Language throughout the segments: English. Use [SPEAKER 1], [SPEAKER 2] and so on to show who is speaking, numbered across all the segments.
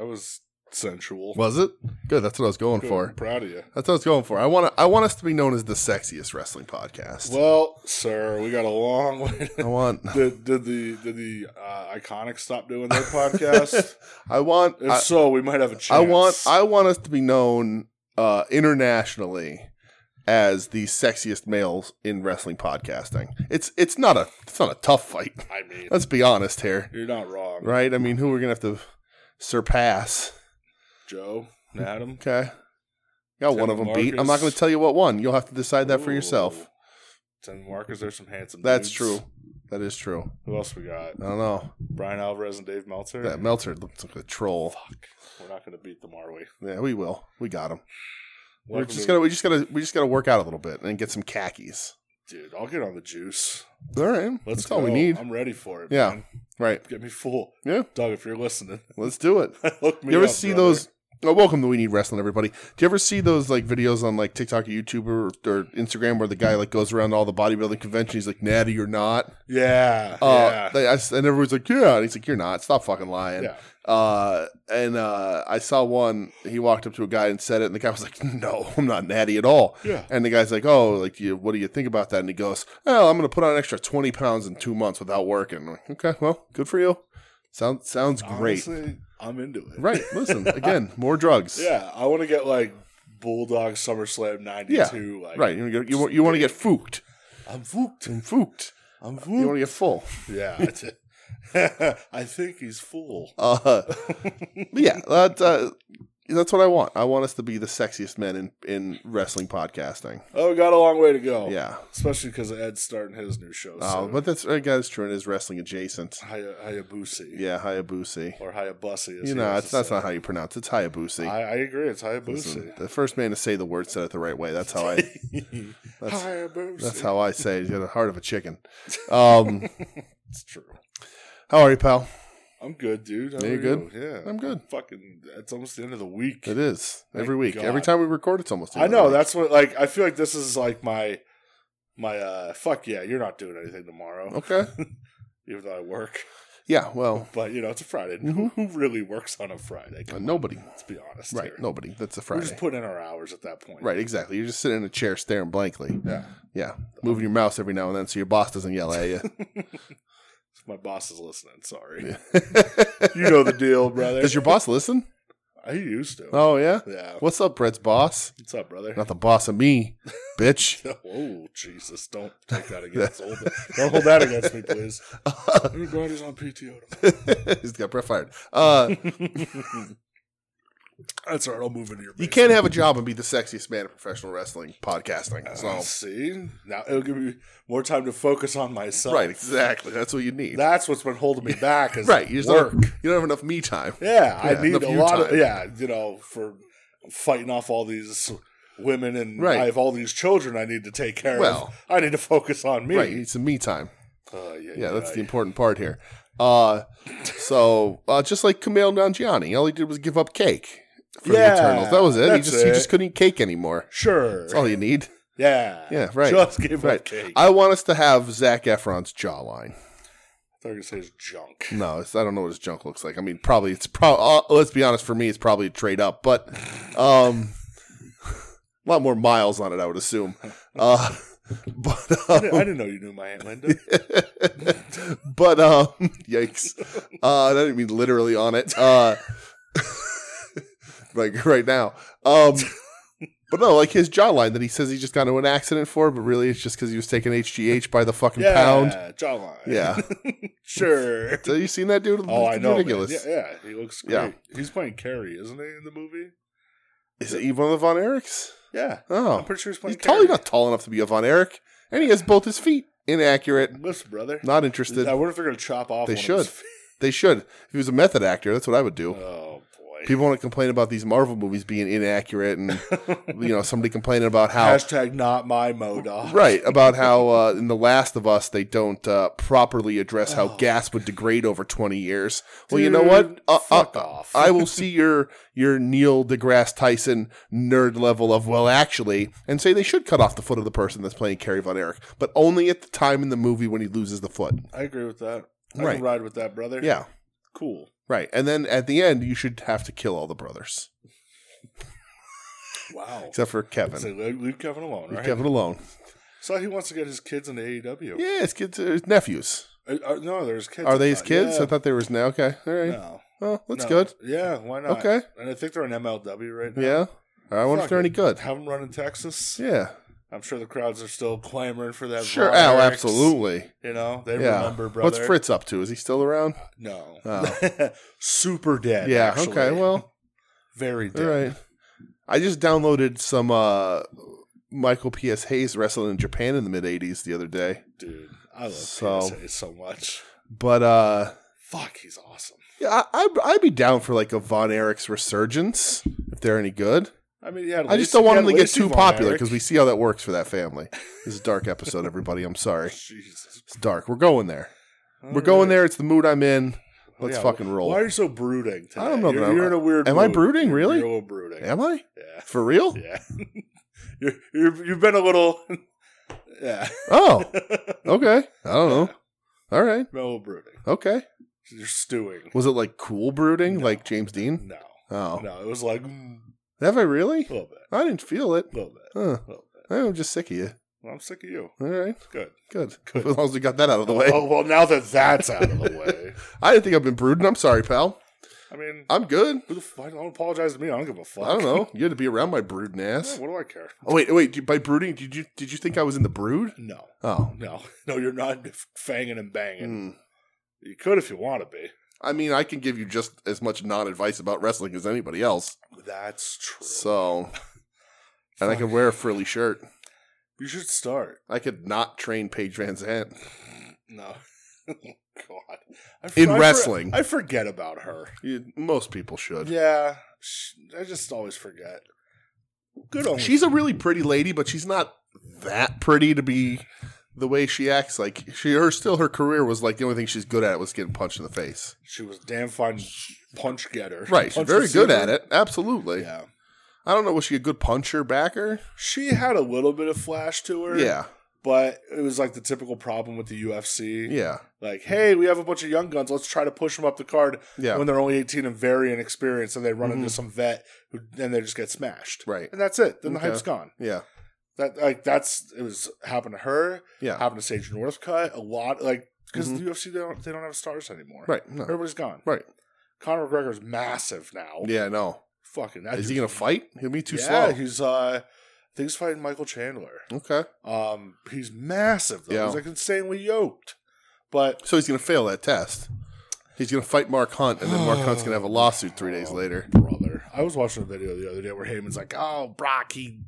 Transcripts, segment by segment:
[SPEAKER 1] was sensual.
[SPEAKER 2] Was it good? That's what I was going
[SPEAKER 1] Good.
[SPEAKER 2] for.
[SPEAKER 1] proud of you.
[SPEAKER 2] That's what I was going for. I want to. I want us to be known as the sexiest wrestling podcast.
[SPEAKER 1] Well, sir, we got a long way.
[SPEAKER 2] I
[SPEAKER 1] To,
[SPEAKER 2] want.
[SPEAKER 1] did, did the did the uh, iconic stop doing their podcast?
[SPEAKER 2] I want.
[SPEAKER 1] If
[SPEAKER 2] I,
[SPEAKER 1] so, we might have a chance.
[SPEAKER 2] I want. I want us to be known uh, internationally as the sexiest males in wrestling podcasting. It's it's not a it's not a tough fight.
[SPEAKER 1] I mean,
[SPEAKER 2] Let's be honest here,
[SPEAKER 1] you're not wrong,
[SPEAKER 2] right? I mean, who we're gonna have to surpass?
[SPEAKER 1] Joe, Adam.
[SPEAKER 2] Okay, got one
[SPEAKER 1] Tim
[SPEAKER 2] of them beat. I'm
[SPEAKER 1] Marcus.
[SPEAKER 2] not gonna tell you what one. You'll have to decide that for yourself.
[SPEAKER 1] Ooh. Tim Marcus, there's some handsome.
[SPEAKER 2] That's
[SPEAKER 1] dudes.
[SPEAKER 2] true. That is true.
[SPEAKER 1] Who else we got?
[SPEAKER 2] I don't know.
[SPEAKER 1] Brian Alvarez and Dave Meltzer.
[SPEAKER 2] That Meltzer looks like a troll.
[SPEAKER 1] We're not going to beat them, are we?
[SPEAKER 2] Yeah, we will. We got him. We're
[SPEAKER 1] Welcome
[SPEAKER 2] just
[SPEAKER 1] to-
[SPEAKER 2] gonna we just gotta we just gotta work out a little bit and get some khakis.
[SPEAKER 1] dude. I'll get on the juice.
[SPEAKER 2] All right,
[SPEAKER 1] Let's
[SPEAKER 2] that's all we
[SPEAKER 1] go.
[SPEAKER 2] need.
[SPEAKER 1] I'm ready for it.
[SPEAKER 2] Yeah.
[SPEAKER 1] man.
[SPEAKER 2] Right?
[SPEAKER 1] get me full,
[SPEAKER 2] Yeah,
[SPEAKER 1] Doug. If you're listening,
[SPEAKER 2] let's do it.
[SPEAKER 1] look me
[SPEAKER 2] You ever
[SPEAKER 1] up,
[SPEAKER 2] see
[SPEAKER 1] brother.
[SPEAKER 2] those? Oh, welcome to We Need Wrestling, everybody. Do you ever see those like videos on like TikTok or YouTube or, or Instagram where the guy like goes around all the bodybuilding conventions? He's like, "Natty, you're not."
[SPEAKER 1] Yeah,
[SPEAKER 2] Uh,
[SPEAKER 1] yeah.
[SPEAKER 2] they- I s- and everyone's like, "Yeah," and he's like, "You're not. Stop fucking lying."
[SPEAKER 1] yeah.
[SPEAKER 2] Uh, and uh, I saw one. He walked up to a guy and said it, and the guy was like, "No, I'm not natty at all."
[SPEAKER 1] Yeah.
[SPEAKER 2] And the guy's like, "Oh, like, you, what do you think about that?" And he goes, "Oh, I'm gonna put on an extra 20 pounds in two months without working." I'm like, okay, well, good for you. Sounds sounds great.
[SPEAKER 1] Honestly, I'm into it.
[SPEAKER 2] Right. Listen again, more drugs.
[SPEAKER 1] Yeah, I want to get like Bulldog SummerSlam '92. Like,
[SPEAKER 2] Right. You wanna get- you, wa- you want to get fooked.
[SPEAKER 1] I'm fucked.
[SPEAKER 2] I'm fooked.
[SPEAKER 1] I'm
[SPEAKER 2] You want
[SPEAKER 1] fucked.
[SPEAKER 2] to get full.
[SPEAKER 1] yeah. I t- I think he's full.
[SPEAKER 2] Uh, but yeah, that, uh, that's what I want. I want us to be the sexiest men in in wrestling podcasting.
[SPEAKER 1] Oh, we got a long way to go.
[SPEAKER 2] Yeah.
[SPEAKER 1] Especially because Ed's starting his new show.
[SPEAKER 2] Oh,
[SPEAKER 1] soon.
[SPEAKER 2] but that's uh, that's true. It is wrestling adjacent.
[SPEAKER 1] Haya- Hayabusa.
[SPEAKER 2] Yeah, Hayabusi.
[SPEAKER 1] Or Hayabusa. as
[SPEAKER 2] You
[SPEAKER 1] he
[SPEAKER 2] know,
[SPEAKER 1] likes
[SPEAKER 2] it's,
[SPEAKER 1] to
[SPEAKER 2] that's
[SPEAKER 1] say.
[SPEAKER 2] not how you pronounce it. It's Hayabusi.
[SPEAKER 1] I, I agree. It's
[SPEAKER 2] Listen,
[SPEAKER 1] Hayabusa.
[SPEAKER 2] the first man to say the word said it the right way. That's how I. That's,
[SPEAKER 1] Hayabusa.
[SPEAKER 2] that's how I say. it. He's got a heart of a chicken. Um,
[SPEAKER 1] it's true.
[SPEAKER 2] how are you, pal?
[SPEAKER 1] I'm good, dude. How
[SPEAKER 2] Yeah, you
[SPEAKER 1] are
[SPEAKER 2] good?
[SPEAKER 1] you? Yeah.
[SPEAKER 2] I'm good.
[SPEAKER 1] Fucking, it's almost the end of the week.
[SPEAKER 2] It is every
[SPEAKER 1] Thank
[SPEAKER 2] week.
[SPEAKER 1] God.
[SPEAKER 2] Every time we record, it's almost. the
[SPEAKER 1] I
[SPEAKER 2] end of
[SPEAKER 1] know.
[SPEAKER 2] the week.
[SPEAKER 1] That's what, like, I feel like this is, like, my, my, uh, fuck yeah, you're not doing anything tomorrow,
[SPEAKER 2] okay.
[SPEAKER 1] even though I work.
[SPEAKER 2] Yeah. Well,
[SPEAKER 1] But, you know, it's a Friday.
[SPEAKER 2] Mhm.
[SPEAKER 1] Who really works on a Friday?
[SPEAKER 2] uh, nobody.
[SPEAKER 1] Let's be honest.
[SPEAKER 2] Right.
[SPEAKER 1] here.
[SPEAKER 2] Nobody. That's a
[SPEAKER 1] We're
[SPEAKER 2] Friday.
[SPEAKER 1] just putting in our hours at that point.
[SPEAKER 2] Right. Exactly. You're just sitting in a chair, staring blankly.
[SPEAKER 1] Yeah.
[SPEAKER 2] Yeah. Moving your mouse every now and then, so your boss doesn't yell at you.
[SPEAKER 1] My boss is listening. Sorry.
[SPEAKER 2] you
[SPEAKER 1] You know the deal, brother.
[SPEAKER 2] Does your boss listen?
[SPEAKER 1] I used to.
[SPEAKER 2] Oh yeah.
[SPEAKER 1] Yeah.
[SPEAKER 2] What's up, Brett's boss?
[SPEAKER 1] What's up, brother?
[SPEAKER 2] Not the boss of me, bitch.
[SPEAKER 1] Oh Jesus! Don't take that against. hold that- don't hold that against me, please. I'm glad he's on PTO.
[SPEAKER 2] He's got Brett fired. Uh,
[SPEAKER 1] tomorrow. That's all right. I'll move into your.
[SPEAKER 2] you
[SPEAKER 1] Basement.
[SPEAKER 2] can't have a job and be the sexiest man in professional wrestling podcasting.
[SPEAKER 1] Uh,
[SPEAKER 2] So
[SPEAKER 1] see now it'll give me more time to focus on myself.
[SPEAKER 2] right, exactly. That's what you need.
[SPEAKER 1] That's what's been holding me back. Is
[SPEAKER 2] right, you just
[SPEAKER 1] work.
[SPEAKER 2] Don't, you don't have enough me time.
[SPEAKER 1] Yeah,
[SPEAKER 2] Yeah,
[SPEAKER 1] I need
[SPEAKER 2] enough
[SPEAKER 1] a
[SPEAKER 2] you
[SPEAKER 1] lot of
[SPEAKER 2] time.
[SPEAKER 1] yeah. You know, for fighting off all these women and
[SPEAKER 2] Right.
[SPEAKER 1] I have all these children I need to take care
[SPEAKER 2] Well.
[SPEAKER 1] of. I need to focus on me.
[SPEAKER 2] Right, you need some me time.
[SPEAKER 1] Uh, yeah,
[SPEAKER 2] Yeah, that's the important part here. Uh, so uh, just like Kumail Nanjiani, all he did was give up cake for
[SPEAKER 1] Yeah,
[SPEAKER 2] the Eternals. That was it. He
[SPEAKER 1] that's
[SPEAKER 2] just he
[SPEAKER 1] it.
[SPEAKER 2] just couldn't eat cake anymore.
[SPEAKER 1] sure.
[SPEAKER 2] That's all you need.
[SPEAKER 1] Yeah.
[SPEAKER 2] Yeah, right.
[SPEAKER 1] Just give
[SPEAKER 2] Right.
[SPEAKER 1] up cake. I
[SPEAKER 2] I want us to have Zach Efron's jawline.
[SPEAKER 1] thought you were gonna say it's junk.
[SPEAKER 2] No, it's, I don't know what his junk looks like. I mean, probably it's probably. Uh, let's be honest. For me, it's probably a trade up, but um, a lot more miles on it, I would assume. Uh, but
[SPEAKER 1] I
[SPEAKER 2] um,
[SPEAKER 1] didn't, I didn't know you knew my aunt Linda.
[SPEAKER 2] but um, yikes! Uh, I didn't mean literally on it. Uh, like right now. Um, but no, like his jawline that he says he just got into an accident for, but really it's just because he was taking HGH by the fucking
[SPEAKER 1] yeah,
[SPEAKER 2] pound.
[SPEAKER 1] jawline.
[SPEAKER 2] Yeah.
[SPEAKER 1] sure.
[SPEAKER 2] So you seen that dude?
[SPEAKER 1] Oh, I
[SPEAKER 2] It's
[SPEAKER 1] know. man.
[SPEAKER 2] Ridiculous.
[SPEAKER 1] Yeah, yeah, he looks great.
[SPEAKER 2] Yeah.
[SPEAKER 1] He's playing Carrie, isn't he, in the movie?
[SPEAKER 2] Is it one of the Von Erichs?
[SPEAKER 1] Yeah,
[SPEAKER 2] Oh,
[SPEAKER 1] I'm pretty sure he's
[SPEAKER 2] He's
[SPEAKER 1] playing.
[SPEAKER 2] totally
[SPEAKER 1] Carrie.
[SPEAKER 2] not tall enough to be a Von Erich, and he has both his feet. Inaccurate.
[SPEAKER 1] Listen, brother.
[SPEAKER 2] Not
[SPEAKER 1] I
[SPEAKER 2] interested.
[SPEAKER 1] wonder if they're gonna chop off.
[SPEAKER 2] They
[SPEAKER 1] one
[SPEAKER 2] should.
[SPEAKER 1] Of his feet.
[SPEAKER 2] They should. If he was a method actor, that's what I would do.
[SPEAKER 1] Oh boy.
[SPEAKER 2] People want to complain about these Marvel movies being inaccurate, and you know somebody complaining about how
[SPEAKER 1] Hashtag not my Modoc.
[SPEAKER 2] right about how uh, in The Last of Us they don't uh, properly address how gas would degrade over twenty years. Well, you know
[SPEAKER 1] Oh.
[SPEAKER 2] what?
[SPEAKER 1] Dude,
[SPEAKER 2] Uh, uh,
[SPEAKER 1] fuck off.
[SPEAKER 2] I will see your your Neil deGrasse Tyson nerd level of well, actually, and say they should cut off the foot of the person that's playing Carrie Von Erich, but only at the time in the movie when he loses the foot.
[SPEAKER 1] I agree with that. I
[SPEAKER 2] Right.
[SPEAKER 1] can ride with that, brother.
[SPEAKER 2] Yeah,
[SPEAKER 1] Cool.
[SPEAKER 2] Right. And then at the end, you should have to kill all the brothers,
[SPEAKER 1] Wow.
[SPEAKER 2] except for Kevin.
[SPEAKER 1] Say, leave leave Kevin alone,
[SPEAKER 2] Leave
[SPEAKER 1] right?
[SPEAKER 2] Kevin alone.
[SPEAKER 1] So he wants to get his kids into AEW.
[SPEAKER 2] Yeah, his kids, his nephews.
[SPEAKER 1] Uh, uh, no, there's kids.
[SPEAKER 2] Are
[SPEAKER 1] I
[SPEAKER 2] they his
[SPEAKER 1] thought.
[SPEAKER 2] kids?
[SPEAKER 1] Yeah.
[SPEAKER 2] I thought they were his now. Okay. All right.
[SPEAKER 1] No.
[SPEAKER 2] Well, that's
[SPEAKER 1] No.
[SPEAKER 2] good.
[SPEAKER 1] Yeah, why not?
[SPEAKER 2] Okay.
[SPEAKER 1] And I think they're in MLW right now.
[SPEAKER 2] Yeah. I wonder if
[SPEAKER 1] Fuck
[SPEAKER 2] they're
[SPEAKER 1] it.
[SPEAKER 2] any good.
[SPEAKER 1] Have them run in Texas.
[SPEAKER 2] Yeah.
[SPEAKER 1] I'm sure the crowds are still clamoring for that.
[SPEAKER 2] Sure.
[SPEAKER 1] Von
[SPEAKER 2] Oh,
[SPEAKER 1] Erichs.
[SPEAKER 2] absolutely.
[SPEAKER 1] You know, they
[SPEAKER 2] Yeah.
[SPEAKER 1] remember, brother.
[SPEAKER 2] What's Fritz up to? Is he still around?
[SPEAKER 1] No.
[SPEAKER 2] Oh.
[SPEAKER 1] Super dead.
[SPEAKER 2] yeah.
[SPEAKER 1] actually.
[SPEAKER 2] Okay. Well,
[SPEAKER 1] very
[SPEAKER 2] all
[SPEAKER 1] dead.
[SPEAKER 2] right. I just downloaded some uh, Michael P.S. Hayes wrestling in Japan in the mid 80s the other day.
[SPEAKER 1] Dude, I love
[SPEAKER 2] So-
[SPEAKER 1] so, PSA so much.
[SPEAKER 2] But uh,
[SPEAKER 1] Fuck, he's awesome.
[SPEAKER 2] yeah, I, I'd, I'd be down for like a Von Erichs resurgence if they're any good.
[SPEAKER 1] I mean, yeah.
[SPEAKER 2] I just don't want him to get too popular because we see how that works for that family. This is a dark episode, everybody. I'm sorry.
[SPEAKER 1] Jesus.
[SPEAKER 2] It's dark. We're going there. We're going there. It's the mood I'm
[SPEAKER 1] All
[SPEAKER 2] in.
[SPEAKER 1] right.
[SPEAKER 2] Let's
[SPEAKER 1] Oh, Yeah,
[SPEAKER 2] fucking roll.
[SPEAKER 1] Why are you so brooding? Today?
[SPEAKER 2] I don't know
[SPEAKER 1] You're,
[SPEAKER 2] that I'm-
[SPEAKER 1] you're in a weird.
[SPEAKER 2] Am I
[SPEAKER 1] mood.
[SPEAKER 2] brooding, really?
[SPEAKER 1] You're a little brooding.
[SPEAKER 2] Am I?
[SPEAKER 1] Yeah.
[SPEAKER 2] For real?
[SPEAKER 1] Yeah. you're, you're, you've been a little. yeah.
[SPEAKER 2] Oh,
[SPEAKER 1] been
[SPEAKER 2] okay. I don't know. All right.
[SPEAKER 1] a little brooding.
[SPEAKER 2] Okay.
[SPEAKER 1] You're stewing.
[SPEAKER 2] Was it like cool brooding,
[SPEAKER 1] No.
[SPEAKER 2] like James Dean?
[SPEAKER 1] No.
[SPEAKER 2] Oh.
[SPEAKER 1] No, it was like mm,
[SPEAKER 2] Have I
[SPEAKER 1] a
[SPEAKER 2] really?
[SPEAKER 1] little bit.
[SPEAKER 2] I didn't feel it.
[SPEAKER 1] A little bit. A
[SPEAKER 2] Huh.
[SPEAKER 1] little bit.
[SPEAKER 2] I'm just sick of you.
[SPEAKER 1] Well, I'm sick of you.
[SPEAKER 2] All right.
[SPEAKER 1] Good.
[SPEAKER 2] Good.
[SPEAKER 1] Good.
[SPEAKER 2] As long as we got that out of the way.
[SPEAKER 1] Oh, well, now that that's out of the way.
[SPEAKER 2] I didn't think I've been brooding. I'm sorry, pal.
[SPEAKER 1] I mean,
[SPEAKER 2] I'm good.
[SPEAKER 1] who the fuck? Don't apologize to me. I don't give a fuck.
[SPEAKER 2] I don't know. You had to be around my brooding
[SPEAKER 1] Yeah,
[SPEAKER 2] ass.
[SPEAKER 1] what do I care?
[SPEAKER 2] Oh wait, wait. do- By brooding, did you did you think I was in the brood?
[SPEAKER 1] No.
[SPEAKER 2] Oh,
[SPEAKER 1] No. No, you're not fanging and banging.
[SPEAKER 2] Hmm.
[SPEAKER 1] You could if you want to be.
[SPEAKER 2] I mean, I can give you just as much non advice about wrestling as anybody else.
[SPEAKER 1] That's true.
[SPEAKER 2] So, and I could wear a frilly shirt.
[SPEAKER 1] You should start.
[SPEAKER 2] I could not train Paige Van Zant.
[SPEAKER 1] No. God. I
[SPEAKER 2] In
[SPEAKER 1] I
[SPEAKER 2] wrestling.
[SPEAKER 1] I forget about her.
[SPEAKER 2] You- most people should.
[SPEAKER 1] Yeah. sh- I just always forget. Good on
[SPEAKER 2] She's a really pretty lady, but she's not that pretty to be the way she acts. Like she, her still her career was like the only thing she's good at was getting punched in the face.
[SPEAKER 1] She was a damn fine punch getter.
[SPEAKER 2] Right, she's
[SPEAKER 1] Punch
[SPEAKER 2] very good at
[SPEAKER 1] receiver.
[SPEAKER 2] it. Absolutely.
[SPEAKER 1] Yeah.
[SPEAKER 2] I don't know was she a good puncher backer?
[SPEAKER 1] She had a little bit of flash to her.
[SPEAKER 2] Yeah,
[SPEAKER 1] But it was like the typical problem with the UFC.
[SPEAKER 2] yeah,
[SPEAKER 1] Like, hey, we have a bunch of young guns. Let's try to push them up the card
[SPEAKER 2] yeah.
[SPEAKER 1] when they're only 18 and very inexperienced and they run into
[SPEAKER 2] Mhm.
[SPEAKER 1] some vet who then they just get smashed.
[SPEAKER 2] right.
[SPEAKER 1] And that's it. Then
[SPEAKER 2] Okay.
[SPEAKER 1] the hype's gone.
[SPEAKER 2] Yeah,
[SPEAKER 1] That like that's it was happened to her,
[SPEAKER 2] yeah.
[SPEAKER 1] happened to Sage Northcutt a lot like because
[SPEAKER 2] Mhm.
[SPEAKER 1] the UFC they don't they don't have stars anymore.
[SPEAKER 2] Right. No.
[SPEAKER 1] Everybody's gone.
[SPEAKER 2] Right.
[SPEAKER 1] Conor McGregor's massive now.
[SPEAKER 2] Yeah. No.
[SPEAKER 1] Fucking that
[SPEAKER 2] Is he
[SPEAKER 1] dude's-
[SPEAKER 2] gonna fight? He'll be too
[SPEAKER 1] yeah,
[SPEAKER 2] slow.
[SPEAKER 1] He's uh, I think he's fighting Michael Chandler.
[SPEAKER 2] Okay.
[SPEAKER 1] Um, he's massive though.
[SPEAKER 2] Yeah.
[SPEAKER 1] He's like insanely yoked. But
[SPEAKER 2] So he's gonna fail that test. He's gonna fight Mark Hunt, and then Mark Hunt's gonna have a lawsuit three days
[SPEAKER 1] Oh,
[SPEAKER 2] later.
[SPEAKER 1] brother, I was watching a video the other day where Heyman's like, "Oh, Brock, he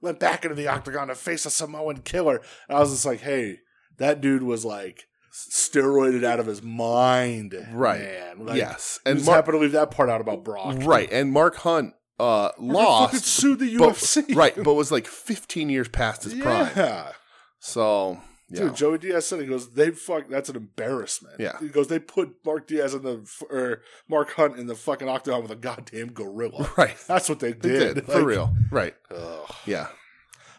[SPEAKER 1] went back into the octagon to face a Samoan killer," and I was just like, "Hey, that dude was like steroided out of his mind,
[SPEAKER 2] Right.
[SPEAKER 1] Man. Like,
[SPEAKER 2] yes,
[SPEAKER 1] and
[SPEAKER 2] and
[SPEAKER 1] just
[SPEAKER 2] Mark,
[SPEAKER 1] happened to leave that part out about Brock.
[SPEAKER 2] right, and Mark Hunt uh,
[SPEAKER 1] He fucking
[SPEAKER 2] lost,
[SPEAKER 1] sued the
[SPEAKER 2] but-
[SPEAKER 1] UFC,
[SPEAKER 2] right, but was like 15 years past his prime.
[SPEAKER 1] Yeah.
[SPEAKER 2] So yeah,
[SPEAKER 1] Dude, Joey Diaz said he goes, "They fuck. That's an embarrassment."
[SPEAKER 2] Yeah.
[SPEAKER 1] he goes, "They put Mark Diaz in the f- or Mark Hunt in the fucking octagon with a goddamn gorilla."
[SPEAKER 2] right,
[SPEAKER 1] That's what they
[SPEAKER 2] He
[SPEAKER 1] did,
[SPEAKER 2] did, for
[SPEAKER 1] Like,
[SPEAKER 2] real, right?
[SPEAKER 1] ugh.
[SPEAKER 2] Yeah,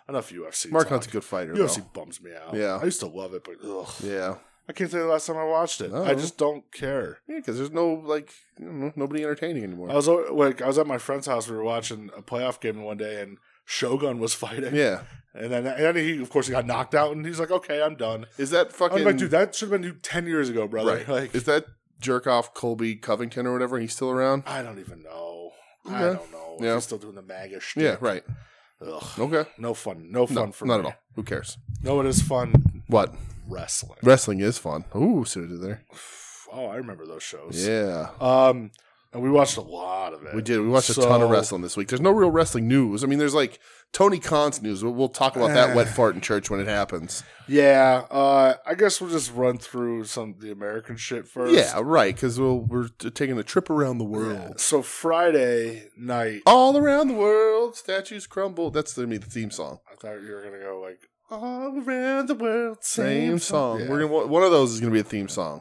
[SPEAKER 1] enough UFC.
[SPEAKER 2] Mark
[SPEAKER 1] talk.
[SPEAKER 2] Hunt's a good fighter.
[SPEAKER 1] UFC
[SPEAKER 2] Though.
[SPEAKER 1] bums me out.
[SPEAKER 2] Yeah.
[SPEAKER 1] I used to love it, but ugh.
[SPEAKER 2] Yeah,
[SPEAKER 1] I can't say the last time I watched it.
[SPEAKER 2] No.
[SPEAKER 1] I just don't care.
[SPEAKER 2] because there's no like you know, nobody entertaining
[SPEAKER 1] I
[SPEAKER 2] anymore.
[SPEAKER 1] was o- like, I was at my friend's house. We were watching a playoff game one day, and Shogun was fighting.
[SPEAKER 2] Yeah,
[SPEAKER 1] and then and then he, of course, he got knocked out, and he's like, "Okay, I'm done."
[SPEAKER 2] is that
[SPEAKER 1] I'm
[SPEAKER 2] fucking
[SPEAKER 1] like, dude, that should have been you ten years ago, brother.
[SPEAKER 2] right?
[SPEAKER 1] Like,
[SPEAKER 2] is that jerk off Colby Covington or whatever? He's still around?
[SPEAKER 1] I don't even know. I
[SPEAKER 2] Okay.
[SPEAKER 1] don't know.
[SPEAKER 2] Yeah.
[SPEAKER 1] Yeah. He's still doing the MAGA shit.
[SPEAKER 2] Yeah, right.
[SPEAKER 1] Ugh.
[SPEAKER 2] Okay,
[SPEAKER 1] No fun. No fun
[SPEAKER 2] no,
[SPEAKER 1] for me.
[SPEAKER 2] not at all. Who cares?
[SPEAKER 1] No, it is fun
[SPEAKER 2] What
[SPEAKER 1] wrestling.
[SPEAKER 2] wrestling is fun? Ooh, so did there.
[SPEAKER 1] Oh, I remember those shows.
[SPEAKER 2] Yeah.
[SPEAKER 1] Um, and we watched a lot of it.
[SPEAKER 2] We did. We watched a ton
[SPEAKER 1] So-
[SPEAKER 2] of wrestling this week. There's no real wrestling news. I mean, there's like Tony Khan's news. We'll, we'll talk about that wet fart in church when it happens.
[SPEAKER 1] Yeah. Uh, I guess we'll just run through some of the American shit first.
[SPEAKER 2] Yeah, right. Because we'll, we're t- taking a trip around the world.
[SPEAKER 1] Yeah. So Friday night,
[SPEAKER 2] All around the world, statues crumble. That's gonna be the theme song.
[SPEAKER 1] I thought you were gonna go like
[SPEAKER 2] All around the world, same,
[SPEAKER 1] same song.
[SPEAKER 2] song.
[SPEAKER 1] Yeah.
[SPEAKER 2] We're gonna one of those is gonna be a theme song.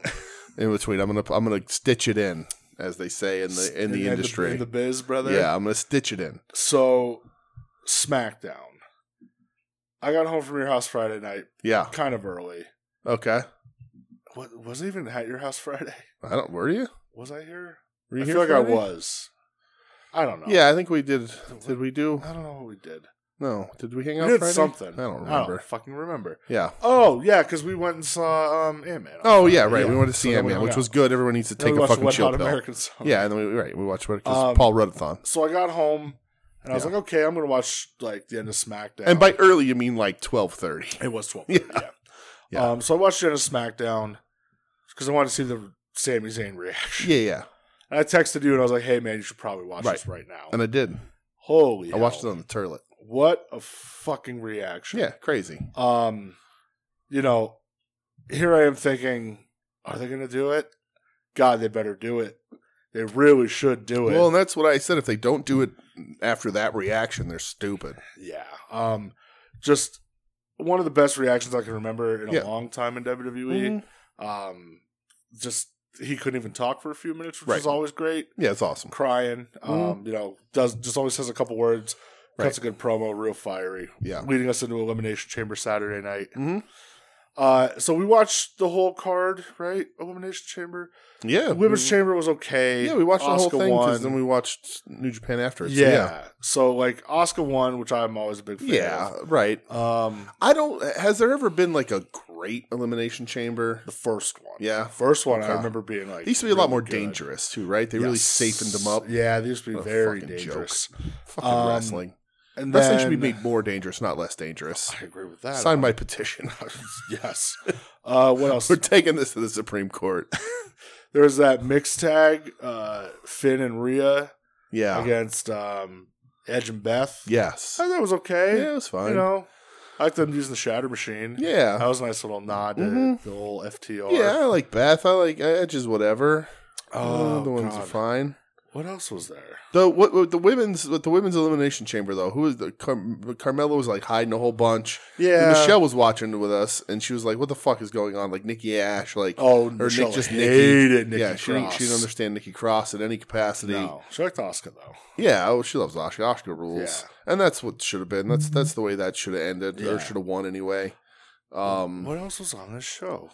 [SPEAKER 2] in between, I'm gonna I'm gonna stitch it in, as they say in the in the industry.
[SPEAKER 1] in the biz, brother.
[SPEAKER 2] yeah, I'm gonna stitch it in.
[SPEAKER 1] So SmackDown. I got home from your house Friday night,
[SPEAKER 2] Yeah.
[SPEAKER 1] kind of early.
[SPEAKER 2] Okay.
[SPEAKER 1] What was I even at your house Friday?
[SPEAKER 2] I don't. Were you?
[SPEAKER 1] Was I here?
[SPEAKER 2] Were you
[SPEAKER 1] I
[SPEAKER 2] here
[SPEAKER 1] feel like
[SPEAKER 2] for
[SPEAKER 1] I
[SPEAKER 2] anything?
[SPEAKER 1] was. I don't know.
[SPEAKER 2] Yeah, I think we did. Did we do?
[SPEAKER 1] I don't know what we did.
[SPEAKER 2] No. Did we hang
[SPEAKER 1] We
[SPEAKER 2] out
[SPEAKER 1] did
[SPEAKER 2] Friday? Oh.
[SPEAKER 1] something.
[SPEAKER 2] I don't remember.
[SPEAKER 1] fucking remember.
[SPEAKER 2] Yeah.
[SPEAKER 1] Oh yeah, because we went and saw um, Ant Man.
[SPEAKER 2] Oh yeah, right. We went to
[SPEAKER 1] So
[SPEAKER 2] see
[SPEAKER 1] then
[SPEAKER 2] Ant
[SPEAKER 1] we
[SPEAKER 2] Man,
[SPEAKER 1] hung
[SPEAKER 2] which
[SPEAKER 1] out.
[SPEAKER 2] was good. Everyone needs to
[SPEAKER 1] Then we
[SPEAKER 2] take a
[SPEAKER 1] watched
[SPEAKER 2] fucking
[SPEAKER 1] Wet
[SPEAKER 2] chill
[SPEAKER 1] Hot
[SPEAKER 2] pill.
[SPEAKER 1] American Summer.
[SPEAKER 2] Yeah, and then we right we watched what because
[SPEAKER 1] Um,
[SPEAKER 2] Paul Rudathon.
[SPEAKER 1] So I got home and I was
[SPEAKER 2] Yeah.
[SPEAKER 1] like, okay, I'm gonna watch like the end of SmackDown.
[SPEAKER 2] And by early you mean like twelve thirty.
[SPEAKER 1] it was twelve.
[SPEAKER 2] Yeah.
[SPEAKER 1] Yeah.
[SPEAKER 2] Yeah.
[SPEAKER 1] Um. So I watched the end of SmackDown because I wanted to see the Sami Zayn reaction.
[SPEAKER 2] Yeah, yeah.
[SPEAKER 1] And I texted you and I was like, hey man, you should probably watch
[SPEAKER 2] Right.
[SPEAKER 1] this right now.
[SPEAKER 2] And I did.
[SPEAKER 1] Holy,
[SPEAKER 2] I
[SPEAKER 1] hell.
[SPEAKER 2] watched it on the toilet.
[SPEAKER 1] What a fucking reaction.
[SPEAKER 2] Yeah, crazy.
[SPEAKER 1] um you know here i am thinking are they gonna do it god they better do it they really should do it
[SPEAKER 2] Well, and that's what I said. If they don't do it after that reaction, they're stupid.
[SPEAKER 1] yeah um just one of the best reactions i can remember in a
[SPEAKER 2] Yeah.
[SPEAKER 1] long time in E. wwe
[SPEAKER 2] Mhm.
[SPEAKER 1] um just he couldn't even talk for a few minutes which
[SPEAKER 2] Right. Mm-hmm.
[SPEAKER 1] is always great
[SPEAKER 2] Yeah, it's awesome.
[SPEAKER 1] crying um you know does just always says a couple words cuts a good promo real fiery
[SPEAKER 2] Yeah.
[SPEAKER 1] leading us into elimination chamber saturday night
[SPEAKER 2] hmm
[SPEAKER 1] Uh, so we watched the whole card, right? Elimination Chamber.
[SPEAKER 2] Yeah.
[SPEAKER 1] Women's
[SPEAKER 2] we-
[SPEAKER 1] Chamber was okay.
[SPEAKER 2] Yeah, we watched the whole
[SPEAKER 1] Asuka
[SPEAKER 2] thing because
[SPEAKER 1] won.
[SPEAKER 2] then we watched New Japan after it. so
[SPEAKER 1] yeah. So like Oscar won, which I'm always a big fan.
[SPEAKER 2] yeah. Yeah, right.
[SPEAKER 1] Of. Um,
[SPEAKER 2] I don't. Has there ever been like a great elimination chamber?
[SPEAKER 1] the first one.
[SPEAKER 2] Yeah.
[SPEAKER 1] First one,
[SPEAKER 2] Okay.
[SPEAKER 1] I remember being like.
[SPEAKER 2] They used to be a lot
[SPEAKER 1] really
[SPEAKER 2] more
[SPEAKER 1] good.
[SPEAKER 2] dangerous too, right? They really
[SPEAKER 1] Yes.
[SPEAKER 2] safened them up.
[SPEAKER 1] Yeah, they used to be
[SPEAKER 2] What a
[SPEAKER 1] very
[SPEAKER 2] fucking
[SPEAKER 1] dangerous.
[SPEAKER 2] Fucking
[SPEAKER 1] Um,
[SPEAKER 2] wrestling.
[SPEAKER 1] And
[SPEAKER 2] Wrestling should be
[SPEAKER 1] then-
[SPEAKER 2] made more dangerous, not less dangerous.
[SPEAKER 1] I agree with that.
[SPEAKER 2] Sign my petition.
[SPEAKER 1] yes. Uh, what else?
[SPEAKER 2] We're taking this to the Supreme Court.
[SPEAKER 1] There was that mixed tag, uh, Finn and Rhea
[SPEAKER 2] Yeah.
[SPEAKER 1] against um, Edge and Beth.
[SPEAKER 2] Yes.
[SPEAKER 1] I thought it was okay.
[SPEAKER 2] Yeah, it was fine.
[SPEAKER 1] You know, I like them using the shatter machine. That
[SPEAKER 2] yeah.
[SPEAKER 1] was a nice little nod to
[SPEAKER 2] Mhm.
[SPEAKER 1] the old FTR.
[SPEAKER 2] Yeah, I like Beth. I like Edges. Whatever.
[SPEAKER 1] Oh,
[SPEAKER 2] the ones
[SPEAKER 1] God.
[SPEAKER 2] are fine.
[SPEAKER 1] What else was there?
[SPEAKER 2] The what, what the women's with the women's elimination chamber though. Who is the Car- Carmella was like hiding a whole bunch. And
[SPEAKER 1] Yeah.
[SPEAKER 2] Michelle was watching with us, and she was like, "What the fuck is going on?" Like Nikki Ash, like
[SPEAKER 1] Oh,
[SPEAKER 2] or
[SPEAKER 1] Michelle
[SPEAKER 2] Nick just
[SPEAKER 1] hated
[SPEAKER 2] Nikki.
[SPEAKER 1] Nikki.
[SPEAKER 2] yeah, she didn't, she didn't
[SPEAKER 1] Cross.
[SPEAKER 2] understand Nikki Cross in any capacity.
[SPEAKER 1] No, she liked Oscar though.
[SPEAKER 2] Yeah, oh, she loves Oscar. Oscar rules,
[SPEAKER 1] Yeah.
[SPEAKER 2] and that's what should have been. That's that's the way that should have ended
[SPEAKER 1] Yeah.
[SPEAKER 2] or should have won anyway. Um,
[SPEAKER 1] what else was on this show?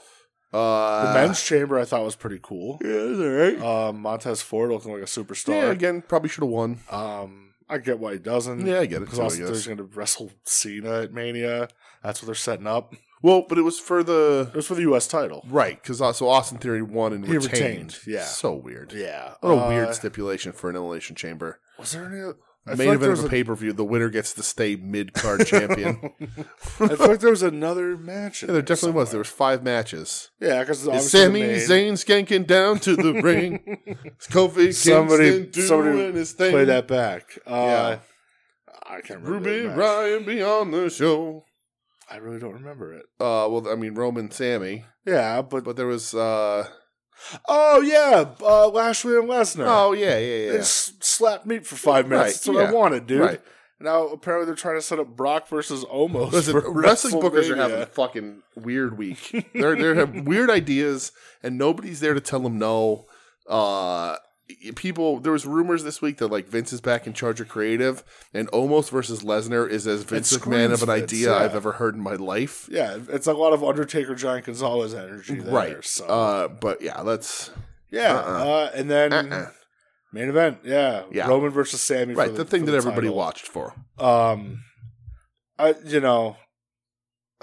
[SPEAKER 1] The
[SPEAKER 2] uh,
[SPEAKER 1] men's chamber I thought was pretty cool.
[SPEAKER 2] yeah, it's all right.
[SPEAKER 1] Um, Montez Ford looking like a
[SPEAKER 2] Yeah,
[SPEAKER 1] superstar.
[SPEAKER 2] again, probably should have won.
[SPEAKER 1] Um, I get why he doesn't.
[SPEAKER 2] Yeah, I get it.
[SPEAKER 1] Because
[SPEAKER 2] Too, I
[SPEAKER 1] also
[SPEAKER 2] guess.
[SPEAKER 1] there's going to wrestle Cena at Mania. That's what they're setting up.
[SPEAKER 2] Well, but it was for the
[SPEAKER 1] It was for the U.S. title.
[SPEAKER 2] right because also Austin Theory won and
[SPEAKER 1] He
[SPEAKER 2] retained.
[SPEAKER 1] retained, yeah.
[SPEAKER 2] so weird.
[SPEAKER 1] Yeah.
[SPEAKER 2] What a
[SPEAKER 1] Uh,
[SPEAKER 2] weird stipulation for an elimination chamber.
[SPEAKER 1] Was there any? I
[SPEAKER 2] Main
[SPEAKER 1] feel like there
[SPEAKER 2] event
[SPEAKER 1] was
[SPEAKER 2] of a
[SPEAKER 1] a-
[SPEAKER 2] pay per view. The winner gets to stay mid card champion.
[SPEAKER 1] I feel like there was another match. in
[SPEAKER 2] Yeah, there definitely was. There was five matches.
[SPEAKER 1] Yeah, because
[SPEAKER 2] Is Sammy Zayn skanking down to the ring? Is Kofi
[SPEAKER 1] Somebody,
[SPEAKER 2] Kingston doing
[SPEAKER 1] somebody
[SPEAKER 2] his thing?
[SPEAKER 1] play that back. Uh,
[SPEAKER 2] Yeah.
[SPEAKER 1] I can't remember.
[SPEAKER 2] Ruby
[SPEAKER 1] the match.
[SPEAKER 2] Ryan be on the show.
[SPEAKER 1] I really don't remember it.
[SPEAKER 2] Uh, well, I mean Roman Sammy,
[SPEAKER 1] Yeah, but,
[SPEAKER 2] but there was. Uh,
[SPEAKER 1] oh yeah, uh, Lashley and Lesnar.
[SPEAKER 2] oh yeah, yeah,
[SPEAKER 1] they
[SPEAKER 2] yeah.
[SPEAKER 1] s- slapped meat for five minutes.
[SPEAKER 2] Right,
[SPEAKER 1] That's what
[SPEAKER 2] yeah.
[SPEAKER 1] I wanted, dude.
[SPEAKER 2] Right.
[SPEAKER 1] Now apparently they're trying to set up Brock versus Omos.
[SPEAKER 2] Listen,
[SPEAKER 1] for
[SPEAKER 2] wrestling bookers are
[SPEAKER 1] WrestleMania.
[SPEAKER 2] having a fucking weird week. they're they have weird ideas, and nobody's there to tell them no. Uh, people, there was rumors this week that like Vince is back in charge of creative, and almost versus Lesnar is as Vince McMahon
[SPEAKER 1] screams
[SPEAKER 2] of an
[SPEAKER 1] Vince,
[SPEAKER 2] idea
[SPEAKER 1] yeah.
[SPEAKER 2] I've ever heard in my life.
[SPEAKER 1] Yeah, it's a lot of Undertaker, Giant Gonzalez energy, there,
[SPEAKER 2] right.
[SPEAKER 1] So
[SPEAKER 2] Uh, but yeah, let's
[SPEAKER 1] yeah,
[SPEAKER 2] uh-uh.
[SPEAKER 1] uh, and then
[SPEAKER 2] uh-uh.
[SPEAKER 1] Main event, yeah.
[SPEAKER 2] Yeah.
[SPEAKER 1] Roman versus Sammy. for
[SPEAKER 2] right the, thing
[SPEAKER 1] for
[SPEAKER 2] that everybody
[SPEAKER 1] title.
[SPEAKER 2] watched for.
[SPEAKER 1] Um, I you know,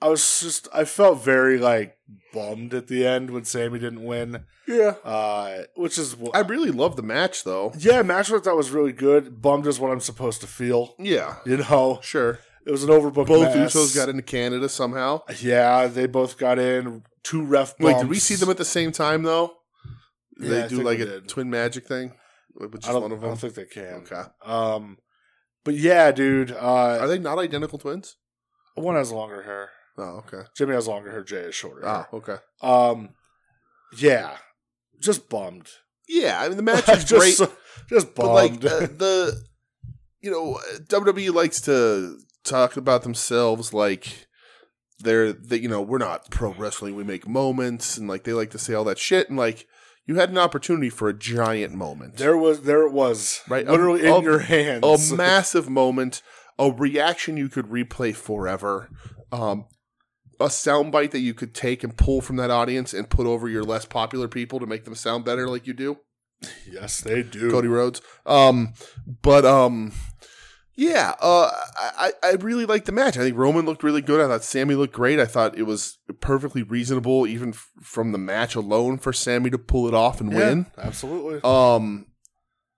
[SPEAKER 1] I was just I felt very like bummed at the end when Sammy didn't win.
[SPEAKER 2] Yeah,
[SPEAKER 1] Uh, which is wh-
[SPEAKER 2] I really love the match though.
[SPEAKER 1] yeah, match that was really good. Bummed is what I'm supposed to feel.
[SPEAKER 2] Yeah,
[SPEAKER 1] You know,
[SPEAKER 2] sure.
[SPEAKER 1] it was an overbooked.
[SPEAKER 2] Both
[SPEAKER 1] mess.
[SPEAKER 2] Usos got into Canada somehow.
[SPEAKER 1] Yeah, they both got in. Two ref.
[SPEAKER 2] Wait,
[SPEAKER 1] Bumps.
[SPEAKER 2] did we see them at the same time though?
[SPEAKER 1] Yeah,
[SPEAKER 2] they
[SPEAKER 1] I
[SPEAKER 2] do
[SPEAKER 1] think
[SPEAKER 2] like
[SPEAKER 1] we
[SPEAKER 2] a
[SPEAKER 1] did.
[SPEAKER 2] twin magic thing with just
[SPEAKER 1] I don't,
[SPEAKER 2] one of
[SPEAKER 1] I
[SPEAKER 2] them.
[SPEAKER 1] don't think they can.
[SPEAKER 2] okay.
[SPEAKER 1] Um, but yeah, dude.
[SPEAKER 2] Are
[SPEAKER 1] Uh,
[SPEAKER 2] they not identical twins?
[SPEAKER 1] one has longer hair.
[SPEAKER 2] Oh, okay.
[SPEAKER 1] Jimmy has longer hair. Jay is shorter. hair.
[SPEAKER 2] Oh, okay.
[SPEAKER 1] Um, yeah, just bummed.
[SPEAKER 2] Yeah, I mean the match is
[SPEAKER 1] just,
[SPEAKER 2] great,
[SPEAKER 1] just
[SPEAKER 2] but like
[SPEAKER 1] bummed.
[SPEAKER 2] uh, the you know WWE likes to talk about themselves like they're that you know we're not pro wrestling, we make moments, and like they like to say all that shit, and like you had an opportunity for a giant moment.
[SPEAKER 1] there was, there it was,
[SPEAKER 2] Right,
[SPEAKER 1] Literally
[SPEAKER 2] a-
[SPEAKER 1] in your hands.
[SPEAKER 2] a massive moment, a reaction you could replay forever. Um, a soundbite that you could take and pull from that audience and put over your less popular people to make them sound better, like you do,
[SPEAKER 1] Yes, they do.
[SPEAKER 2] Cody Rhodes. Um, but um, yeah, uh, I I I really liked the match. I think Roman looked really good. I thought Sammy looked great. I thought it was perfectly reasonable, even f- from the match alone, for Sammy to pull it off and
[SPEAKER 1] Yeah,
[SPEAKER 2] win.
[SPEAKER 1] absolutely.
[SPEAKER 2] Um,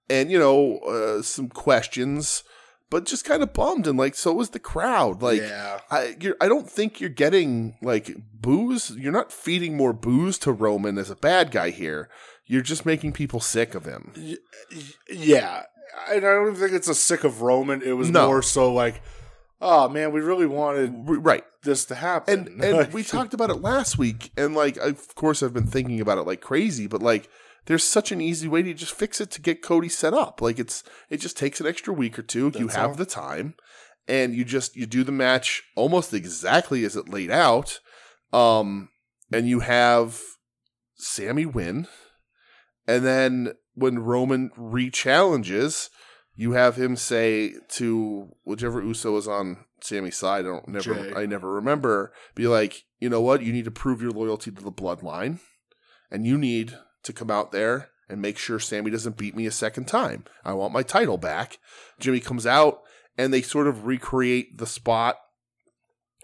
[SPEAKER 2] and you know, uh, some questions, but just kind of bummed. And like, so was the crowd. Like,
[SPEAKER 1] yeah,
[SPEAKER 2] I you're, I don't think you're getting like booze. You're not feeding more booze to Roman as a bad guy here. You're just making people sick of him.
[SPEAKER 1] Y- yeah. And I don't even think it's a sick of Roman. It was
[SPEAKER 2] No.
[SPEAKER 1] more so like, oh man, we really wanted
[SPEAKER 2] R- Right.
[SPEAKER 1] this to happen.
[SPEAKER 2] And and we talked about it last week and like of course I've been thinking about it like crazy, but like there's such an easy way to just fix it to get Cody set up. Like it's it just takes an extra week or two. you
[SPEAKER 1] That's
[SPEAKER 2] have
[SPEAKER 1] all.
[SPEAKER 2] the time and you just you do the match almost exactly as it laid out. Um and you have Sammy win. And then when Roman re-challenges, you have him say to whichever Uso is on Sammy's side. I don't never,
[SPEAKER 1] Jay.
[SPEAKER 2] I never remember. Be like, you know what? You need to prove your loyalty to the bloodline, and you need to come out there and make sure Sammy doesn't beat me a second time. I want my title back. Jimmy comes out, and they sort of recreate the spot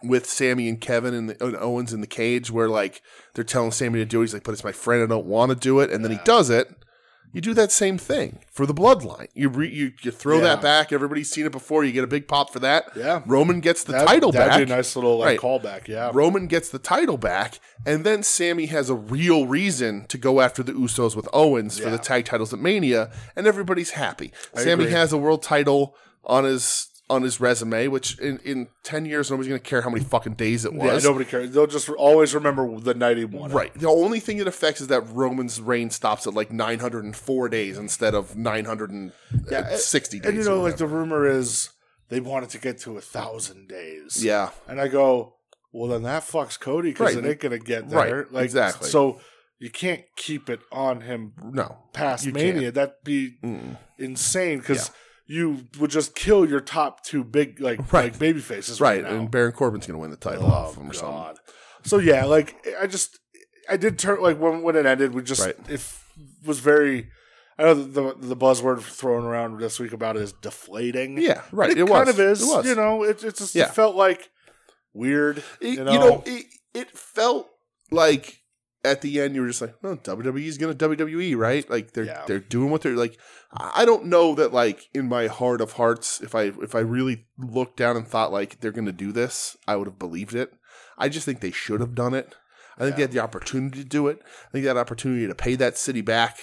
[SPEAKER 2] with Sammy and Kevin and, the, and Owens in the cage, where like they're telling Sammy to do it. He's like, but it's my friend. I don't want to do it. And then he
[SPEAKER 1] Yeah.
[SPEAKER 2] does it. You do that same thing for the bloodline. You re, you, you throw that
[SPEAKER 1] Yeah.
[SPEAKER 2] back. Everybody's seen it before. You get a big pop for that.
[SPEAKER 1] yeah,
[SPEAKER 2] Roman gets the
[SPEAKER 1] That-
[SPEAKER 2] title
[SPEAKER 1] that'd
[SPEAKER 2] back.
[SPEAKER 1] be a nice little like
[SPEAKER 2] Right.
[SPEAKER 1] callback. Yeah,
[SPEAKER 2] Uh, Roman gets the title back, and then Sammy has a real reason to go after the Usos with Owens for
[SPEAKER 1] Yeah.
[SPEAKER 2] the tag titles at Mania, and everybody's happy.
[SPEAKER 1] I
[SPEAKER 2] Sammy
[SPEAKER 1] agree.
[SPEAKER 2] has a world title on his on his resume, which in, in ten years nobody's gonna care how many fucking days it
[SPEAKER 1] yeah.
[SPEAKER 2] was.
[SPEAKER 1] Nobody cares. They'll just always remember the night he won. it.
[SPEAKER 2] Right. The only thing it affects is that Roman's reign stops at like 904 days instead of 960
[SPEAKER 1] Yeah,
[SPEAKER 2] uh, days.
[SPEAKER 1] And you know,
[SPEAKER 2] or
[SPEAKER 1] like
[SPEAKER 2] whatever.
[SPEAKER 1] the rumor is they wanted to get to a thousand days.
[SPEAKER 2] yeah,
[SPEAKER 1] And I go, well, then that fucks Cody because
[SPEAKER 2] Right.
[SPEAKER 1] it ain't gonna get
[SPEAKER 2] Right.
[SPEAKER 1] there.
[SPEAKER 2] Exactly.
[SPEAKER 1] So you can't keep it on him
[SPEAKER 2] no,
[SPEAKER 1] past
[SPEAKER 2] You
[SPEAKER 1] Mania. That'd be
[SPEAKER 2] Mm.
[SPEAKER 1] insane because you would just kill your top two big like
[SPEAKER 2] Right.
[SPEAKER 1] like baby faces right,
[SPEAKER 2] right.
[SPEAKER 1] now.
[SPEAKER 2] And Baron Corbin's gonna win the title
[SPEAKER 1] Oh,
[SPEAKER 2] off him or something.
[SPEAKER 1] God. So yeah, like I just I did turn like when when it ended, we just
[SPEAKER 2] Right.
[SPEAKER 1] it was very. I know the the buzzword thrown around this week about it is deflating.
[SPEAKER 2] Yeah, right.
[SPEAKER 1] it,
[SPEAKER 2] It, was.
[SPEAKER 1] kind of is.
[SPEAKER 2] It was.
[SPEAKER 1] You know, it, it just
[SPEAKER 2] Yeah.
[SPEAKER 1] felt like weird.
[SPEAKER 2] It-
[SPEAKER 1] you
[SPEAKER 2] you
[SPEAKER 1] know,
[SPEAKER 2] know, it, it felt like at the end you were just like, oh, WWE's gonna WWE, right? Like they're
[SPEAKER 1] Yeah.
[SPEAKER 2] they're doing what they're like. I I don't know that like in my heart of hearts, if I if I really looked down and thought like they're gonna do this, I would have believed it. I just think they should have done it. I think they
[SPEAKER 1] Yeah.
[SPEAKER 2] had the opportunity to do it. I think that opportunity to pay that city back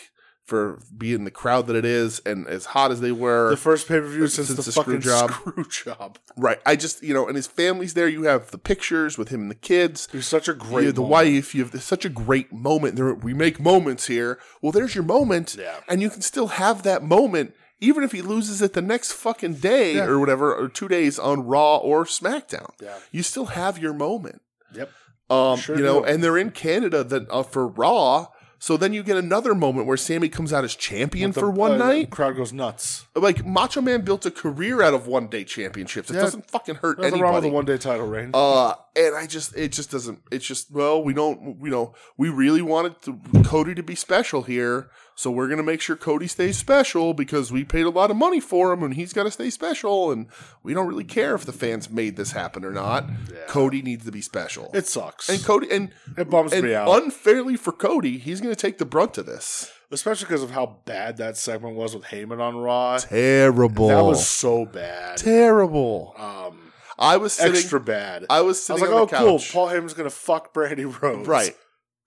[SPEAKER 2] for being the crowd that it is and as hot as they were.
[SPEAKER 1] the first pay per view since,
[SPEAKER 2] since
[SPEAKER 1] the,
[SPEAKER 2] the screw
[SPEAKER 1] fucking
[SPEAKER 2] job.
[SPEAKER 1] screw job.
[SPEAKER 2] right. I just you know, and his family's there. You have the pictures with him and the kids.
[SPEAKER 1] It was such a great.
[SPEAKER 2] you have the
[SPEAKER 1] moment.
[SPEAKER 2] wife. You have such a great moment. There, we make moments here. Well, there's your moment,
[SPEAKER 1] Yeah.
[SPEAKER 2] and you can still have that moment, even if he loses it the next fucking day
[SPEAKER 1] Yeah.
[SPEAKER 2] or whatever, or two days on Raw or SmackDown.
[SPEAKER 1] Yeah.
[SPEAKER 2] You still have your moment.
[SPEAKER 1] Yep.
[SPEAKER 2] Um,
[SPEAKER 1] Sure
[SPEAKER 2] you know,
[SPEAKER 1] do.
[SPEAKER 2] and they're in Canada that uh, for Raw. So then you get another moment where Sammy comes out as champion
[SPEAKER 1] The-
[SPEAKER 2] for one
[SPEAKER 1] uh,
[SPEAKER 2] night.
[SPEAKER 1] crowd goes nuts.
[SPEAKER 2] Like Macho Man built a career out of one day championships. It
[SPEAKER 1] Yeah.
[SPEAKER 2] doesn't fucking hurt
[SPEAKER 1] Nothing
[SPEAKER 2] anybody.
[SPEAKER 1] wrong with a one day title reign.
[SPEAKER 2] Uh, and I just, it just doesn't, it's just, well, we don't, you know, we really wanted to, Cody to be special here. So we're going to make sure Cody stays special because we paid a lot of money for him and he's got to stay special. And we don't really care if the fans made this happen or not.
[SPEAKER 1] Yeah.
[SPEAKER 2] Cody needs to be special.
[SPEAKER 1] it sucks.
[SPEAKER 2] and Cody, and,
[SPEAKER 1] it bums
[SPEAKER 2] and
[SPEAKER 1] me out.
[SPEAKER 2] unfairly for Cody, he's going to take the brunt of this.
[SPEAKER 1] especially because of how bad that segment was with Heyman on Raw.
[SPEAKER 2] Terrible.
[SPEAKER 1] That was so bad.
[SPEAKER 2] terrible.
[SPEAKER 1] Um,
[SPEAKER 2] I was sitting,
[SPEAKER 1] extra bad. I,
[SPEAKER 2] I was
[SPEAKER 1] was
[SPEAKER 2] sitting
[SPEAKER 1] like,
[SPEAKER 2] on
[SPEAKER 1] oh,
[SPEAKER 2] the
[SPEAKER 1] cool.
[SPEAKER 2] couch.
[SPEAKER 1] Paul Heyman's gonna fuck Brandy Rhodes.
[SPEAKER 2] right.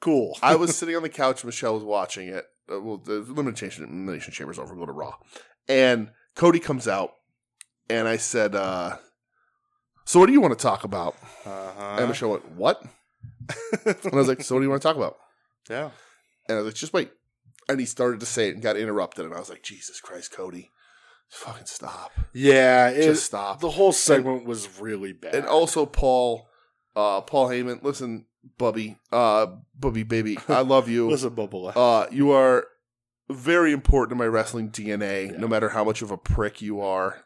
[SPEAKER 1] Cool.
[SPEAKER 2] I was sitting on the couch. Michelle was watching it. Uh, well, the elimination elimination chamber's over. Go to Raw, and Cody comes out, and I said, uh, "So what do you want to talk about?"
[SPEAKER 1] Uh-huh.
[SPEAKER 2] And Michelle went, "What?" and I was like, "So what do you want to talk about?"
[SPEAKER 1] yeah.
[SPEAKER 2] And I was like, "Just wait." And he started to say it and got interrupted, and I was like, "Jesus Christ, Cody, fucking stop,
[SPEAKER 1] Yeah. It,
[SPEAKER 2] just stop."
[SPEAKER 1] the whole segment was really bad.
[SPEAKER 2] And also Paul, uh, Paul Heyman, listen, Bubby, uh, Bubby baby, I love you.
[SPEAKER 1] was a bubble.
[SPEAKER 2] Uh, you are very important to my wrestling DNA,
[SPEAKER 1] Yeah.
[SPEAKER 2] no matter how much of a prick you are.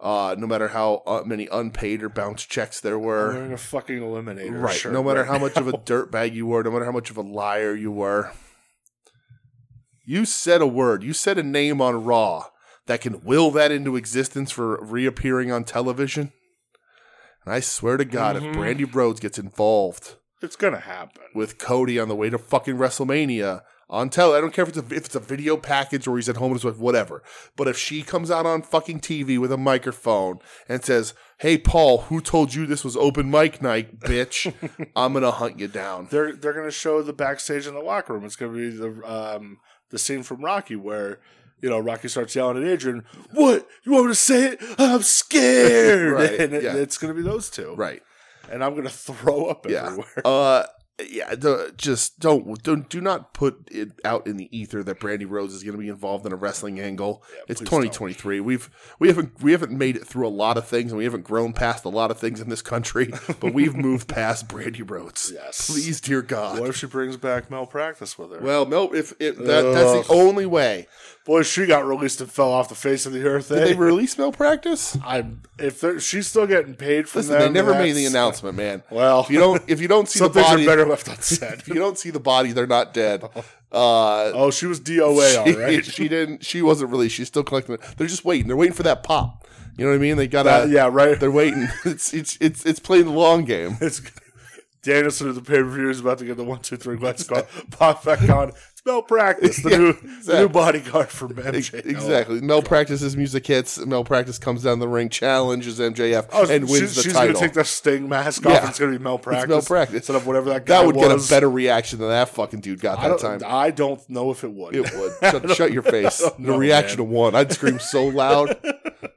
[SPEAKER 2] uh, no matter how uh, many unpaid or bounced checks there
[SPEAKER 1] We're
[SPEAKER 2] were.
[SPEAKER 1] in a fucking eliminator.
[SPEAKER 2] Right.
[SPEAKER 1] shirt
[SPEAKER 2] no matter
[SPEAKER 1] right
[SPEAKER 2] how much of a
[SPEAKER 1] now.
[SPEAKER 2] dirtbag you were, no matter how much of a liar you were. You said a word. You said a name on Raw that can will that into existence for reappearing on television. And I swear to God,
[SPEAKER 1] Mhm.
[SPEAKER 2] if Brandy Rhodes gets involved
[SPEAKER 1] it's gonna happen.
[SPEAKER 2] with Cody on the way to fucking WrestleMania on tele. I don't care if it's a, if it's a video package or he's at home with his wife, whatever. But if she comes out on fucking TV with a microphone and says, "Hey Paul, who told you this was open mic night, bitch? I'm gonna hunt you down."
[SPEAKER 1] They're they're gonna show the backstage in the locker room. It's gonna be the um the scene from Rocky where you know Rocky starts yelling at Adrian, "What you want me to say it? I'm scared."
[SPEAKER 2] Right,
[SPEAKER 1] and it-
[SPEAKER 2] yeah.
[SPEAKER 1] it's gonna be those two,
[SPEAKER 2] Right.
[SPEAKER 1] and I'm gonna throw up
[SPEAKER 2] Yeah.
[SPEAKER 1] everywhere.
[SPEAKER 2] Uh. Yeah, the, just don't don't do not put it out in the ether that Brandy Rhodes is going to be involved in a wrestling angle.
[SPEAKER 1] Yeah,
[SPEAKER 2] it's
[SPEAKER 1] please don't.
[SPEAKER 2] 2023. We've we haven't we haven't made it through a lot of things, and we haven't grown past a lot of things in this country. But we've moved past Brandy Rhodes.
[SPEAKER 1] Yes.
[SPEAKER 2] Please, dear God.
[SPEAKER 1] What if she brings back malpractice with her?
[SPEAKER 2] Well, no. If it, that, that's
[SPEAKER 1] Ugh.
[SPEAKER 2] the only way.
[SPEAKER 1] Boy, she got released and fell off the face of the earth.
[SPEAKER 2] Did
[SPEAKER 1] eh?
[SPEAKER 2] they release malpractice?
[SPEAKER 1] I'm if they're, she's still getting paid for
[SPEAKER 2] Listen,
[SPEAKER 1] them.
[SPEAKER 2] they never made the
[SPEAKER 1] that's-
[SPEAKER 2] announcement, man.
[SPEAKER 1] Well,
[SPEAKER 2] if you don't if you don't see the
[SPEAKER 1] some things
[SPEAKER 2] body,
[SPEAKER 1] are better left unsaid.
[SPEAKER 2] if you don't see the body, they're not dead. Uh,
[SPEAKER 1] oh, she was DOA, all
[SPEAKER 2] she,
[SPEAKER 1] right.
[SPEAKER 2] she didn't. She wasn't released. She's still collecting. it. They're just waiting. They're waiting for that pop. You know what I mean? They got
[SPEAKER 1] Uh,
[SPEAKER 2] to
[SPEAKER 1] yeah, right.
[SPEAKER 2] They're waiting. It's it's it's it's playing the long game.
[SPEAKER 1] It's Danielson at the pay per view is about to get the one, two, three glass call. Pop back on. It's malpractice. The,
[SPEAKER 2] Yeah,
[SPEAKER 1] new, the
[SPEAKER 2] exactly.
[SPEAKER 1] new bodyguard for
[SPEAKER 2] Ex-
[SPEAKER 1] MJ.
[SPEAKER 2] Exactly. Mel practices music hits. Mel practice comes down the ring, challenges MJF,
[SPEAKER 1] Oh,
[SPEAKER 2] and wins
[SPEAKER 1] she's,
[SPEAKER 2] the
[SPEAKER 1] she's
[SPEAKER 2] title.
[SPEAKER 1] gonna take the sting mask off.
[SPEAKER 2] Yeah.
[SPEAKER 1] and It's gonna be malpractice.
[SPEAKER 2] malpractice.
[SPEAKER 1] Instead of whatever that guy
[SPEAKER 2] that would get a
[SPEAKER 1] was.
[SPEAKER 2] better reaction than that fucking dude got
[SPEAKER 1] I
[SPEAKER 2] that
[SPEAKER 1] don't,
[SPEAKER 2] time.
[SPEAKER 1] I don't know if it would.
[SPEAKER 2] It would. Shut, shut your face. The
[SPEAKER 1] know,
[SPEAKER 2] reaction
[SPEAKER 1] man.
[SPEAKER 2] of one. I'd scream so loud.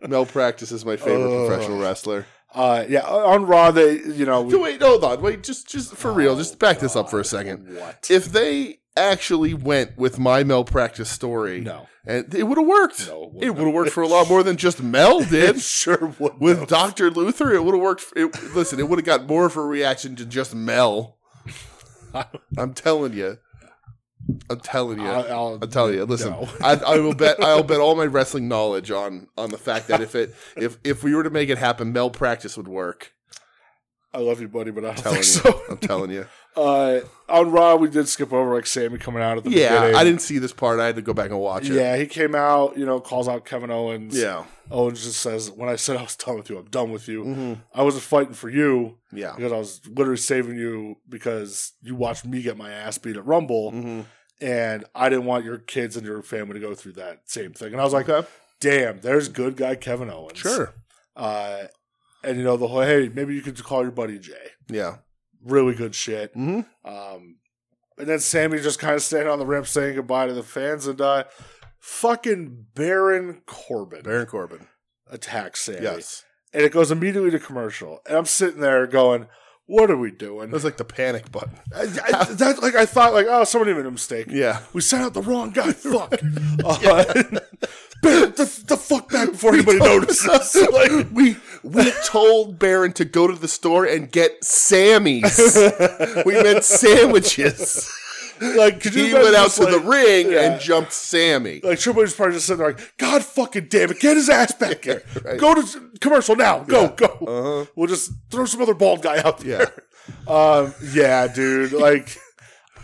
[SPEAKER 2] Mel practice is my favorite professional wrestler.
[SPEAKER 1] Uh, yeah, on Raw they, you know, we,
[SPEAKER 2] Wait, hold on. Wait, just just for real, just back this up for a second.
[SPEAKER 1] Oh, what?
[SPEAKER 2] If they actually went with my Mel practice story,
[SPEAKER 1] No.
[SPEAKER 2] and it would have worked.
[SPEAKER 1] No, it wouldn't
[SPEAKER 2] it
[SPEAKER 1] have.
[SPEAKER 2] would have worked for a lot more than just Mel did.
[SPEAKER 1] It sure would.
[SPEAKER 2] With Doctor Luther, it would have worked. For, it, listen, it would have got more of a reaction to just Mel. I'm telling you. I'm telling you.
[SPEAKER 1] I'll- I'll-
[SPEAKER 2] I'll tell you. Listen,
[SPEAKER 1] No.
[SPEAKER 2] I, I will bet. I'll bet all my wrestling knowledge on on the fact that if it if if we were to make it happen, Mel practice would work.
[SPEAKER 1] I love you, buddy, but I don't
[SPEAKER 2] Telling
[SPEAKER 1] think
[SPEAKER 2] you,
[SPEAKER 1] so.
[SPEAKER 2] I'm telling you.
[SPEAKER 1] Uh, on Raw, we did skip over like Sammy coming out at the
[SPEAKER 2] Yeah,
[SPEAKER 1] beginning.
[SPEAKER 2] I didn't see this part. I had to go back and watch it.
[SPEAKER 1] Yeah, he came out, you know, calls out Kevin Owens.
[SPEAKER 2] yeah,
[SPEAKER 1] Owens just says, "When I said I was done with you, I'm done with you.
[SPEAKER 2] Mhm.
[SPEAKER 1] I wasn't fighting for you
[SPEAKER 2] yeah.
[SPEAKER 1] because I was literally saving you because you watched me get my ass beat at Rumble,
[SPEAKER 2] Mhm.
[SPEAKER 1] and I didn't want your kids and your family to go through that same thing." And I was like, "Uh, "Damn, there's good guy Kevin Owens."
[SPEAKER 2] Sure.
[SPEAKER 1] Uh, and you know the whole, hey, maybe you could call your buddy Jay.
[SPEAKER 2] Yeah.
[SPEAKER 1] Really good shit.
[SPEAKER 2] Mm-hmm.
[SPEAKER 1] Um, and then Sammy just kind of standing on the ramp saying goodbye to the fans and uh, fucking Baron Corbin
[SPEAKER 2] Baron Corbin.
[SPEAKER 1] attacks Sammy.
[SPEAKER 2] Yes.
[SPEAKER 1] And it goes immediately to commercial. And I'm sitting there going, what are we doing?
[SPEAKER 2] That was like the panic button.
[SPEAKER 1] I, I, that, like, I thought, like, oh, somebody made a mistake.
[SPEAKER 2] Yeah.
[SPEAKER 1] We sent out the wrong guy. Fuck. Uh, Baron, the, the fuck back before anybody notices. like,
[SPEAKER 2] we we told Baron to go to the store and get Sammy's. we meant sandwiches.
[SPEAKER 1] like, could you
[SPEAKER 2] He went
[SPEAKER 1] imagine
[SPEAKER 2] out
[SPEAKER 1] just,
[SPEAKER 2] to the
[SPEAKER 1] like-
[SPEAKER 2] ring
[SPEAKER 1] yeah.
[SPEAKER 2] and jumped Sammy.
[SPEAKER 1] Like Triple H is probably just sitting there like, God fucking damn it, get his ass back here.
[SPEAKER 2] right.
[SPEAKER 1] Go to s- commercial now. Go, go.
[SPEAKER 2] Uh-huh.
[SPEAKER 1] We'll just throw some other bald guy out
[SPEAKER 2] Yeah.
[SPEAKER 1] there. Yeah, um, yeah dude. Like,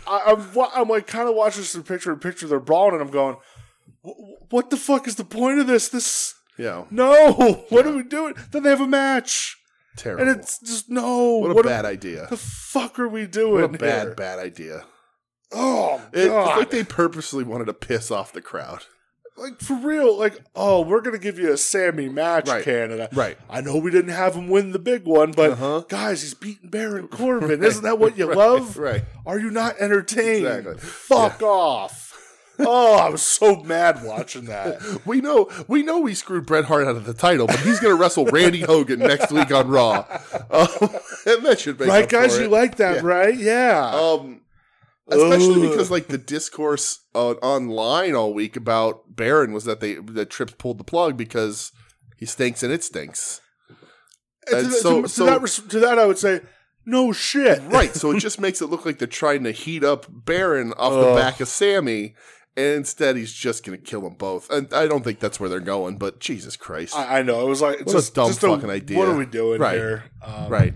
[SPEAKER 1] I, I'm, wa- I'm like kind of watching this in picture in picture. They're brawling, and I'm going, "Wh- what the fuck is the point of this? This,
[SPEAKER 2] Yeah,
[SPEAKER 1] no, what are we doing? Then they have a match.
[SPEAKER 2] terrible.
[SPEAKER 1] And it's just, no.
[SPEAKER 2] what a
[SPEAKER 1] what
[SPEAKER 2] bad idea.
[SPEAKER 1] the fuck are we doing?
[SPEAKER 2] What a bad,
[SPEAKER 1] here?
[SPEAKER 2] bad idea.
[SPEAKER 1] Oh,
[SPEAKER 2] It, it's
[SPEAKER 1] God.
[SPEAKER 2] like they purposely wanted to piss off the crowd.
[SPEAKER 1] like for real, like oh, we're gonna give you a Sammy match,
[SPEAKER 2] Right.
[SPEAKER 1] Canada.
[SPEAKER 2] Right.
[SPEAKER 1] I know we didn't have him win the big one, but
[SPEAKER 2] Uh-huh.
[SPEAKER 1] guys, he's beating Baron Corbin. Isn't that what you love?
[SPEAKER 2] Right.
[SPEAKER 1] Are you not entertained?
[SPEAKER 2] Exactly.
[SPEAKER 1] Fuck off. oh, I was so mad watching that.
[SPEAKER 2] We know we know we screwed Bret Hart out of the title, but he's going to wrestle Randy Hogan next week on Raw. Um, and that should make
[SPEAKER 1] right,
[SPEAKER 2] up for
[SPEAKER 1] guys,
[SPEAKER 2] it.
[SPEAKER 1] you like that, right? Yeah.
[SPEAKER 2] Um, especially
[SPEAKER 1] Ugh.
[SPEAKER 2] because like the discourse on online all week about Baron was that they that Trips pulled the plug because he stinks and it stinks.
[SPEAKER 1] And
[SPEAKER 2] and
[SPEAKER 1] to, th-
[SPEAKER 2] so-
[SPEAKER 1] to,
[SPEAKER 2] so-
[SPEAKER 1] to that, res- to that, I would say, no shit.
[SPEAKER 2] Right, so it just makes it look like they're trying to heat up Baron off the
[SPEAKER 1] Ugh.
[SPEAKER 2] back of Sammy, And instead, he's just going to kill them both. And I don't think that's where they're going, but Jesus Christ.
[SPEAKER 1] I, I know it was like
[SPEAKER 2] a
[SPEAKER 1] just,
[SPEAKER 2] dumb
[SPEAKER 1] just
[SPEAKER 2] fucking idea.
[SPEAKER 1] What are we doing
[SPEAKER 2] Right.
[SPEAKER 1] here? Um,
[SPEAKER 2] right.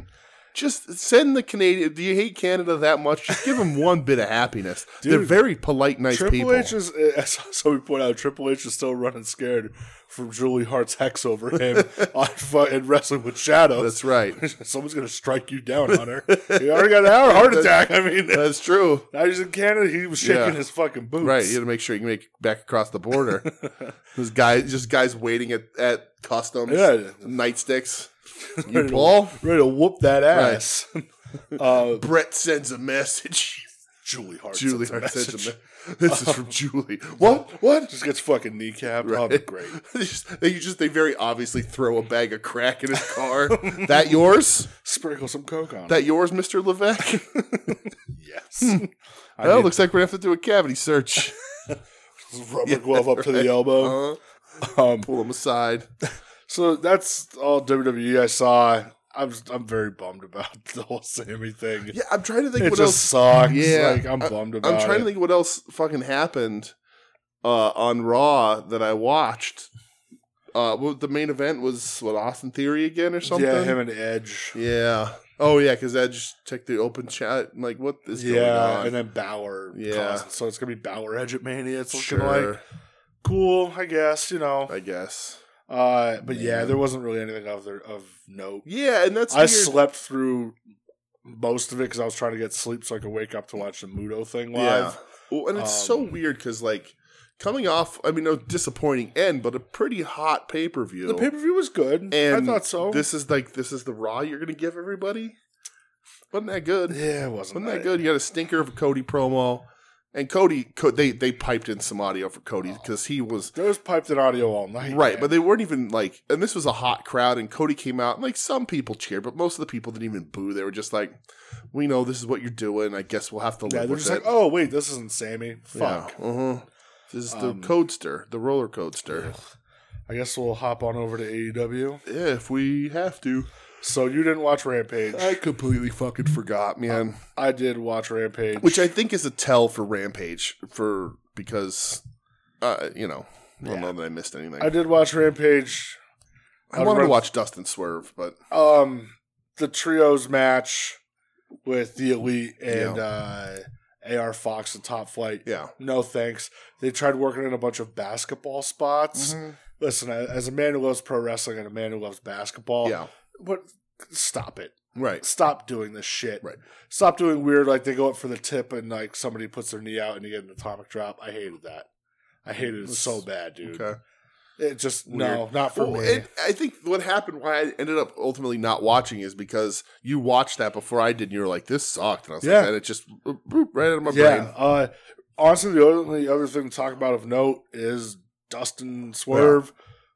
[SPEAKER 2] Just send the Canadian. Do you hate Canada that much? Just give them one bit of happiness. They're
[SPEAKER 1] Dude,
[SPEAKER 2] very polite, nice
[SPEAKER 1] Triple
[SPEAKER 2] people.
[SPEAKER 1] H is. I saw somebody point out Triple H is still running scared from Julie Hart's hex over him on fu- in wrestling with shadows.
[SPEAKER 2] That's right.
[SPEAKER 1] Someone's gonna strike you down, Hunter. You already got an hour heart attack. I mean,
[SPEAKER 2] That's true.
[SPEAKER 1] now he's in Canada. He was shaking
[SPEAKER 2] Yeah.
[SPEAKER 1] his fucking boots.
[SPEAKER 2] Right, you got to make sure you can make it back across the border. There's guys, just guys waiting at, at customs,
[SPEAKER 1] Yeah.
[SPEAKER 2] nightsticks. You
[SPEAKER 1] Ready to-
[SPEAKER 2] Paul,
[SPEAKER 1] ready to whoop that
[SPEAKER 2] Right.
[SPEAKER 1] ass. uh,
[SPEAKER 2] Brett sends a message.
[SPEAKER 1] Julie Hart.
[SPEAKER 2] Julie
[SPEAKER 1] Julie Hart
[SPEAKER 2] Hart
[SPEAKER 1] message.
[SPEAKER 2] sends a message. This is from Julie.
[SPEAKER 1] What? What? Just gets fucking kneecapped.
[SPEAKER 2] Right.
[SPEAKER 1] Oh, that'd be great.
[SPEAKER 2] They just, they just they very obviously throw a bag of crack in his car. that yours?
[SPEAKER 1] Sprinkle some coke on.
[SPEAKER 2] That yours, Mister Levesque?
[SPEAKER 1] it. yes. I
[SPEAKER 2] well,
[SPEAKER 1] mean,
[SPEAKER 2] looks like we're gonna have to do a cavity search.
[SPEAKER 1] rubber glove up to the elbow.
[SPEAKER 2] Uh,
[SPEAKER 1] Um,
[SPEAKER 2] pull him aside.
[SPEAKER 1] so that's all WWE I saw. I'm I'm very bummed about the whole Sammy thing.
[SPEAKER 2] Yeah, I'm trying to think
[SPEAKER 1] it
[SPEAKER 2] what
[SPEAKER 1] just
[SPEAKER 2] else.
[SPEAKER 1] sucks.
[SPEAKER 2] Yeah,
[SPEAKER 1] like, I'm
[SPEAKER 2] I-
[SPEAKER 1] bummed about.
[SPEAKER 2] I'm trying
[SPEAKER 1] it.
[SPEAKER 2] to think what else fucking happened uh, on Raw that I watched. Uh, well, the main event was what Austin Theory again or something.
[SPEAKER 1] Yeah, him and Edge.
[SPEAKER 2] Yeah. Oh yeah, because Edge checked the open chat. and, Like, what is going
[SPEAKER 1] Yeah,
[SPEAKER 2] on?
[SPEAKER 1] and then Bauer.
[SPEAKER 2] Yeah.
[SPEAKER 1] caused- so it's gonna be Bauer Edge at Mania. It's looking
[SPEAKER 2] sure,
[SPEAKER 1] like cool, I guess. You know.
[SPEAKER 2] I guess.
[SPEAKER 1] Uh, but yeah,
[SPEAKER 2] Man.
[SPEAKER 1] there wasn't really anything of there of note.
[SPEAKER 2] Yeah, and that's
[SPEAKER 1] I
[SPEAKER 2] weird.
[SPEAKER 1] slept through most of it because I was trying to get sleep so I could wake up to watch the Mudo thing
[SPEAKER 2] yeah.
[SPEAKER 1] live.
[SPEAKER 2] Well, and it's
[SPEAKER 1] Um,
[SPEAKER 2] so weird because like coming off, I mean, no disappointing end, but a pretty hot pay per view.
[SPEAKER 1] The pay per view was good. I
[SPEAKER 2] And
[SPEAKER 1] thought so.
[SPEAKER 2] This is like this is the Raw you're gonna give everybody. Wasn't that good?
[SPEAKER 1] yeah, it wasn't
[SPEAKER 2] Wasn't that good? You got a stinker of a Cody promo, and Cody co- they they piped in some audio for Cody
[SPEAKER 1] Oh.
[SPEAKER 2] because he was
[SPEAKER 1] There was piped in audio all night.
[SPEAKER 2] right,
[SPEAKER 1] man.
[SPEAKER 2] but they weren't even like. And this was a hot crowd, and Cody came out and like some people cheered, but most of the people didn't even boo. They were just like, "We know this is what you're doing. I guess we'll have to live
[SPEAKER 1] yeah, they're
[SPEAKER 2] with
[SPEAKER 1] just
[SPEAKER 2] it."
[SPEAKER 1] like, oh wait, this isn't Sammy.
[SPEAKER 2] Yeah,
[SPEAKER 1] Fuck.
[SPEAKER 2] uh-huh. This is
[SPEAKER 1] Um,
[SPEAKER 2] the Codester, the roller coaster.
[SPEAKER 1] I guess we'll hop on over to AEW.
[SPEAKER 2] Yeah. If we have to,
[SPEAKER 1] So you didn't watch Rampage.
[SPEAKER 2] I
[SPEAKER 1] I,
[SPEAKER 2] completely fucking forgot, man.
[SPEAKER 1] did watch Rampage.
[SPEAKER 2] which I think is a tell for Rampage for because uh, you know I don't
[SPEAKER 1] Yeah.
[SPEAKER 2] know that I missed anything.
[SPEAKER 1] I
[SPEAKER 2] I,
[SPEAKER 1] did watch Rampage. I'd
[SPEAKER 2] wanted
[SPEAKER 1] run-
[SPEAKER 2] to watch Dustin swerve, but
[SPEAKER 1] um the trios match with the elite and uh AR Fox and Top Flight.
[SPEAKER 2] yeah,
[SPEAKER 1] No thanks. They tried working in a bunch of basketball spots.
[SPEAKER 2] Mm-hmm.
[SPEAKER 1] Listen, I- as a man who loves pro wrestling and a man who loves basketball,
[SPEAKER 2] yeah,
[SPEAKER 1] what stop it.
[SPEAKER 2] right,
[SPEAKER 1] Stop doing this shit.
[SPEAKER 2] Right.
[SPEAKER 1] Stop doing weird like they go up for the tip and like somebody puts their knee out and you get an atomic drop. I hated that. I hated it
[SPEAKER 2] That's-
[SPEAKER 1] so bad, dude.
[SPEAKER 2] okay.
[SPEAKER 1] It just no, not for
[SPEAKER 2] Well,
[SPEAKER 1] me.
[SPEAKER 2] it, I think what happened why I ended up ultimately not watching is because you watched that before I did, and you were like, "This sucked," and I was
[SPEAKER 1] Yeah.
[SPEAKER 2] like, and it just boop, boop, right out of my
[SPEAKER 1] yeah.
[SPEAKER 2] brain.
[SPEAKER 1] Uh, honestly, the only other thing to talk about of note is Dustin Swerve.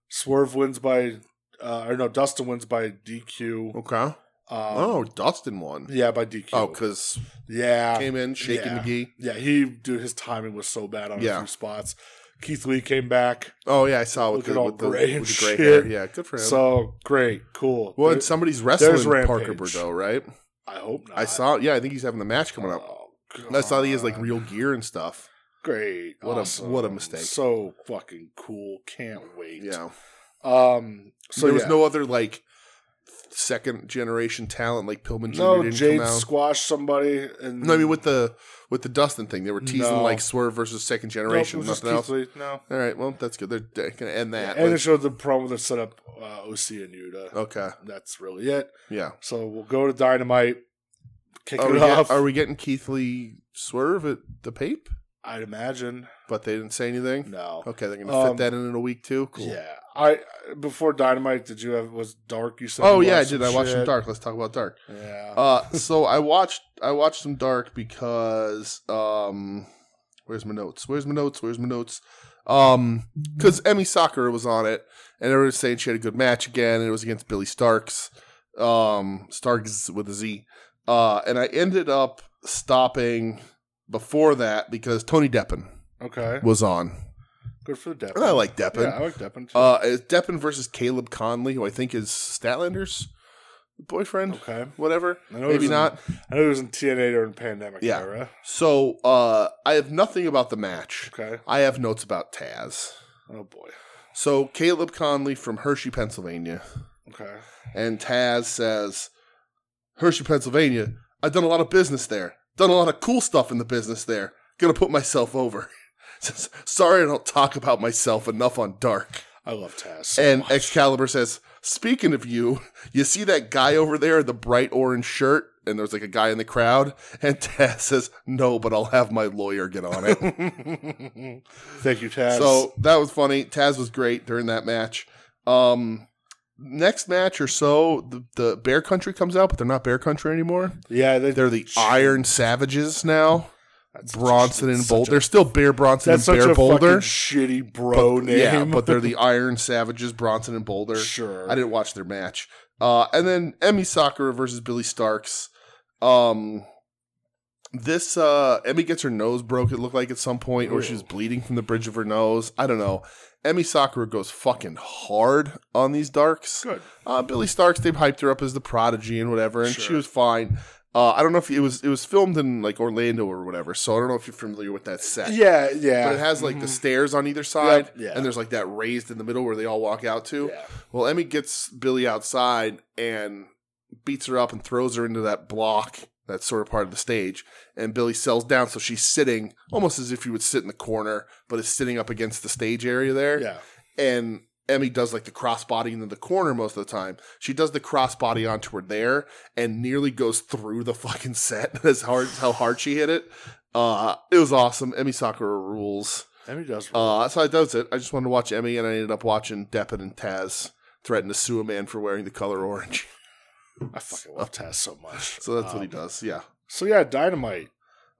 [SPEAKER 1] Swerve wins by, uh, or no, Dustin wins by DQ. Um,
[SPEAKER 2] Okay. oh, Dustin won.
[SPEAKER 1] yeah, by DQ.
[SPEAKER 2] Oh, because
[SPEAKER 1] yeah,
[SPEAKER 2] came in shaking
[SPEAKER 1] yeah.
[SPEAKER 2] McGee.
[SPEAKER 1] yeah. He dude, his timing was so bad on
[SPEAKER 2] Yeah.
[SPEAKER 1] a few spots. Keith Lee came back,
[SPEAKER 2] Oh yeah, I saw with
[SPEAKER 1] Looking
[SPEAKER 2] the
[SPEAKER 1] all
[SPEAKER 2] with the,
[SPEAKER 1] gray and
[SPEAKER 2] with the gray
[SPEAKER 1] shit.
[SPEAKER 2] hair. Yeah, good for him.
[SPEAKER 1] so great, cool.
[SPEAKER 2] Well,
[SPEAKER 1] Dude,
[SPEAKER 2] and somebody's
[SPEAKER 1] there's
[SPEAKER 2] wrestling Parker
[SPEAKER 1] Rampage. Uh,
[SPEAKER 2] Bordeaux, right?
[SPEAKER 1] I hope not.
[SPEAKER 2] I saw. Yeah, I think he's having a match coming up.
[SPEAKER 1] Oh,
[SPEAKER 2] I saw that he has like
[SPEAKER 1] God.
[SPEAKER 2] real gear and stuff.
[SPEAKER 1] great.
[SPEAKER 2] What a-
[SPEAKER 1] awesome.
[SPEAKER 2] what a mistake.
[SPEAKER 1] So fucking cool. Can't wait.
[SPEAKER 2] Yeah.
[SPEAKER 1] Um.
[SPEAKER 2] So
[SPEAKER 1] So
[SPEAKER 2] there was
[SPEAKER 1] yeah.
[SPEAKER 2] no other like second generation talent like Pillman Jr.
[SPEAKER 1] No,
[SPEAKER 2] didn't
[SPEAKER 1] Jade
[SPEAKER 2] come out.
[SPEAKER 1] squashed somebody, and
[SPEAKER 2] no, I mean with the with the Dustin thing, they were teasing
[SPEAKER 1] No.
[SPEAKER 2] like Swerve versus second
[SPEAKER 1] Nope,
[SPEAKER 2] generation,
[SPEAKER 1] it was just
[SPEAKER 2] nothing else.
[SPEAKER 1] Keith Lee. No,
[SPEAKER 2] All right, well that's good. They're, they're gonna end that.
[SPEAKER 1] and
[SPEAKER 2] but-
[SPEAKER 1] it showed the promo that set up uh, OC and Yuta.
[SPEAKER 2] okay,
[SPEAKER 1] That's really it.
[SPEAKER 2] yeah.
[SPEAKER 1] So we'll go to Dynamite, kick
[SPEAKER 2] Are
[SPEAKER 1] it
[SPEAKER 2] we,
[SPEAKER 1] off.
[SPEAKER 2] get, are we getting Keith Lee Swerve at the Pape?
[SPEAKER 1] I'd imagine
[SPEAKER 2] But they didn't say anything.
[SPEAKER 1] no.
[SPEAKER 2] Okay, they're gonna fit
[SPEAKER 1] Um,
[SPEAKER 2] that in in a week too. Oh, Cool.
[SPEAKER 1] Yeah, I before Dynamite, did you have was Dark? You said.
[SPEAKER 2] Oh
[SPEAKER 1] you
[SPEAKER 2] yeah, I
[SPEAKER 1] watched
[SPEAKER 2] did. I watched some
[SPEAKER 1] shit?
[SPEAKER 2] Dark. Let's talk about Dark.
[SPEAKER 1] Yeah.
[SPEAKER 2] Uh, so I watched I watched some Dark because um, where's my notes? Where's my notes? Where's my notes? Um, because Emmy Sakura was on it, and everyone was saying she had a good match again, and it was against Billy Starks, um, Starks with a Z. Uh, and I ended up stopping before that because Tony Deppen
[SPEAKER 1] okay.
[SPEAKER 2] was on,
[SPEAKER 1] Good for the Deppin.
[SPEAKER 2] and I like Deppen. Um,
[SPEAKER 1] Yeah, I like Deppin. Too.
[SPEAKER 2] Uh, it's Deppen versus Caleb Conley, who I think is Statlanders. boyfriend,
[SPEAKER 1] Okay.
[SPEAKER 2] whatever.
[SPEAKER 1] I know he was
[SPEAKER 2] Maybe
[SPEAKER 1] in-
[SPEAKER 2] not.
[SPEAKER 1] I know it was in TNA during pandemic
[SPEAKER 2] Yeah.
[SPEAKER 1] era.
[SPEAKER 2] So uh, I have nothing about the match.
[SPEAKER 1] Okay.
[SPEAKER 2] I have notes about Taz.
[SPEAKER 1] Oh boy.
[SPEAKER 2] So Caleb Conley from Hershey, Pennsylvania,
[SPEAKER 1] Okay.
[SPEAKER 2] and Taz says, "Hershey, Pennsylvania. I've done a lot of business there. Done a lot of cool stuff in the business there. Gonna put myself over." Says, Sorry, I don't talk about myself enough on Dark.
[SPEAKER 1] I love Taz. so
[SPEAKER 2] And
[SPEAKER 1] much.
[SPEAKER 2] Excalibur says, Speaking of you, you see that guy over there in the bright orange shirt? And there's like a guy in the crowd. And Taz says, No, but I'll have my lawyer get on it.
[SPEAKER 1] Thank you, Taz.
[SPEAKER 2] so that was funny. Taz was great during that match. Um, next match or so, the, the Bear Country comes out, but they're not Bear Country anymore.
[SPEAKER 1] yeah, they,
[SPEAKER 2] They're the Iron Savages now.
[SPEAKER 1] that's such a-
[SPEAKER 2] Bronson and
[SPEAKER 1] that's
[SPEAKER 2] Boulder.
[SPEAKER 1] such
[SPEAKER 2] They're still Bear
[SPEAKER 1] a-
[SPEAKER 2] Bronson
[SPEAKER 1] That's
[SPEAKER 2] and
[SPEAKER 1] such
[SPEAKER 2] Bear
[SPEAKER 1] a fucking
[SPEAKER 2] Boulder.
[SPEAKER 1] shitty bro name.
[SPEAKER 2] Yeah, but they're the Iron Savages, Bronson and Boulder.
[SPEAKER 1] sure.
[SPEAKER 2] I didn't watch their match. Uh, and then Emmy Sakura versus Billy Starks. Um, this uh, Emmy gets her nose broke. It looked like at some point, or she was
[SPEAKER 1] Ooh.
[SPEAKER 2] bleeding from the bridge of her nose. I don't know. Emmy Sakura goes fucking hard on these darks.
[SPEAKER 1] Good.
[SPEAKER 2] Uh, Billy Starks, they hyped her up as the prodigy and whatever, and she
[SPEAKER 1] Sure.
[SPEAKER 2] was fine. Uh, I don't know if it was it was filmed in like Orlando or whatever, so I don't know if you're familiar with that set.
[SPEAKER 1] Yeah, yeah.
[SPEAKER 2] But it has like the
[SPEAKER 1] Mhm.
[SPEAKER 2] stairs on either side,
[SPEAKER 1] Yep, yeah.
[SPEAKER 2] and there's like that raised in the middle where they all walk out to.
[SPEAKER 1] Yeah.
[SPEAKER 2] Well, Emmy gets Billy outside and beats her up and throws her into that block, that sort of part of the stage. And Billy sells down, so she's sitting almost as if you would sit in the corner, but is sitting up against the stage area there.
[SPEAKER 1] Yeah.
[SPEAKER 2] And Emmy does like the crossbody into the corner most of the time. She does the crossbody onto her there and nearly goes through the fucking set as hard how hard she hit it. Uh, it was awesome. Emmy Sakura rules.
[SPEAKER 1] Emmy does.
[SPEAKER 2] Uh, so that was it. I just wanted to watch Emmy, and I ended up watching Deppin and Taz threaten to sue a man for wearing the color orange.
[SPEAKER 1] I fucking love Taz so much.
[SPEAKER 2] oh. So that's what he
[SPEAKER 1] Um,
[SPEAKER 2] does. Yeah.
[SPEAKER 1] So yeah, Dynamite.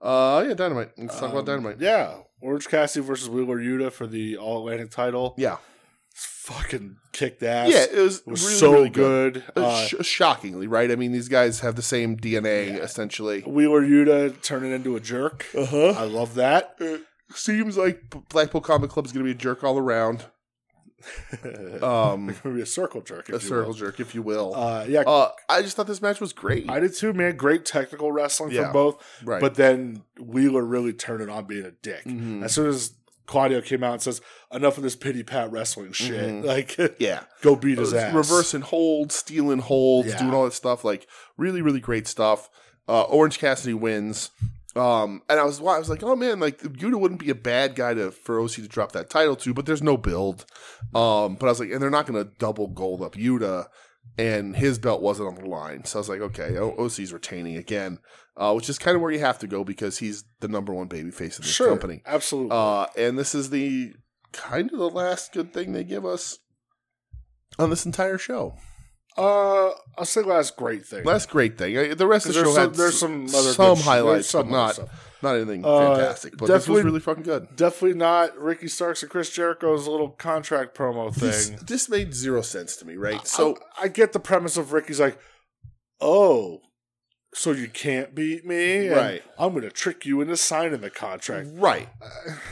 [SPEAKER 2] Uh, yeah, Dynamite. Let's talk
[SPEAKER 1] Um,
[SPEAKER 2] about Dynamite.
[SPEAKER 1] Yeah, Orange Cassidy versus Wheeler Yuta for the All Atlantic title.
[SPEAKER 2] Yeah.
[SPEAKER 1] Fucking kicked ass.
[SPEAKER 2] Yeah, it was,
[SPEAKER 1] It was
[SPEAKER 2] really,
[SPEAKER 1] so
[SPEAKER 2] really good.
[SPEAKER 1] good.
[SPEAKER 2] Uh,
[SPEAKER 1] Uh,
[SPEAKER 2] sh- shockingly, right? I mean, these guys have the same DNA
[SPEAKER 1] Yeah.
[SPEAKER 2] essentially.
[SPEAKER 1] Wheeler Yuta turning into a jerk.
[SPEAKER 2] Uh huh.
[SPEAKER 1] I love that.
[SPEAKER 2] Seems like P- Blackpool Comic Club is going to be a jerk all around.
[SPEAKER 1] Uh,
[SPEAKER 2] Um,
[SPEAKER 1] It's gonna be a circle jerk.
[SPEAKER 2] a
[SPEAKER 1] if you
[SPEAKER 2] circle
[SPEAKER 1] will.
[SPEAKER 2] jerk, if you will. Uh,
[SPEAKER 1] Uh, yeah,
[SPEAKER 2] I just thought this match was great.
[SPEAKER 1] I did too, man. Great technical wrestling
[SPEAKER 2] Yeah.
[SPEAKER 1] from both,
[SPEAKER 2] right.
[SPEAKER 1] but then Wheeler really turned it on being a dick.
[SPEAKER 2] Mhm.
[SPEAKER 1] As soon as Claudio came out and says, "Enough of this pity pat wrestling shit,"
[SPEAKER 2] Mhm.
[SPEAKER 1] like
[SPEAKER 2] yeah.
[SPEAKER 1] go beat his
[SPEAKER 2] Uh,
[SPEAKER 1] ass.
[SPEAKER 2] Reversing holds, stealing holds,
[SPEAKER 1] Yeah.
[SPEAKER 2] doing all that stuff. Like really, really great stuff. Uh, Orange Cassidy wins. Um, and I was, I was like, oh man, like Yuta wouldn't be a bad guy to for OC to drop that title to, but there's no build. Um, but I was like, and they're not going to double gold up Yuta, and his belt wasn't on the line, so I was like, okay, o- OC's retaining again, uh, which is kind of where you have to go because he's the number one babyface in this
[SPEAKER 1] sure,
[SPEAKER 2] company.
[SPEAKER 1] absolutely.
[SPEAKER 2] Uh, and this is the kind of the last good thing they give us on this entire show.
[SPEAKER 1] Uh, I'll say last great thing.
[SPEAKER 2] Last great thing. I- The rest of
[SPEAKER 1] 'Cause
[SPEAKER 2] the show
[SPEAKER 1] there's, some,
[SPEAKER 2] had
[SPEAKER 1] there's some other good
[SPEAKER 2] some
[SPEAKER 1] shit.
[SPEAKER 2] highlights,
[SPEAKER 1] There's some
[SPEAKER 2] but
[SPEAKER 1] other
[SPEAKER 2] not
[SPEAKER 1] stuff.
[SPEAKER 2] not anything
[SPEAKER 1] Uh,
[SPEAKER 2] fantastic. But this was
[SPEAKER 1] definitely-
[SPEAKER 2] really fucking good.
[SPEAKER 1] Definitely not Ricky Starks and Chris Jericho's little contract promo
[SPEAKER 2] This,
[SPEAKER 1] thing.
[SPEAKER 2] this made zero sense to me, right? So
[SPEAKER 1] I, I get the premise of Ricky's like, oh, so you can't beat me, And
[SPEAKER 2] Right.
[SPEAKER 1] I'm going to trick you into signing the contract.
[SPEAKER 2] right,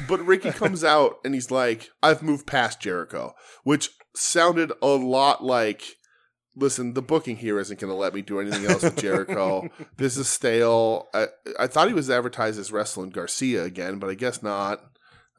[SPEAKER 2] but Ricky comes out and he's like, "I've moved past Jericho," which sounded a lot like. Listen, the booking here isn't going to let me do anything else with Jericho. this is stale. I, I thought he was advertised as wrestling Garcia again, but I guess not.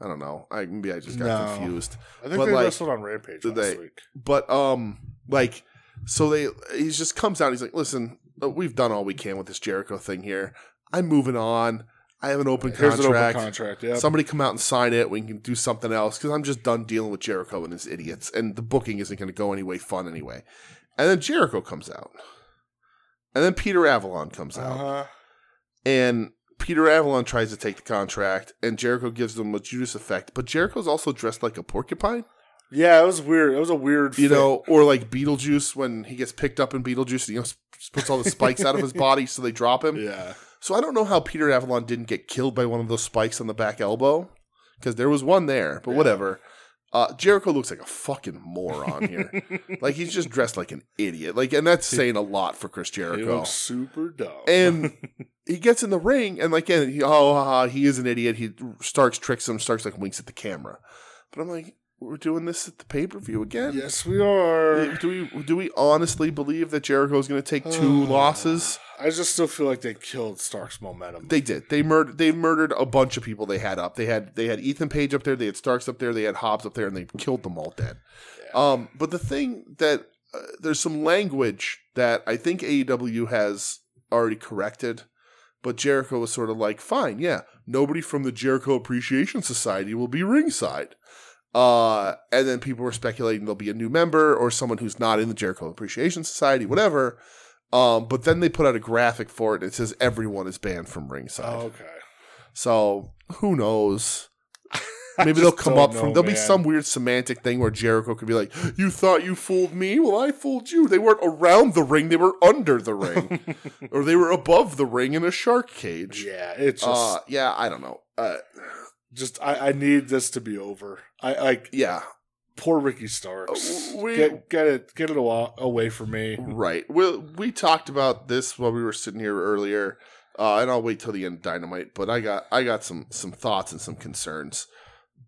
[SPEAKER 2] I don't know. I, maybe I just got
[SPEAKER 1] No.
[SPEAKER 2] confused.
[SPEAKER 1] I think
[SPEAKER 2] Mm-hmm. But,
[SPEAKER 1] they
[SPEAKER 2] like,
[SPEAKER 1] wrestled on Rampage
[SPEAKER 2] did
[SPEAKER 1] last
[SPEAKER 2] they-
[SPEAKER 1] week.
[SPEAKER 2] but um like so they he just comes out he's like listen uh, we've done all we can with this jericho thing here i'm moving on i have an open
[SPEAKER 1] Here's
[SPEAKER 2] contract,
[SPEAKER 1] an open contract. Yeah,
[SPEAKER 2] somebody come out and sign it we can do something else because i'm just done dealing with jericho and his idiots and the booking isn't going to go any way fun anyway and then jericho comes out and then peter avalon comes out
[SPEAKER 1] uh-huh.
[SPEAKER 2] and peter avalon tries to take the contract and jericho gives them a judas effect but jericho's also dressed like a porcupine
[SPEAKER 1] yeah, it was weird. It was a weird,
[SPEAKER 2] you
[SPEAKER 1] fit.
[SPEAKER 2] know, or like Beetlejuice when he gets picked up in Beetlejuice, and he you know, sp- puts all the spikes out of his body, so they drop him.
[SPEAKER 1] Yeah,
[SPEAKER 2] So I don't know how Peter Avalon didn't get killed by one of those spikes on the back elbow because there was one there, but
[SPEAKER 1] Yeah.
[SPEAKER 2] whatever. Uh, Jericho looks like a fucking moron here. like he's just dressed like an idiot. Like, and that's saying a lot for Chris
[SPEAKER 1] he
[SPEAKER 2] Jericho.
[SPEAKER 1] looks super dumb.
[SPEAKER 2] And he gets in the ring, and like, and he, oh, ha, ha, he is an idiot. He Starks tricks him. Starks like winks at the camera, but I'm like, we're doing this at the pay per view again.
[SPEAKER 1] Yes, we are.
[SPEAKER 2] Do we do we honestly believe that Jericho's going to take two losses?
[SPEAKER 1] I just still feel like they killed Stark's momentum.
[SPEAKER 2] They did. They murdered. They murdered a bunch of people. They had up. They had. They had Ethan Page up there. They had Starks up there. They had Hobbs up there, and they killed them all dead. Um, but the thing that uh, there's some language that I think AEW has already corrected, but Jericho was sort of like, fine, yeah, nobody from the Jericho Appreciation Society will be ringside. Uh, and then people were speculating there'll be a new member or someone who's not in the Jericho Appreciation Society, whatever. Um, but then they put out a graphic for it. And it says everyone is banned from ringside.
[SPEAKER 1] oh, okay.
[SPEAKER 2] So who knows? Maybe
[SPEAKER 1] just
[SPEAKER 2] they'll come
[SPEAKER 1] don't
[SPEAKER 2] up from
[SPEAKER 1] know,
[SPEAKER 2] there'll be
[SPEAKER 1] man.
[SPEAKER 2] some weird semantic thing where Jericho could be like, "You thought you fooled me? Well, I fooled you. They weren't around the ring; they were under the ring, or they were above the ring in a shark cage."
[SPEAKER 1] Yeah, it's just,
[SPEAKER 2] uh, yeah, I don't know. Uh,
[SPEAKER 1] just I, I need this to be over. I like
[SPEAKER 2] yeah,
[SPEAKER 1] poor Ricky Starks.
[SPEAKER 2] Uh, we-
[SPEAKER 1] get get it get it awa- away from me.
[SPEAKER 2] right. Well, we talked about this while we were sitting here earlier, uh, and I'll wait till the end of Dynamite. But I got I got some some thoughts and some concerns.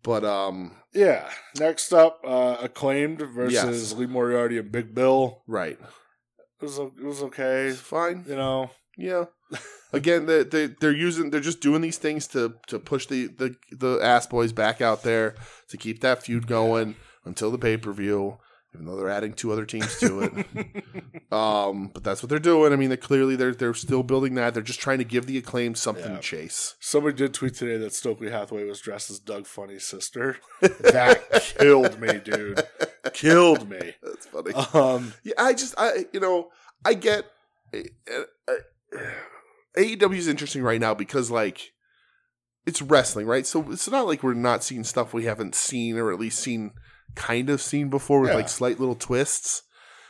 [SPEAKER 2] But um,
[SPEAKER 1] Yeah. Next up, uh, acclaimed versus Lee Moriarty and Big Bill.
[SPEAKER 2] right,
[SPEAKER 1] It was o- it was okay.
[SPEAKER 2] it's fine.
[SPEAKER 1] You know,
[SPEAKER 2] Yeah. Again, they they they're using they're just doing these things to to push the the the ass boys back out there to keep that feud going until the pay per view. Even though they're adding two other teams to it, um, but that's what they're doing. I mean, they're clearly they're they're still building that. They're just trying to give the acclaim something
[SPEAKER 1] Yeah.
[SPEAKER 2] to chase.
[SPEAKER 1] somebody did tweet today that Stokely Hathaway was dressed as Doug Funny's sister. That killed me, dude. Killed me.
[SPEAKER 2] That's funny.
[SPEAKER 1] Um,
[SPEAKER 2] yeah, I just I you know I get eh, I- I- AEW E is interesting right now because like it's wrestling, right? So it's not like we're not seeing stuff we haven't seen or at least seen kind of seen before with
[SPEAKER 1] Yeah.
[SPEAKER 2] like slight little twists.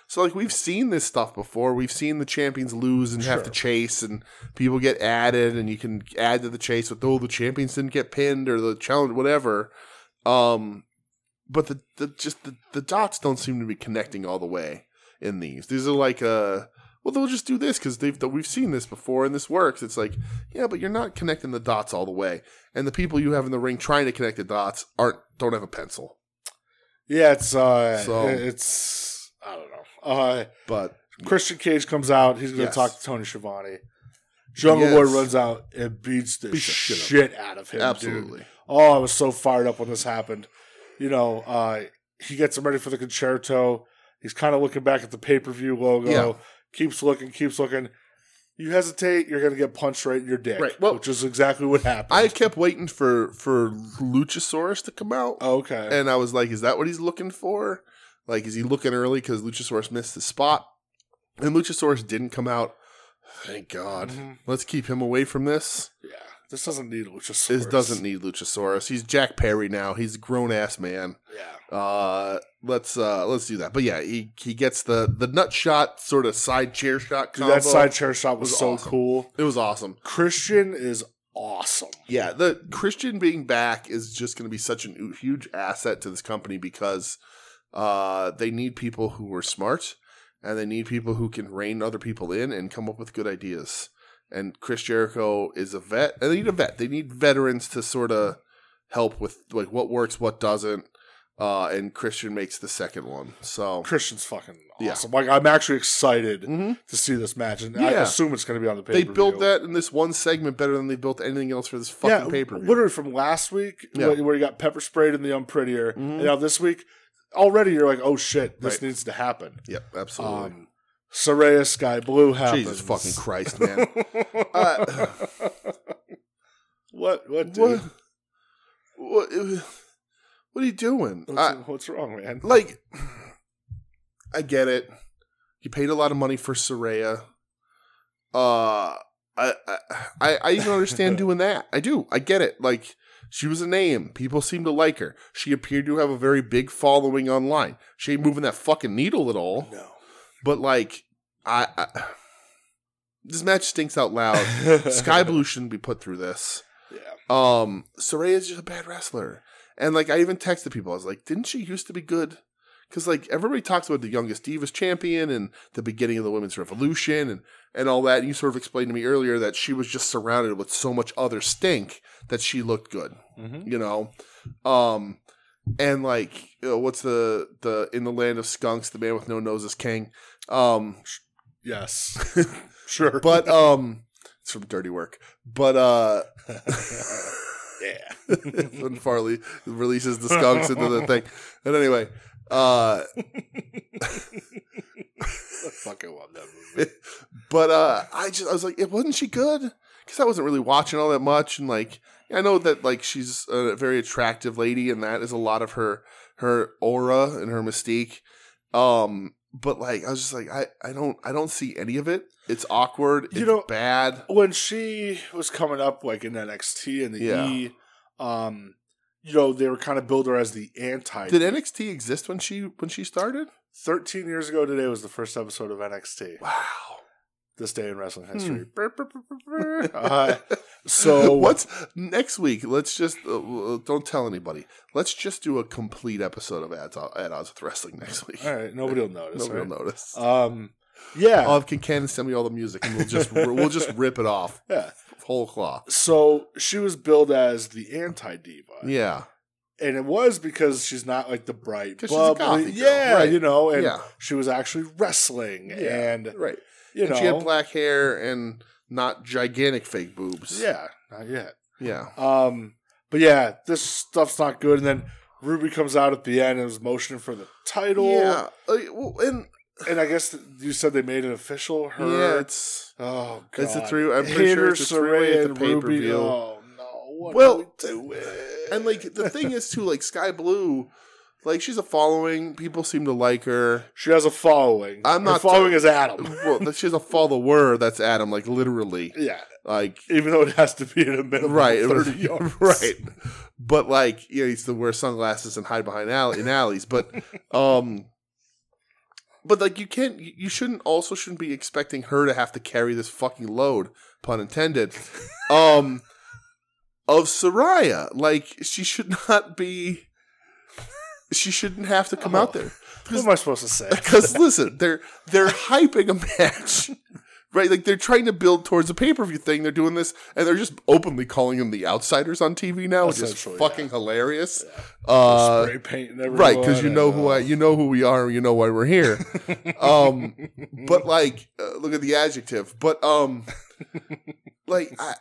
[SPEAKER 2] So like we've seen this stuff before. We've seen the champions lose and have to
[SPEAKER 1] Sure.
[SPEAKER 2] chase and people get added and you can add to the chase with oh the champions didn't get pinned or the challenge whatever. Um but the, the just the, the dots don't seem to be connecting all the way in these. These are like uh well they'll just do this because they've we've seen this before and this works. It's like yeah, but you're not connecting the dots all the way, and the people you have in the ring trying to connect the dots aren't don't have a pencil.
[SPEAKER 1] yeah, it's uh,
[SPEAKER 2] So-
[SPEAKER 1] it's I don't know. Uh,
[SPEAKER 2] But
[SPEAKER 1] Christian Cage comes out. He's going to
[SPEAKER 2] Yes.
[SPEAKER 1] talk to Tony Schiavone. Jungle
[SPEAKER 2] Yes.
[SPEAKER 1] Boy runs out and beats the
[SPEAKER 2] Beats the
[SPEAKER 1] shit,
[SPEAKER 2] shit out
[SPEAKER 1] out of him. Dude.
[SPEAKER 2] absolutely,
[SPEAKER 1] Oh, I was so fired up when this happened. You know, uh, he gets him ready for the concerto. He's kind of looking back at the pay per view logo.
[SPEAKER 2] Yeah.
[SPEAKER 1] Keeps looking, keeps looking. You hesitate, you're going to get punched right in your dick,
[SPEAKER 2] Right, well-
[SPEAKER 1] which is exactly what happened.
[SPEAKER 2] I kept waiting for for Luchasaurus to come out,
[SPEAKER 1] okay.
[SPEAKER 2] and I was like, is that what he's looking for? Like, is he looking early because Luchasaurus missed the spot? And Luchasaurus didn't come out. Thank God.
[SPEAKER 1] Mhm.
[SPEAKER 2] Let's keep him away from this.
[SPEAKER 1] yeah, this doesn't need Luchasaurus.
[SPEAKER 2] This doesn't need Luchasaurus. He's Jack Perry now. He's a grown ass man.
[SPEAKER 1] Yeah.
[SPEAKER 2] Uh, let's uh let's do that. But yeah, he he gets the the nut shot sort of side chair shot
[SPEAKER 1] Dude,
[SPEAKER 2] combo.
[SPEAKER 1] that side chair shot was,
[SPEAKER 2] was
[SPEAKER 1] so
[SPEAKER 2] awesome.
[SPEAKER 1] cool.
[SPEAKER 2] it was awesome.
[SPEAKER 1] Christian is awesome.
[SPEAKER 2] Yeah, the Christian being back is just going to be such a huge asset to this company because uh they need people who are smart and they need people who can rein other people in and come up with good ideas. And Chris Jericho is a vet. And they need a vet. They need veterans to sort of help with like what works, what doesn't. Uh, and Christian makes the second one. So
[SPEAKER 1] Christian's fucking
[SPEAKER 2] Yeah.
[SPEAKER 1] awesome. Like I'm actually excited
[SPEAKER 2] Mhm.
[SPEAKER 1] to see this match, and I
[SPEAKER 2] Yeah.
[SPEAKER 1] assume it's going to be on the pay.
[SPEAKER 2] They built that in this one segment better than they built anything else for this fucking paper.
[SPEAKER 1] Literally from last week,
[SPEAKER 2] Yeah.
[SPEAKER 1] where, where you got pepper sprayed in the unprettier,
[SPEAKER 2] Mhm.
[SPEAKER 1] and now this week, already you're like, oh shit, this
[SPEAKER 2] Right.
[SPEAKER 1] needs to happen.
[SPEAKER 2] Yep, absolutely.
[SPEAKER 1] Um, Saraya Sky Blue happens.
[SPEAKER 2] Jesus fucking Christ, man. Uh,
[SPEAKER 1] what? What? Dude?
[SPEAKER 2] what, what? What are you doing?
[SPEAKER 1] What's,
[SPEAKER 2] I,
[SPEAKER 1] what's wrong, man?
[SPEAKER 2] like, I get it. You paid a lot of money for Soraya. Uh, I, I, I, I even understand doing that. I do. I get it. Like, she was a name. People seemed to like her. She appeared to have a very big following online. She ain't moving that fucking needle at all.
[SPEAKER 1] No.
[SPEAKER 2] But like, I, I this match stinks out loud. Sky Blue shouldn't be put through this.
[SPEAKER 1] Yeah.
[SPEAKER 2] Um, Soraya's just a bad wrestler, and like I even texted people. I was like, didn't she used to be good? Because like everybody talks about the youngest divas champion and the beginning of the women's revolution and and all that. And you sort of explained to me earlier that she was just Mm-hmm. surrounded with so much other stink that she looked good.
[SPEAKER 1] Mhm.
[SPEAKER 2] You know, um, and like uh, what's the the in the land of skunks, the man with no nose is king. Um,
[SPEAKER 1] Yes. sure.
[SPEAKER 2] but um, it's from Dirty Work. But uh,
[SPEAKER 1] yeah.
[SPEAKER 2] when Farley releases the skunks into the thing. But anyway, uh,
[SPEAKER 1] I fucking love that movie.
[SPEAKER 2] but uh, I just I was like, it wasn't she good? Because I wasn't really watching all that much, and like I know that like she's a very attractive lady, and that is a lot of her her aura and her mystique. Um, but like I was just like I I don't I don't see any of it. It's awkward.
[SPEAKER 1] You
[SPEAKER 2] it's
[SPEAKER 1] know-
[SPEAKER 2] bad.
[SPEAKER 1] When she was coming up, like in NXT and the
[SPEAKER 2] Yeah.
[SPEAKER 1] E, um, you know, they were kind of build her as the anti.
[SPEAKER 2] Did NXT exist when she when she started?
[SPEAKER 1] 13 years ago today was the first episode of NXT,
[SPEAKER 2] Wow.
[SPEAKER 1] this day in wrestling
[SPEAKER 2] Hmm.
[SPEAKER 1] history. Uh,
[SPEAKER 2] Uh,
[SPEAKER 1] so,
[SPEAKER 2] what's next week? Let's just uh, uh, don't tell anybody. Let's just do a complete episode of ads at odds with wrestling next week.
[SPEAKER 1] All right, nobody will notice.
[SPEAKER 2] Nobody
[SPEAKER 1] right?
[SPEAKER 2] will notice. Uh,
[SPEAKER 1] Um, yeah.
[SPEAKER 2] I'll have Kincannon send me all the music, and we'll just we'll just rip it off
[SPEAKER 1] yeah.
[SPEAKER 2] whole cloth.
[SPEAKER 1] So she was billed as the anti diva.
[SPEAKER 2] Yeah,
[SPEAKER 1] and it was because she's not like the bright
[SPEAKER 2] 'Cause she's a
[SPEAKER 1] bubbly-
[SPEAKER 2] gothy girl,
[SPEAKER 1] yeah
[SPEAKER 2] right.
[SPEAKER 1] you know and
[SPEAKER 2] yeah,
[SPEAKER 1] she was actually wrestling
[SPEAKER 2] Yeah.
[SPEAKER 1] and
[SPEAKER 2] right.
[SPEAKER 1] you
[SPEAKER 2] and
[SPEAKER 1] know
[SPEAKER 2] she had black hair and not gigantic fake boobs.
[SPEAKER 1] yeah not yet
[SPEAKER 2] yeah.
[SPEAKER 1] um but yeah this stuff's not good and then ruby comes out at the end and was motioning for the title
[SPEAKER 2] Yeah, like, well, and
[SPEAKER 1] and i guess th- you said they made it official her
[SPEAKER 2] yeah, it's
[SPEAKER 1] oh god
[SPEAKER 2] it's a three. I'm pretty sure
[SPEAKER 1] Hater,
[SPEAKER 2] it's a three way
[SPEAKER 1] Saraya,
[SPEAKER 2] at the
[SPEAKER 1] and
[SPEAKER 2] pay per
[SPEAKER 1] Ruby.
[SPEAKER 2] view.
[SPEAKER 1] oh no what
[SPEAKER 2] Well,
[SPEAKER 1] well do
[SPEAKER 2] And like the thing is too, like Sky Blue, like she's a following. People seem to like her.
[SPEAKER 1] she has a following
[SPEAKER 2] I'm
[SPEAKER 1] Her
[SPEAKER 2] not-
[SPEAKER 1] following is adam
[SPEAKER 2] Well, that she's a follower. That's Adam. Like literally,
[SPEAKER 1] yeah
[SPEAKER 2] like
[SPEAKER 1] even though it has to be in a minimum
[SPEAKER 2] right,
[SPEAKER 1] right, 30 yards.
[SPEAKER 2] right. But like, you know, he used to wear sunglasses and hide behind alley in alleys. But um, but like, you can't. you- You shouldn't also shouldn't be expecting her to have to carry this fucking load, pun intended. Um, of Soraya, like she should not be. She shouldn't have to come out
[SPEAKER 1] Oh.
[SPEAKER 2] there.
[SPEAKER 1] What am I supposed to say?
[SPEAKER 2] Because listen, they're they're hyping a match, right? Like they're trying to build towards a pay per view thing. They're doing this, and they're just openly calling them the outsiders on TV now, which is
[SPEAKER 1] Essentially,
[SPEAKER 2] fucking
[SPEAKER 1] yeah.
[SPEAKER 2] hilarious. Uh,
[SPEAKER 1] Spray paint and everyone.
[SPEAKER 2] right? Because you know
[SPEAKER 1] and,
[SPEAKER 2] who I,
[SPEAKER 1] uh,
[SPEAKER 2] you know who we are, and you know why we're here. um, but like, uh, look at the adjective. But um, like, I,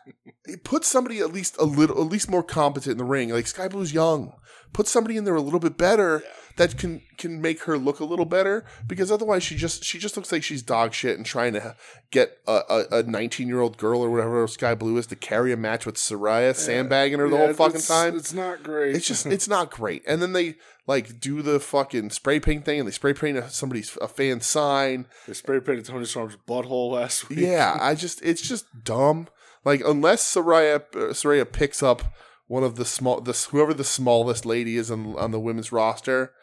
[SPEAKER 2] put somebody at least a little, at least more competent in the ring. Like Sky Blue's young. Put somebody in there a little bit better that can can make her look a little better because otherwise she just she just looks like she's dog shit and trying to get a a- a nineteen year old girl or whatever Sky Blue is to carry a match with Soraya sandbagging her the
[SPEAKER 1] yeah,
[SPEAKER 2] whole fucking
[SPEAKER 1] it's-
[SPEAKER 2] time.
[SPEAKER 1] It's not great.
[SPEAKER 2] It's just it's not great. And then they like do the fucking spray paint thing, and they spray paint a, somebody's a fan sign.
[SPEAKER 1] they spray painted Tony Storm's butthole last week.
[SPEAKER 2] Yeah, I just it's just dumb. Like unless Soraya uh, Soraya picks up one of the small the whoever the smallest lady is on on the women's roster,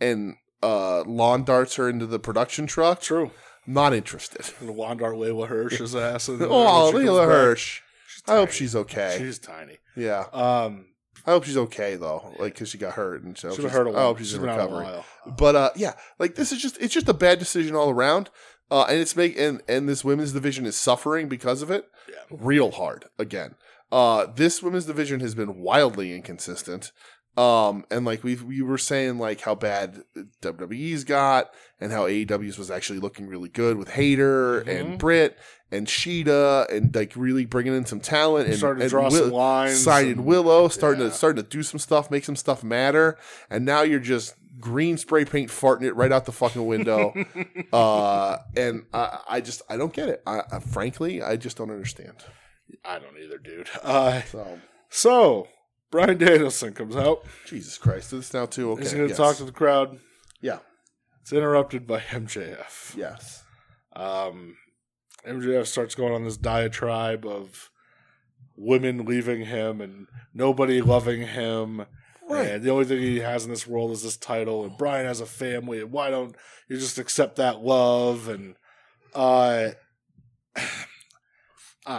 [SPEAKER 2] and uh lawn darts her into the production truck.
[SPEAKER 1] True.
[SPEAKER 2] Not interested.
[SPEAKER 1] And Wandar Leila Hirsch's ass. in there
[SPEAKER 2] Oh,
[SPEAKER 1] when she comes
[SPEAKER 2] Leela
[SPEAKER 1] back.
[SPEAKER 2] Hirsch.
[SPEAKER 1] She's
[SPEAKER 2] I hope
[SPEAKER 1] tiny.
[SPEAKER 2] she's okay.
[SPEAKER 1] She's tiny.
[SPEAKER 2] yeah,
[SPEAKER 1] Um,
[SPEAKER 2] I hope she's okay though. Like because she got hurt and so
[SPEAKER 1] she's been hurt a
[SPEAKER 2] I
[SPEAKER 1] while.
[SPEAKER 2] hope she's,
[SPEAKER 1] She's
[SPEAKER 2] in
[SPEAKER 1] been out
[SPEAKER 2] recovery.
[SPEAKER 1] a while.
[SPEAKER 2] But uh, yeah, like this is just it's just a bad decision all around, uh, and it's make and and this women's division is suffering because of it,
[SPEAKER 1] Yeah.
[SPEAKER 2] real hard again. Uh, this women's division has been wildly inconsistent, um, and like we we were saying like how bad WWE's got and how AEW's was actually looking really good with Hayter
[SPEAKER 1] Mhm.
[SPEAKER 2] and Britt and Sheeta and like really bringing in some talent and
[SPEAKER 1] started to
[SPEAKER 2] and
[SPEAKER 1] draw
[SPEAKER 2] Will-
[SPEAKER 1] some lines.
[SPEAKER 2] Sided
[SPEAKER 1] and-
[SPEAKER 2] Willow, starting
[SPEAKER 1] yeah.
[SPEAKER 2] to starting to do some stuff, make some stuff matter, and now you're just green spray paint farting it right out the fucking window. uh, and I, I just I don't get it. I, I frankly I just don't understand.
[SPEAKER 1] I don't either, dude. Uh,
[SPEAKER 2] So
[SPEAKER 1] so Brian Danielson comes out.
[SPEAKER 2] Jesus Christ, this now too. Okay,
[SPEAKER 1] He's going to
[SPEAKER 2] yes.
[SPEAKER 1] talk to the crowd.
[SPEAKER 2] yeah,
[SPEAKER 1] It's interrupted by MJF.
[SPEAKER 2] yes,
[SPEAKER 1] Um, MJF starts going on this diatribe of women leaving him and nobody loving him.
[SPEAKER 2] right,
[SPEAKER 1] And the only thing he has in this world is this title. And Brian has a family. And why don't you just accept that love? And uh, I,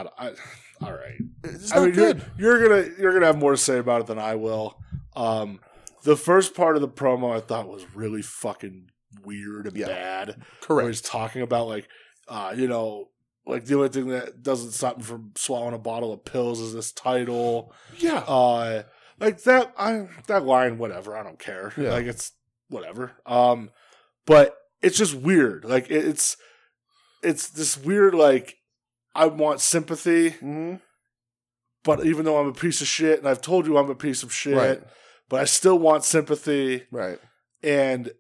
[SPEAKER 1] don't- I, all right.
[SPEAKER 2] it's
[SPEAKER 1] I
[SPEAKER 2] not
[SPEAKER 1] mean,
[SPEAKER 2] good.
[SPEAKER 1] You're, you're gonna you're gonna have more to say about it than I will. Um, the first part of the promo I thought was really fucking weird and
[SPEAKER 2] Yeah.
[SPEAKER 1] bad where
[SPEAKER 2] Correct.
[SPEAKER 1] he's talking about like uh you know like the only thing that doesn't stop him from swallowing a bottle of pills is this title
[SPEAKER 2] Yeah,
[SPEAKER 1] uh like that I that line whatever I don't care
[SPEAKER 2] Yeah.
[SPEAKER 1] like it's whatever um but it's just weird like it, it's it's this weird like I want sympathy
[SPEAKER 2] Mm-hmm.
[SPEAKER 1] but even though I'm a piece of shit and I've told you I'm a piece of shit
[SPEAKER 2] Right.
[SPEAKER 1] but I still want sympathy
[SPEAKER 2] Right.
[SPEAKER 1] and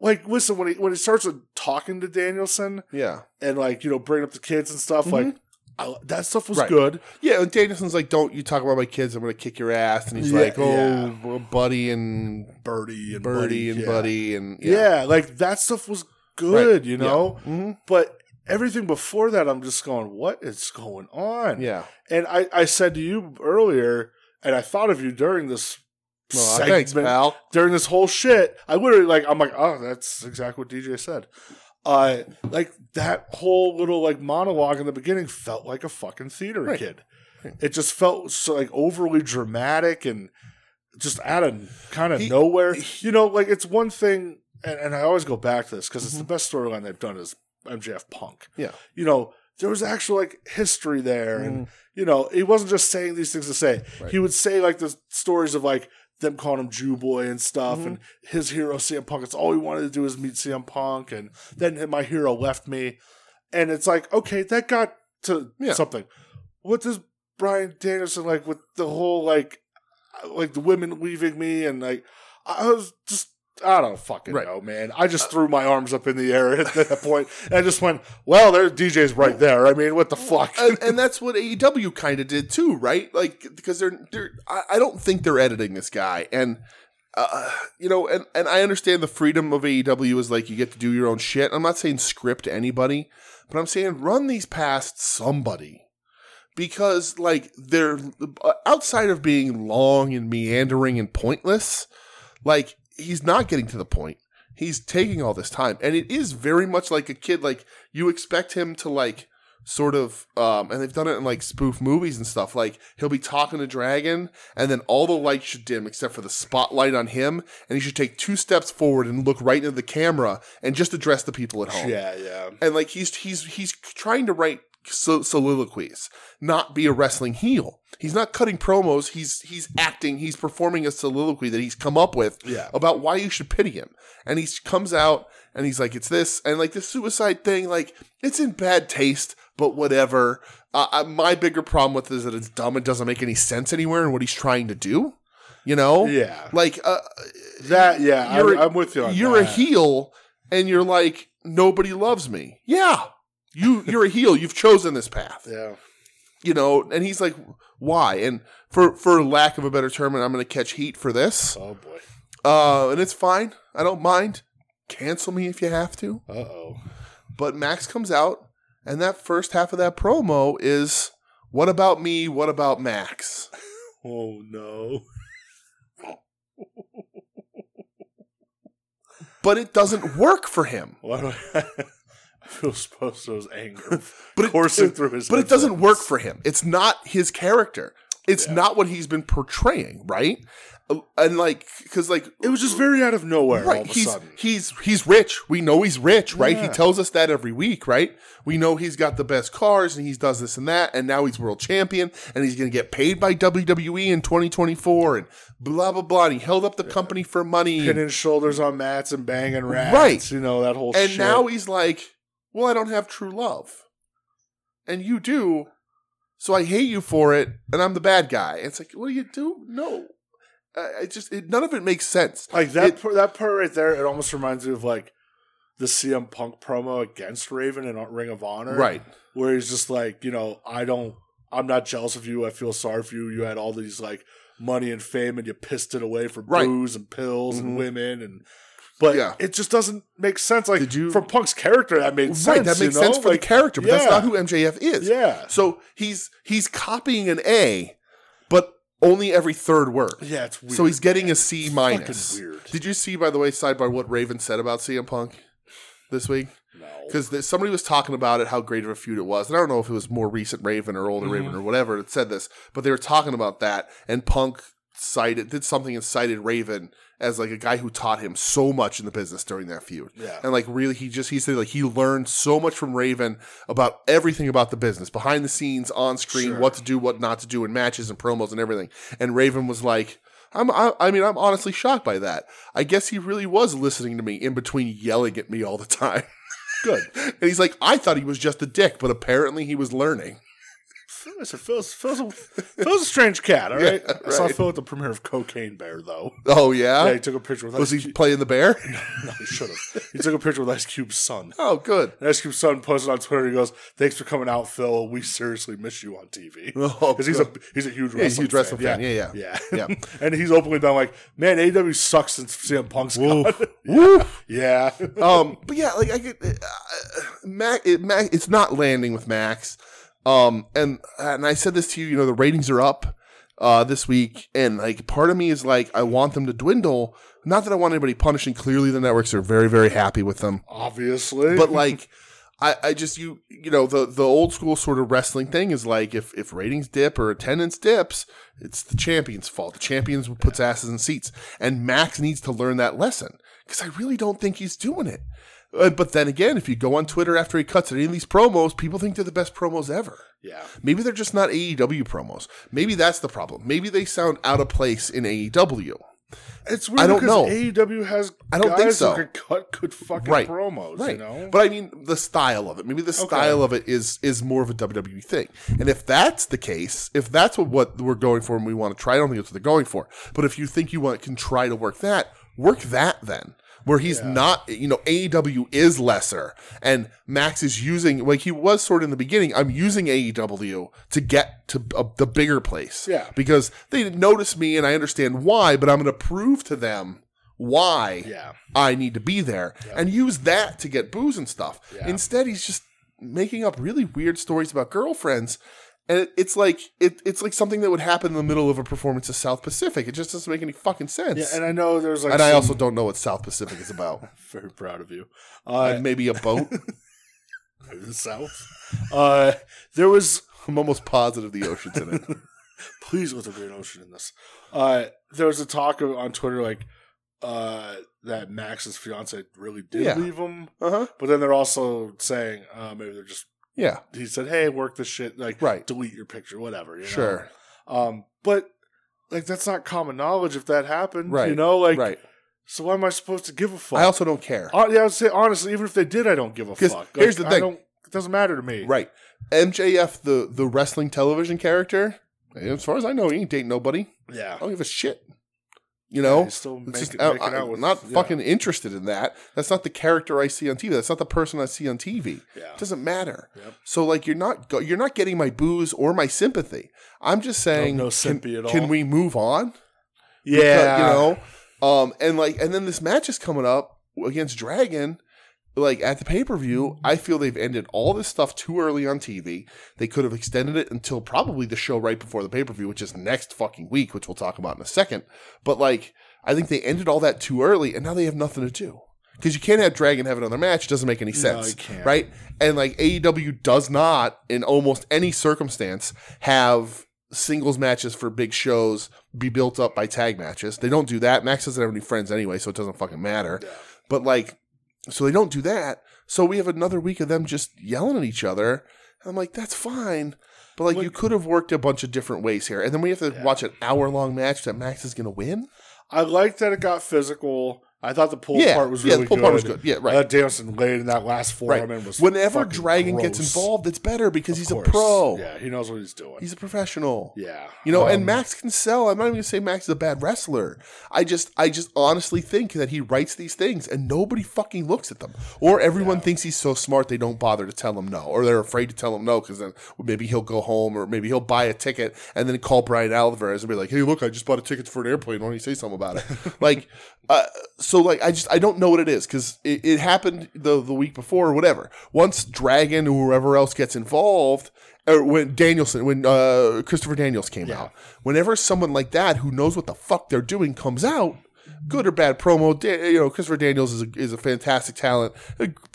[SPEAKER 1] like listen when he when he starts talking to Danielson
[SPEAKER 2] Yeah.
[SPEAKER 1] and like you know bringing up the kids and stuff like I, that stuff was
[SPEAKER 2] Right.
[SPEAKER 1] good
[SPEAKER 2] Yeah. And Danielson's like, "Don't you talk about my kids? I'm gonna kick your ass." And he's
[SPEAKER 1] Yeah,
[SPEAKER 2] like, "Oh,
[SPEAKER 1] yeah.
[SPEAKER 2] well, buddy and
[SPEAKER 1] Birdie and
[SPEAKER 2] Birdie and
[SPEAKER 1] yeah.
[SPEAKER 2] Buddy and
[SPEAKER 1] Yeah. like that stuff was good, you know?
[SPEAKER 2] hmm
[SPEAKER 1] But everything before that, I'm just going, what is going on?
[SPEAKER 2] yeah."
[SPEAKER 1] And I, I said to you earlier, and I thought of you during this
[SPEAKER 2] Well, uh,
[SPEAKER 1] segment,
[SPEAKER 2] thanks, pal.
[SPEAKER 1] during this whole shit. I literally, like, I'm like, oh, that's exactly what DJ said. Uh, like that whole little like monologue in the beginning felt like a fucking theater
[SPEAKER 2] Right.
[SPEAKER 1] kid. It just felt so like overly dramatic and just out of kind of
[SPEAKER 2] He-
[SPEAKER 1] nowhere. you know, like it's one thing, and, and I always go back to this because it's the best storyline they've done is MJF Punk.
[SPEAKER 2] Mm-hmm. Yeah. Mm-hmm.
[SPEAKER 1] you know, there was actual like history there,
[SPEAKER 2] Mm.
[SPEAKER 1] and you know, he wasn't just saying these things to say.
[SPEAKER 2] Right.
[SPEAKER 1] He would say like the stories of like them calling him Jew boy and stuff,
[SPEAKER 2] Mhm.
[SPEAKER 1] and his hero CM Punk. It's all he wanted to do is meet CM Punk, and then my hero left me, and it's like okay, that got to
[SPEAKER 2] Yeah.
[SPEAKER 1] something. What does Brian Danielson like with the whole like uh, like the women leaving me and like I was just I don't fucking
[SPEAKER 2] Right. Uh,
[SPEAKER 1] know, man. I just threw my arms up in the air at that point and I just went, Well, there's DJ's right there. I mean, what the fuck?
[SPEAKER 2] and, and that's what AEW kind of did too, right? Like because they're they're I, I don't think they're editing this guy, and uh, you know, and and I understand the freedom of AEW is like you get to do your own shit. I'm not saying script anybody, but I'm saying run these past somebody because like they're uh, outside of being long and meandering and pointless, like he's not getting to the point. He's taking all this time, and it is very much like a kid. Like you expect him to like sort of um and they've done it in like spoof movies and stuff like he'll be talking to dragon and then all the lights should dim except for the spotlight on him and he should take two steps forward and look right into the camera and just address the people at home
[SPEAKER 1] yeah, yeah.
[SPEAKER 2] and like he's he's he's trying to write so, soliloquies, not be a wrestling heel. He's not cutting promos. He's he's acting. He's performing a soliloquy that he's come up with
[SPEAKER 1] Yeah.
[SPEAKER 2] about why you should pity him. And he comes out and he's like, "It's this," and like the suicide thing. Like it's in bad taste, but whatever. Uh, I, my bigger problem with it is that it's dumb. It doesn't make any sense anywhere in what he's trying to do. You know,
[SPEAKER 1] Yeah.
[SPEAKER 2] like uh,
[SPEAKER 1] That yeah,
[SPEAKER 2] You're a-
[SPEAKER 1] I, I'm with you on
[SPEAKER 2] you're a
[SPEAKER 1] that.
[SPEAKER 2] heel and you're like nobody loves me yeah you you're a heel you've chosen this path
[SPEAKER 1] Yeah.
[SPEAKER 2] you know and he's like why and for for lack of a better term and i'm gonna catch heat for this
[SPEAKER 1] Oh boy.
[SPEAKER 2] uh and it's fine i don't mind cancel me if you have to
[SPEAKER 1] Uh oh.
[SPEAKER 2] but max comes out and that first half of that promo is what about me what about max
[SPEAKER 1] Oh no.
[SPEAKER 2] but it doesn't work for him
[SPEAKER 1] Why do I, I feel supposed to was anger
[SPEAKER 2] but it,
[SPEAKER 1] coursing through his
[SPEAKER 2] but it
[SPEAKER 1] head.
[SPEAKER 2] doesn't work for him. It's not his character. It's
[SPEAKER 1] Yeah.
[SPEAKER 2] not what he's been portraying, right? Uh, And like, because like,
[SPEAKER 1] It was just very out of nowhere all
[SPEAKER 2] right?
[SPEAKER 1] of a
[SPEAKER 2] He's
[SPEAKER 1] sudden.
[SPEAKER 2] he's he's rich. We know he's rich, right? He
[SPEAKER 1] Yeah.
[SPEAKER 2] tells us that every week, right? We know he's got the best cars and he's does this and that, and now he's world champion and he's gonna get paid by WWE in 2024 and blah blah blah. And he held up the company for money, and,
[SPEAKER 1] Pinning shoulders on mats and banging rats.
[SPEAKER 2] Right.
[SPEAKER 1] You know, that whole
[SPEAKER 2] and
[SPEAKER 1] shit.
[SPEAKER 2] now he's like, well, I don't have true love, and you do, so I hate you for it, and I'm the bad guy. It's like, what do you do? No, I, I just it, none of it makes sense.
[SPEAKER 1] Like that
[SPEAKER 2] It-
[SPEAKER 1] part, that part right there, it almost reminds me of like the CM Punk promo against Raven in Ring of Honor,
[SPEAKER 2] Right,
[SPEAKER 1] Where he's just like, you know, I don't, I'm not jealous of you. I feel sorry for you. You had all these like money and fame, and you pissed it away for
[SPEAKER 2] Right.
[SPEAKER 1] booze and pills
[SPEAKER 2] Mhm.
[SPEAKER 1] and women, and but
[SPEAKER 2] Yeah.
[SPEAKER 1] it just doesn't make sense. Like
[SPEAKER 2] Did you-
[SPEAKER 1] from Punk's character, that made sense.
[SPEAKER 2] right. That makes
[SPEAKER 1] you know?
[SPEAKER 2] sense for
[SPEAKER 1] like,
[SPEAKER 2] the character, but that's
[SPEAKER 1] yeah.
[SPEAKER 2] not who MJF is.
[SPEAKER 1] Yeah,
[SPEAKER 2] So he's he's copying an A, but only every third word.
[SPEAKER 1] yeah, it's weird.
[SPEAKER 2] So he's getting a C
[SPEAKER 1] It's fucking
[SPEAKER 2] minus.
[SPEAKER 1] weird.
[SPEAKER 2] Did you see, by the way, sidebar what Raven said about CM Punk this week?
[SPEAKER 1] no.
[SPEAKER 2] because somebody was talking about it how great of a feud it was and i don't know if it was more recent raven or older raven or whatever that said this but they were talking about that and punk cited did something and cited Raven as like a guy who taught him so much in the business during that feud.
[SPEAKER 1] Yeah.
[SPEAKER 2] And like really he just he said like he learned so much from Raven about everything about the business, behind the scenes, on screen,
[SPEAKER 1] Sure.
[SPEAKER 2] what to do, what not to do in matches and promos and everything. And Raven was like I'm, I, I mean, I'm honestly shocked by that. I guess he really was listening to me in between yelling at me all the time.
[SPEAKER 1] Good.
[SPEAKER 2] And he's like, I thought he was just a dick, but apparently he was learning.
[SPEAKER 1] Phil's, Phil's, Phil's, a, Phil's a strange cat, all right?
[SPEAKER 2] Yeah,
[SPEAKER 1] I saw
[SPEAKER 2] right.
[SPEAKER 1] Phil at the premiere of Cocaine Bear, though.
[SPEAKER 2] Oh, yeah?
[SPEAKER 1] Yeah, he took a picture with
[SPEAKER 2] was
[SPEAKER 1] Ice
[SPEAKER 2] he playing the bear?
[SPEAKER 1] Cube. No, he should have. He took a picture with Ice Cube's son.
[SPEAKER 2] Oh, good.
[SPEAKER 1] And Ice Cube's son posted on Twitter, he goes, Thanks for coming out, Phil. We seriously miss you on TV.
[SPEAKER 2] Oh,
[SPEAKER 1] Because he's a he's a huge wrestling
[SPEAKER 2] he's a huge wrestling fan. Yeah,
[SPEAKER 1] yeah,
[SPEAKER 2] yeah.
[SPEAKER 1] yeah. and he's openly been like, "Man, AEW sucks since CM Punk's gone."
[SPEAKER 2] Woof.
[SPEAKER 1] yeah,
[SPEAKER 2] um, but yeah, like I could, uh, Mac, it, Mac, it's not landing with Max. Um, and and I said this to you, you know, the ratings are up uh, this week, and like part of me is like, I want them to dwindle. Not that I want anybody punishing. Clearly, the networks are very, very happy with them.
[SPEAKER 1] obviously.
[SPEAKER 2] but like I, I just you you know the the old school sort of wrestling thing is like if if ratings dip or attendance dips it's the champion's fault the champions puts asses in seats and max needs to learn that lesson because i really don't think he's doing it Uh, but then again if you go on twitter after he cuts any of these promos people think they're the best promos ever
[SPEAKER 1] yeah,
[SPEAKER 2] maybe they're just not aew promos maybe that's the problem maybe they sound out of place in E aew
[SPEAKER 1] it's weird.
[SPEAKER 2] I don't
[SPEAKER 1] because
[SPEAKER 2] know.
[SPEAKER 1] AEW has
[SPEAKER 2] I don't
[SPEAKER 1] guys
[SPEAKER 2] think so.
[SPEAKER 1] who could cut good fucking
[SPEAKER 2] Right.
[SPEAKER 1] promos.
[SPEAKER 2] right
[SPEAKER 1] You know,
[SPEAKER 2] but i mean the style of it maybe the style of it is is more of a wwe thing and if that's the case if that's what, what we're going for and we want to try i don't think that's what they're going for but if you think you want can try to work that work that then where he's not you know aew is lesser and max is using like he was sort of in the beginning i'm using aew to get to a, the bigger place
[SPEAKER 1] Yeah.
[SPEAKER 2] because they didn't notice me and i understand why but i'm going to prove to them why
[SPEAKER 1] yeah,
[SPEAKER 2] I need to be there and use that to get booze and stuff.
[SPEAKER 1] Yeah.
[SPEAKER 2] Instead, he's just making up really weird stories about girlfriends. And it, it's like it, it's like something that would happen in the middle of a performance of South Pacific. It just doesn't make any fucking sense.
[SPEAKER 1] yeah.
[SPEAKER 2] and
[SPEAKER 1] And I know there's like,
[SPEAKER 2] I
[SPEAKER 1] some-
[SPEAKER 2] also don't know what South Pacific is about.
[SPEAKER 1] very proud of you.
[SPEAKER 2] Uh,
[SPEAKER 1] Uh,
[SPEAKER 2] Maybe a boat.
[SPEAKER 1] the South. Uh, there was
[SPEAKER 2] I'm almost positive the ocean's in it.
[SPEAKER 1] please let there be an ocean in this. Uh, there was a talk of- on Twitter like uh, that Max's fiance really did
[SPEAKER 2] Yeah.
[SPEAKER 1] leave him,
[SPEAKER 2] Uh huh.
[SPEAKER 1] but then they're also saying uh, maybe they're just
[SPEAKER 2] Yeah.
[SPEAKER 1] he said, "Hey, work this shit, like
[SPEAKER 2] Right.
[SPEAKER 1] delete your picture, whatever." you know?
[SPEAKER 2] Sure.
[SPEAKER 1] Um, but like that's not common knowledge if that happened,
[SPEAKER 2] Right.
[SPEAKER 1] You know, like
[SPEAKER 2] right.
[SPEAKER 1] so why am I supposed to give a fuck?
[SPEAKER 2] I also don't care.
[SPEAKER 1] Hon- yeah, I would say honestly, even if they did, I don't give a
[SPEAKER 2] 'Cause
[SPEAKER 1] fuck.
[SPEAKER 2] here's the
[SPEAKER 1] I
[SPEAKER 2] thing.
[SPEAKER 1] don't- it doesn't matter to me.
[SPEAKER 2] Right. MJF, the the wrestling television character. As far as I know, he ain't dating nobody.
[SPEAKER 1] Yeah.
[SPEAKER 2] I don't give a shit. You know,
[SPEAKER 1] He's still
[SPEAKER 2] Oh, It's
[SPEAKER 1] making,
[SPEAKER 2] just, I-
[SPEAKER 1] making
[SPEAKER 2] I-
[SPEAKER 1] out with
[SPEAKER 2] not
[SPEAKER 1] yeah,
[SPEAKER 2] fucking interested in that. That's not the character I see on TV. That's not the person I see on TV.
[SPEAKER 1] Yeah.
[SPEAKER 2] It doesn't matter.
[SPEAKER 1] Yep.
[SPEAKER 2] So like you're not go- you're not getting my booze or my sympathy. I'm just saying
[SPEAKER 1] no
[SPEAKER 2] can,
[SPEAKER 1] simpy at all.
[SPEAKER 2] can we move on?
[SPEAKER 1] Yeah.
[SPEAKER 2] you know. Um and like and then this match is coming up against Dragon like at the pay-per-view. I feel they've ended all this stuff too early on TV. They could have extended it until probably the show right before the pay-per-view, which is next fucking week, which we'll talk about in a second. But like I think they ended all that too early and now they have nothing to do. Because you can't have Dragon have another match. It doesn't make any sense.
[SPEAKER 1] you can't.
[SPEAKER 2] Right? And like AEW does not, in almost any circumstance, have singles matches for big shows be built up by tag matches. They don't do that. Max doesn't have any friends anyway, so it doesn't fucking matter.
[SPEAKER 1] Yeah.
[SPEAKER 2] But like, so they don't do that. So we have another week of them just yelling at each other. And I'm like, that's fine. But like,
[SPEAKER 1] Look-
[SPEAKER 2] you could have worked a bunch of different ways here. And then we have to
[SPEAKER 1] Yeah.
[SPEAKER 2] watch an hour long match that Max is going to win.
[SPEAKER 1] I liked that it got physical. I thought the pull
[SPEAKER 2] yeah.
[SPEAKER 1] part was
[SPEAKER 2] yeah,
[SPEAKER 1] really
[SPEAKER 2] the pull
[SPEAKER 1] good.
[SPEAKER 2] part was good. Yeah, right.
[SPEAKER 1] That Danielson laid in that last
[SPEAKER 2] right.
[SPEAKER 1] forearm and was
[SPEAKER 2] Whenever
[SPEAKER 1] fucking
[SPEAKER 2] Dragon gets
[SPEAKER 1] gross.
[SPEAKER 2] involved, it's better because
[SPEAKER 1] Of
[SPEAKER 2] he's
[SPEAKER 1] course.
[SPEAKER 2] a pro.
[SPEAKER 1] Yeah, he knows what he's doing.
[SPEAKER 2] He's a professional.
[SPEAKER 1] yeah,
[SPEAKER 2] You know, and
[SPEAKER 1] Um,
[SPEAKER 2] Max can sell. I'm not even gonna say Max is a bad wrestler. I just I just honestly think that he writes these things and nobody fucking looks at them. Or everyone thinks he's so smart they don't bother to tell him no. Or they're afraid to tell him no because then maybe he'll go home or maybe he'll buy a ticket and then call Brian Alvarez and be like, Hey, look, I just bought a ticket for an airplane. Why don't you say something about it? like uh, so like I just I don't know what it is because it, it happened the the week before or whatever. Once Dragon or whoever else gets involved or when Danielson, when uh, Christopher Daniels came out, whenever someone like that who knows what the fuck they're doing comes out, good or bad promo. Dan, you know, Christopher Daniels is a, is a fantastic talent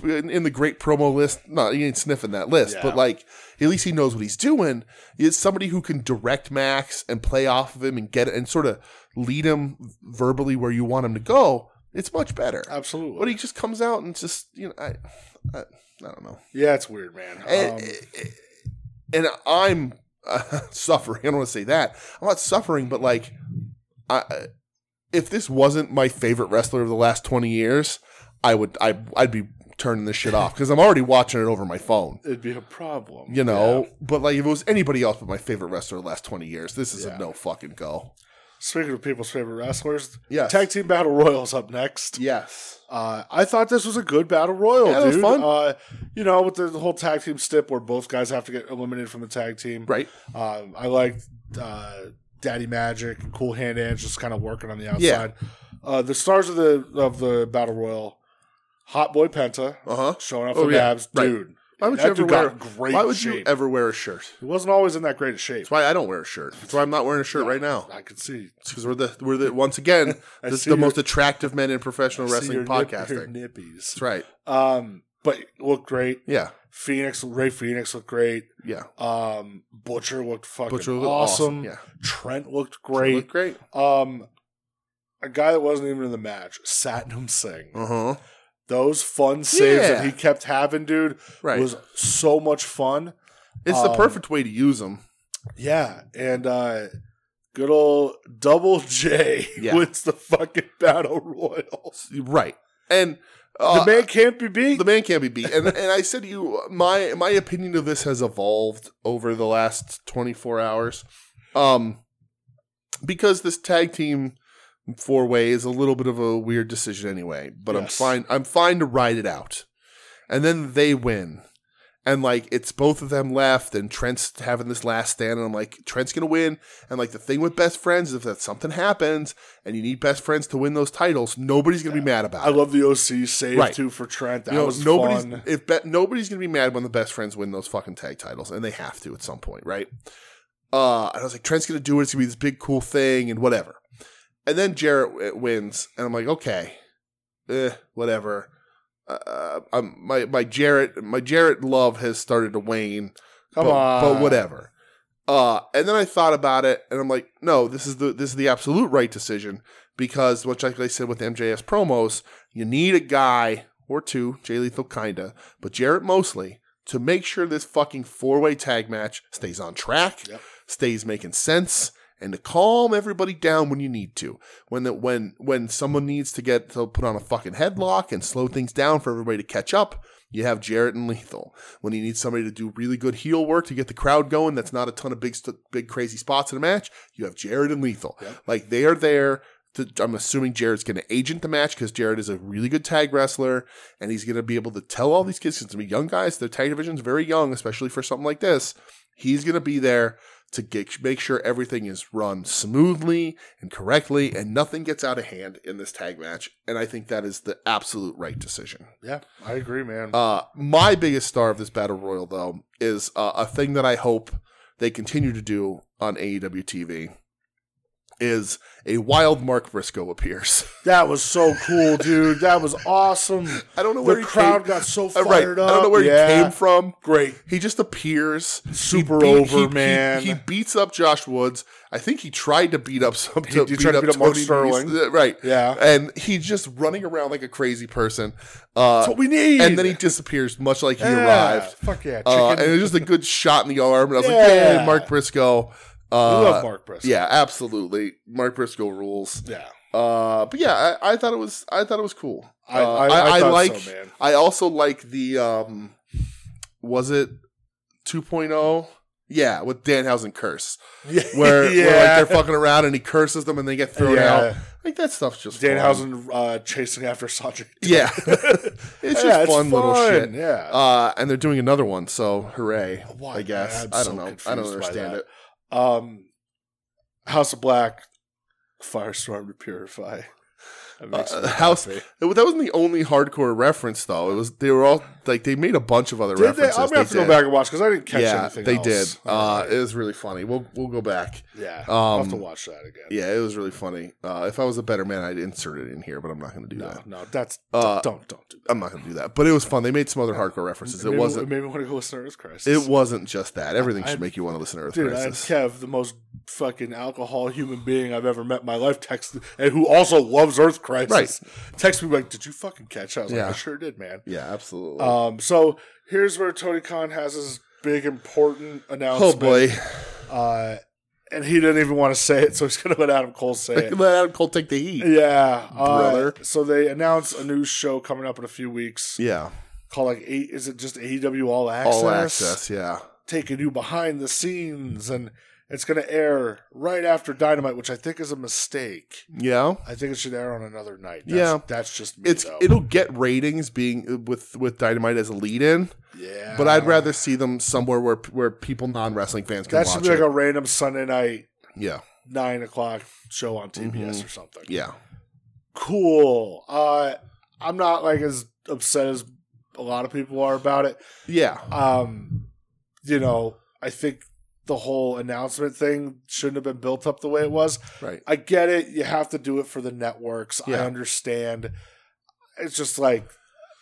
[SPEAKER 2] in, in the great promo list. Not he ain't sniffing that list,
[SPEAKER 1] Yeah.
[SPEAKER 2] but like at least he knows what he's doing. Is somebody who can direct Max and play off of him and get it and sort of lead him verbally where you want him to go. It's much better.
[SPEAKER 1] Absolutely.
[SPEAKER 2] But he just comes out and just you know I I, I don't know.
[SPEAKER 1] yeah, it's weird, man. Um,
[SPEAKER 2] And, and I'm uh, suffering. I don't want to say that. I'm not suffering, but like, I, I- if this wasn't my favorite wrestler of the last 20 years, I would I I'd be turning this shit off because I'm already watching it over my phone.
[SPEAKER 1] it'd be a problem.
[SPEAKER 2] You know,
[SPEAKER 1] Yeah.
[SPEAKER 2] but like if it was anybody else but my favorite wrestler of the last 20 years, this is
[SPEAKER 1] Yeah.
[SPEAKER 2] a no fucking go.
[SPEAKER 1] Speaking of people's favorite wrestlers,
[SPEAKER 2] Yes.
[SPEAKER 1] Tag Team Battle Royals up next.
[SPEAKER 2] Yes.
[SPEAKER 1] Uh, I thought this was a good battle royal,
[SPEAKER 2] Yeah, it
[SPEAKER 1] dude.
[SPEAKER 2] was fun.
[SPEAKER 1] Uh, you know, with the, the whole tag team stip where both guys have to get eliminated from the tag team.
[SPEAKER 2] Right.
[SPEAKER 1] Um, I liked uh, Daddy Magic and Cool Hand Ange just kind of working on the
[SPEAKER 2] Yeah.
[SPEAKER 1] outside. Uh, the stars of the of the battle royal, Hot Boy Penta
[SPEAKER 2] Uh huh.
[SPEAKER 1] showing off
[SPEAKER 2] Oh,
[SPEAKER 1] the
[SPEAKER 2] yeah.
[SPEAKER 1] abs,
[SPEAKER 2] Right.
[SPEAKER 1] dude.
[SPEAKER 2] Why would
[SPEAKER 1] that
[SPEAKER 2] you ever
[SPEAKER 1] dude
[SPEAKER 2] wear?
[SPEAKER 1] got great
[SPEAKER 2] Why would you
[SPEAKER 1] shape.
[SPEAKER 2] ever wear a shirt?
[SPEAKER 1] he wasn't always in that great of shape.
[SPEAKER 2] That's why I don't wear a shirt. That's why I'm not wearing a shirt right now.
[SPEAKER 1] I could see
[SPEAKER 2] because we're the we're the once again
[SPEAKER 1] I
[SPEAKER 2] this is
[SPEAKER 1] see
[SPEAKER 2] the
[SPEAKER 1] your-
[SPEAKER 2] most attractive men in professional
[SPEAKER 1] see your
[SPEAKER 2] wrestling
[SPEAKER 1] nip-
[SPEAKER 2] podcasting.
[SPEAKER 1] your nippies.
[SPEAKER 2] That's right.
[SPEAKER 1] Um, but looked great.
[SPEAKER 2] Yeah,
[SPEAKER 1] Phoenix, Ray Phoenix looked great.
[SPEAKER 2] yeah.
[SPEAKER 1] Um, Butcher looked fucking
[SPEAKER 2] Butcher looked
[SPEAKER 1] awesome.
[SPEAKER 2] Yeah,
[SPEAKER 1] Trent looked
[SPEAKER 2] Great.
[SPEAKER 1] great.
[SPEAKER 2] great.
[SPEAKER 1] Um, a guy that wasn't even in the match, Satnam Singh.
[SPEAKER 2] Uh huh.
[SPEAKER 1] Those fun saves
[SPEAKER 2] Yeah.
[SPEAKER 1] that he kept having, dude,
[SPEAKER 2] Right.
[SPEAKER 1] was so much fun.
[SPEAKER 2] it's the
[SPEAKER 1] um,
[SPEAKER 2] perfect way to use them.
[SPEAKER 1] Yeah, and uh, good old Double J
[SPEAKER 2] Yeah.
[SPEAKER 1] wins the fucking battle royals.
[SPEAKER 2] Right. And uh,
[SPEAKER 1] the man can't be beat.
[SPEAKER 2] the man can't be beat. And and I said to you, my my opinion of this has evolved over the last twenty four hours, um, because this tag team four way is a little bit of a weird decision anyway. But I'm
[SPEAKER 1] Yes.
[SPEAKER 2] fine. I'm fine to ride it out, and then they win. And like it's both of them left, and Trent's having this last stand, and I'm like, Trent's gonna win. And like the thing with best friends is if that something happens, and you need best friends to win those titles, nobody's gonna be mad about. it
[SPEAKER 1] I love the OC save
[SPEAKER 2] Right.
[SPEAKER 1] too for Trent. That
[SPEAKER 2] you know,
[SPEAKER 1] was
[SPEAKER 2] nobody's
[SPEAKER 1] fun.
[SPEAKER 2] if be, nobody's gonna be mad when the best friends win those fucking tag titles, and they have to at some point, right? Uh, and I was like, Trent's gonna do it. It's gonna be this big cool thing, and whatever. And then Jarrett w- wins, and I'm like, okay, eh, whatever. Uh, I'm, my my Jarrett my Jarrett love has started to wane.
[SPEAKER 1] Come
[SPEAKER 2] but,
[SPEAKER 1] on,
[SPEAKER 2] but whatever. Uh, and then I thought about it, and I'm like, no, this is the this is the absolute right decision because, much like I said with MJS promos, you need a guy or two, Jay Lethal kinda, but Jarrett mostly to make sure this fucking four way tag match stays on track,
[SPEAKER 1] Yep.
[SPEAKER 2] stays making sense, and to calm everybody down when you need to. When the, when when someone needs to get to put on a fucking headlock and slow things down for everybody to catch up, you have Jarrett and Lethal. When you need somebody to do really good heel work to get the crowd going, that's not a ton of big st- big crazy spots in a match. You have Jarrett and Lethal.
[SPEAKER 1] Yep.
[SPEAKER 2] Like they are there. To, I'm assuming Jarrett's going to agent the match because Jarrett is a really good tag wrestler, and he's going to be able to tell all these kids. It's going to be young guys. Their tag division's very young, especially for something like this. He's going to be there to get, make sure everything is run smoothly and correctly, and nothing gets out of hand in this tag match. And I think that is the absolute right decision.
[SPEAKER 1] Yeah, I agree, man.
[SPEAKER 2] Uh, my biggest star of this battle royal, though, is uh, a thing that I hope they continue to do on E AEW TV. Is a wild Mark Briscoe appears.
[SPEAKER 1] that was so cool, dude. That was awesome.
[SPEAKER 2] I don't know where
[SPEAKER 1] The
[SPEAKER 2] he
[SPEAKER 1] crowd
[SPEAKER 2] came,
[SPEAKER 1] got so
[SPEAKER 2] uh, right.
[SPEAKER 1] fired up.
[SPEAKER 2] I don't know where
[SPEAKER 1] Yeah.
[SPEAKER 2] he came from.
[SPEAKER 1] Great.
[SPEAKER 2] He just appears. He
[SPEAKER 1] Super
[SPEAKER 2] beat-
[SPEAKER 1] over,
[SPEAKER 2] he- he-
[SPEAKER 1] man.
[SPEAKER 2] He, beats up Josh Woods. I think he tried to beat up some.
[SPEAKER 1] He- he tried to beat up Mark
[SPEAKER 2] Tony Nese.
[SPEAKER 1] Sterling.
[SPEAKER 2] Uh, right.
[SPEAKER 1] Yeah.
[SPEAKER 2] And he's just running around like a crazy person. Uh,
[SPEAKER 1] That's what we need.
[SPEAKER 2] and then he disappears, much like he
[SPEAKER 1] Yeah.
[SPEAKER 2] arrived.
[SPEAKER 1] Fuck yeah, chicken.
[SPEAKER 2] Uh, and it was just a good shot in the arm. And I was like,
[SPEAKER 1] Yeah.
[SPEAKER 2] yeah, Mark Briscoe.
[SPEAKER 1] we
[SPEAKER 2] Uh,
[SPEAKER 1] love Mark Briscoe.
[SPEAKER 2] Yeah, absolutely. Mark Briscoe rules.
[SPEAKER 1] yeah.
[SPEAKER 2] Uh, but yeah, I, I thought it was I thought it was cool.
[SPEAKER 1] I-
[SPEAKER 2] Uh,
[SPEAKER 1] I- I thought
[SPEAKER 2] like
[SPEAKER 1] so, man.
[SPEAKER 2] I also like the um, was it 2.0? Yeah, with Danhausen curse
[SPEAKER 1] yeah.
[SPEAKER 2] where, where like they're fucking around and he curses them and they get thrown
[SPEAKER 1] Yeah.
[SPEAKER 2] out. Like that stuff's just fun.
[SPEAKER 1] Danhausen uh, chasing after Sanjay.
[SPEAKER 2] Yeah, it's just
[SPEAKER 1] Yeah,
[SPEAKER 2] fun, little
[SPEAKER 1] fun,
[SPEAKER 2] shit.
[SPEAKER 1] Yeah.
[SPEAKER 2] Uh, and they're doing another one, so hooray!
[SPEAKER 1] Why?
[SPEAKER 2] I guess
[SPEAKER 1] Oh, I'm
[SPEAKER 2] I
[SPEAKER 1] so
[SPEAKER 2] don't know. I
[SPEAKER 1] confused
[SPEAKER 2] don't
[SPEAKER 1] by
[SPEAKER 2] understand
[SPEAKER 1] that.
[SPEAKER 2] it.
[SPEAKER 1] um, House of Black, Firestorm to Purify. That makes
[SPEAKER 2] Uh,
[SPEAKER 1] me
[SPEAKER 2] House-
[SPEAKER 1] happy.
[SPEAKER 2] It- That wasn't the only hardcore reference, though. It was they were all like they made a bunch of other
[SPEAKER 1] Did they?
[SPEAKER 2] references.
[SPEAKER 1] I'm gonna
[SPEAKER 2] They
[SPEAKER 1] have to go
[SPEAKER 2] did.
[SPEAKER 1] back and watch because I didn't catch
[SPEAKER 2] yeah,
[SPEAKER 1] anything.
[SPEAKER 2] they
[SPEAKER 1] else.
[SPEAKER 2] did.
[SPEAKER 1] All
[SPEAKER 2] Uh,
[SPEAKER 1] right.
[SPEAKER 2] it was really funny. We'll we'll go back.
[SPEAKER 1] yeah, I'll have to
[SPEAKER 2] um,
[SPEAKER 1] watch that again.
[SPEAKER 2] Yeah, it was really funny. Uh, if I was a better man, I'd insert it in here, but I'm not going to do
[SPEAKER 1] no,
[SPEAKER 2] that.
[SPEAKER 1] no, that's
[SPEAKER 2] Uh,
[SPEAKER 1] don't don't do that.
[SPEAKER 2] I'm not going to do that. But it was fun. They made some other hardcore references. It
[SPEAKER 1] Maybe-
[SPEAKER 2] wasn't.
[SPEAKER 1] Maybe want to go listen to Earth Crisis.
[SPEAKER 2] It wasn't just that. Everything
[SPEAKER 1] I-
[SPEAKER 2] should make you want to listen to Earth
[SPEAKER 1] Dude, I had
[SPEAKER 2] Crisis.
[SPEAKER 1] Kev, the most fucking alcohol human being I've ever met in my life, text and who also loves Earth Crisis. Text me like, "Did you fucking catch?" I was
[SPEAKER 2] Yeah.
[SPEAKER 1] like, "I sure did, man."
[SPEAKER 2] Yeah, absolutely.
[SPEAKER 1] Um, so here's where Tony Khan has his big important
[SPEAKER 2] oh
[SPEAKER 1] announcement.
[SPEAKER 2] boy,
[SPEAKER 1] Uh, and he didn't even want to say it, so he's gonna let Adam Cole say it.
[SPEAKER 2] let Adam Cole take the heat.
[SPEAKER 1] Yeah, uh,
[SPEAKER 2] Brother.
[SPEAKER 1] So they announce a new show coming up in a few weeks
[SPEAKER 2] Yeah,
[SPEAKER 1] called like eight. Is it just AEW All Access?
[SPEAKER 2] all access. Yeah,
[SPEAKER 1] Taking you behind the scenes, and it's going to air right after Dynamite, which I think is a mistake.
[SPEAKER 2] yeah.
[SPEAKER 1] I think it should air on another night. That's,
[SPEAKER 2] Yeah.
[SPEAKER 1] that's just me.
[SPEAKER 2] It's
[SPEAKER 1] though.
[SPEAKER 2] it'll get ratings being with with Dynamite as a lead in,
[SPEAKER 1] yeah,
[SPEAKER 2] but I'd rather see them somewhere where where people non wrestling fans can
[SPEAKER 1] Ah. that
[SPEAKER 2] watch
[SPEAKER 1] should be like
[SPEAKER 2] it.
[SPEAKER 1] a random Sunday night
[SPEAKER 2] yeah,
[SPEAKER 1] nine o'clock show on TBS or something.
[SPEAKER 2] Mm-hmm. yeah.
[SPEAKER 1] Cool. Uh, I'm not like as upset as a lot of people are about it.
[SPEAKER 2] Yeah.
[SPEAKER 1] um, you know, I think the whole announcement thing shouldn't have been built up the way it was.
[SPEAKER 2] Right.
[SPEAKER 1] I get it. You have to do it for the networks.
[SPEAKER 2] Yeah.
[SPEAKER 1] I understand. It's just like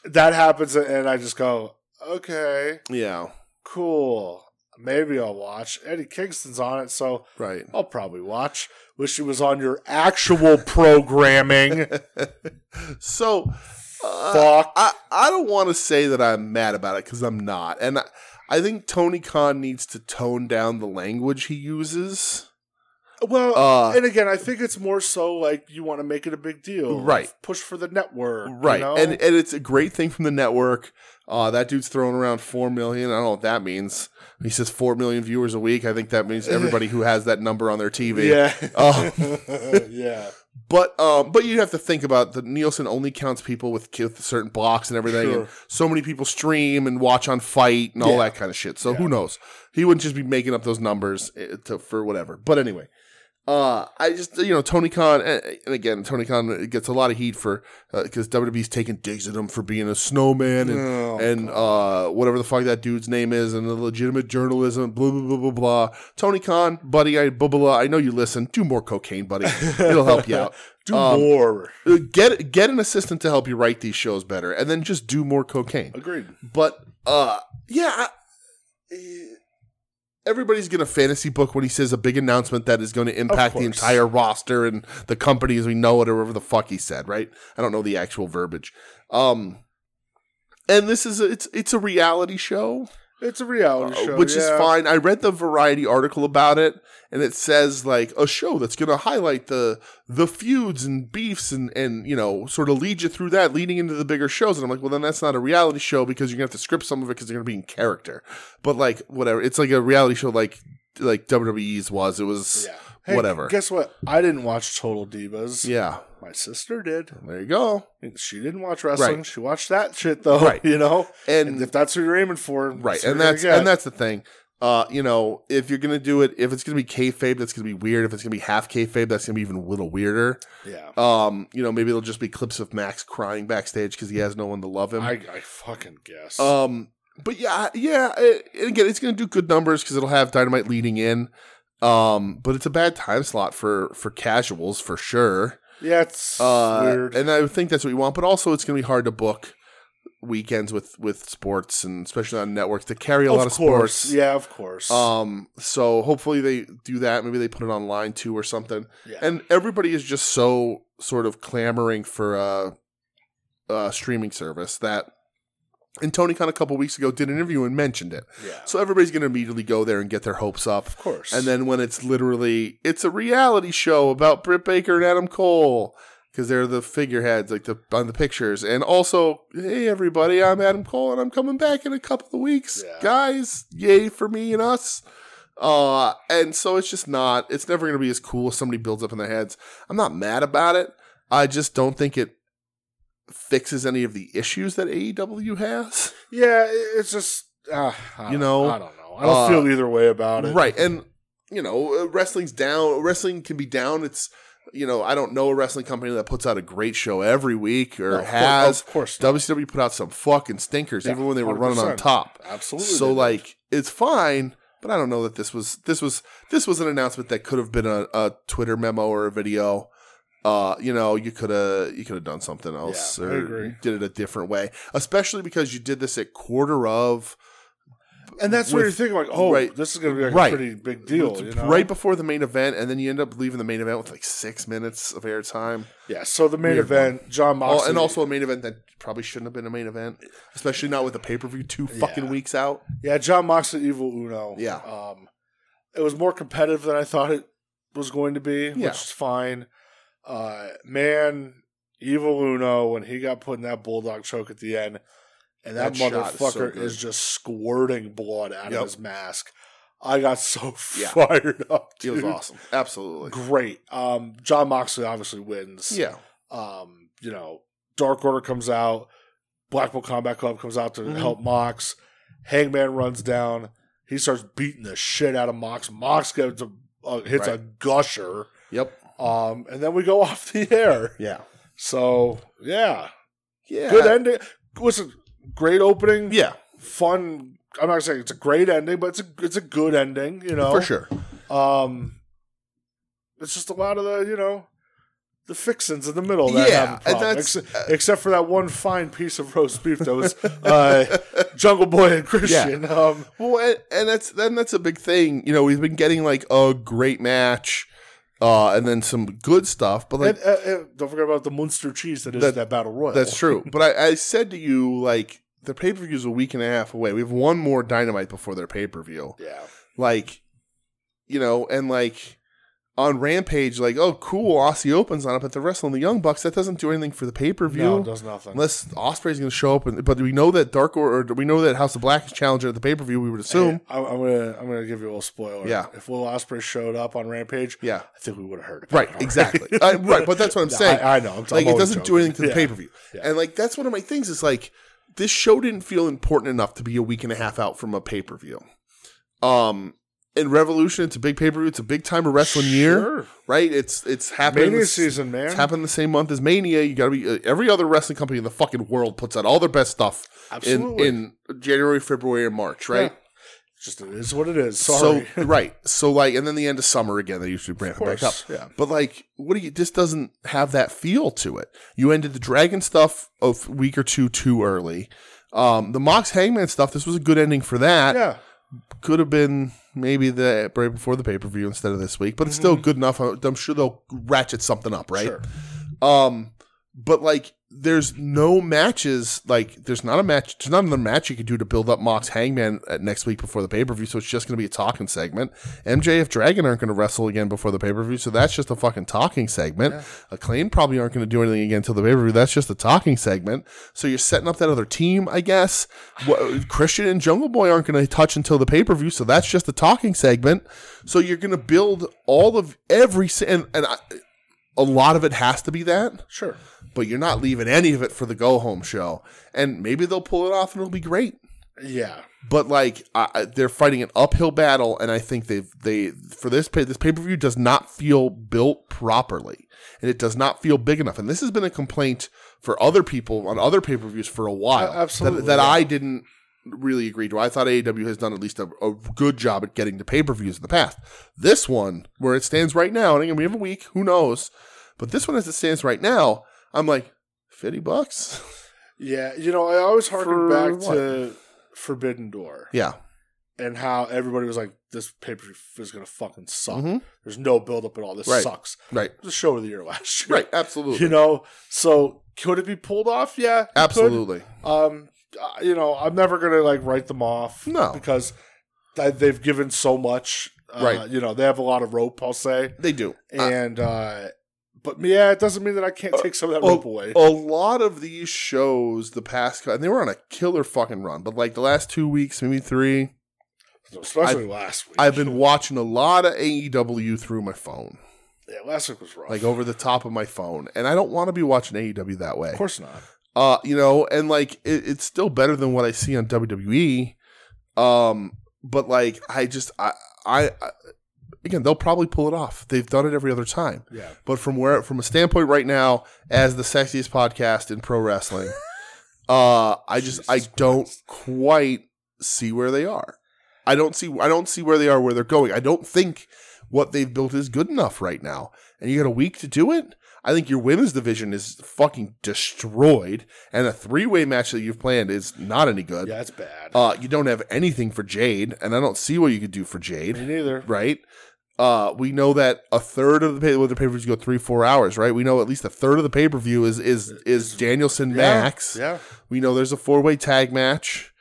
[SPEAKER 1] that happens, and I just go, okay,
[SPEAKER 2] Yeah.
[SPEAKER 1] cool. Maybe I'll watch. Eddie Kingston's on it, so
[SPEAKER 2] Right.
[SPEAKER 1] I'll probably watch. Wish it was on your actual programming.
[SPEAKER 2] so uh,
[SPEAKER 1] Fuck.
[SPEAKER 2] I I don't want to say that I'm mad about it because I'm not, and I, I think Tony Khan needs to tone down the language he uses.
[SPEAKER 1] Well,
[SPEAKER 2] Uh,
[SPEAKER 1] and again, I think it's more so like you want to make it a big deal,
[SPEAKER 2] Right.
[SPEAKER 1] Push for the network, you
[SPEAKER 2] right,
[SPEAKER 1] know?
[SPEAKER 2] and and it's a great thing from the network. Uh, that dude's throwing around four million. I don't know what that means. He says four million viewers a week. I think that means everybody who has that number on their TV.
[SPEAKER 1] yeah,
[SPEAKER 2] Um,
[SPEAKER 1] yeah,
[SPEAKER 2] But um, but you have to think about the Nielsen only counts people with, with certain blocks and everything.
[SPEAKER 1] Sure.
[SPEAKER 2] And so many people stream and watch on Fight and all
[SPEAKER 1] Yeah.
[SPEAKER 2] that kind of shit. So
[SPEAKER 1] Yeah.
[SPEAKER 2] who knows? He wouldn't just be making up those numbers eh, to, for whatever. But anyway, uh, I just you know Tony Khan eh, eh, and again Tony Khan uh, gets a lot of heat for uh, because WWE's taking digs at him for being a snowman and
[SPEAKER 1] Oh,
[SPEAKER 2] and uh, whatever the fuck that dude's name is and the legitimate journalism. Blah blah blah blah blah. Tony Khan, buddy, I blah blah. blah. I know you listen. Do more cocaine, buddy. It'll help you out.
[SPEAKER 1] do
[SPEAKER 2] Um,
[SPEAKER 1] more.
[SPEAKER 2] Uh, get get an assistant to help you write these shows better, and then just do more cocaine.
[SPEAKER 1] Agreed.
[SPEAKER 2] But uh, yeah, I- everybody's gonna fantasy book when he says a big announcement that is going to impact the
[SPEAKER 1] course.
[SPEAKER 2] entire roster and the company as we know it, or whatever the fuck he said. Right? I don't know the actual verbiage. Um, and this is a, it's it's a reality show,
[SPEAKER 1] It's a reality
[SPEAKER 2] uh,
[SPEAKER 1] show,
[SPEAKER 2] which is
[SPEAKER 1] yeah.
[SPEAKER 2] fine. I read the Variety article about it, and it says like a show that's going to highlight the the feuds and beefs and and you know sort of lead you through that, leading into the bigger shows. And I'm like, well, then that's not a reality show because you're going to have to script some of it because they're going to be in character. But like whatever, it's like a reality show like like WWE's was. It was
[SPEAKER 1] Yeah. Hey,
[SPEAKER 2] whatever.
[SPEAKER 1] Guess what? I didn't watch Total Divas.
[SPEAKER 2] yeah.
[SPEAKER 1] My sister did.
[SPEAKER 2] There you go.
[SPEAKER 1] She didn't watch wrestling.
[SPEAKER 2] Right.
[SPEAKER 1] She watched that shit though.
[SPEAKER 2] Right.
[SPEAKER 1] You know,
[SPEAKER 2] And,
[SPEAKER 1] and if that's what you're aiming for,
[SPEAKER 2] right
[SPEAKER 1] what
[SPEAKER 2] and
[SPEAKER 1] you're
[SPEAKER 2] that's
[SPEAKER 1] gonna
[SPEAKER 2] and that's the thing uh you know if you're gonna do it if it's gonna be kayfabe that's gonna be weird if it's gonna be half kayfabe that's gonna be even a little weirder
[SPEAKER 1] get. yeah.
[SPEAKER 2] um you know maybe it'll just be clips of max crying backstage because he has no one to love him
[SPEAKER 1] I, I fucking guess.
[SPEAKER 2] um but yeah yeah it, and again it's gonna do good numbers because it'll have dynamite leading in um but it's a bad time slot for for casuals for sure
[SPEAKER 1] yeah, it's
[SPEAKER 2] uh,
[SPEAKER 1] weird.
[SPEAKER 2] And I would think that's what you want, but also it's going to be hard to book weekends with with sports and especially on networks that carry a lot of
[SPEAKER 1] course.
[SPEAKER 2] sports.
[SPEAKER 1] Yeah, of course.
[SPEAKER 2] Um. So hopefully they do that. Maybe they put it online too or something.
[SPEAKER 1] yeah.
[SPEAKER 2] And everybody is just so sort of clamoring for a, a streaming service that. And Tony Khan a couple weeks ago did an interview and mentioned it.
[SPEAKER 1] yeah.
[SPEAKER 2] So everybody's going to immediately go there and get their hopes up.
[SPEAKER 1] of course.
[SPEAKER 2] And then when it's literally it's a reality show about Britt Baker and Adam Cole because they're the figureheads like the on the pictures and also hey everybody I'm Adam Cole and I'm coming back in a couple of weeks
[SPEAKER 1] Yeah.
[SPEAKER 2] guys yay for me and us uh and so it's just not it's never going to be as cool as somebody builds up in their heads I'm not mad about it I just don't think it fixes any of the issues that AEW has
[SPEAKER 1] Yeah, it- it's just uh, I
[SPEAKER 2] You
[SPEAKER 1] don't-
[SPEAKER 2] know,
[SPEAKER 1] I don't know. I don't
[SPEAKER 2] uh,
[SPEAKER 1] feel either way about it.
[SPEAKER 2] Right. And you know, uh, wrestling's down. Wrestling can be down. It's you know, I don't know a wrestling company that puts out a great show every week or
[SPEAKER 1] No, of course-
[SPEAKER 2] has.
[SPEAKER 1] of course, not.
[SPEAKER 2] WCW put out some fucking stinkers,
[SPEAKER 1] Yeah,
[SPEAKER 2] even when they were running on
[SPEAKER 1] 100%.
[SPEAKER 2] top.
[SPEAKER 1] absolutely.
[SPEAKER 2] so
[SPEAKER 1] they-
[SPEAKER 2] like it's fine but i don't know that this was this was this was an announcement that could have been a, a twitter memo or a video uh you know you could have you could have done something else
[SPEAKER 1] Yeah, I
[SPEAKER 2] or
[SPEAKER 1] agree.
[SPEAKER 2] did it a different way especially because you did this at quarter of
[SPEAKER 1] and that's where you're
[SPEAKER 2] with-
[SPEAKER 1] thinking like, oh,
[SPEAKER 2] right.
[SPEAKER 1] this is going to be like
[SPEAKER 2] Right.
[SPEAKER 1] a pretty big deal, you know?
[SPEAKER 2] right before the main event and then you end up leaving the main event with like six minutes of airtime
[SPEAKER 1] Yeah. So the main
[SPEAKER 2] Weird
[SPEAKER 1] event, John Moxley,
[SPEAKER 2] oh, and also a main event that probably shouldn't have been a main event especially not with the pay-per-view two fucking
[SPEAKER 1] Yeah.
[SPEAKER 2] weeks out
[SPEAKER 1] yeah, John Moxley, Evil Uno.
[SPEAKER 2] Yeah.
[SPEAKER 1] Um, it was more competitive than I thought it was going to be,
[SPEAKER 2] Yeah.
[SPEAKER 1] which is fine. Uh, man, Evil Uno when he got put in that bulldog choke at the end, and that,
[SPEAKER 2] That shot is so
[SPEAKER 1] motherfucker
[SPEAKER 2] good.
[SPEAKER 1] is, just squirting blood out
[SPEAKER 2] Yep.
[SPEAKER 1] of his mask. I got so
[SPEAKER 2] Yeah.
[SPEAKER 1] fired up.
[SPEAKER 2] it was
[SPEAKER 1] dude.
[SPEAKER 2] awesome absolutely
[SPEAKER 1] Great. Um, John Moxley obviously wins.
[SPEAKER 2] yeah
[SPEAKER 1] um, you know, Dark Order comes out, Blackpool Combat Club comes out to
[SPEAKER 2] Mhm.
[SPEAKER 1] help Mox. Hangman runs down. He starts beating the shit out of Mox. Mox gets a, uh, hits a gusher,
[SPEAKER 2] yep
[SPEAKER 1] um, and then we go off the air.
[SPEAKER 2] yeah
[SPEAKER 1] So yeah,
[SPEAKER 2] yeah
[SPEAKER 1] good ending. Listen, great opening.
[SPEAKER 2] yeah
[SPEAKER 1] fun. I'm not saying it's a great ending, but it's a it's a good ending. You know,
[SPEAKER 2] for sure
[SPEAKER 1] Um, it's just a lot of the you know the fixins in the middle. That
[SPEAKER 2] Yeah,
[SPEAKER 1] yeah,
[SPEAKER 2] and that's-
[SPEAKER 1] except, except for that one fine piece of roast beef that was uh, Jungle Boy and Christian. Um,
[SPEAKER 2] Well, and, and that's then that's a big thing. You know, we've been getting like a great match, uh, and then some good stuff. But like
[SPEAKER 1] and, uh, uh, don't forget about the Munster cheese that is
[SPEAKER 2] That-
[SPEAKER 1] that, battle royal.
[SPEAKER 2] that's true. But I, I said to you like the pay per view is a week and a half away. We have one more dynamite before their pay per view.
[SPEAKER 1] yeah,
[SPEAKER 2] Like, you know, and like on Rampage, like oh cool, Aussie opens on it, but the wrestling the Young Bucks that doesn't do anything for the pay per view.
[SPEAKER 1] no, it does nothing.
[SPEAKER 2] Unless Osprey's going to show up, and, but we know that Dark or, or we know that House of Black is challenger at the pay per view. We would assume,
[SPEAKER 1] Hey, I, I'm gonna I'm gonna give you a little spoiler.
[SPEAKER 2] Yeah.
[SPEAKER 1] if Will Osprey showed up on Rampage,
[SPEAKER 2] yeah,
[SPEAKER 1] I think we would have heard. About
[SPEAKER 2] right,
[SPEAKER 1] it already.
[SPEAKER 2] exactly, I, right. But that's what I'm
[SPEAKER 1] Yeah,
[SPEAKER 2] saying.
[SPEAKER 1] I, I know. I'm,
[SPEAKER 2] like it doesn't do anything to the
[SPEAKER 1] paper.
[SPEAKER 2] pay per view.
[SPEAKER 1] Yeah.
[SPEAKER 2] And like that's one of my things is like this show didn't feel important enough to be a week and a half out from a pay per view. Um, in Revolution, it's a big pay per view. It's a big time of wrestling year,
[SPEAKER 1] Sure.
[SPEAKER 2] right? It's it's happening.
[SPEAKER 1] Mania
[SPEAKER 2] this-
[SPEAKER 1] season, man.
[SPEAKER 2] It's happened the same month as Mania. You got to be uh, every other wrestling company in the fucking world puts out all their best stuff in,
[SPEAKER 1] Absolutely.
[SPEAKER 2] in January, February, and March, right?
[SPEAKER 1] Yeah. just it is what it is. Sorry.
[SPEAKER 2] So right, so like, and then the end of summer again. They usually ramp it back up.
[SPEAKER 1] course, yeah.
[SPEAKER 2] But like, what do you? This doesn't have that feel to it. You ended the dragon stuff a f- week or two too early. Um, the Mox Hangman stuff. This was a good ending for that.
[SPEAKER 1] yeah.
[SPEAKER 2] Could have been maybe the right before the pay per view instead of this week, but it's still good enough. I- I'm sure they'll ratchet something up, right?
[SPEAKER 1] Mm-hmm. Sure.
[SPEAKER 2] Um, but like, there's no matches. Like, there's not a match. There's not another match you could do to build up Mox Hangman at next week before the pay per view. So it's just going to be a talking segment. MJF Dragon aren't going to wrestle again before the pay per view. So that's just a fucking talking segment. Acclaim probably aren't going to do anything again until the pay per view. That's just a talking segment. So you're setting up that other team, I guess. What, Christian and Jungle Boy aren't going to touch until the pay per view. So that's just a talking segment. So you're going to build all of every se- and and. I, a lot of it has to be that,
[SPEAKER 1] Sure.
[SPEAKER 2] but you're not leaving any of it for the go home show. And maybe they'll pull it off and it'll be great.
[SPEAKER 1] Yeah.
[SPEAKER 2] But like I, I- they're fighting an uphill battle, and I think they've they for this pay this pay per view does not feel built properly, and it does not feel big enough. And this has been a complaint for other people on other pay per views for a while.
[SPEAKER 1] A- absolutely,
[SPEAKER 2] that, that
[SPEAKER 1] yeah.
[SPEAKER 2] I didn't really agree to. I thought AEW has done at least a, a good job at getting to pay per views in the past. This one, where it stands right now, and again we have a week, who knows? But this one, as it stands right now, I'm like fifty bucks.
[SPEAKER 1] Yeah. You know, I always harken
[SPEAKER 2] For
[SPEAKER 1] back to Forbidden Door
[SPEAKER 2] yeah,
[SPEAKER 1] and how everybody was like, this paper is going to fucking suck.
[SPEAKER 2] Mhm.
[SPEAKER 1] There's no buildup at all. This
[SPEAKER 2] Right.
[SPEAKER 1] sucks.
[SPEAKER 2] right,
[SPEAKER 1] The show of the year last year.
[SPEAKER 2] right, absolutely,
[SPEAKER 1] You know, so could it be pulled off? Yeah. it could.
[SPEAKER 2] absolutely.
[SPEAKER 1] Um, uh, you know, I'm never going to like write them off.
[SPEAKER 2] No.
[SPEAKER 1] Because th- they've given so much. Uh,
[SPEAKER 2] Right.
[SPEAKER 1] You know, they have a lot of rope, I'll say.
[SPEAKER 2] They do. I-
[SPEAKER 1] And, uh, but yeah, it doesn't mean that I can't take some of that
[SPEAKER 2] oh,
[SPEAKER 1] rope away.
[SPEAKER 2] a lot of these shows the past and they were on a killer fucking run but like the last two weeks maybe three
[SPEAKER 1] especially last week.
[SPEAKER 2] i've been watching a lot of aew through my phone
[SPEAKER 1] yeah, last week was rough.
[SPEAKER 2] like oh, over the top of my phone and i don't want to be watching aew that way
[SPEAKER 1] of course not.
[SPEAKER 2] uh you know and like it, it's still better than what i see E, on wwe um but like i just i i, I again, they'll probably pull it off. They've done it every other time.
[SPEAKER 1] Yeah.
[SPEAKER 2] But from where from a standpoint right now, as the sexiest podcast in pro wrestling, uh, I just I
[SPEAKER 1] Jesus
[SPEAKER 2] don't quite see where they are. I don't see I don't see where they are where they're going. I don't think what they've built is good enough right now. And you got a week to do it. I think your women's division is fucking destroyed, and a three way match that you've planned is not any good.
[SPEAKER 1] Yeah, that's bad.
[SPEAKER 2] Uh, you don't have anything for Jade, and I don't see what you could do for Jade
[SPEAKER 1] Me neither.
[SPEAKER 2] right? Uh, we know that a third of the pay well, the pay per views go three four hours, right? We know at least a third of the pay per view is is is Danielson Max.
[SPEAKER 1] Yeah.
[SPEAKER 2] We know there's a four way tag match.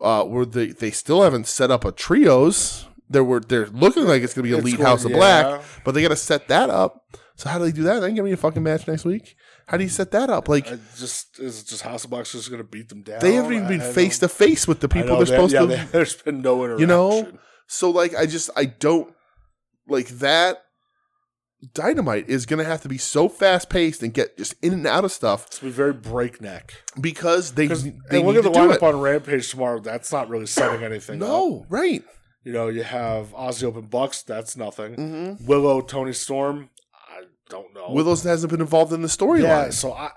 [SPEAKER 2] Uh, where they they still haven't set up a trios. There were they're looking like it's gonna be a
[SPEAKER 1] It's
[SPEAKER 2] lead
[SPEAKER 1] going-
[SPEAKER 2] House of
[SPEAKER 1] yeah.
[SPEAKER 2] Black, but they gotta set that up. So how do they do that? They can give me a fucking match next week. How do you set that up? Like
[SPEAKER 1] I just is just House of Blocks just gonna beat them down.
[SPEAKER 2] they haven't even
[SPEAKER 1] I-
[SPEAKER 2] been
[SPEAKER 1] I
[SPEAKER 2] face
[SPEAKER 1] don't-
[SPEAKER 2] to face with the
[SPEAKER 1] I
[SPEAKER 2] people
[SPEAKER 1] know
[SPEAKER 2] they're
[SPEAKER 1] that-
[SPEAKER 2] supposed
[SPEAKER 1] yeah,
[SPEAKER 2] to.
[SPEAKER 1] they- there's been no interaction.
[SPEAKER 2] You know? So like I just I don't like that dynamite is gonna have to be so fast paced and get just in and out of stuff
[SPEAKER 1] it's been very breakneck.
[SPEAKER 2] because they,
[SPEAKER 1] Because
[SPEAKER 2] they
[SPEAKER 1] and look
[SPEAKER 2] need
[SPEAKER 1] at the
[SPEAKER 2] to do
[SPEAKER 1] lineup
[SPEAKER 2] it.
[SPEAKER 1] on Rampage tomorrow. That's not really setting anything. up.
[SPEAKER 2] no, right.
[SPEAKER 1] you know you have Aussie Open Bucks. That's nothing.
[SPEAKER 2] Mm-hmm.
[SPEAKER 1] Willow, Tony Storm. I don't know.
[SPEAKER 2] Willows hasn't been involved in the
[SPEAKER 1] yeah.
[SPEAKER 2] storyline.
[SPEAKER 1] So I,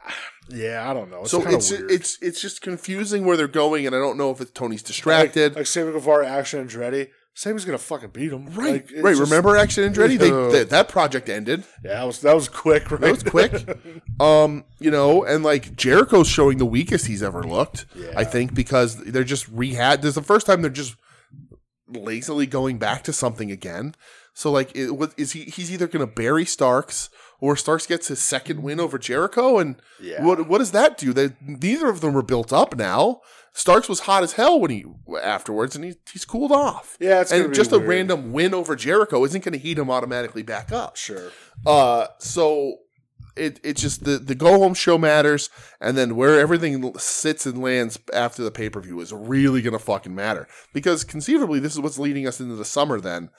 [SPEAKER 1] yeah, I don't know. It's
[SPEAKER 2] so
[SPEAKER 1] kinda
[SPEAKER 2] it's
[SPEAKER 1] weird.
[SPEAKER 2] it's it's just confusing where they're going, and I don't know if it's Tony's
[SPEAKER 1] Like,
[SPEAKER 2] distracted.
[SPEAKER 1] like Sammy Guevara, Action Andretti. Sammy's gonna fucking beat him.
[SPEAKER 2] right,
[SPEAKER 1] Like, it's
[SPEAKER 2] right.
[SPEAKER 1] just-
[SPEAKER 2] Remember Action Andretti? They,
[SPEAKER 1] Yeah.
[SPEAKER 2] they that project ended.
[SPEAKER 1] Yeah, that was that was quick. Right.
[SPEAKER 2] That was quick. um, you know, and like Jericho's showing the weakest he's ever looked.
[SPEAKER 1] Yeah.
[SPEAKER 2] I think because they're just rehad. This is the first time they're just lazily going back to something again. So like, it, what, is he? He's either going to bury Starks or Starks gets his second win over Jericho, and
[SPEAKER 1] Yeah.
[SPEAKER 2] what what does that do? That neither of them are built up now. Starks was hot as hell when he afterwards, and he, he's cooled off.
[SPEAKER 1] Yeah, it's gonna
[SPEAKER 2] and
[SPEAKER 1] be
[SPEAKER 2] just a
[SPEAKER 1] weird.
[SPEAKER 2] random win over Jericho isn't going to heat him automatically back up.
[SPEAKER 1] Sure.
[SPEAKER 2] Uh, so it it just the the go home show matters, and then where everything l- sits and lands after the pay per view is really gonna fucking matter because conceivably this is what's leading us into the summer then,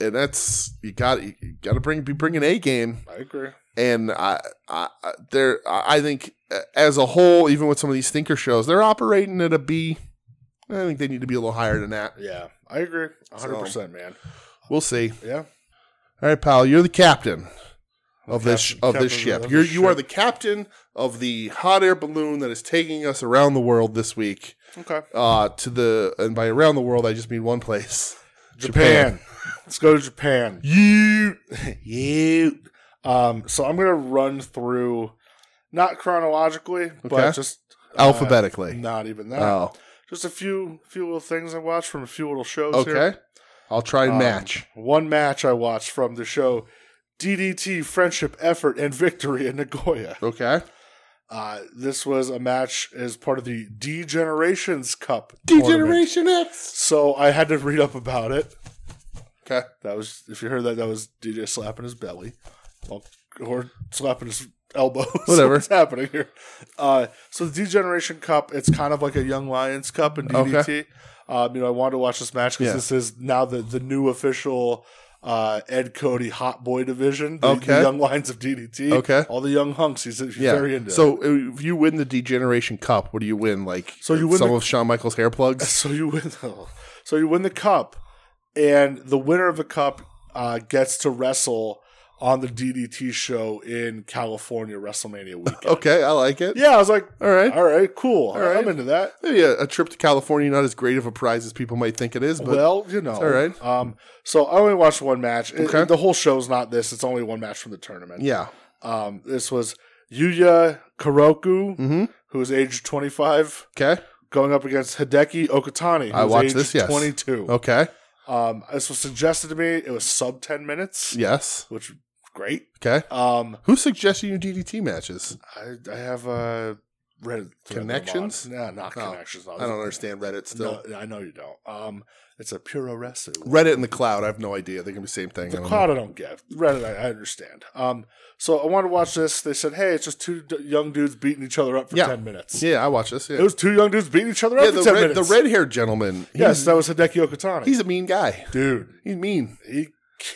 [SPEAKER 2] and that's you got you got to bring be bringing a game,
[SPEAKER 1] I agree.
[SPEAKER 2] and I I I- there I I think uh, as a whole even with some of these stinker shows they're operating at a B. I think they need to be a little higher than that.
[SPEAKER 1] Yeah, I agree. A hundred
[SPEAKER 2] So-
[SPEAKER 1] percent, man.
[SPEAKER 2] We'll see.
[SPEAKER 1] Yeah.
[SPEAKER 2] All right, pal, you're the captain of
[SPEAKER 1] The
[SPEAKER 2] this
[SPEAKER 1] captain-
[SPEAKER 2] of this
[SPEAKER 1] captain of
[SPEAKER 2] ship.
[SPEAKER 1] this
[SPEAKER 2] You're, you are
[SPEAKER 1] ship.
[SPEAKER 2] the captain of the hot air balloon that is taking us around the world this week.
[SPEAKER 1] Okay.
[SPEAKER 2] Uh, to the and by around the world, I just mean one place.
[SPEAKER 1] Japan. Let's go to Japan.
[SPEAKER 2] You
[SPEAKER 1] you. Um, so I'm gonna run through, not chronologically,
[SPEAKER 2] Okay.
[SPEAKER 1] but just uh,
[SPEAKER 2] alphabetically.
[SPEAKER 1] not even that.
[SPEAKER 2] oh,
[SPEAKER 1] Just a few, few little things I watched from a few little shows.
[SPEAKER 2] okay.
[SPEAKER 1] Here.
[SPEAKER 2] I'll try and
[SPEAKER 1] Um,
[SPEAKER 2] match.
[SPEAKER 1] One match I watched from the show, DDT Friendship Effort and Victory in Nagoya.
[SPEAKER 2] Okay.
[SPEAKER 1] Uh, this was a match as part of the D Generations Cup. tournament.
[SPEAKER 2] Degeneration X.
[SPEAKER 1] So I had to read up about it.
[SPEAKER 2] Okay.
[SPEAKER 1] That was if you heard that that was DJ slapping his belly, Well, or slapping his elbows.
[SPEAKER 2] Whatever.
[SPEAKER 1] What's happening here? Uh, so the Degeneration Cup, it's kind of like a Young Lions Cup in DDT. Um, you know, I wanted to watch this match because
[SPEAKER 2] Yeah.
[SPEAKER 1] this is now the the new official. Uh, Ed Cody Hot Boy Division, the, the
[SPEAKER 2] Okay.
[SPEAKER 1] Young Lions of DDT,
[SPEAKER 2] Okay.
[SPEAKER 1] all the young hunks. He's, he's
[SPEAKER 2] Yeah.
[SPEAKER 1] very into. it.
[SPEAKER 2] so if you win the Degeneration Cup, what do you win? Like
[SPEAKER 1] So you win
[SPEAKER 2] some
[SPEAKER 1] the-
[SPEAKER 2] of Shawn Michaels' hair plugs.
[SPEAKER 1] So you win. So you win the cup, and the winner of the cup uh, gets to wrestle on the DDT show in California WrestleMania weekend.
[SPEAKER 2] Okay, I like it.
[SPEAKER 1] Yeah, I was like,
[SPEAKER 2] All right.
[SPEAKER 1] all right, cool.
[SPEAKER 2] right.
[SPEAKER 1] I'm into that.
[SPEAKER 2] Maybe a, a trip to California not as great of a prize as people might think it is, but
[SPEAKER 1] well, you know,
[SPEAKER 2] all right.
[SPEAKER 1] Um, so I only watched one match. It-
[SPEAKER 2] Okay.
[SPEAKER 1] the whole show's not this. It's only one match from the tournament.
[SPEAKER 2] yeah.
[SPEAKER 1] Um, this was Yuya Karoku,
[SPEAKER 2] Mm-hmm.
[SPEAKER 1] who is age 25,
[SPEAKER 2] Okay.
[SPEAKER 1] going up against Hideki Okatani.
[SPEAKER 2] I
[SPEAKER 1] who's
[SPEAKER 2] watched
[SPEAKER 1] age
[SPEAKER 2] this, yes.
[SPEAKER 1] 22.
[SPEAKER 2] Okay.
[SPEAKER 1] Um, this was suggested to me. It was sub 10 minutes,
[SPEAKER 2] Yes.
[SPEAKER 1] which was great.
[SPEAKER 2] Okay.
[SPEAKER 1] Um,
[SPEAKER 2] Who suggested you DDT matches?
[SPEAKER 1] I, I have uh, Reddit thread
[SPEAKER 2] Connections?
[SPEAKER 1] going on. No, not
[SPEAKER 2] No,
[SPEAKER 1] connections. No,
[SPEAKER 2] I don't understand Reddit still.
[SPEAKER 1] No, I know you don't. Um, it's a puro resu.
[SPEAKER 2] Reddit and the cloud, I have no idea. They can be the same thing. I
[SPEAKER 1] The
[SPEAKER 2] don't
[SPEAKER 1] cloud I don't get. Reddit I, I understand. Um, so I wanted to watch this. They said, "Hey, it's just two d- young dudes beating each other up for
[SPEAKER 2] Yeah.
[SPEAKER 1] ten minutes."
[SPEAKER 2] know. Yeah, I watch this. Yeah,
[SPEAKER 1] It was two young dudes beating each other up
[SPEAKER 2] yeah
[SPEAKER 1] for
[SPEAKER 2] the,
[SPEAKER 1] ten
[SPEAKER 2] red, the
[SPEAKER 1] minutes.
[SPEAKER 2] red-haired gentleman. He's,
[SPEAKER 1] yes, that was Hideki Okatani.
[SPEAKER 2] he's a mean guy.
[SPEAKER 1] dude.
[SPEAKER 2] He's mean.
[SPEAKER 1] He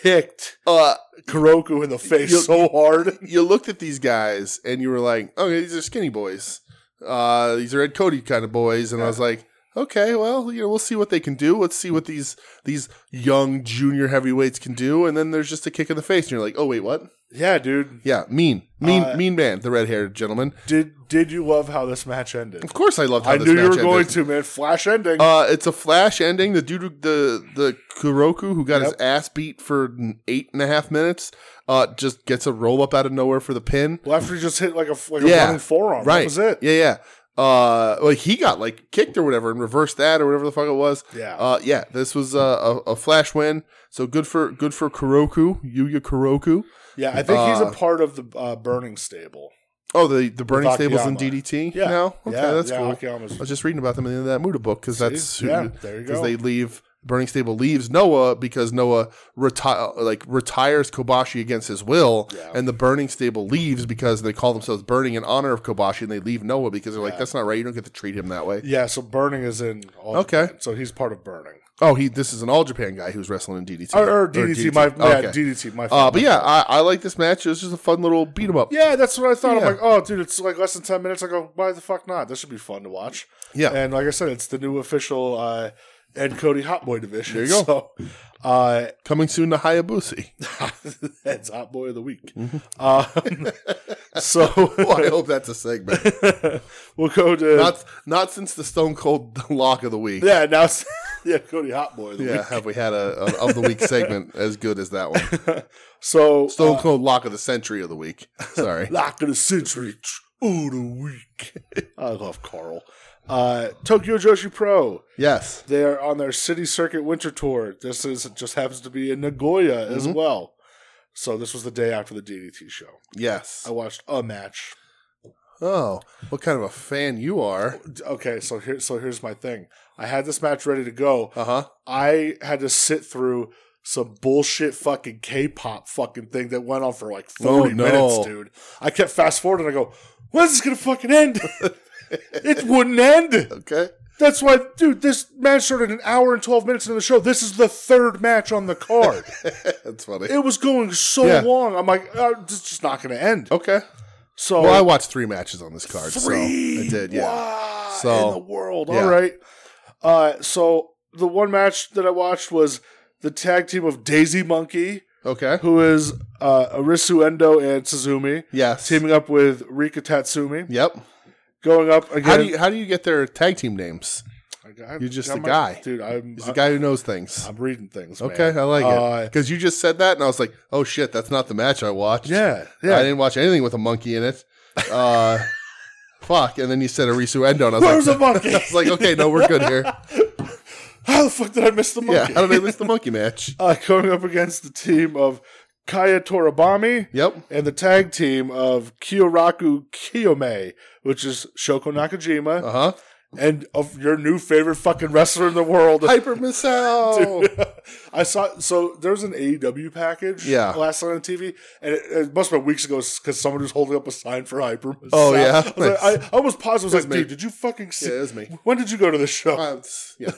[SPEAKER 1] kicked
[SPEAKER 2] Uh,
[SPEAKER 1] Kuroku in the face
[SPEAKER 2] You-
[SPEAKER 1] so hard.
[SPEAKER 2] you looked at these guys and you were like, okay, these are skinny boys. Uh, these are Ed Cody kind of boys, and I was like, okay, well, you know, we'll see what they can do. Let's see what these these young junior heavyweights can do. And then there's just a kick in the face, and you're like, oh wait, what?
[SPEAKER 1] Yeah, dude.
[SPEAKER 2] Yeah, mean, mean,
[SPEAKER 1] Uh,
[SPEAKER 2] mean man, the red haired gentleman.
[SPEAKER 1] Did did you love how this match ended?
[SPEAKER 2] Of course, I loved how
[SPEAKER 1] I
[SPEAKER 2] this
[SPEAKER 1] knew you were
[SPEAKER 2] match ended.
[SPEAKER 1] going to, man. Flash ending.
[SPEAKER 2] Uh, it's a flash ending. The dude, who- the the Kuroku who got his ass beat for eight and a half minutes, uh, just gets a roll up out of nowhere for the pin.
[SPEAKER 1] well, after you just hit like a like a
[SPEAKER 2] Yeah.
[SPEAKER 1] running forearm,
[SPEAKER 2] right?
[SPEAKER 1] that was it.
[SPEAKER 2] Yeah, yeah. Uh, like he got like kicked or whatever and reversed that or whatever the fuck it was.
[SPEAKER 1] Yeah.
[SPEAKER 2] Uh, yeah. This was uh, a, a flash win. So good for good for Kuroku, Yuya Kuroku.
[SPEAKER 1] Yeah, I think he's a
[SPEAKER 2] Uh,
[SPEAKER 1] part of the uh, burning stable.
[SPEAKER 2] Oh, the the burning
[SPEAKER 1] With
[SPEAKER 2] stables in
[SPEAKER 1] Akiyama.
[SPEAKER 2] DDT.
[SPEAKER 1] Yeah.
[SPEAKER 2] Now, okay,
[SPEAKER 1] yeah,
[SPEAKER 2] that's
[SPEAKER 1] yeah,
[SPEAKER 2] cool.
[SPEAKER 1] Akiyama's-
[SPEAKER 2] I was just reading about them in the end of that Muda book because that's
[SPEAKER 1] See?
[SPEAKER 2] who,
[SPEAKER 1] yeah, there you
[SPEAKER 2] because
[SPEAKER 1] go.
[SPEAKER 2] they leave Burning Stable leaves Noah because Noah retire like retires Kobashi against his will,
[SPEAKER 1] Yeah.
[SPEAKER 2] and the Burning Stable leaves because they call themselves Burning in honor of Kobashi, and they leave Noah because they're like,
[SPEAKER 1] Yeah.
[SPEAKER 2] that's not right. You don't get to treat him that way.
[SPEAKER 1] yeah, so burning is in. All
[SPEAKER 2] Okay.
[SPEAKER 1] Japan, so he's part of burning
[SPEAKER 2] Oh, he this is an all Japan guy who's wrestling in DDT
[SPEAKER 1] or, or DDT. My yeah,
[SPEAKER 2] Okay.
[SPEAKER 1] DDT. My
[SPEAKER 2] uh, but yeah, I, I like this match. It was just a fun little beat 'em up.
[SPEAKER 1] yeah, that's what I thought. I'm
[SPEAKER 2] Yeah.
[SPEAKER 1] like, oh, dude, it's like less than ten minutes. I go, why the fuck not? This should be fun to watch.
[SPEAKER 2] Yeah.
[SPEAKER 1] and like I said, it's the new official uh, Ed Cody Hot Boy division.
[SPEAKER 2] There
[SPEAKER 1] go.
[SPEAKER 2] you
[SPEAKER 1] So, uh,
[SPEAKER 2] Coming soon to Hayabusa.
[SPEAKER 1] Ed's Hot Boy of the Week.
[SPEAKER 2] Mm-hmm.
[SPEAKER 1] Um, so
[SPEAKER 2] oh, I hope that's a segment.
[SPEAKER 1] we'll go to
[SPEAKER 2] not not since the Stone Cold Lock of the Week.
[SPEAKER 1] yeah now. it's- Yeah, Cody Hot Boy. Of the
[SPEAKER 2] Yeah,
[SPEAKER 1] week.
[SPEAKER 2] have we had a, a of the week segment as good as that one?
[SPEAKER 1] So
[SPEAKER 2] Stone Cold Lock of the Century of the Week. Sorry.
[SPEAKER 1] Lock of the century. Oh, the week. I love Carl. Uh, Tokyo Joshi Pro.
[SPEAKER 2] yes.
[SPEAKER 1] They're on their city circuit winter tour. This is just happens to be in Nagoya as well. So this was the day after the DDT show.
[SPEAKER 2] Yes.
[SPEAKER 1] I watched a match.
[SPEAKER 2] Oh, what kind of a fan you are?
[SPEAKER 1] Okay, so here, so here's my thing. I had this match ready to go.
[SPEAKER 2] Uh huh.
[SPEAKER 1] I had to sit through some bullshit fucking K-pop fucking thing that went on for like
[SPEAKER 2] Oh,
[SPEAKER 1] 40
[SPEAKER 2] no.
[SPEAKER 1] minutes, dude. I kept fast forwarding. I go, when's this gonna fucking end? it wouldn't end.
[SPEAKER 2] Okay.
[SPEAKER 1] That's why, dude. This match started an hour and twelve minutes into the show. This is the third match on the card.
[SPEAKER 2] That's funny.
[SPEAKER 1] it was going so
[SPEAKER 2] Yeah.
[SPEAKER 1] long. I'm like, uh, this is just not gonna end.
[SPEAKER 2] Okay.
[SPEAKER 1] So
[SPEAKER 2] Well, I watched three matches on this card. So
[SPEAKER 1] Oh. Three?
[SPEAKER 2] I did. Yeah.
[SPEAKER 1] What
[SPEAKER 2] So-
[SPEAKER 1] in the world.
[SPEAKER 2] yeah.
[SPEAKER 1] All right. Uh, so the one match that I watched was the tag team of Daisy Monkey,
[SPEAKER 2] Okay.
[SPEAKER 1] who is uh, Arisu Endo and Suzumi,
[SPEAKER 2] Yes.
[SPEAKER 1] teaming up with Rika Tatsumi,
[SPEAKER 2] Yep.
[SPEAKER 1] going up again.
[SPEAKER 2] How do you how do you get their tag team names?
[SPEAKER 1] I got-
[SPEAKER 2] you're just
[SPEAKER 1] got
[SPEAKER 2] a guy.
[SPEAKER 1] dude. I'm
[SPEAKER 2] He's a guy who knows things.
[SPEAKER 1] Uh, I'm reading things. man.
[SPEAKER 2] Okay, I like it
[SPEAKER 1] Uh,
[SPEAKER 2] because you just said that, and I was like, "Oh shit, that's not the match I watched."
[SPEAKER 1] yeah,
[SPEAKER 2] I
[SPEAKER 1] yeah.
[SPEAKER 2] didn't watch anything with a monkey in it. Uh, fuck. And then you said Arisu Endo, and I
[SPEAKER 1] Where's
[SPEAKER 2] was like,
[SPEAKER 1] the monkey?
[SPEAKER 2] I was like, okay, no, we're good here.
[SPEAKER 1] How the fuck did I miss the
[SPEAKER 2] Yeah,
[SPEAKER 1] monkey?
[SPEAKER 2] how did I miss the monkey match?
[SPEAKER 1] uh, going up against the team of Kaya Torabami.
[SPEAKER 2] Yep.
[SPEAKER 1] and the tag team of Kiyoraku Kiyome, which is Shoko Nakajima,
[SPEAKER 2] Uh huh.
[SPEAKER 1] and of your new favorite fucking wrestler in the world.
[SPEAKER 2] Hyper Missile.
[SPEAKER 1] I saw so there's an AEW package
[SPEAKER 2] Yeah.
[SPEAKER 1] last night on TV, and it, it must have been weeks ago because someone was holding up a sign for Hyper. Missile.
[SPEAKER 2] Oh, yeah?
[SPEAKER 1] I, was like, I, I almost paused. I was like,
[SPEAKER 2] me.
[SPEAKER 1] dude, did you fucking see?
[SPEAKER 2] Yeah, it was me.
[SPEAKER 1] When did you go to the show?
[SPEAKER 2] Uh, it's- yeah.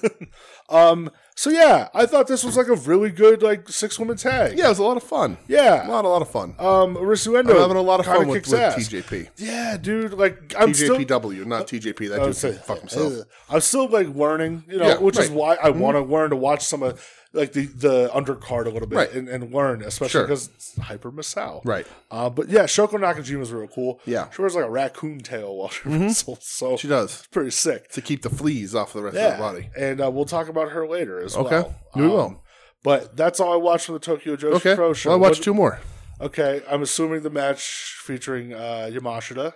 [SPEAKER 1] Um, so yeah, I thought this was like a really good like six woman tag.
[SPEAKER 2] yeah, it was a lot of fun. A
[SPEAKER 1] yeah.
[SPEAKER 2] lot, a lot of fun.
[SPEAKER 1] Um, Arisu Endo
[SPEAKER 2] I'm having a lot of
[SPEAKER 1] kinda
[SPEAKER 2] fun with,
[SPEAKER 1] kicks
[SPEAKER 2] with
[SPEAKER 1] ass.
[SPEAKER 2] TJP.
[SPEAKER 1] Yeah, dude. Like I'm still
[SPEAKER 2] TJPW, not TJP. That dude can fuck himself.
[SPEAKER 1] Ugh. I'm still like learning, you know,
[SPEAKER 2] Yeah,
[SPEAKER 1] which is
[SPEAKER 2] right. Mm-hmm.
[SPEAKER 1] why I want to learn to watch some of like the the undercard a little bit
[SPEAKER 2] Right.
[SPEAKER 1] and, and learn, especially
[SPEAKER 2] Sure.
[SPEAKER 1] because it's Hyper Masao.
[SPEAKER 2] Right.
[SPEAKER 1] Uh, but yeah, Shoko Nakajima is real cool.
[SPEAKER 2] Yeah. Mm-hmm.
[SPEAKER 1] she wears like a raccoon tail while she wrestles, so
[SPEAKER 2] She does.
[SPEAKER 1] it's pretty sick.
[SPEAKER 2] To keep the fleas off the rest of
[SPEAKER 1] Yeah,
[SPEAKER 2] her body.
[SPEAKER 1] and uh, we'll talk about her later as
[SPEAKER 2] Okay.
[SPEAKER 1] well. Um,
[SPEAKER 2] We will.
[SPEAKER 1] But that's all I watched from the Tokyo Joshi
[SPEAKER 2] Okay.
[SPEAKER 1] Pro Show.
[SPEAKER 2] Well, I watched
[SPEAKER 1] What-
[SPEAKER 2] two more.
[SPEAKER 1] Okay, I'm assuming the match featuring uh, Yamashita.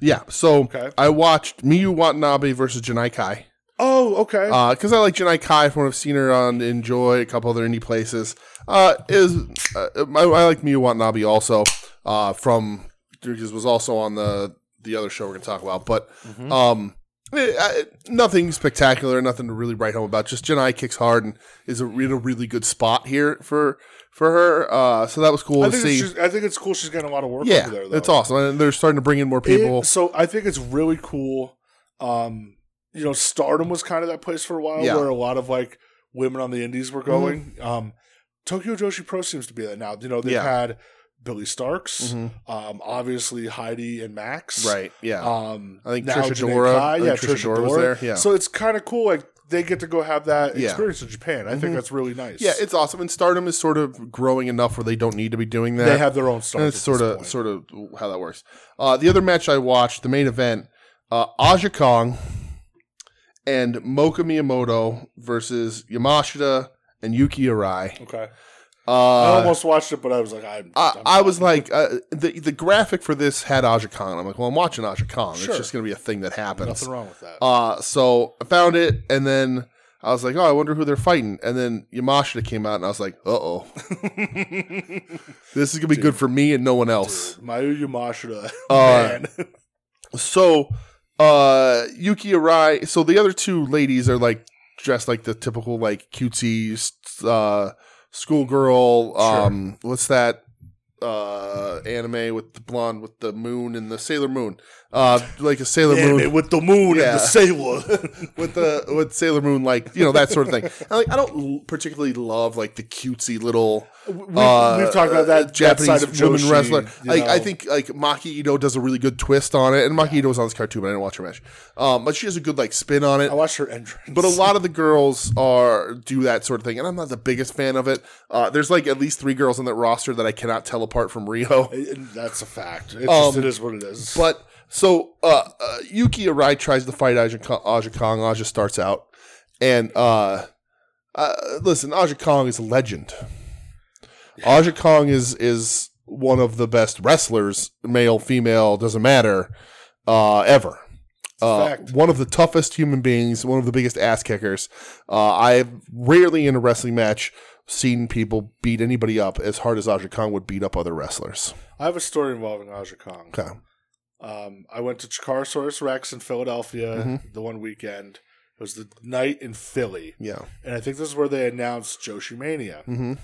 [SPEAKER 2] Yeah. So
[SPEAKER 1] Okay.
[SPEAKER 2] I watched Miyu Watanabe versus Janai Kai.
[SPEAKER 1] Oh, okay.
[SPEAKER 2] because Uh, I like Janai Kai from what I've seen her on Enjoy, a couple other indie places. Uh, is uh, I, I like Miyu Watanabe also uh, from because was also on the the other show we're gonna talk about, but
[SPEAKER 1] Mm-hmm.
[SPEAKER 2] um, eh, I, nothing spectacular, nothing to really write home about. Just Janai kicks hard and is a, in a really good spot here for for her. Uh, so that was cool
[SPEAKER 1] I
[SPEAKER 2] to
[SPEAKER 1] think,
[SPEAKER 2] see.
[SPEAKER 1] it's just- I think it's cool she's getting a lot of work
[SPEAKER 2] Yeah,
[SPEAKER 1] over there, though.
[SPEAKER 2] that's awesome. And they're starting to bring in more people.
[SPEAKER 1] It- so I think it's really cool. Um, you know, Stardom was kind of that place for a while
[SPEAKER 2] Yeah. Mm-hmm.
[SPEAKER 1] where a lot of like women on the indies were going. Um, Tokyo Joshi Pro seems to be that now. You know, they've
[SPEAKER 2] Yeah. Mm-hmm.
[SPEAKER 1] had Billy Starks, um, obviously Heidi and Max,
[SPEAKER 2] Right. Yeah.
[SPEAKER 1] Um,
[SPEAKER 2] I think
[SPEAKER 1] now
[SPEAKER 2] Trisha
[SPEAKER 1] Janae
[SPEAKER 2] Dora.
[SPEAKER 1] Kai.
[SPEAKER 2] I think
[SPEAKER 1] yeah,
[SPEAKER 2] Trisha
[SPEAKER 1] Trisha
[SPEAKER 2] Dora
[SPEAKER 1] Dora
[SPEAKER 2] was there. Yeah.
[SPEAKER 1] So it's kind of cool. Like they get to go have that
[SPEAKER 2] Yeah.
[SPEAKER 1] experience in Japan. I think
[SPEAKER 2] Mhm.
[SPEAKER 1] that's really nice.
[SPEAKER 2] yeah, it's awesome. And Stardom is sort of growing enough where they don't need to be doing that.
[SPEAKER 1] they have their own stuff.
[SPEAKER 2] and it's sort of sort of how that works. Uh, the other match I watched, the main event, uh, Aja Kong and Moka Miyamoto versus Yamashita and Yuki Arai.
[SPEAKER 1] okay. I
[SPEAKER 2] Uh,
[SPEAKER 1] almost watched it, but I was like, I'm.
[SPEAKER 2] I,
[SPEAKER 1] I'm
[SPEAKER 2] I was like, uh, the the graphic for this had Aja Khan. I'm like, well, I'm watching Aja Khan.
[SPEAKER 1] Sure.
[SPEAKER 2] It's just going to be a thing that happens.
[SPEAKER 1] nothing wrong with that.
[SPEAKER 2] Uh, so I found it, and then I was like, oh, I wonder who they're fighting. And then Yamashita came out, and I was like, uh oh, this is going to be good for me and no one else.
[SPEAKER 1] Mayu Yamashita,
[SPEAKER 2] Uh,
[SPEAKER 1] man.
[SPEAKER 2] So uh, Yuki Arai, so the other two ladies are like dressed like the typical like cutesy uh, schoolgirl. Um, What's that? Uh, anime with the blonde with the moon and the Sailor Moon, uh, like a Sailor
[SPEAKER 1] Damn
[SPEAKER 2] Moon
[SPEAKER 1] it, with the moon and
[SPEAKER 2] Yeah.
[SPEAKER 1] the sailor.
[SPEAKER 2] with the with Sailor Moon, like you know that sort of thing. And, like I don't l- particularly love like the cutesy little.
[SPEAKER 1] we,
[SPEAKER 2] uh,
[SPEAKER 1] we've talked about
[SPEAKER 2] uh,
[SPEAKER 1] that
[SPEAKER 2] Japanese
[SPEAKER 1] that side of
[SPEAKER 2] woman
[SPEAKER 1] Joshi,
[SPEAKER 2] wrestler.
[SPEAKER 1] you
[SPEAKER 2] Like I
[SPEAKER 1] know.
[SPEAKER 2] think like Maki Ito does a really good twist on it, and Maki Ito was on this card too, but I didn't watch her match. Um, but she has a good like spin on it.
[SPEAKER 1] I watched her entrance.
[SPEAKER 2] But a lot of the girls are do that sort of thing, and I'm not the biggest fan of it. Uh, there's like at least three girls on that roster that I cannot tell apart from Rio.
[SPEAKER 1] And that's a fact. It's just, it is what it is.
[SPEAKER 2] Um, But so uh, uh, Yuki Arai tries to fight Aja, Ko- Aja Kong. Aja starts out, and uh, uh, listen, Aja Kong is a legend. Aja Kong is is one of the best wrestlers, male, female, doesn't matter, uh, ever. Uh,
[SPEAKER 1] fact.
[SPEAKER 2] one of the toughest human beings, one of the biggest ass kickers. Uh, I've rarely in a wrestling match seen people beat anybody up as hard as Aja Kong would beat up other wrestlers.
[SPEAKER 1] I have a story involving Aja Kong.
[SPEAKER 2] Okay.
[SPEAKER 1] Um, I went to Chikarosaurus Rex in Philadelphia
[SPEAKER 2] Mm-hmm.
[SPEAKER 1] the one weekend. It was the night in Philly,
[SPEAKER 2] Yeah.
[SPEAKER 1] and I think this is where they announced Joshi Mania.
[SPEAKER 2] Mm-hmm.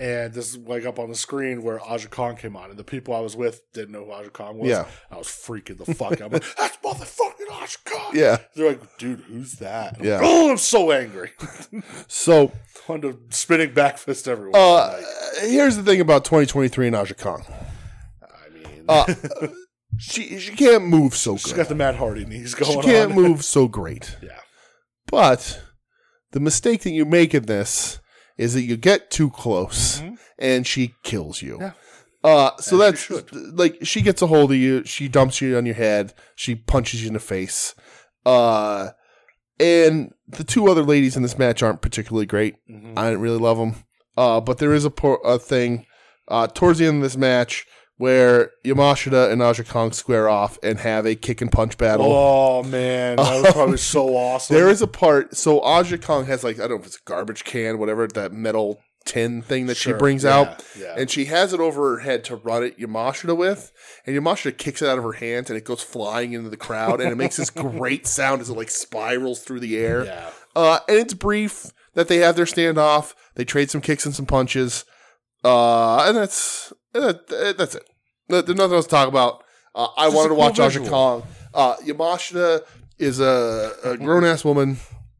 [SPEAKER 1] And this is like up on the screen where Aja Kong came on, and the people I was with didn't know who Aja Kong was.
[SPEAKER 2] Yeah.
[SPEAKER 1] I was freaking the fuck. out. I'm like, that's motherfucking Aja Kong.
[SPEAKER 2] Yeah.
[SPEAKER 1] They're like, dude, who's that? And I'm
[SPEAKER 2] Yeah.
[SPEAKER 1] like, oh, I'm so angry.
[SPEAKER 2] So
[SPEAKER 1] Wanted to spinning back fist everywhere.
[SPEAKER 2] uh,
[SPEAKER 1] Like,
[SPEAKER 2] here's the thing about 2023 and Aja Kong.
[SPEAKER 1] I mean,
[SPEAKER 2] Uh, she she can't move so
[SPEAKER 1] she's
[SPEAKER 2] good.
[SPEAKER 1] got the Matt Hardy knees going
[SPEAKER 2] She can't
[SPEAKER 1] on.
[SPEAKER 2] move so great.
[SPEAKER 1] Yeah.
[SPEAKER 2] But the mistake that you make in this is that you get too close
[SPEAKER 1] Mhm.
[SPEAKER 2] and she kills you.
[SPEAKER 1] Yeah.
[SPEAKER 2] Uh, so
[SPEAKER 1] And
[SPEAKER 2] that's
[SPEAKER 1] she
[SPEAKER 2] like she gets a hold of you, she dumps you on your head, she punches you in the face. Uh, and the two other ladies in this match aren't particularly great.
[SPEAKER 1] Mhm.
[SPEAKER 2] I didn't really love them. Uh, but there is a, por- a thing uh, towards the end of this match where Yamashita and Aja Kong square off and have a kick and punch battle.
[SPEAKER 1] Oh man, that was probably so awesome.
[SPEAKER 2] There is a part. So Aja Kong has like I don't know if it's a garbage can, whatever that metal tin thing that she
[SPEAKER 1] Sure,
[SPEAKER 2] brings
[SPEAKER 1] yeah,
[SPEAKER 2] out,
[SPEAKER 1] yeah.
[SPEAKER 2] and she has it over her head to run at Yamashita with, and Yamashita kicks it out of her hands, and it goes flying into the crowd, and it makes this great sound as it like spirals through the air.
[SPEAKER 1] yeah.
[SPEAKER 2] Uh, and it's brief that they have their standoff. They trade some kicks and some punches. Uh, and that's that, that- that's it. There- There's nothing else to talk about. Uh, I
[SPEAKER 1] Just
[SPEAKER 2] wanted
[SPEAKER 1] a
[SPEAKER 2] to
[SPEAKER 1] cool
[SPEAKER 2] watch Aja
[SPEAKER 1] visual.
[SPEAKER 2] Kong. Uh, Yamashita is a, a grown ass woman.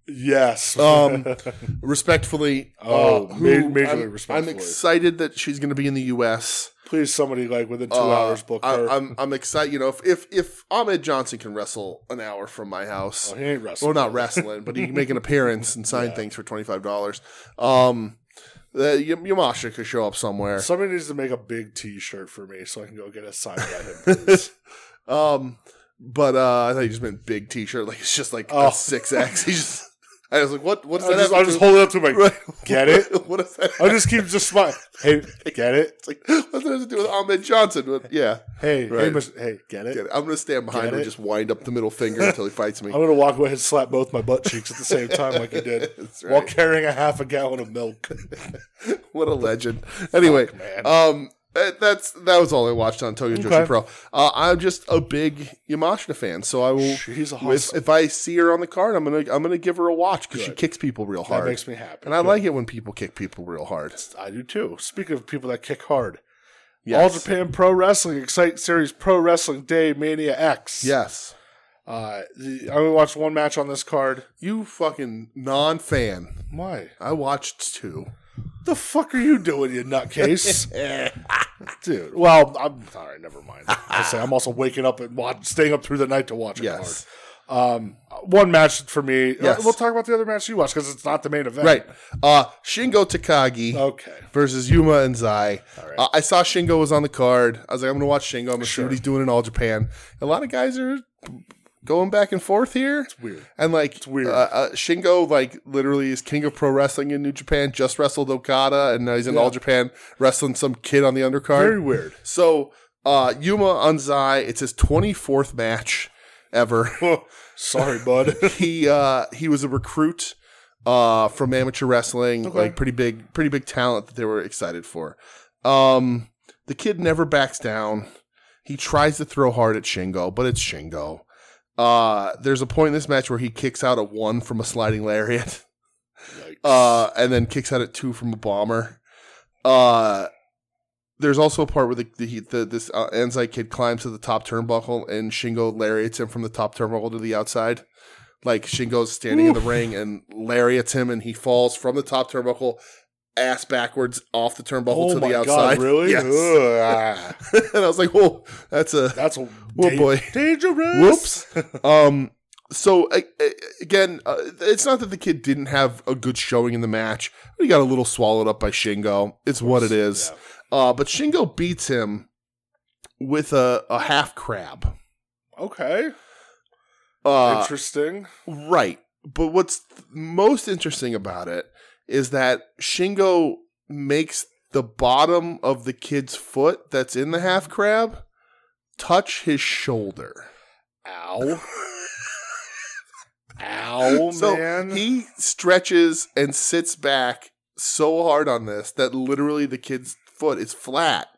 [SPEAKER 1] Yes.
[SPEAKER 2] Um, respectfully,
[SPEAKER 1] Oh,
[SPEAKER 2] uh,
[SPEAKER 1] ma- majorly
[SPEAKER 2] I'm, I'm
[SPEAKER 1] respectfully.
[SPEAKER 2] excited that she's going to be in the U.S.
[SPEAKER 1] Please, somebody like within two
[SPEAKER 2] Uh,
[SPEAKER 1] hours book
[SPEAKER 2] I,
[SPEAKER 1] her.
[SPEAKER 2] I'm I'm excited. You know, if, if if Ahmed Johnson can wrestle an hour from my house,
[SPEAKER 1] oh, he ain't
[SPEAKER 2] well,
[SPEAKER 1] wrestling.
[SPEAKER 2] not wrestling, but he can make an appearance and sign things for twenty five dollars. Um, uh, Y- Yamashita could show up somewhere.
[SPEAKER 1] Somebody needs to make a big T-shirt for me so I can go get a signed by him. Please.
[SPEAKER 2] Um, but uh, I thought you just meant big T shirt. Like it's just like
[SPEAKER 1] Oh.
[SPEAKER 2] a six X. He's just. I was like, what? What's
[SPEAKER 1] I
[SPEAKER 2] that?
[SPEAKER 1] just, I
[SPEAKER 2] have to
[SPEAKER 1] just
[SPEAKER 2] do-
[SPEAKER 1] hold it up to my.
[SPEAKER 2] Right.
[SPEAKER 1] Get it?
[SPEAKER 2] what does that?
[SPEAKER 1] I just keep just smiling. Hey, get it?
[SPEAKER 2] It's like what's that have to do with Ahmed Johnson? But, yeah,
[SPEAKER 1] Hey, hey,
[SPEAKER 2] Right.
[SPEAKER 1] Mr. hey, get it?
[SPEAKER 2] get it. I'm gonna stand behind
[SPEAKER 1] Get
[SPEAKER 2] him,
[SPEAKER 1] it? Oh.
[SPEAKER 2] and just wind up the middle finger until he fights me.
[SPEAKER 1] I'm gonna walk away and slap both my butt cheeks at the same time like he did,
[SPEAKER 2] That's
[SPEAKER 1] while
[SPEAKER 2] right.
[SPEAKER 1] carrying a half a gallon of milk.
[SPEAKER 2] what a legend. Anyway,
[SPEAKER 1] man.
[SPEAKER 2] um, that- that's that was all I watched on Tokyo
[SPEAKER 1] Okay.
[SPEAKER 2] Joshi Pro. Uh, I'm just a big Yamashita fan, so I will.
[SPEAKER 1] She's awesome.
[SPEAKER 2] If, if I see her on the card, I'm gonna I'm gonna give her a watch because she
[SPEAKER 1] Good.
[SPEAKER 2] kicks people real
[SPEAKER 1] that
[SPEAKER 2] hard,
[SPEAKER 1] makes me happy.
[SPEAKER 2] and I like it when people kick people real hard.
[SPEAKER 1] I do too. Speaking of people that kick hard,
[SPEAKER 2] Yes.
[SPEAKER 1] All Japan Pro Wrestling Excite Series Pro Wrestling Day Mania X.
[SPEAKER 2] Yes,
[SPEAKER 1] Uh, the, I only watched one match on this card.
[SPEAKER 2] you fucking non fan.
[SPEAKER 1] Why?
[SPEAKER 2] I watched two.
[SPEAKER 1] the fuck are you doing, you nutcase?
[SPEAKER 2] Eh.
[SPEAKER 1] Dude, well, I'm all right, never mind. I say I'm also waking up and watch, staying up through the night to watch it
[SPEAKER 2] yes.
[SPEAKER 1] hard. Um, one match for me. uh,
[SPEAKER 2] Yes.
[SPEAKER 1] We'll talk about the other match you watched because it's not the main event.
[SPEAKER 2] Right. Uh, Shingo Takagi
[SPEAKER 1] Okay.
[SPEAKER 2] versus Yuma and Zai.
[SPEAKER 1] Oh. All right.
[SPEAKER 2] Uh, I saw Shingo was on the card. I was like, I'm going to watch Shingo. I'm going to see
[SPEAKER 1] Sure.
[SPEAKER 2] what he's doing in All Japan. A lot of guys are going back and forth here. It's
[SPEAKER 1] weird.
[SPEAKER 2] And like, it's
[SPEAKER 1] weird.
[SPEAKER 2] Uh, uh, Shingo, like, literally is king of pro wrestling in New Japan, just wrestled Okada, and now he's in
[SPEAKER 1] Yeah.
[SPEAKER 2] All Japan wrestling some kid on the undercard.
[SPEAKER 1] Very weird.
[SPEAKER 2] so, uh, Yuma Anzai, it's his 24th match ever.
[SPEAKER 1] Sorry, bud.
[SPEAKER 2] he uh he was a recruit uh from amateur wrestling
[SPEAKER 1] Okay.
[SPEAKER 2] like pretty big pretty big talent that they were excited for um the kid never backs down he tries to throw hard at shingo but it's shingo uh there's a point in this match where he kicks out a one from a sliding lariat
[SPEAKER 1] Yikes.
[SPEAKER 2] uh and then kicks out at two from a bomber uh there's also a part where the, the, the this uh, Anzai kid climbs to the top turnbuckle and Shingo lariats him from the top turnbuckle to the outside. Like Shingo's standing in the ring and lariats him, and he falls from the top turnbuckle, ass backwards off the turnbuckle
[SPEAKER 1] oh
[SPEAKER 2] to
[SPEAKER 1] my
[SPEAKER 2] the outside.
[SPEAKER 1] god, really?
[SPEAKER 2] Yes.
[SPEAKER 1] Ugh, ah.
[SPEAKER 2] and I was like, "Whoa, that's a
[SPEAKER 1] That's a
[SPEAKER 2] Whoa, boy.
[SPEAKER 1] dangerous.
[SPEAKER 2] Whoops. um. So a- a- again, uh, it's not that the kid didn't have a good showing in the match. But he got a little swallowed up by Shingo. It's what it is. Uh, but Shingo beats him with a, a half crab.
[SPEAKER 1] Okay.
[SPEAKER 2] Uh,
[SPEAKER 1] Interesting.
[SPEAKER 2] right. But what's th- most interesting about it is that Shingo makes the bottom of the kid's foot that's in the half crab touch his shoulder.
[SPEAKER 1] Ow. Ow,
[SPEAKER 2] so
[SPEAKER 1] man.
[SPEAKER 2] he stretches and sits back so hard on this that literally the kid's foot is flat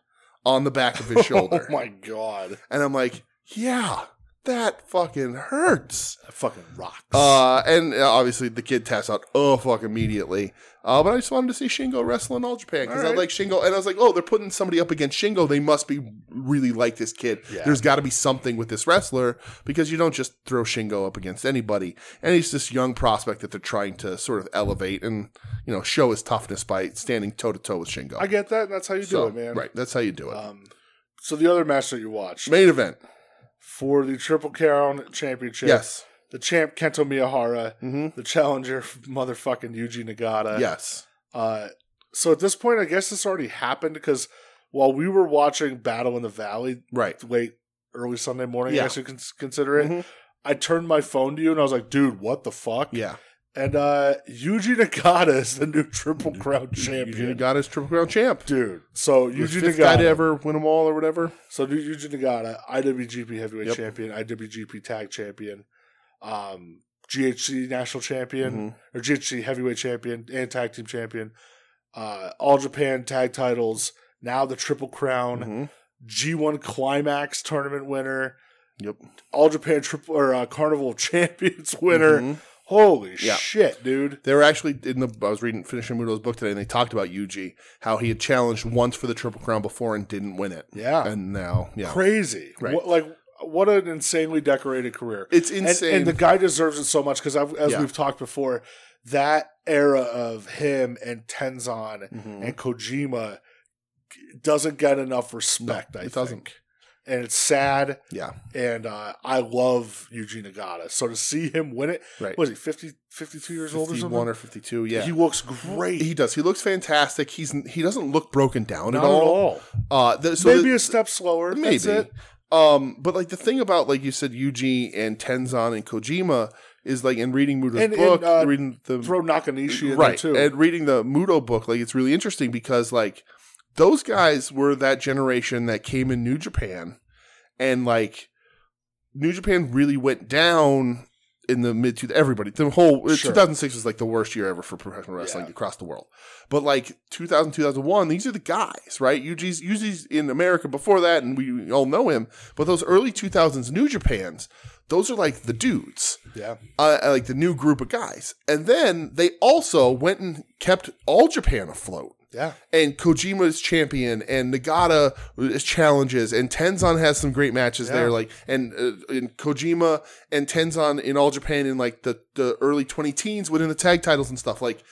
[SPEAKER 2] on the back of his shoulder.
[SPEAKER 1] Oh my god.
[SPEAKER 2] and I'm like, yeah, that fucking hurts.
[SPEAKER 1] That fucking rocks.
[SPEAKER 2] Uh, and uh, obviously the kid taps out, oh fuck, immediately. Uh, but I just wanted to see Shingo wrestle in All Japan because I
[SPEAKER 1] Alright.
[SPEAKER 2] like Shingo, and I was like, oh, they're putting somebody up against Shingo. They must be really like this kid.
[SPEAKER 1] Yeah.
[SPEAKER 2] There's got to be something with this wrestler because you don't just throw Shingo up against anybody. And he's this young prospect that they're trying to sort of elevate and you know show his toughness by standing toe to toe with Shingo.
[SPEAKER 1] I get that. and That's how you
[SPEAKER 2] Uh, So,
[SPEAKER 1] do it, man.
[SPEAKER 2] Right, that's how you do it.
[SPEAKER 1] Um, so the other match that you watched
[SPEAKER 2] Main event,
[SPEAKER 1] for the Triple Crown Championship,
[SPEAKER 2] yes,
[SPEAKER 1] the champ Kento Miyahara,
[SPEAKER 2] hmm
[SPEAKER 1] the challenger motherfucking Yuji Nagata.
[SPEAKER 2] yes,
[SPEAKER 1] Uh, so at this point, I guess this already happened because while we were watching Battle in the Valley
[SPEAKER 2] right.
[SPEAKER 1] late early Sunday morning,
[SPEAKER 2] Yeah.
[SPEAKER 1] I guess you can s- consider it.
[SPEAKER 2] Mhm.
[SPEAKER 1] I turned my phone to you and I was like, "Dude, what the fuck?"
[SPEAKER 2] Yeah,
[SPEAKER 1] And uh, Yuji Nagata is the new Triple Crown champion,
[SPEAKER 2] Eugene got his triple crown champ.
[SPEAKER 1] dude. So
[SPEAKER 2] He was
[SPEAKER 1] Yuji
[SPEAKER 2] fifth guy
[SPEAKER 1] Nagata
[SPEAKER 2] to ever win them all or whatever.
[SPEAKER 1] So New Yuji Nagata, IWGP Heavyweight
[SPEAKER 2] Yep.
[SPEAKER 1] Champion, IWGP Tag Champion, um, GHC National
[SPEAKER 2] Mm-hmm.
[SPEAKER 1] Champion or GHC Heavyweight Champion and Tag Team Champion, uh, All Japan Tag Titles. Now the Triple Crown,
[SPEAKER 2] Mhm.
[SPEAKER 1] G1 Climax Tournament winner,
[SPEAKER 2] Yep.
[SPEAKER 1] All Japan Triple or uh, Carnival of Champions winner.
[SPEAKER 2] Mhm.
[SPEAKER 1] Holy
[SPEAKER 2] Yeah.
[SPEAKER 1] shit, dude!
[SPEAKER 2] They were actually in the. I was reading finishing Mudo's book today, and they talked about Yuji how he had challenged once for the triple crown before and didn't win it,
[SPEAKER 1] Yeah,
[SPEAKER 2] and now yeah,
[SPEAKER 1] crazy.
[SPEAKER 2] Right.
[SPEAKER 1] What, like what an insanely decorated career.
[SPEAKER 2] it's
[SPEAKER 1] And-
[SPEAKER 2] insane.
[SPEAKER 1] And, the guy deserves it so much because, as
[SPEAKER 2] Yeah.
[SPEAKER 1] we've talked before, that era of him and Tenzon
[SPEAKER 2] Mhm.
[SPEAKER 1] and Kojima doesn't get enough respect.
[SPEAKER 2] No,
[SPEAKER 1] I
[SPEAKER 2] it
[SPEAKER 1] think,
[SPEAKER 2] doesn't.
[SPEAKER 1] and it's sad.
[SPEAKER 2] Yeah.
[SPEAKER 1] and uh, I love Eugene Nagata. So to see him win it,
[SPEAKER 2] right,
[SPEAKER 1] was he 50, 52 years old or something?
[SPEAKER 2] fifty-one or fifty-two? Yeah,
[SPEAKER 1] He
[SPEAKER 2] he,
[SPEAKER 1] looks great.
[SPEAKER 2] does. He looks fantastic. He's he doesn't look broken down
[SPEAKER 1] Not
[SPEAKER 2] at all.
[SPEAKER 1] all.
[SPEAKER 2] Uh, the, so
[SPEAKER 1] maybe
[SPEAKER 2] the-
[SPEAKER 1] a step slower.
[SPEAKER 2] maybe.
[SPEAKER 1] That's it.
[SPEAKER 2] Um, but like the thing about like you said, Yuji and Tenzon and Kojima is like in reading Mudo's
[SPEAKER 1] And- and,
[SPEAKER 2] book,
[SPEAKER 1] uh,
[SPEAKER 2] reading the
[SPEAKER 1] Throw Nakanishi in
[SPEAKER 2] right
[SPEAKER 1] there too.
[SPEAKER 2] and reading the mudo book like it's really interesting because like those guys were that generation that came in new japan and like new japan really went down in the mid to everybody the whole uh,
[SPEAKER 1] Sure.
[SPEAKER 2] 2006 was like the worst year ever for professional wrestling
[SPEAKER 1] Yeah.
[SPEAKER 2] across the world but like 2000 2001 these are the guys right Yuji's Yuji's in america before that and we all know him but those early 2000s new japans those are like the dudes
[SPEAKER 1] yeah,
[SPEAKER 2] uh, like the new group of guys. And then they also went and kept all Japan afloat.
[SPEAKER 1] yeah.
[SPEAKER 2] And Kojima is champion, and Nagata is challenges, and Tenzon has some great matches
[SPEAKER 1] Yeah.
[SPEAKER 2] there. Like and, uh, and Kojima and Tenzon in all Japan in like the the early twenty teens winning the tag titles and stuff. Like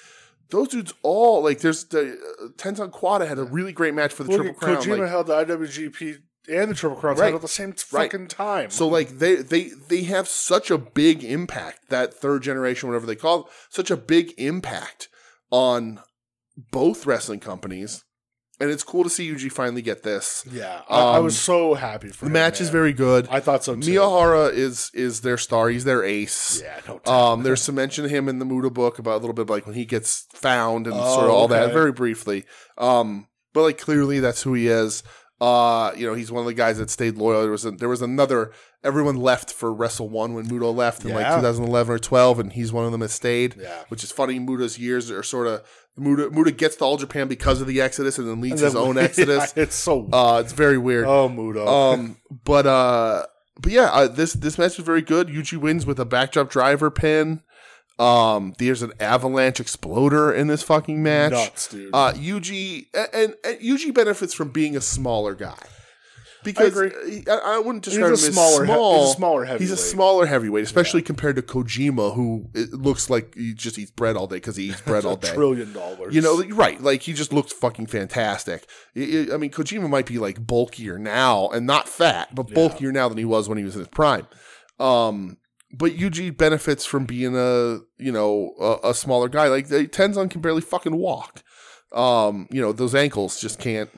[SPEAKER 2] Those dudes all like there's the uh, Tenzan Quada had a really great match for the
[SPEAKER 1] Look
[SPEAKER 2] Triple
[SPEAKER 1] at
[SPEAKER 2] Crown.
[SPEAKER 1] Kojima
[SPEAKER 2] like-
[SPEAKER 1] held the IWGP and the Triple Crown
[SPEAKER 2] Right.
[SPEAKER 1] title at the same
[SPEAKER 2] Right.
[SPEAKER 1] fucking time.
[SPEAKER 2] So like they they they have such a big impact that third generation whatever they call it, such a big impact on both wrestling companies, and it's cool to see Yuji finally get this.
[SPEAKER 1] yeah, I, I
[SPEAKER 2] Um,
[SPEAKER 1] was so happy for
[SPEAKER 2] The
[SPEAKER 1] him,
[SPEAKER 2] match
[SPEAKER 1] man.
[SPEAKER 2] is very good.
[SPEAKER 1] I thought so too.
[SPEAKER 2] Miyahara is is their star. He's their ace.
[SPEAKER 1] yeah, no doubt.
[SPEAKER 2] Um, there's some mention of him in the Muda book about a little bit like when he gets found and
[SPEAKER 1] Oh,
[SPEAKER 2] sort of all that
[SPEAKER 1] okay.
[SPEAKER 2] very briefly. Um, but like clearly that's who he is. Uh, you know, he's one of the guys that stayed loyal. There was a, there was another everyone left for Wrestle One when Muda left in like
[SPEAKER 1] Yeah.
[SPEAKER 2] 2011 or 12, and he's one of them that stayed.
[SPEAKER 1] yeah.
[SPEAKER 2] Which is funny. Muda's years are sort of Muda. Muda gets to All Japan because of the Exodus, and then leads his own
[SPEAKER 1] Yeah,
[SPEAKER 2] Exodus.
[SPEAKER 1] it's so
[SPEAKER 2] Uh, it's very weird
[SPEAKER 1] oh Mudo.
[SPEAKER 2] um, but uh, but yeah, uh, this this match was very good. Yuji wins with a backdrop driver pin. Um, there's an avalanche exploder in this fucking match.
[SPEAKER 1] nuts, dude.
[SPEAKER 2] Uh, Yuji a- and, and Yuji benefits from being a smaller guy because
[SPEAKER 1] agree.
[SPEAKER 2] he- I, I wouldn't
[SPEAKER 1] he's
[SPEAKER 2] describe
[SPEAKER 1] a
[SPEAKER 2] him
[SPEAKER 1] smaller,
[SPEAKER 2] as
[SPEAKER 1] he-
[SPEAKER 2] small.
[SPEAKER 1] he's a smaller heavyweight.
[SPEAKER 2] He's a smaller heavyweight, especially compared to Kojima, who it looks like he just eats bread all day because he eats bread all day.
[SPEAKER 1] trillion dollars.
[SPEAKER 2] You know, like, right? Like he just looked fucking fantastic. I I- I mean, Kojima might be like bulkier now and not fat, but
[SPEAKER 1] Yeah.
[SPEAKER 2] bulkier now than he was when he was in his prime. Um, but Yuji benefits from being a you know a, a smaller guy. Like they, Tenzon can barely fucking walk. Um, you know those ankles just can't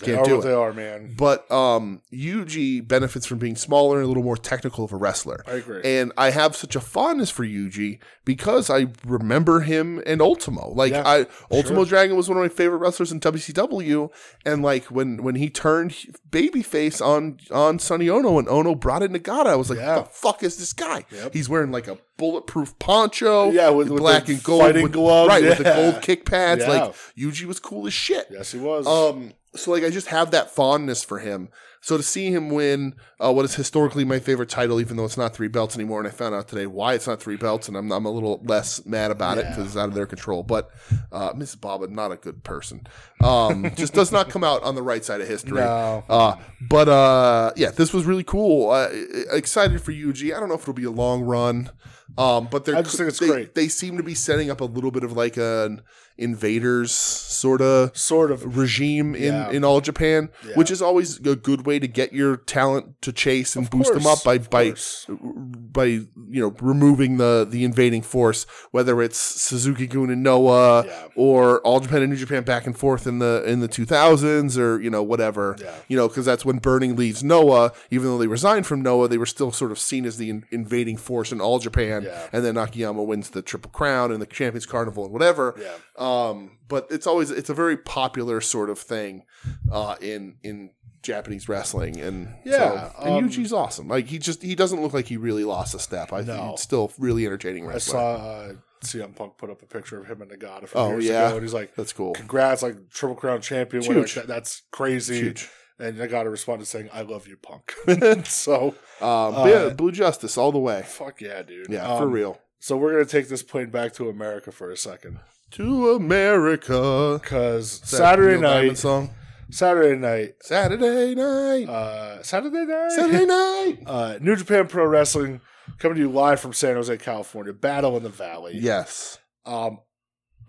[SPEAKER 1] they
[SPEAKER 2] can't
[SPEAKER 1] are
[SPEAKER 2] do
[SPEAKER 1] what
[SPEAKER 2] it.
[SPEAKER 1] they are, man.
[SPEAKER 2] But um, Yuji benefits from being smaller and a little more technical of a wrestler.
[SPEAKER 1] I agree.
[SPEAKER 2] And I have such a fondness for Yuji because I remember him and Ultimo. Like
[SPEAKER 1] Yeah,
[SPEAKER 2] I Ultimo Dragon was one of my favorite wrestlers in WCW and like when when he turned babyface on on Sonny Ono and Ono brought in Nagata, I was like,
[SPEAKER 1] Yeah.
[SPEAKER 2] what the fuck is this guy?
[SPEAKER 1] Yep.
[SPEAKER 2] He's wearing like a bulletproof poncho,
[SPEAKER 1] Yeah, with- with
[SPEAKER 2] black
[SPEAKER 1] the
[SPEAKER 2] and gold
[SPEAKER 1] fighting
[SPEAKER 2] with-
[SPEAKER 1] gloves,
[SPEAKER 2] Right, with the
[SPEAKER 1] yeah.
[SPEAKER 2] gold kick pads.
[SPEAKER 1] Yeah.
[SPEAKER 2] Like Yuji was cool as shit.
[SPEAKER 1] yes, he was.
[SPEAKER 2] Um, so like I just have that fondness for him. So to see him win uh, what is historically my favorite title, even though it's not three belts anymore, and I found out today why it's not three belts, and I'm I'm a little less mad about it 'cause it because it's out of their control. But uh, Mrs. Baba, not a good person, um, just does not come out on the right side of history.
[SPEAKER 1] No.
[SPEAKER 2] Uh, but uh, yeah, this was really cool. Uh, excited for Yuji. I don't know if it'll be a long run, um, but they're
[SPEAKER 1] I just think it's
[SPEAKER 2] they,
[SPEAKER 1] great.
[SPEAKER 2] They seem to be setting up a little bit of like an invaders sort of
[SPEAKER 1] sort of.
[SPEAKER 2] regime in,
[SPEAKER 1] Yeah.
[SPEAKER 2] in all Japan,
[SPEAKER 1] Yeah.
[SPEAKER 2] which is always a good way to get your talent to chase and boost them
[SPEAKER 1] course,
[SPEAKER 2] up by
[SPEAKER 1] of
[SPEAKER 2] by
[SPEAKER 1] course.
[SPEAKER 2] by you know removing the the invading force, whether it's Suzuki Gun and Noah
[SPEAKER 1] Yeah.
[SPEAKER 2] or All Japan and New Japan back and forth in the in the two thousands or you know whatever
[SPEAKER 1] Yeah.
[SPEAKER 2] you know because that's when Burning leaves Noah. Even though they resigned from Noah, they were still sort of seen as the in- invading force in all Japan.
[SPEAKER 1] Yeah.
[SPEAKER 2] And then Nakayama wins the Triple Crown and the Champions Carnival and whatever
[SPEAKER 1] Yeah.
[SPEAKER 2] um, but it's always it's a very popular sort of thing uh, in in Japanese wrestling, and
[SPEAKER 1] Yeah,
[SPEAKER 2] so, and
[SPEAKER 1] um,
[SPEAKER 2] Yuji's awesome. Like he just he doesn't look like he really lost a step. I think
[SPEAKER 1] No.
[SPEAKER 2] he's still really entertaining
[SPEAKER 1] I
[SPEAKER 2] wrestler.
[SPEAKER 1] saw uh, CM Punk put up a picture of him and Nagata from
[SPEAKER 2] Oh,
[SPEAKER 1] years
[SPEAKER 2] yeah.
[SPEAKER 1] ago, and he's like,
[SPEAKER 2] That's cool.
[SPEAKER 1] "Congrats, like Triple Crown champion, winner.
[SPEAKER 2] Huge.
[SPEAKER 1] That- that's crazy."
[SPEAKER 2] Huge.
[SPEAKER 1] And Nagata responded saying, "I love you, Punk." so
[SPEAKER 2] Um, but
[SPEAKER 1] Uh,
[SPEAKER 2] yeah, Blue Justice all the way.
[SPEAKER 1] fuck yeah, dude.
[SPEAKER 2] Yeah,
[SPEAKER 1] Um,
[SPEAKER 2] for real.
[SPEAKER 1] So we're gonna take this plane back to America for a second,
[SPEAKER 2] To America.
[SPEAKER 1] because
[SPEAKER 2] Is that
[SPEAKER 1] Saturday
[SPEAKER 2] Neil Diamond
[SPEAKER 1] night,
[SPEAKER 2] song.
[SPEAKER 1] Saturday night,
[SPEAKER 2] Saturday night.
[SPEAKER 1] uh, Saturday night,
[SPEAKER 2] Saturday night.
[SPEAKER 1] uh, New Japan Pro Wrestling coming to you live from San Jose, California. Battle in the Valley.
[SPEAKER 2] Yes.
[SPEAKER 1] Um,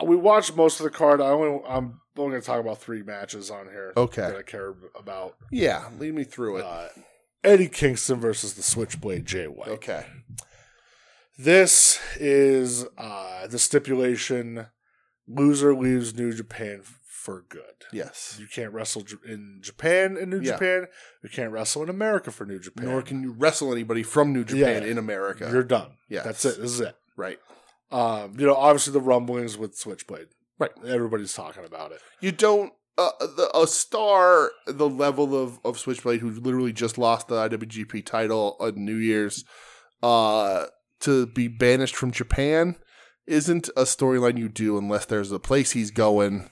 [SPEAKER 1] we watched most of the card. I only I'm only going to talk about three matches on here that
[SPEAKER 2] Okay.
[SPEAKER 1] I care about.
[SPEAKER 2] Yeah. Lead me through it.
[SPEAKER 1] Uh, Eddie Kingston versus the Switchblade Jay White.
[SPEAKER 2] Okay.
[SPEAKER 1] This is uh, the stipulation: loser leaves New Japan f- for good.
[SPEAKER 2] Yes.
[SPEAKER 1] You can't wrestle J- in Japan in New
[SPEAKER 2] Yeah.
[SPEAKER 1] Japan. You can't wrestle in America for New Japan.
[SPEAKER 2] Nor can you wrestle anybody from New Japan
[SPEAKER 1] Yeah.
[SPEAKER 2] in America.
[SPEAKER 1] You're done.
[SPEAKER 2] Yes.
[SPEAKER 1] That's it. This is it.
[SPEAKER 2] Right.
[SPEAKER 1] Um, you know, obviously the rumblings with Switchblade.
[SPEAKER 2] Right.
[SPEAKER 1] Everybody's talking about it.
[SPEAKER 2] you don't uh, the, a star the level of of Switchblade who literally just lost the IWGP title on New Year's uh to be banished from Japan isn't a storyline you do unless there's a place he's going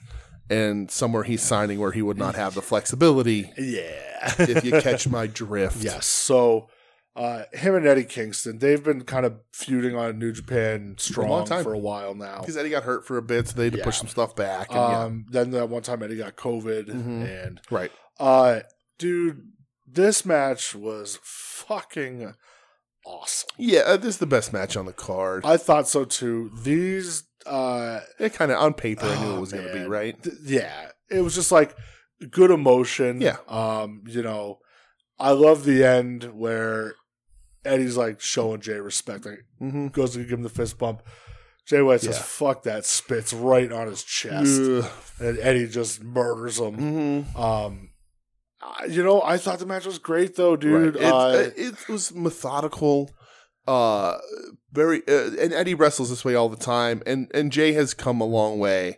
[SPEAKER 2] and somewhere he's signing where he would not have the flexibility
[SPEAKER 1] Yeah.
[SPEAKER 2] if you catch my drift.
[SPEAKER 1] Yes. So uh, him and Eddie Kingston, they've been kind of feuding on New Japan strong
[SPEAKER 2] long time.
[SPEAKER 1] for a while now.
[SPEAKER 2] Because Eddie got hurt for a bit, so they had to
[SPEAKER 1] Yeah.
[SPEAKER 2] push some stuff back. And yeah.
[SPEAKER 1] Um, Then that one time Eddie got COVID,
[SPEAKER 2] Mhm.
[SPEAKER 1] and
[SPEAKER 2] Right.
[SPEAKER 1] uh, dude, this match was fucking awesome.
[SPEAKER 2] Yeah, uh, this is the best match on the card.
[SPEAKER 1] I thought so too. These, uh,
[SPEAKER 2] It kind of on paper, I knew
[SPEAKER 1] Oh,
[SPEAKER 2] it was going to be
[SPEAKER 1] man.
[SPEAKER 2] right.
[SPEAKER 1] th- yeah, it was just like good emotion.
[SPEAKER 2] Yeah.
[SPEAKER 1] Um, you know, I love the end where Eddie's like showing Jay respect. Like
[SPEAKER 2] Mm-hmm.
[SPEAKER 1] goes to give him the fist bump. Jay White says,
[SPEAKER 2] Yeah.
[SPEAKER 1] "Fuck that!" Spits right on his chest, and Eddie just murders him.
[SPEAKER 2] hmm
[SPEAKER 1] Um, I- you know, I thought the match was great though, dude.
[SPEAKER 2] It,
[SPEAKER 1] Uh,
[SPEAKER 2] uh, it was methodical. Uh, very uh, and Eddie wrestles this way all the time, and and Jay has come a long way.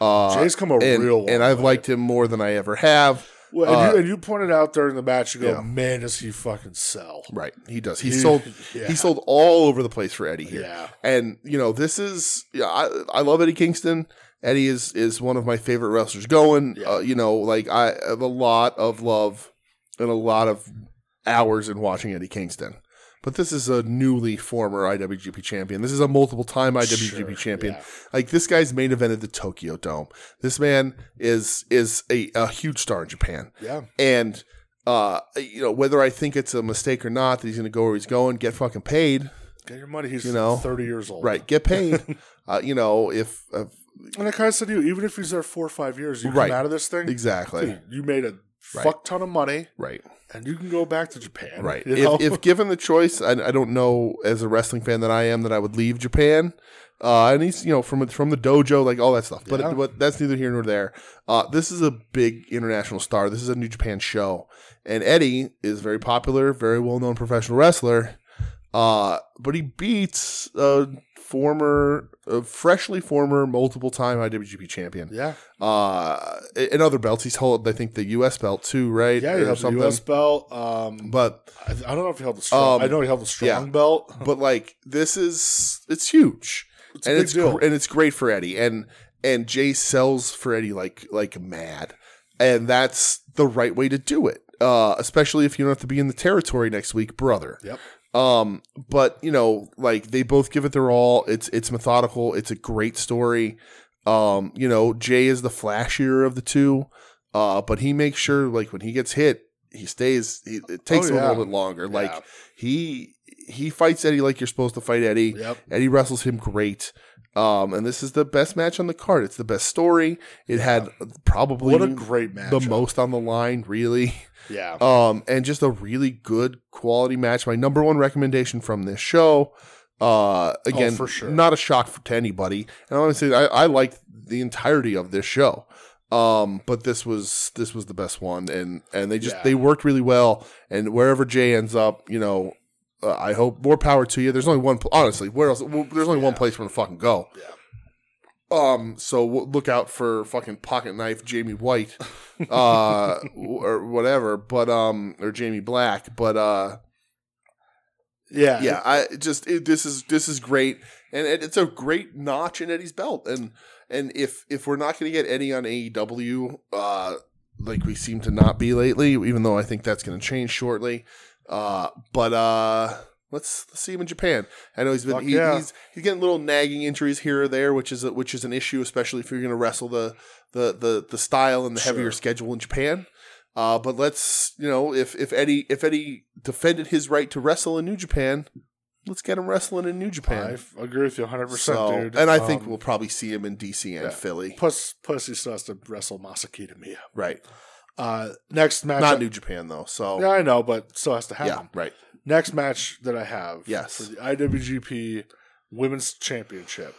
[SPEAKER 2] Uh,
[SPEAKER 1] Jay's come a
[SPEAKER 2] and,
[SPEAKER 1] real one,
[SPEAKER 2] and I've liked him more than I ever have.
[SPEAKER 1] Well, and,
[SPEAKER 2] uh,
[SPEAKER 1] you, and you pointed out during the match, you go,
[SPEAKER 2] Yeah.
[SPEAKER 1] "Man, does he fucking sell?"
[SPEAKER 2] Right, he does. He
[SPEAKER 1] Dude,
[SPEAKER 2] sold.
[SPEAKER 1] Yeah.
[SPEAKER 2] He sold all over the place for Eddie here.
[SPEAKER 1] Yeah,
[SPEAKER 2] and you know this is yeah, I I love Eddie Kingston. Eddie is is one of my favorite wrestlers going.
[SPEAKER 1] Yeah.
[SPEAKER 2] Uh, you know, like I have a lot of love and a lot of hours in watching Eddie Kingston. But this is a newly former IWGP champion. This is a multiple time IWGP
[SPEAKER 1] Sure,
[SPEAKER 2] champion.
[SPEAKER 1] yeah.
[SPEAKER 2] Like this guy's main evented the Tokyo Dome. This man is is a, a huge star in Japan
[SPEAKER 1] Yeah,
[SPEAKER 2] and uh, you know whether I think it's a mistake or not that he's going to go where he's going, get fucking paid,
[SPEAKER 1] get your money. He's
[SPEAKER 2] You know?
[SPEAKER 1] thirty years old,
[SPEAKER 2] right? Get paid. uh, you know if, uh, if
[SPEAKER 1] And I kind of said to you, even if he's there four or five years, you
[SPEAKER 2] Right.
[SPEAKER 1] come out of this thing.
[SPEAKER 2] exactly
[SPEAKER 1] dude, you made a
[SPEAKER 2] Right.
[SPEAKER 1] fuck ton of money,
[SPEAKER 2] right,
[SPEAKER 1] and you can go back to Japan,
[SPEAKER 2] right.
[SPEAKER 1] You know?
[SPEAKER 2] If, if given the choice, I, I don't know as a wrestling fan that I am that I would leave Japan. Uh, and he's you know from from the dojo like all that stuff, but
[SPEAKER 1] Yeah.
[SPEAKER 2] but that's neither here nor there. Uh, this is a big international star. This is a New Japan show, and Eddie is very popular, very well known professional wrestler. Uh, but he beats a former, a freshly former, multiple time IWGP champion.
[SPEAKER 1] yeah,
[SPEAKER 2] Uh, and other belts. He's held, I think, the U.S. belt too, right?
[SPEAKER 1] yeah,
[SPEAKER 2] Or
[SPEAKER 1] he held the U.S. belt. Um,
[SPEAKER 2] But
[SPEAKER 1] I, I don't know if he held the strong.
[SPEAKER 2] Um,
[SPEAKER 1] I know he held the strong
[SPEAKER 2] yeah.
[SPEAKER 1] belt.
[SPEAKER 2] but like this is it's huge,
[SPEAKER 1] It's a
[SPEAKER 2] and
[SPEAKER 1] big
[SPEAKER 2] it's
[SPEAKER 1] deal.
[SPEAKER 2] gr- and it's great for Eddie, and and Jay sells for Eddie like like mad, and that's the right way to do it. Uh, especially if you don't have to be in the territory next week, brother.
[SPEAKER 1] Yep.
[SPEAKER 2] Um, but you know, like they both give it their all. It's it's methodical. It's a great story. Um, you know, Jay is the flashier of the two, uh, but he makes sure like when he gets hit, he stays. He, it takes him
[SPEAKER 1] Oh, yeah.
[SPEAKER 2] a little bit longer.
[SPEAKER 1] Yeah.
[SPEAKER 2] Like he he fights Eddie like you're supposed to fight Eddie.
[SPEAKER 1] Yep.
[SPEAKER 2] Eddie wrestles him great. Um, and this is the best match on the card. It's the best story. It had probably
[SPEAKER 1] What a great match.
[SPEAKER 2] the most on the line, really.
[SPEAKER 1] Yeah.
[SPEAKER 2] Um, and just a really good quality match. My number one recommendation from this show. Uh, again,
[SPEAKER 1] Oh, for sure.
[SPEAKER 2] not a shock for, to anybody. And I want to say I, I liked the entirety of this show. Um, but this was this was the best one, and and they just
[SPEAKER 1] Yeah.
[SPEAKER 2] they worked really well. And wherever Jay ends up, you know, uh, I hope more power to you. There's only one, pl- honestly. Where else? Well, there's only one
[SPEAKER 1] Yeah.
[SPEAKER 2] place for him to fucking go.
[SPEAKER 1] Yeah.
[SPEAKER 2] Um. So w- look out for fucking pocket knife Jamie White, uh, or whatever. But um, or Jamie Black. But uh,
[SPEAKER 1] yeah.
[SPEAKER 2] yeah. I just it, this is this is great, and it, it's a great notch in Eddie's belt. And and if if we're not going to get Eddie on AEW, uh, like we seem to not be lately, even though I think that's going to change shortly. Uh, but uh. Let's, let's see him in Japan. I know he's been
[SPEAKER 1] Fuck
[SPEAKER 2] he,
[SPEAKER 1] yeah.
[SPEAKER 2] he's he's getting little nagging injuries here or there, which is a, which is an issue, especially if you're going to wrestle the, the the the style and the heavier
[SPEAKER 1] Sure.
[SPEAKER 2] schedule in Japan. Uh, but let's you know if if Eddie if Eddie defended his right to wrestle in New Japan, let's get him wrestling in New
[SPEAKER 1] I
[SPEAKER 2] Japan.
[SPEAKER 1] f- agree with you 100%,
[SPEAKER 2] So,
[SPEAKER 1] dude.
[SPEAKER 2] and I think
[SPEAKER 1] Um,
[SPEAKER 2] we'll probably see him in DC and
[SPEAKER 1] yeah.
[SPEAKER 2] Philly,
[SPEAKER 1] Plus, plus he still has to wrestle Masakita Miya.
[SPEAKER 2] right?
[SPEAKER 1] Uh, next match.
[SPEAKER 2] Not New Japan though. So
[SPEAKER 1] Yeah,
[SPEAKER 2] yeah,
[SPEAKER 1] I know, but still has to happen.
[SPEAKER 2] right.
[SPEAKER 1] Next match that I have
[SPEAKER 2] Yes.
[SPEAKER 1] for the IWGP Women's Championship.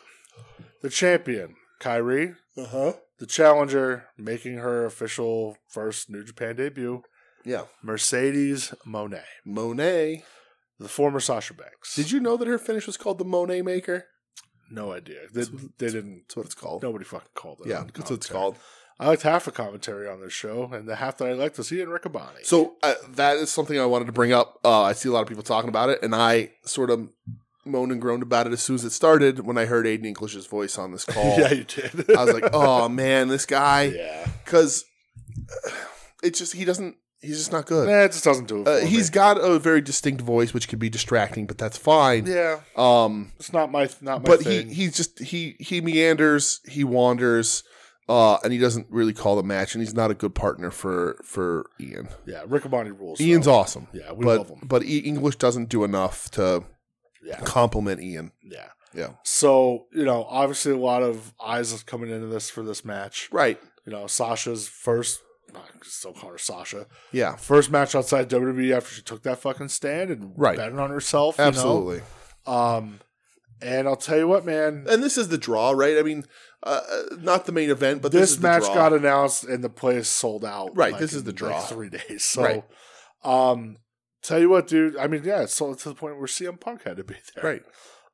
[SPEAKER 1] The champion, Kyrie.
[SPEAKER 2] Uh huh.
[SPEAKER 1] The uh-huh. challenger, making her official first New Japan debut,
[SPEAKER 2] Yeah,
[SPEAKER 1] Mercedes Monet,
[SPEAKER 2] Monet.
[SPEAKER 1] the former Sasha Banks.
[SPEAKER 2] Did you know that her finish was called the Monet Maker?
[SPEAKER 1] No idea. They, they didn't.
[SPEAKER 2] That's what it's called.
[SPEAKER 1] Nobody fucking called it.
[SPEAKER 2] yeah,
[SPEAKER 1] on
[SPEAKER 2] that's what it's
[SPEAKER 1] commentary.
[SPEAKER 2] called.
[SPEAKER 1] I liked half a commentary on this show, and the half that I liked was he and Riccaboni.
[SPEAKER 2] So uh, that is something I wanted to bring up. Uh, I see a lot of people talking about it, and I sort of moaned and groaned about it as soon as it started when I heard Aiden English's voice on this call.
[SPEAKER 1] yeah, you did.
[SPEAKER 2] I was like, "Oh man, this guy,"
[SPEAKER 1] yeah,
[SPEAKER 2] because it's just he doesn't. He's just not good.
[SPEAKER 1] nah, it just doesn't do it.
[SPEAKER 2] Uh,
[SPEAKER 1] for
[SPEAKER 2] he's got a very distinct voice, which can be distracting, but that's fine.
[SPEAKER 1] me. yeah,
[SPEAKER 2] Um,
[SPEAKER 1] it's not my not my
[SPEAKER 2] but he
[SPEAKER 1] thing.
[SPEAKER 2] he's just he he meanders, he wanders. Uh, and he doesn't really call the match, and he's not a good partner for for Ian.
[SPEAKER 1] Yeah, Riccoboni rules. though.
[SPEAKER 2] Ian's awesome,
[SPEAKER 1] Yeah, we
[SPEAKER 2] but
[SPEAKER 1] love him.
[SPEAKER 2] but E- English doesn't do enough to
[SPEAKER 1] Yeah,
[SPEAKER 2] compliment Ian.
[SPEAKER 1] yeah,
[SPEAKER 2] Yeah,
[SPEAKER 1] So you know, obviously, a lot of eyes are coming into this for this match.
[SPEAKER 2] right.
[SPEAKER 1] You know, Sasha's first. I Still call her Sasha.
[SPEAKER 2] Yeah,
[SPEAKER 1] First match outside WWE after she took that fucking stand and
[SPEAKER 2] Right.
[SPEAKER 1] betting on herself. Absolutely.
[SPEAKER 2] absolutely.
[SPEAKER 1] Um, and I'll tell you what, man.
[SPEAKER 2] And this is the draw, right? I mean, uh, uh, not the main event, but this,
[SPEAKER 1] this
[SPEAKER 2] is the
[SPEAKER 1] match
[SPEAKER 2] draw.
[SPEAKER 1] got announced and the place sold out.
[SPEAKER 2] Right, this is the
[SPEAKER 1] in,
[SPEAKER 2] draw.
[SPEAKER 1] three days. So,
[SPEAKER 2] Right.
[SPEAKER 1] um, tell you what, dude. I mean, yeah, it's sold to the point where CM Punk had to be there.
[SPEAKER 2] right.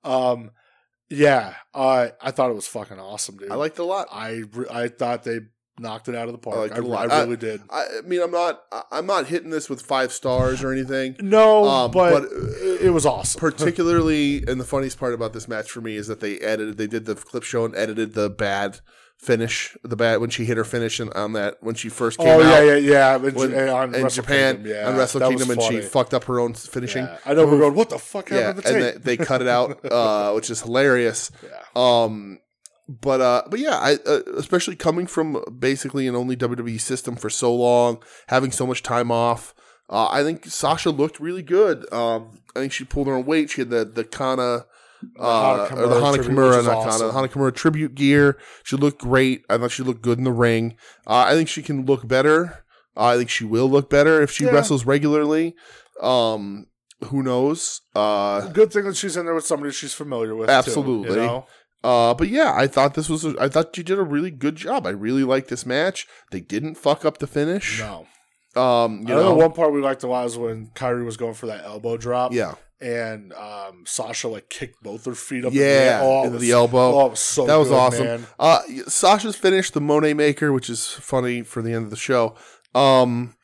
[SPEAKER 1] Um, yeah. I I thought it was fucking awesome, dude.
[SPEAKER 2] I liked it a lot.
[SPEAKER 1] I re- I thought they knocked it out of the park.
[SPEAKER 2] I
[SPEAKER 1] I,
[SPEAKER 2] liked it a
[SPEAKER 1] re- I
[SPEAKER 2] lot.
[SPEAKER 1] really did.
[SPEAKER 2] I, I mean, I'm not I- I'm not hitting this with five stars or anything.
[SPEAKER 1] No,
[SPEAKER 2] Um,
[SPEAKER 1] but,
[SPEAKER 2] but, uh,
[SPEAKER 1] it, it was awesome.
[SPEAKER 2] Particularly, and the funniest part about this match for me is that they edited, they did the clip show and edited the bad finish, the bad when she hit her finish and on that when she first came
[SPEAKER 1] oh
[SPEAKER 2] out
[SPEAKER 1] yeah, yeah, yeah. In,
[SPEAKER 2] when-
[SPEAKER 1] and on
[SPEAKER 2] in
[SPEAKER 1] Wrestle
[SPEAKER 2] Japan
[SPEAKER 1] Kingdom, yeah,
[SPEAKER 2] on Wrestle
[SPEAKER 1] that was
[SPEAKER 2] Kingdom, and she
[SPEAKER 1] funny.
[SPEAKER 2] fucked up her own finishing.
[SPEAKER 1] Yeah. I know we're going. What the fuck
[SPEAKER 2] Yeah,
[SPEAKER 1] happened to the
[SPEAKER 2] and
[SPEAKER 1] tape?
[SPEAKER 2] they, they cut it out, uh, which is hilarious.
[SPEAKER 1] yeah.
[SPEAKER 2] Um, but uh, but yeah, I uh, especially coming from basically an only WWE system for so long, having so much time off. Uh, I think Sasha looked really good. Um, I think she pulled her own weight. She had the the Kana uh,
[SPEAKER 1] The Hana
[SPEAKER 2] or the
[SPEAKER 1] Kimura tribute,
[SPEAKER 2] Hana
[SPEAKER 1] which
[SPEAKER 2] Kimura,
[SPEAKER 1] is
[SPEAKER 2] not
[SPEAKER 1] awesome.
[SPEAKER 2] Kana, the Hana Kimura tribute gear. She looked great. I thought she looked good in the ring. Uh, I think she can look better. Uh, I think she will look better if she
[SPEAKER 1] Yeah.
[SPEAKER 2] wrestles regularly. Um, who knows? Uh,
[SPEAKER 1] Good thing that she's in there with somebody she's familiar with. too,
[SPEAKER 2] Absolutely.
[SPEAKER 1] you know?
[SPEAKER 2] Uh, but yeah, I thought this was. A, I thought you did a really good job. I really liked this match. They didn't fuck up the finish.
[SPEAKER 1] No.
[SPEAKER 2] Um, you
[SPEAKER 1] I know,
[SPEAKER 2] know,
[SPEAKER 1] one part we liked a lot was when Kyrie was going for that elbow drop.
[SPEAKER 2] yeah,
[SPEAKER 1] And um, Sasha like kicked both her feet up. in the
[SPEAKER 2] yeah,
[SPEAKER 1] air. Oh, it
[SPEAKER 2] into
[SPEAKER 1] was-
[SPEAKER 2] the elbow.
[SPEAKER 1] Oh, it was so
[SPEAKER 2] that was
[SPEAKER 1] good,
[SPEAKER 2] awesome.
[SPEAKER 1] man.
[SPEAKER 2] Uh, Sasha's finished the Monet Maker, which is funny for the end of the show. Um,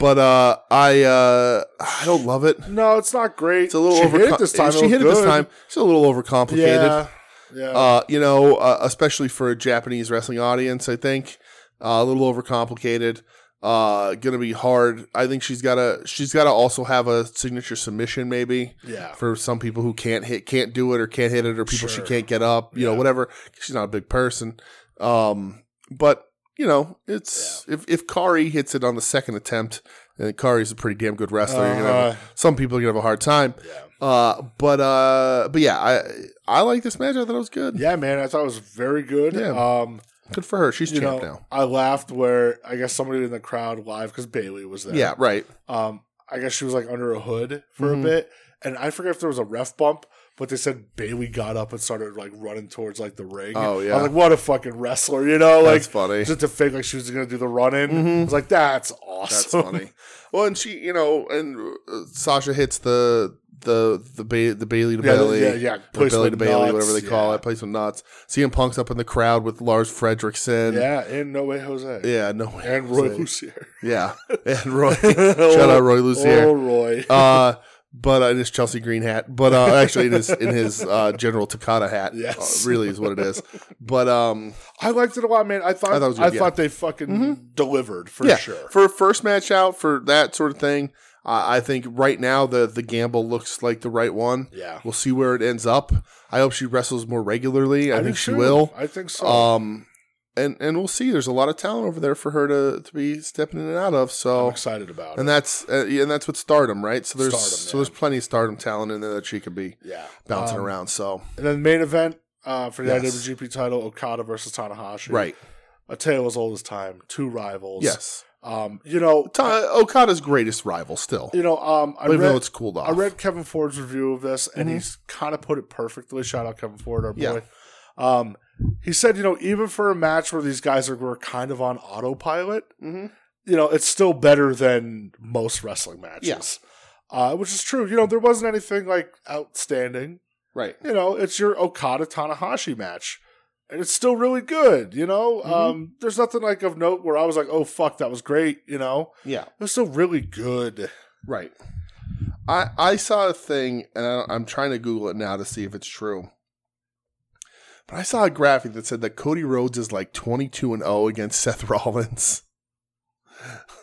[SPEAKER 2] but uh, I uh, I don't love it.
[SPEAKER 1] No, it's not great.
[SPEAKER 2] It's a little
[SPEAKER 1] she
[SPEAKER 2] over.
[SPEAKER 1] Hit it this time.
[SPEAKER 2] She
[SPEAKER 1] was
[SPEAKER 2] hit it this
[SPEAKER 1] good.
[SPEAKER 2] time. It's a little overcomplicated.
[SPEAKER 1] Yeah. Yeah.
[SPEAKER 2] uh, you know, uh, especially for a Japanese wrestling audience, I think uh, a little overcomplicated. Uh, gonna be hard. I think she's gotta she's gotta also have a signature submission, maybe
[SPEAKER 1] yeah.
[SPEAKER 2] for some people who can't hit, can't do it, or can't hit it, or people she
[SPEAKER 1] Sure.
[SPEAKER 2] can't get up. You know,
[SPEAKER 1] Yeah.
[SPEAKER 2] whatever. She's not a big person. Um, but you know, it's if if Kari hits it on the second attempt, and Kari's a pretty damn good wrestler. you're gonna have,
[SPEAKER 1] Uh,
[SPEAKER 2] some people are gonna have a hard time.
[SPEAKER 1] yeah.
[SPEAKER 2] Uh, but uh, but yeah, I I like this match. I thought it was good.
[SPEAKER 1] Yeah, man, I thought it was very good.
[SPEAKER 2] Yeah.
[SPEAKER 1] Um,
[SPEAKER 2] Good for her. She's
[SPEAKER 1] you know,
[SPEAKER 2] champ now.
[SPEAKER 1] I laughed where I guess somebody in the crowd live because Bailey was there.
[SPEAKER 2] Yeah, right.
[SPEAKER 1] Um, I guess she was like under a hood for
[SPEAKER 2] Mhm.
[SPEAKER 1] a bit, and I forget if there was a ref bump, but they said Bailey got up and started like running towards like the ring.
[SPEAKER 2] Oh, yeah.
[SPEAKER 1] I'm like, what a fucking wrestler, you know? Like
[SPEAKER 2] That's funny.
[SPEAKER 1] just to fake like she was gonna do the run in.
[SPEAKER 2] Mhm.
[SPEAKER 1] I was like, that's
[SPEAKER 2] That's
[SPEAKER 1] awesome.
[SPEAKER 2] funny. Well, and she, you know, and uh, Sasha hits the the the ba- the Bailey to
[SPEAKER 1] Yeah,
[SPEAKER 2] Bailey,
[SPEAKER 1] yeah, yeah.
[SPEAKER 2] or
[SPEAKER 1] Place
[SPEAKER 2] Bailey
[SPEAKER 1] with
[SPEAKER 2] to
[SPEAKER 1] nuts,
[SPEAKER 2] Bailey, whatever they call
[SPEAKER 1] yeah.
[SPEAKER 2] it. Play some nuts. CM Punk's up in the crowd with Lars Fredrickson.
[SPEAKER 1] Yeah, and No Way Jose.
[SPEAKER 2] yeah, no way.
[SPEAKER 1] And Roy Lucier.
[SPEAKER 2] Yeah, and Roy. shout out Roy Lucier.
[SPEAKER 1] Oh, Roy.
[SPEAKER 2] Uh, but uh, in his Chelsea green hat, but uh, actually in his in his uh, General Takata hat,
[SPEAKER 1] Yes.
[SPEAKER 2] uh, really is what it is. But um,
[SPEAKER 1] I liked it a lot, man. I thought
[SPEAKER 2] I
[SPEAKER 1] I
[SPEAKER 2] thought it was
[SPEAKER 1] thought,
[SPEAKER 2] good,
[SPEAKER 1] they
[SPEAKER 2] yeah.
[SPEAKER 1] fucking delivered for sure.
[SPEAKER 2] For first match out for that sort of thing, I I think right now the the gamble looks like the right one.
[SPEAKER 1] Yeah,
[SPEAKER 2] We'll see where it ends up. I hope she wrestles more regularly. I,
[SPEAKER 1] do
[SPEAKER 2] think she
[SPEAKER 1] too.
[SPEAKER 2] will.
[SPEAKER 1] I think so. Oh.
[SPEAKER 2] Um, and and we'll see. There's a lot of talent over there for her to, to be stepping in and out of.
[SPEAKER 1] I'm
[SPEAKER 2] So
[SPEAKER 1] excited about
[SPEAKER 2] and
[SPEAKER 1] it.
[SPEAKER 2] that's uh, yeah, and that's what stardom, right? So there's
[SPEAKER 1] Stardom,
[SPEAKER 2] so
[SPEAKER 1] yeah.
[SPEAKER 2] there's plenty of stardom talent in there that she could be
[SPEAKER 1] Yeah,
[SPEAKER 2] bouncing
[SPEAKER 1] Um,
[SPEAKER 2] around. So
[SPEAKER 1] And then main event uh, for the
[SPEAKER 2] Yes.
[SPEAKER 1] IWGP title: Okada versus Tanahashi.
[SPEAKER 2] right,
[SPEAKER 1] a tale as old as time. Two rivals.
[SPEAKER 2] yes.
[SPEAKER 1] Um, you know,
[SPEAKER 2] Ta- Okada's greatest rival still,
[SPEAKER 1] you know. Um, I
[SPEAKER 2] even though
[SPEAKER 1] read,
[SPEAKER 2] it's cooled off.
[SPEAKER 1] I read Kevin Ford's review of this, and
[SPEAKER 2] Mhm.
[SPEAKER 1] he's kind of put it perfectly. Shout out Kevin Ford, our boy.
[SPEAKER 2] Yeah.
[SPEAKER 1] Um, he said, you know, even for a match where these guys are were kind of on autopilot,
[SPEAKER 2] mm-hmm.
[SPEAKER 1] you know, it's still better than most wrestling matches. Uh, which is true. You know, there wasn't anything like outstanding.
[SPEAKER 2] right.
[SPEAKER 1] You know, it's your Okada Tanahashi match. And it's still really good, you know?
[SPEAKER 2] Mhm.
[SPEAKER 1] Um, there's nothing like of note where I was like, oh fuck, that was great, you know?
[SPEAKER 2] Yeah.
[SPEAKER 1] It was still really good.
[SPEAKER 2] Right. I I saw a thing, and I, I'm trying to Google it now to see if it's true. But I saw a graphic that said that Cody Rhodes is like 22 and 0 against Seth Rollins,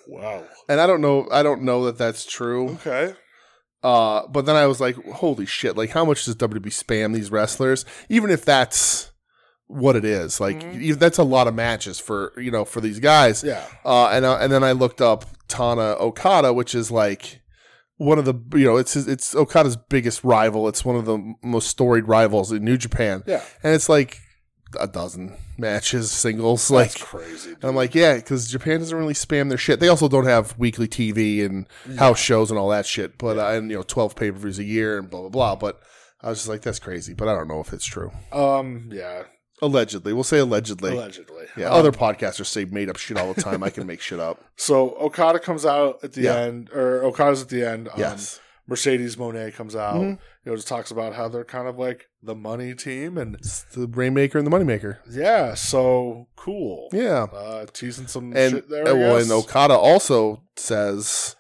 [SPEAKER 1] Wow.
[SPEAKER 2] and I don't know. I don't know that that's true.
[SPEAKER 1] Okay.
[SPEAKER 2] Uh, but E then I was like, holy shit! Like, how much does WWE spam these wrestlers? Even if that's what it is. Like
[SPEAKER 1] Mhm.
[SPEAKER 2] you- that's a lot of matches for you know for these guys.
[SPEAKER 1] Yeah.
[SPEAKER 2] Uh, and uh, and then I looked up Tana Okada, which is like one of the you know it's his- it's Okada's biggest rival. It's one of the m- most storied rivals in New Japan,
[SPEAKER 1] Yeah.
[SPEAKER 2] and it's like a dozen matches, singles,
[SPEAKER 1] That's
[SPEAKER 2] like.
[SPEAKER 1] crazy. dude.
[SPEAKER 2] And I'm like, yeah, because Japan doesn't really spam their shit. They also don't have weekly TV and house shows and all that shit. But uh, and you know, twelve pay per views a year and blah blah blah. But I was just like, that's crazy. But I don't know if it's true.
[SPEAKER 1] um, yeah,
[SPEAKER 2] Allegedly, we'll say allegedly.
[SPEAKER 1] allegedly.
[SPEAKER 2] Yeah,
[SPEAKER 1] Um,
[SPEAKER 2] other podcasters say made up shit all the time. I can make shit up.
[SPEAKER 1] So Okada comes out at the
[SPEAKER 2] Yeah.
[SPEAKER 1] end, or Okada's at the end. Um,
[SPEAKER 2] Yes.
[SPEAKER 1] Mercedes Monet comes out.
[SPEAKER 2] Mhm.
[SPEAKER 1] You know, just talks about how they're kind of like the money team, and
[SPEAKER 2] It's the Rainmaker and the Moneymaker.
[SPEAKER 1] yeah, so cool.
[SPEAKER 2] Yeah.
[SPEAKER 1] Uh, teasing some
[SPEAKER 2] And, uh,
[SPEAKER 1] shit there.
[SPEAKER 2] and,
[SPEAKER 1] I
[SPEAKER 2] well,
[SPEAKER 1] guess.
[SPEAKER 2] and Okada also says,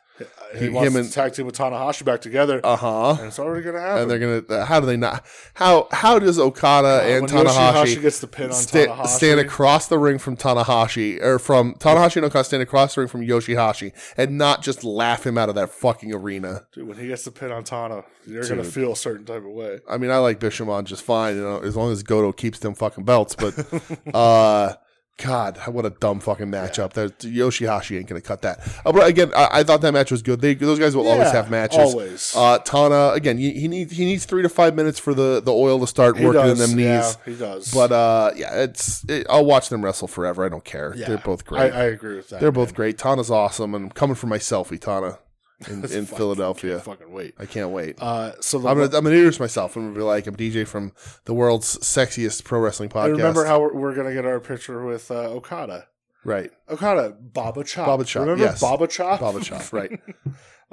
[SPEAKER 1] he,
[SPEAKER 2] he-
[SPEAKER 1] wants
[SPEAKER 2] him
[SPEAKER 1] to
[SPEAKER 2] and-
[SPEAKER 1] tag team with Tanahashi back together,
[SPEAKER 2] uh huh.
[SPEAKER 1] and it's already gonna happen.
[SPEAKER 2] And they're going to, how do they not, how how does Okada
[SPEAKER 1] Uh,
[SPEAKER 2] and
[SPEAKER 1] when Yoshihashi
[SPEAKER 2] Tanahashi
[SPEAKER 1] gets the pin on
[SPEAKER 2] sta-
[SPEAKER 1] Tanahashi.
[SPEAKER 2] stand across the ring from Tanahashi, or from Tanahashi and Okada stand across the ring from Yoshihashi and not just laugh him out of that fucking arena?
[SPEAKER 1] Dude, when he gets the pin on Tana, you're gonna
[SPEAKER 2] Dude.
[SPEAKER 1] feel a certain type of way.
[SPEAKER 2] I mean, I like Bishamon just fine, you know, as long as Goto keeps them fucking belts. But uh, God, what a dumb fucking matchup! That Yoshihashi ain't gonna cut that. Uh, but again, I, I thought that match was good. They, those guys will always
[SPEAKER 1] Yeah,
[SPEAKER 2] have matches.
[SPEAKER 1] Always.
[SPEAKER 2] Uh, Tana again. He, he needs he needs three to five minutes for the, the oil to start
[SPEAKER 1] he
[SPEAKER 2] working
[SPEAKER 1] does.
[SPEAKER 2] in them knees.
[SPEAKER 1] Yeah, he does.
[SPEAKER 2] But uh, yeah, it's it, I'll watch them wrestle forever. I don't care.
[SPEAKER 1] Yeah.
[SPEAKER 2] They're both
[SPEAKER 1] I,
[SPEAKER 2] great.
[SPEAKER 1] I agree with that.
[SPEAKER 2] They're both
[SPEAKER 1] man.
[SPEAKER 2] great. Tana's awesome, and I'm coming for my selfie, Tana, in, in
[SPEAKER 1] Fuck,
[SPEAKER 2] Philadelphia.
[SPEAKER 1] can't Fucking wait.
[SPEAKER 2] I can't wait.
[SPEAKER 1] Uh, so the,
[SPEAKER 2] I'm gonna, I'm gonna introduce myself and be like, I'm DJ from the world's sexiest pro wrestling podcast.
[SPEAKER 1] I remember how we're, we're gonna get our picture with uh, Okada.
[SPEAKER 2] right,
[SPEAKER 1] Okada, Baba Chop.
[SPEAKER 2] Baba Chop,
[SPEAKER 1] Remember
[SPEAKER 2] yes.
[SPEAKER 1] Baba Chop?
[SPEAKER 2] Baba Chop. Right.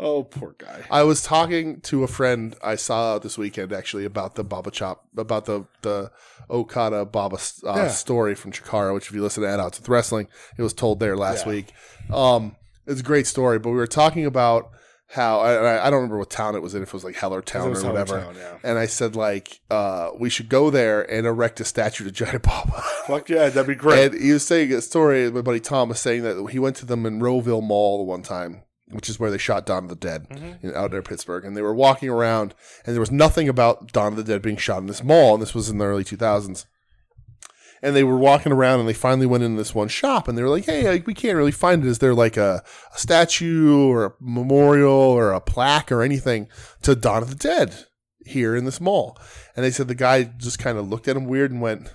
[SPEAKER 1] Oh, poor guy.
[SPEAKER 2] I was talking to a friend I saw this weekend actually about the Baba Chop, about the the Okada Baba uh,
[SPEAKER 1] Yeah.
[SPEAKER 2] story from Chikara, which if you listen to Ad Outs with Wrestling, it was told there last
[SPEAKER 1] Yeah.
[SPEAKER 2] week. Um, it's a great story, but we were talking about how I- I, I don't remember what town it was in, if it was like Hellertown
[SPEAKER 1] It was
[SPEAKER 2] or whatever.
[SPEAKER 1] hometown, yeah.
[SPEAKER 2] And I said like, uh, we should go there and erect a statue to Giant Baba.
[SPEAKER 1] Fuck yeah, that'd be great.
[SPEAKER 2] And he was saying a story. My buddy Tom was saying that he went to the Monroeville Mall the one time, which is where they shot Dawn of the Dead in, out near Pittsburgh. And they were walking around, and there was nothing about Dawn of the Dead being shot in this mall. And this was in the early 2000s. And they were walking around, and they finally went into this one shop, and they were like, "Hey, like, we can't really find it. Is there like a, a statue or a memorial or a plaque or anything to Dawn of the Dead here in this mall?" And they said the guy just kind of looked at him weird and went,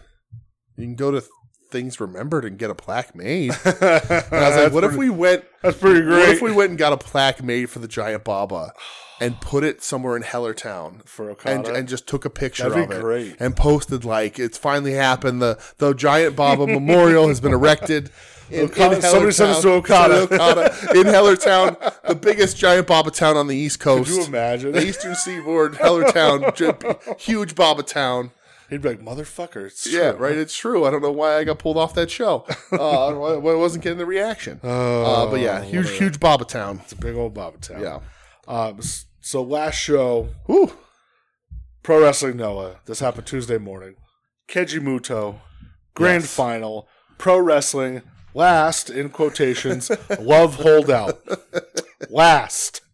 [SPEAKER 2] "You can go to things remembered and get a plaque made. And I was like,
[SPEAKER 1] That's
[SPEAKER 2] what if
[SPEAKER 1] pretty-
[SPEAKER 2] we went?
[SPEAKER 1] That's pretty
[SPEAKER 2] What
[SPEAKER 1] great.
[SPEAKER 2] if we went and got a plaque made for the giant Baba and put it somewhere in Hellertown
[SPEAKER 1] For Okada.
[SPEAKER 2] and and just took a picture
[SPEAKER 1] That'd
[SPEAKER 2] of
[SPEAKER 1] be
[SPEAKER 2] it
[SPEAKER 1] great.
[SPEAKER 2] and posted like it's finally happened. The the giant Baba memorial has been erected. In,
[SPEAKER 1] Okada- somebody send us to Okada.
[SPEAKER 2] Send it to Okada. in Hellertown, the biggest giant Baba town on the East Coast.
[SPEAKER 1] Could you imagine?
[SPEAKER 2] The Eastern Seaboard, Hellertown, j- huge Baba town.
[SPEAKER 1] He'd be like, motherfucker. It's
[SPEAKER 2] Yeah,
[SPEAKER 1] true.
[SPEAKER 2] right. It's true. I don't know why I got pulled off that show. Uh, I don't know why I wasn't getting the reaction.
[SPEAKER 1] Oh,
[SPEAKER 2] uh, but yeah, huge, huge Baba Town.
[SPEAKER 1] Big old Baba Town.
[SPEAKER 2] Yeah.
[SPEAKER 1] Um, s- so last show,
[SPEAKER 2] Whew.
[SPEAKER 1] Pro Wrestling Noah. This happened Tuesday morning. Keiji Muto, grand
[SPEAKER 2] Yes.
[SPEAKER 1] final. Pro Wrestling last in quotations. love holdout. Last.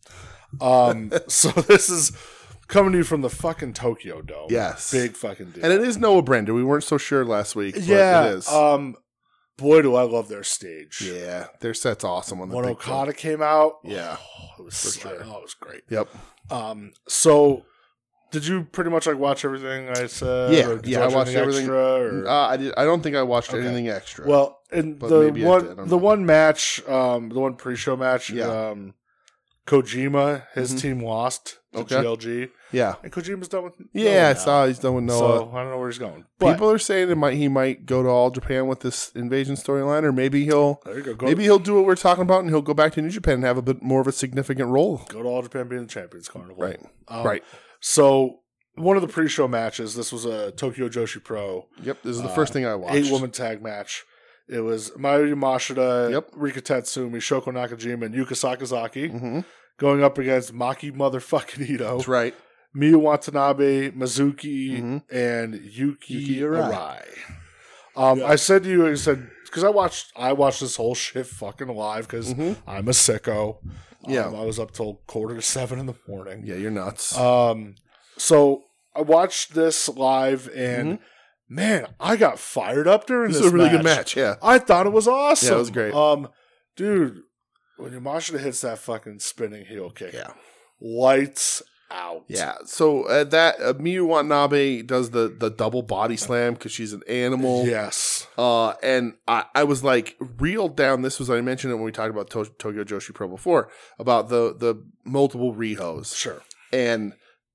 [SPEAKER 1] Um, so this is coming to you from the fucking Tokyo Dome.
[SPEAKER 2] Yes.
[SPEAKER 1] big fucking deal.
[SPEAKER 2] And it is Noah Brander. We weren't so sure last week. But
[SPEAKER 1] yeah.
[SPEAKER 2] It is.
[SPEAKER 1] Um, boy, do I love their stage.
[SPEAKER 2] yeah. Their set's awesome on the
[SPEAKER 1] When
[SPEAKER 2] big deal.
[SPEAKER 1] Okada came out,
[SPEAKER 2] Yeah.
[SPEAKER 1] oh, it was slick.
[SPEAKER 2] sure.
[SPEAKER 1] oh, it was great.
[SPEAKER 2] Yep.
[SPEAKER 1] Um, so did you pretty much like watch everything I said?
[SPEAKER 2] Yeah,
[SPEAKER 1] or did you
[SPEAKER 2] yeah, I
[SPEAKER 1] watch
[SPEAKER 2] watched
[SPEAKER 1] anything
[SPEAKER 2] everything.
[SPEAKER 1] extra, or-
[SPEAKER 2] Uh, I, did, I don't think I watched
[SPEAKER 1] Okay.
[SPEAKER 2] anything extra.
[SPEAKER 1] Well, and
[SPEAKER 2] But
[SPEAKER 1] the
[SPEAKER 2] maybe I
[SPEAKER 1] one
[SPEAKER 2] did, I don't
[SPEAKER 1] the
[SPEAKER 2] know.
[SPEAKER 1] one match, um, the one pre-show match,
[SPEAKER 2] Yeah.
[SPEAKER 1] um, Kojima, his
[SPEAKER 2] Mhm.
[SPEAKER 1] team lost to
[SPEAKER 2] Okay.
[SPEAKER 1] GLG,
[SPEAKER 2] yeah.
[SPEAKER 1] and Kojima's done with
[SPEAKER 2] Yeah, I
[SPEAKER 1] Noah now.
[SPEAKER 2] saw he's done with Noah.
[SPEAKER 1] So I don't know where he's going. But
[SPEAKER 2] People are saying it might, he might go to All Japan with this invasion storyline, or maybe he'll
[SPEAKER 1] there you go. Go,
[SPEAKER 2] maybe he'll do what we're talking about, and he'll go back to New Japan and have a bit more of a significant role.
[SPEAKER 1] go to All Japan being the champions carnival.
[SPEAKER 2] Right.
[SPEAKER 1] Um,
[SPEAKER 2] right.
[SPEAKER 1] So one of the pre-show matches. This was a Tokyo Joshi Pro.
[SPEAKER 2] Yep, this is the
[SPEAKER 1] Uh,
[SPEAKER 2] first thing I watched.
[SPEAKER 1] eight woman tag match. It was Mayu Mashida,
[SPEAKER 2] Yep.
[SPEAKER 1] Rika Tatsumi, Shoko Nakajima, and Yuka Sakazaki
[SPEAKER 2] hmm
[SPEAKER 1] going up against Maki motherfucking Ito,
[SPEAKER 2] That's right.
[SPEAKER 1] Miyu Watanabe, Mizuki,
[SPEAKER 2] Mhm.
[SPEAKER 1] and Yuki,
[SPEAKER 2] Yuki
[SPEAKER 1] Arai.
[SPEAKER 2] Arai.
[SPEAKER 1] Um,
[SPEAKER 2] Yeah.
[SPEAKER 1] I said to you, I said because I watched I watched this whole shit fucking live because
[SPEAKER 2] Mhm.
[SPEAKER 1] I'm a sicko. Um,
[SPEAKER 2] Yeah.
[SPEAKER 1] I was up till quarter to seven in the morning.
[SPEAKER 2] Yeah, you're nuts.
[SPEAKER 1] Um, so I watched this live, and
[SPEAKER 2] Mm-hmm.
[SPEAKER 1] man, I got fired up during
[SPEAKER 2] This
[SPEAKER 1] this.
[SPEAKER 2] is a really good
[SPEAKER 1] match.
[SPEAKER 2] match. Yeah.
[SPEAKER 1] I thought it was awesome.
[SPEAKER 2] Yeah, it was great.
[SPEAKER 1] Um, dude, when Yamashita hits that fucking spinning heel kick,
[SPEAKER 2] Yeah.
[SPEAKER 1] lights out.
[SPEAKER 2] Yeah. So uh, that uh, Miyu Watanabe does the the double body slam because she's an animal.
[SPEAKER 1] Yes.
[SPEAKER 2] Uh, and I, I was like reeled down. This was I mentioned it when we talked about to- Tokyo Joshi Pro before about the the multiple rehos
[SPEAKER 1] Sure.
[SPEAKER 2] and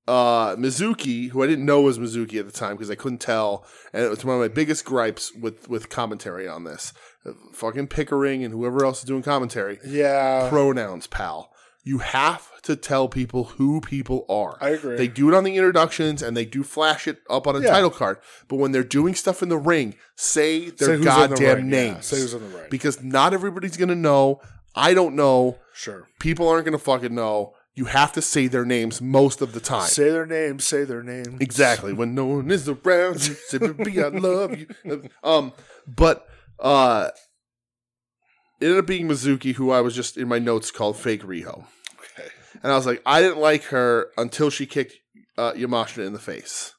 [SPEAKER 2] uh Mizuki, who I didn't know was Mizuki at the time because I couldn't tell, and it was one of my biggest gripes with with commentary on this. Uh, fucking Pickering and whoever else is doing commentary.
[SPEAKER 1] Yeah.
[SPEAKER 2] pronouns, pal. You have to tell people who people are.
[SPEAKER 1] I agree.
[SPEAKER 2] They do it on the introductions and they do flash it up on a
[SPEAKER 1] Yeah.
[SPEAKER 2] title card. But when they're doing stuff in the ring, say
[SPEAKER 1] Say
[SPEAKER 2] their
[SPEAKER 1] who's in the
[SPEAKER 2] goddamn
[SPEAKER 1] ring, yeah.
[SPEAKER 2] names.
[SPEAKER 1] Say who's in the ring.
[SPEAKER 2] because not everybody's going to know. I don't know.
[SPEAKER 1] sure.
[SPEAKER 2] People aren't going to fucking know. You have to say their names most of the time.
[SPEAKER 1] Say their name. Say their name.
[SPEAKER 2] Exactly. When no one is around, you say, "Baby, I love you." Um, but uh, it ended up being Mizuki, who I was just in my notes called Fake Riho,
[SPEAKER 1] Okay.
[SPEAKER 2] and I was like, I didn't like her until she kicked uh, Yamashita in the face,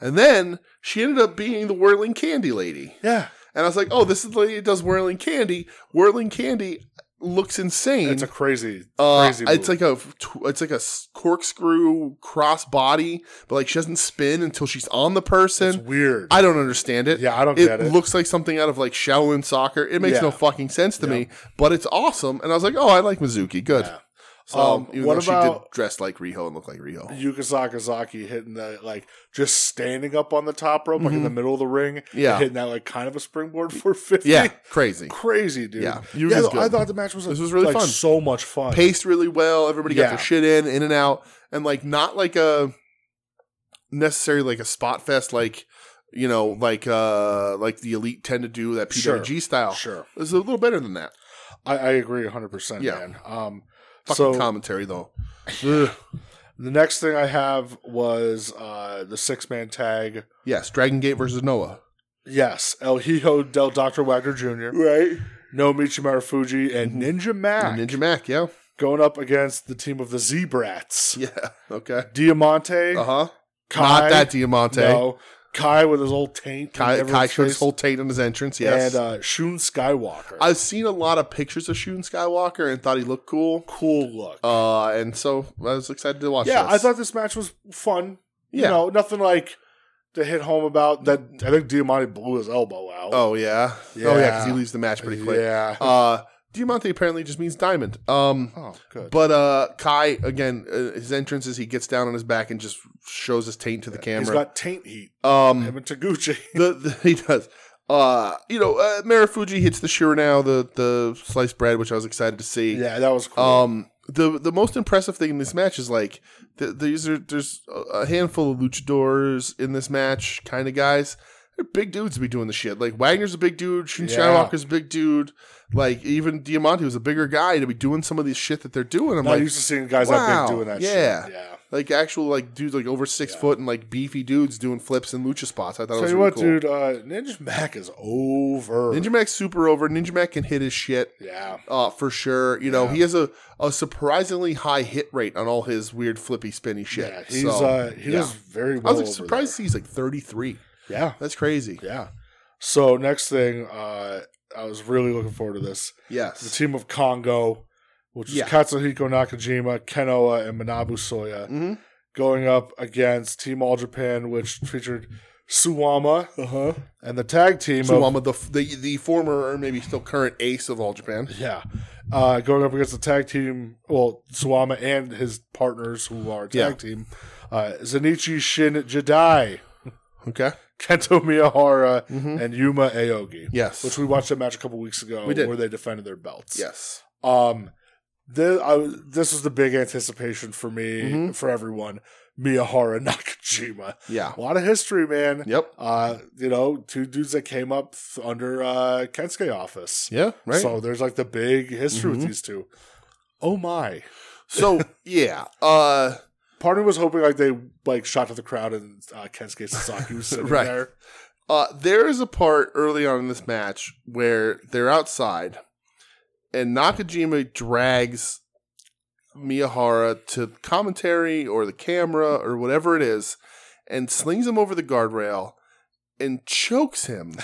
[SPEAKER 2] and then she ended up being the Whirling Candy Lady,
[SPEAKER 1] Yeah.
[SPEAKER 2] and I was like, Oh, this is the lady that does Whirling Candy. Whirling Candy looks insane.
[SPEAKER 1] It's a crazy,
[SPEAKER 2] Uh,
[SPEAKER 1] crazy move.
[SPEAKER 2] it's like a tw- it's like a s- corkscrew cross body, but like she doesn't spin until she's on the
[SPEAKER 1] it's
[SPEAKER 2] person.
[SPEAKER 1] weird.
[SPEAKER 2] I don't understand it.
[SPEAKER 1] yeah, I don't
[SPEAKER 2] it
[SPEAKER 1] get it.
[SPEAKER 2] looks like something out of like Shaolin soccer. It makes
[SPEAKER 1] Yeah.
[SPEAKER 2] no fucking sense to
[SPEAKER 1] Yeah.
[SPEAKER 2] me, but it's awesome. And I was like, oh, I like Mizuki. Good.
[SPEAKER 1] Yeah.
[SPEAKER 2] So
[SPEAKER 1] Um,
[SPEAKER 2] even
[SPEAKER 1] what
[SPEAKER 2] though she did
[SPEAKER 1] about-
[SPEAKER 2] dress like Riho and look like Riho.
[SPEAKER 1] Yuka Sakazaki hitting the like just standing up on the top rope, like in
[SPEAKER 2] Mhm.
[SPEAKER 1] the middle of the ring,
[SPEAKER 2] Yeah.
[SPEAKER 1] hitting that like kind of a springboard for fifty.
[SPEAKER 2] Yeah, crazy.
[SPEAKER 1] crazy dude.
[SPEAKER 2] Yeah,
[SPEAKER 1] yeah.
[SPEAKER 2] Yuka's
[SPEAKER 1] though,
[SPEAKER 2] good.
[SPEAKER 1] I thought the match was
[SPEAKER 2] This was really
[SPEAKER 1] like,
[SPEAKER 2] fun.
[SPEAKER 1] So much fun.
[SPEAKER 2] Paced really well. Everybody got
[SPEAKER 1] Yeah.
[SPEAKER 2] their shit in, in and out, and like not like a necessarily like a spot fest, like you know, like uh like the elite tend to do that
[SPEAKER 1] Sure.
[SPEAKER 2] PWG style.
[SPEAKER 1] Sure,
[SPEAKER 2] It's a little better than that.
[SPEAKER 1] I, I agree hundred percent.
[SPEAKER 2] Yeah.
[SPEAKER 1] man. Um,
[SPEAKER 2] Fucking
[SPEAKER 1] so
[SPEAKER 2] commentary though.
[SPEAKER 1] the next thing I have was uh the six man tag.
[SPEAKER 2] Yes, Dragon Gate versus Noah.
[SPEAKER 1] Yes, El Hijo del Doctor Wagner Jr.,
[SPEAKER 2] Right. Mm-hmm.
[SPEAKER 1] No Michi Marufuji, and Ninja Mac
[SPEAKER 2] Ninja Mac, yeah.
[SPEAKER 1] going up against the team of the Zebrats.
[SPEAKER 2] Yeah. Okay.
[SPEAKER 1] Diamante,
[SPEAKER 2] Uh huh.
[SPEAKER 1] Kai,
[SPEAKER 2] Not that Diamante.
[SPEAKER 1] no, Kai with his old taint,
[SPEAKER 2] Kai,
[SPEAKER 1] and
[SPEAKER 2] Kai
[SPEAKER 1] everyone's
[SPEAKER 2] shook his
[SPEAKER 1] face,
[SPEAKER 2] whole taint on his entrance. Yes.
[SPEAKER 1] and uh, Shun Skywalker.
[SPEAKER 2] I've seen a lot of pictures of Shun Skywalker and thought he looked cool.
[SPEAKER 1] cool look.
[SPEAKER 2] Uh, and so I was excited to watch.
[SPEAKER 1] yeah,
[SPEAKER 2] this.
[SPEAKER 1] I thought this match was fun.
[SPEAKER 2] Oh, Yeah. Mm.
[SPEAKER 1] You know, nothing like to hit home about that. I think Diamante blew his elbow out.
[SPEAKER 2] Oh yeah. Oh yeah, because he
[SPEAKER 1] Yeah.
[SPEAKER 2] leaves the match pretty quick.
[SPEAKER 1] Yeah.
[SPEAKER 2] Uh, Diamante apparently just means diamond. Um,
[SPEAKER 1] oh, good.
[SPEAKER 2] but uh, Kai again, uh, his entrance is he gets down on his back and just shows his taint to the
[SPEAKER 1] He's
[SPEAKER 2] camera.
[SPEAKER 1] got taint heat.
[SPEAKER 2] um,
[SPEAKER 1] Him and Taguchi.
[SPEAKER 2] the, the he does. Uh, you know, uh, Marufuji hits the Shira now, the the sliced bread, which I was excited to see.
[SPEAKER 1] yeah, that was cool.
[SPEAKER 2] Um, the the most impressive thing in this match is like the, these are there's a- a handful of luchadors in this match, kind of guys. They're big dudes to be doing the shit. Like Wagner's a big dude, Shin
[SPEAKER 1] Yeah.
[SPEAKER 2] Skywalker's a big dude. Like even Diamante was a bigger guy to be doing some of these shit that they're doing. I'm
[SPEAKER 1] Not
[SPEAKER 2] like,
[SPEAKER 1] used to seeing guys
[SPEAKER 2] wow,
[SPEAKER 1] that big doing that
[SPEAKER 2] yeah.
[SPEAKER 1] shit. Yeah.
[SPEAKER 2] like actual like dudes like over six foot and like beefy dudes doing flips and lucha spots. I thought it
[SPEAKER 1] Tell
[SPEAKER 2] was
[SPEAKER 1] you
[SPEAKER 2] really
[SPEAKER 1] what,
[SPEAKER 2] cool.
[SPEAKER 1] dude, uh, Ninja Mac is over.
[SPEAKER 2] Ninja Mac's super over. Ninja Mac can hit his shit
[SPEAKER 1] yeah.
[SPEAKER 2] uh, for sure. You know, he has a, a surprisingly high hit rate on all his weird flippy spinny shit.
[SPEAKER 1] Yeah. He's
[SPEAKER 2] So,
[SPEAKER 1] uh he
[SPEAKER 2] yeah.
[SPEAKER 1] does very
[SPEAKER 2] I
[SPEAKER 1] well.
[SPEAKER 2] was like,
[SPEAKER 1] over
[SPEAKER 2] surprised he's like 33.
[SPEAKER 1] there. Yeah.
[SPEAKER 2] That's crazy.
[SPEAKER 1] Yeah. So next thing, uh I was really looking forward to this. the
[SPEAKER 2] Yes.
[SPEAKER 1] team of Congo, which is
[SPEAKER 2] Yeah.
[SPEAKER 1] Katsuhiko Nakajima, Kenoa, and Manabu Soya,
[SPEAKER 2] hmm
[SPEAKER 1] going up against Team All Japan, which featured Suwama
[SPEAKER 2] Uh-huh.
[SPEAKER 1] and the tag team
[SPEAKER 2] So
[SPEAKER 1] of
[SPEAKER 2] I'm the, the the former or maybe still current ace of all Japan.
[SPEAKER 1] yeah, uh, going up against the tag team. Well, Suwama and his partners, who are a tag
[SPEAKER 2] Yeah.
[SPEAKER 1] team, uh, Zenichi Shin Jedi,
[SPEAKER 2] Okay.
[SPEAKER 1] Kento Miyahara,
[SPEAKER 2] Mhm.
[SPEAKER 1] and Yuma Aogi.
[SPEAKER 2] Yes.
[SPEAKER 1] Mm-hmm. Which we watched that match a couple weeks ago,
[SPEAKER 2] We did.
[SPEAKER 1] where they defended their belts.
[SPEAKER 2] yes.
[SPEAKER 1] Um, this, I, was- this was the big anticipation for me,
[SPEAKER 2] Mhm.
[SPEAKER 1] for everyone. Miyahara Nakajima.
[SPEAKER 2] Yeah.
[SPEAKER 1] A lot of history, man.
[SPEAKER 2] Yep.
[SPEAKER 1] Uh, you know, two dudes that came up th- under uh, Kensuke office.
[SPEAKER 2] Yeah. Right.
[SPEAKER 1] So there's like the big history
[SPEAKER 2] Mhm.
[SPEAKER 1] with these two. Oh my.
[SPEAKER 2] so yeah. Uh,
[SPEAKER 1] Part of me was hoping like they like shot to the crowd and uh, Kensuke Sasaki was sitting
[SPEAKER 2] Right.
[SPEAKER 1] there.
[SPEAKER 2] Uh, there is a part early on in this match where they're outside, and Nakajima drags Miyahara to commentary or the camera or whatever it is, and slings him over the guardrail. and chokes him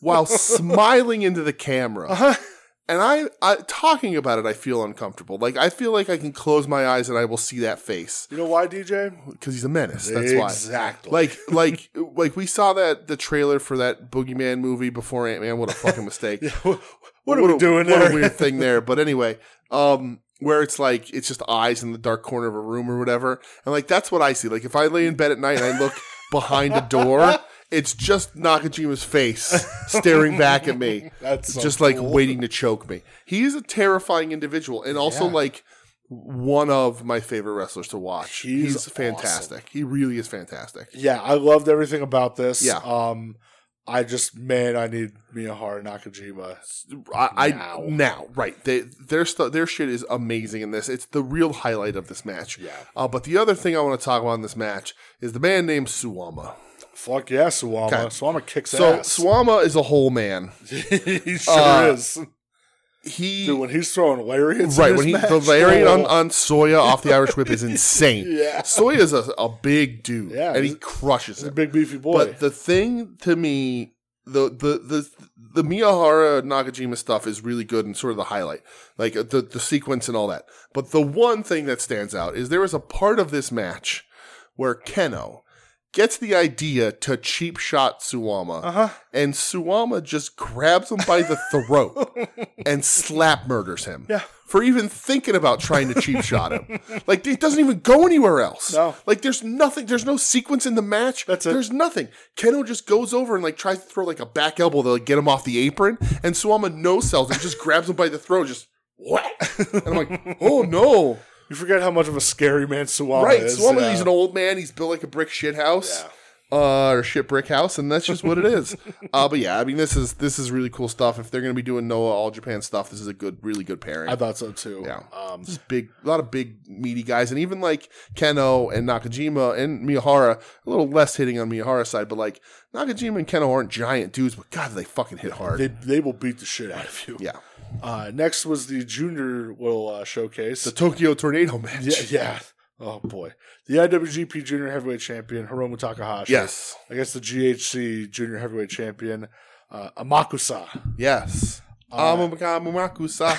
[SPEAKER 2] while smiling into the camera.
[SPEAKER 1] Uh-huh.
[SPEAKER 2] And I, I talking about it, I feel uncomfortable. Like I feel like I can close my eyes and I will see that face
[SPEAKER 1] You know why, DJ?
[SPEAKER 2] because he's a menace. That's why.
[SPEAKER 1] exactly.
[SPEAKER 2] Like, like, like we saw that the trailer for that Boogeyman movie before Ant Man. What a fucking mistake!
[SPEAKER 1] Yeah, wh- what, are we
[SPEAKER 2] a-
[SPEAKER 1] doing
[SPEAKER 2] What
[SPEAKER 1] there?
[SPEAKER 2] a weird thing there. But anyway, um, where it's like it's just eyes in the dark corner of a room or whatever, and like that's what I see. Like if I lay in bed at night and I look behind a door, it's just Nakajima's face staring back at me,
[SPEAKER 1] That's so
[SPEAKER 2] just like
[SPEAKER 1] cool.
[SPEAKER 2] waiting to choke me. He is a terrifying individual, and also
[SPEAKER 1] Yeah.
[SPEAKER 2] like one of my favorite wrestlers to watch.
[SPEAKER 1] He's
[SPEAKER 2] He's, fantastic. He really is fantastic.
[SPEAKER 1] Yeah, I loved everything about this.
[SPEAKER 2] Yeah.
[SPEAKER 1] Um, I just man, I need Miyahara Nakajima.
[SPEAKER 2] I, I now.
[SPEAKER 1] Now.
[SPEAKER 2] right. They, their stu their shit is amazing in this. It's the real highlight of this match.
[SPEAKER 1] Yeah.
[SPEAKER 2] Uh, but the other thing I want to talk about in this match is the man named Suwama.
[SPEAKER 1] Fuck yeah, Suwama.
[SPEAKER 2] Okay.
[SPEAKER 1] Suwama kicks
[SPEAKER 2] So
[SPEAKER 1] ass.
[SPEAKER 2] Suwama is a whole man.
[SPEAKER 1] he sure
[SPEAKER 2] Uh,
[SPEAKER 1] is.
[SPEAKER 2] He
[SPEAKER 1] Dude, when he's throwing lariats,
[SPEAKER 2] right
[SPEAKER 1] in
[SPEAKER 2] when he
[SPEAKER 1] this
[SPEAKER 2] the
[SPEAKER 1] match,
[SPEAKER 2] lariat on,
[SPEAKER 1] oh,
[SPEAKER 2] on Soya off the Irish whip is insane.
[SPEAKER 1] Yeah.
[SPEAKER 2] Soya's a, a big dude,
[SPEAKER 1] Yeah,
[SPEAKER 2] and he
[SPEAKER 1] he's-
[SPEAKER 2] crushes
[SPEAKER 1] he's a
[SPEAKER 2] it.
[SPEAKER 1] big beefy boy.
[SPEAKER 2] But the thing to me, the the the the Miyahara Nakajima stuff is really good and sort of the highlight, like uh, the the sequence and all that. But the one thing that stands out is there was a part of this match where Keno gets the idea to cheap shot Suwama,
[SPEAKER 1] uh huh.
[SPEAKER 2] and Suwama just grabs him by the throat and slap murders him.
[SPEAKER 1] Yeah.
[SPEAKER 2] For even thinking about trying to cheap shot him. Like, it doesn't even go anywhere else.
[SPEAKER 1] No.
[SPEAKER 2] Like, there's nothing. There's no sequence in the match.
[SPEAKER 1] That's it.
[SPEAKER 2] There's nothing. Keno just goes over and, like, tries to throw, like, a back elbow to, like, get him off the apron. And Suwama no sells and just grabs him by the throat, just, what? And I'm like, oh no.
[SPEAKER 1] You forget how much of a scary man Suwama
[SPEAKER 2] Right.
[SPEAKER 1] is.
[SPEAKER 2] Suwama,
[SPEAKER 1] yeah.
[SPEAKER 2] he's an old man. He's built like a brick shit house
[SPEAKER 1] Yeah.
[SPEAKER 2] uh, or shit brick house, and that's just what it is. uh, but yeah, I mean, this is this is really cool stuff. If they're gonna be doing Noah All Japan stuff, this is a good, really good pairing.
[SPEAKER 1] I thought so too.
[SPEAKER 2] Yeah.
[SPEAKER 1] Um,
[SPEAKER 2] Just big, a lot of big meaty guys, and even like Keno and Nakajima and Miyahara. A little less hitting on Miyahara's side, but like Nakajima and Keno aren't giant dudes, but God, they fucking hit hard.
[SPEAKER 1] they they will beat the shit out of you.
[SPEAKER 2] yeah,
[SPEAKER 1] Uh, next was the junior little uh, showcase.
[SPEAKER 2] the Tokyo Tornado match.
[SPEAKER 1] Yeah, yeah. Oh boy, the IWGP Junior Heavyweight Champion Hiromu Takahashi.
[SPEAKER 2] Yes.
[SPEAKER 1] against the GHC Junior Heavyweight Champion uh, Amakusa.
[SPEAKER 2] Yes.
[SPEAKER 1] Uh,
[SPEAKER 2] Amakamakusa.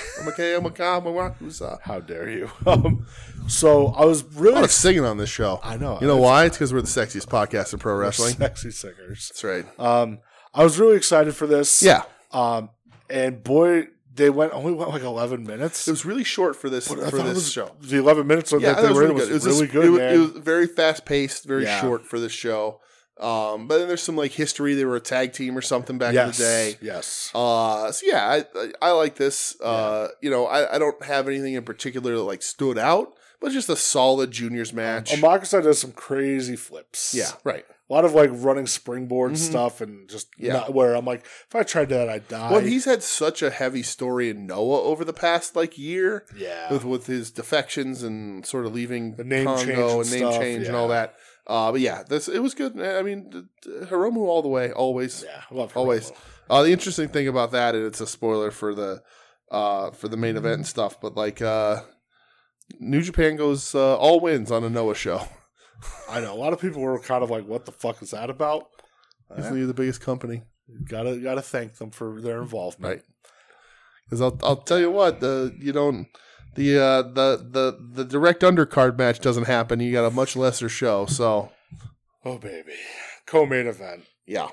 [SPEAKER 2] Amakamakusa.
[SPEAKER 1] How dare you? Um, so I was
[SPEAKER 2] A lot
[SPEAKER 1] really
[SPEAKER 2] of singing on this show.
[SPEAKER 1] I know.
[SPEAKER 2] You know why? It's because we're the sexiest podcast in pro wrestling.
[SPEAKER 1] sexy singers.
[SPEAKER 2] That's right.
[SPEAKER 1] Um, I was really excited for this.
[SPEAKER 2] Yeah.
[SPEAKER 1] Um, and boy, they went only went like eleven minutes.
[SPEAKER 2] It was really short for this
[SPEAKER 1] But I
[SPEAKER 2] for
[SPEAKER 1] thought it
[SPEAKER 2] this
[SPEAKER 1] was-
[SPEAKER 2] show.
[SPEAKER 1] The eleven minutes
[SPEAKER 2] Yeah,
[SPEAKER 1] that they
[SPEAKER 2] it was
[SPEAKER 1] were in
[SPEAKER 2] really
[SPEAKER 1] was
[SPEAKER 2] good. It was,
[SPEAKER 1] really
[SPEAKER 2] just-
[SPEAKER 1] good,
[SPEAKER 2] it was-
[SPEAKER 1] man.
[SPEAKER 2] it was very fast paced, very
[SPEAKER 1] Yeah.
[SPEAKER 2] short for this show. Um, but then there's some like history. They were a tag team or something back
[SPEAKER 1] yes,
[SPEAKER 2] in the day.
[SPEAKER 1] yes.
[SPEAKER 2] Uh, so yeah, I I, I like this. Uh, you know, I, I don't have anything in particular that like stood out, but just a solid juniors match.
[SPEAKER 1] Amakusa does some crazy flips.
[SPEAKER 2] yeah, right.
[SPEAKER 1] a lot of like running springboard
[SPEAKER 2] Mhm.
[SPEAKER 1] stuff and just
[SPEAKER 2] Yeah.
[SPEAKER 1] not where I'm like, if I tried that, I'd die.
[SPEAKER 2] Well, he's had such a heavy story in Noah over the past like year.
[SPEAKER 1] yeah,
[SPEAKER 2] with with his defections and sort of leaving
[SPEAKER 1] The name
[SPEAKER 2] Congo
[SPEAKER 1] change and
[SPEAKER 2] and name
[SPEAKER 1] stuff,
[SPEAKER 2] change and
[SPEAKER 1] yeah.
[SPEAKER 2] all that. Uh, but yeah, this it was good. I mean, th- th- Hiromu all the way, always.
[SPEAKER 1] yeah, I love
[SPEAKER 2] Always.
[SPEAKER 1] Hiromu.
[SPEAKER 2] Uh, the interesting thing about that, and it's a spoiler for the uh, for the main
[SPEAKER 1] Mm-hmm.
[SPEAKER 2] event and stuff, but like uh, New Japan goes uh, all wins on a Noah show.
[SPEAKER 1] I know a lot of people were kind of like, "What the fuck is that about?" Uh,
[SPEAKER 2] Isn't he the biggest company?
[SPEAKER 1] gotta gotta thank them for their involvement.
[SPEAKER 2] Right. Because I'll I'll tell you what, the you don't. The, uh, the the the direct undercard match doesn't happen. You got a much lesser show, so
[SPEAKER 1] Oh baby, co-main event.
[SPEAKER 2] yeah.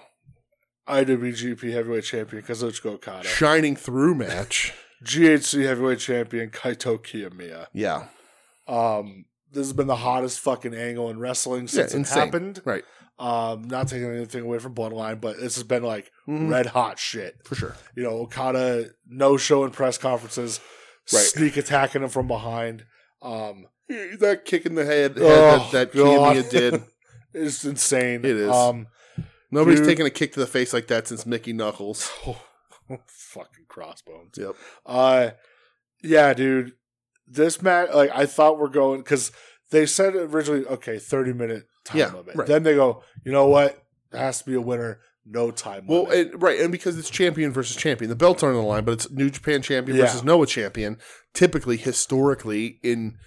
[SPEAKER 1] IWGP Heavyweight Champion Kazuchika Okada,
[SPEAKER 2] Shining through match.
[SPEAKER 1] GHC Heavyweight Champion Kaito Kiyomiya.
[SPEAKER 2] Yeah.
[SPEAKER 1] Um, this has been the hottest fucking angle in wrestling since it
[SPEAKER 2] insane.
[SPEAKER 1] happened.
[SPEAKER 2] Right.
[SPEAKER 1] Um, not taking anything away from Bloodline, but this has been like
[SPEAKER 2] Mhm.
[SPEAKER 1] red hot shit.
[SPEAKER 2] For sure.
[SPEAKER 1] you know, Okada no showing press conferences,
[SPEAKER 2] Right.
[SPEAKER 1] sneak attacking him from behind. Um,
[SPEAKER 2] That kick in the head, head
[SPEAKER 1] Oh,
[SPEAKER 2] that, that
[SPEAKER 1] God.
[SPEAKER 2] Kiyomiya did.
[SPEAKER 1] it's insane.
[SPEAKER 2] It is.
[SPEAKER 1] Um,
[SPEAKER 2] Nobody's
[SPEAKER 1] Dude.
[SPEAKER 2] taken a kick to the face like that since Mickey Knuckles.
[SPEAKER 1] fucking crossbones.
[SPEAKER 2] Yep.
[SPEAKER 1] Uh, yeah, dude. This match, like, I thought we're going because they said originally, okay, thirty minute time
[SPEAKER 2] Yeah,
[SPEAKER 1] limit.
[SPEAKER 2] right.
[SPEAKER 1] Then they go, you know what? There has to be a winner. No time
[SPEAKER 2] Well,
[SPEAKER 1] limit.
[SPEAKER 2] and, right, and because it's champion versus champion, the belts aren't on the line, but it's New Japan champion
[SPEAKER 1] Yeah.
[SPEAKER 2] versus Noah champion. Typically, historically, in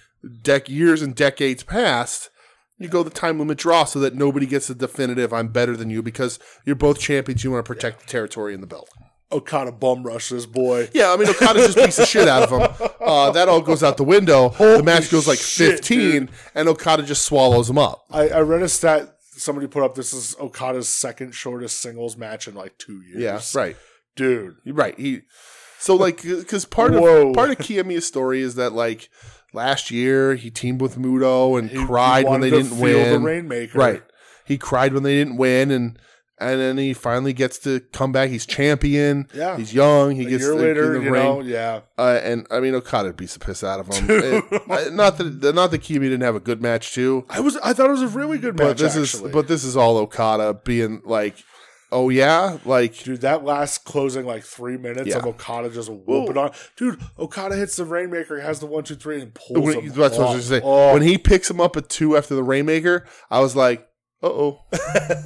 [SPEAKER 2] dec- years and decades past, You go the time limit draw so that nobody gets a definitive I'm better than you because you're both champions. You want to protect the territory and the belt.
[SPEAKER 1] Okada bum rushed this boy.
[SPEAKER 2] Yeah, I mean Okada just beats the shit out of him. Uh, that all goes out the window. the match goes like
[SPEAKER 1] shit,
[SPEAKER 2] 15, and Okada just swallows him up.
[SPEAKER 1] I, I read a stat somebody put up. This is Okada's second shortest singles match in like two years.
[SPEAKER 2] Yeah, right,
[SPEAKER 1] dude.
[SPEAKER 2] right. He so like because part
[SPEAKER 1] Whoa.
[SPEAKER 2] of part of Kiyomiya's story is that like last year he teamed with Muto and
[SPEAKER 1] He
[SPEAKER 2] cried when
[SPEAKER 1] wanted
[SPEAKER 2] they
[SPEAKER 1] to
[SPEAKER 2] didn't
[SPEAKER 1] feel
[SPEAKER 2] win.
[SPEAKER 1] The rainmaker,
[SPEAKER 2] Right. He cried when they didn't win, and and then he finally gets to come back. He's champion.
[SPEAKER 1] Yeah.
[SPEAKER 2] He's young. He
[SPEAKER 1] a
[SPEAKER 2] gets
[SPEAKER 1] year
[SPEAKER 2] the,
[SPEAKER 1] later,
[SPEAKER 2] in the
[SPEAKER 1] you
[SPEAKER 2] ring.
[SPEAKER 1] know, yeah.
[SPEAKER 2] Uh, and I mean, Okada beats the piss out of him.
[SPEAKER 1] Dude.
[SPEAKER 2] It- uh, not that not that Kimi didn't have a good match too,
[SPEAKER 1] I was. I thought it was a really good
[SPEAKER 2] but
[SPEAKER 1] match.
[SPEAKER 2] this
[SPEAKER 1] actually.
[SPEAKER 2] is but this is all Okada being like, oh yeah, like
[SPEAKER 1] Dude, that last closing like three minutes
[SPEAKER 2] Yeah.
[SPEAKER 1] of Okada just whooping on. Dude, Okada hits the Rainmaker, has the one, two, three, and pulls
[SPEAKER 2] when,
[SPEAKER 1] him.
[SPEAKER 2] that's what I was
[SPEAKER 1] off.
[SPEAKER 2] gonna say.
[SPEAKER 1] Oh.
[SPEAKER 2] When he picks him up at two after the Rainmaker, I was like, uh oh.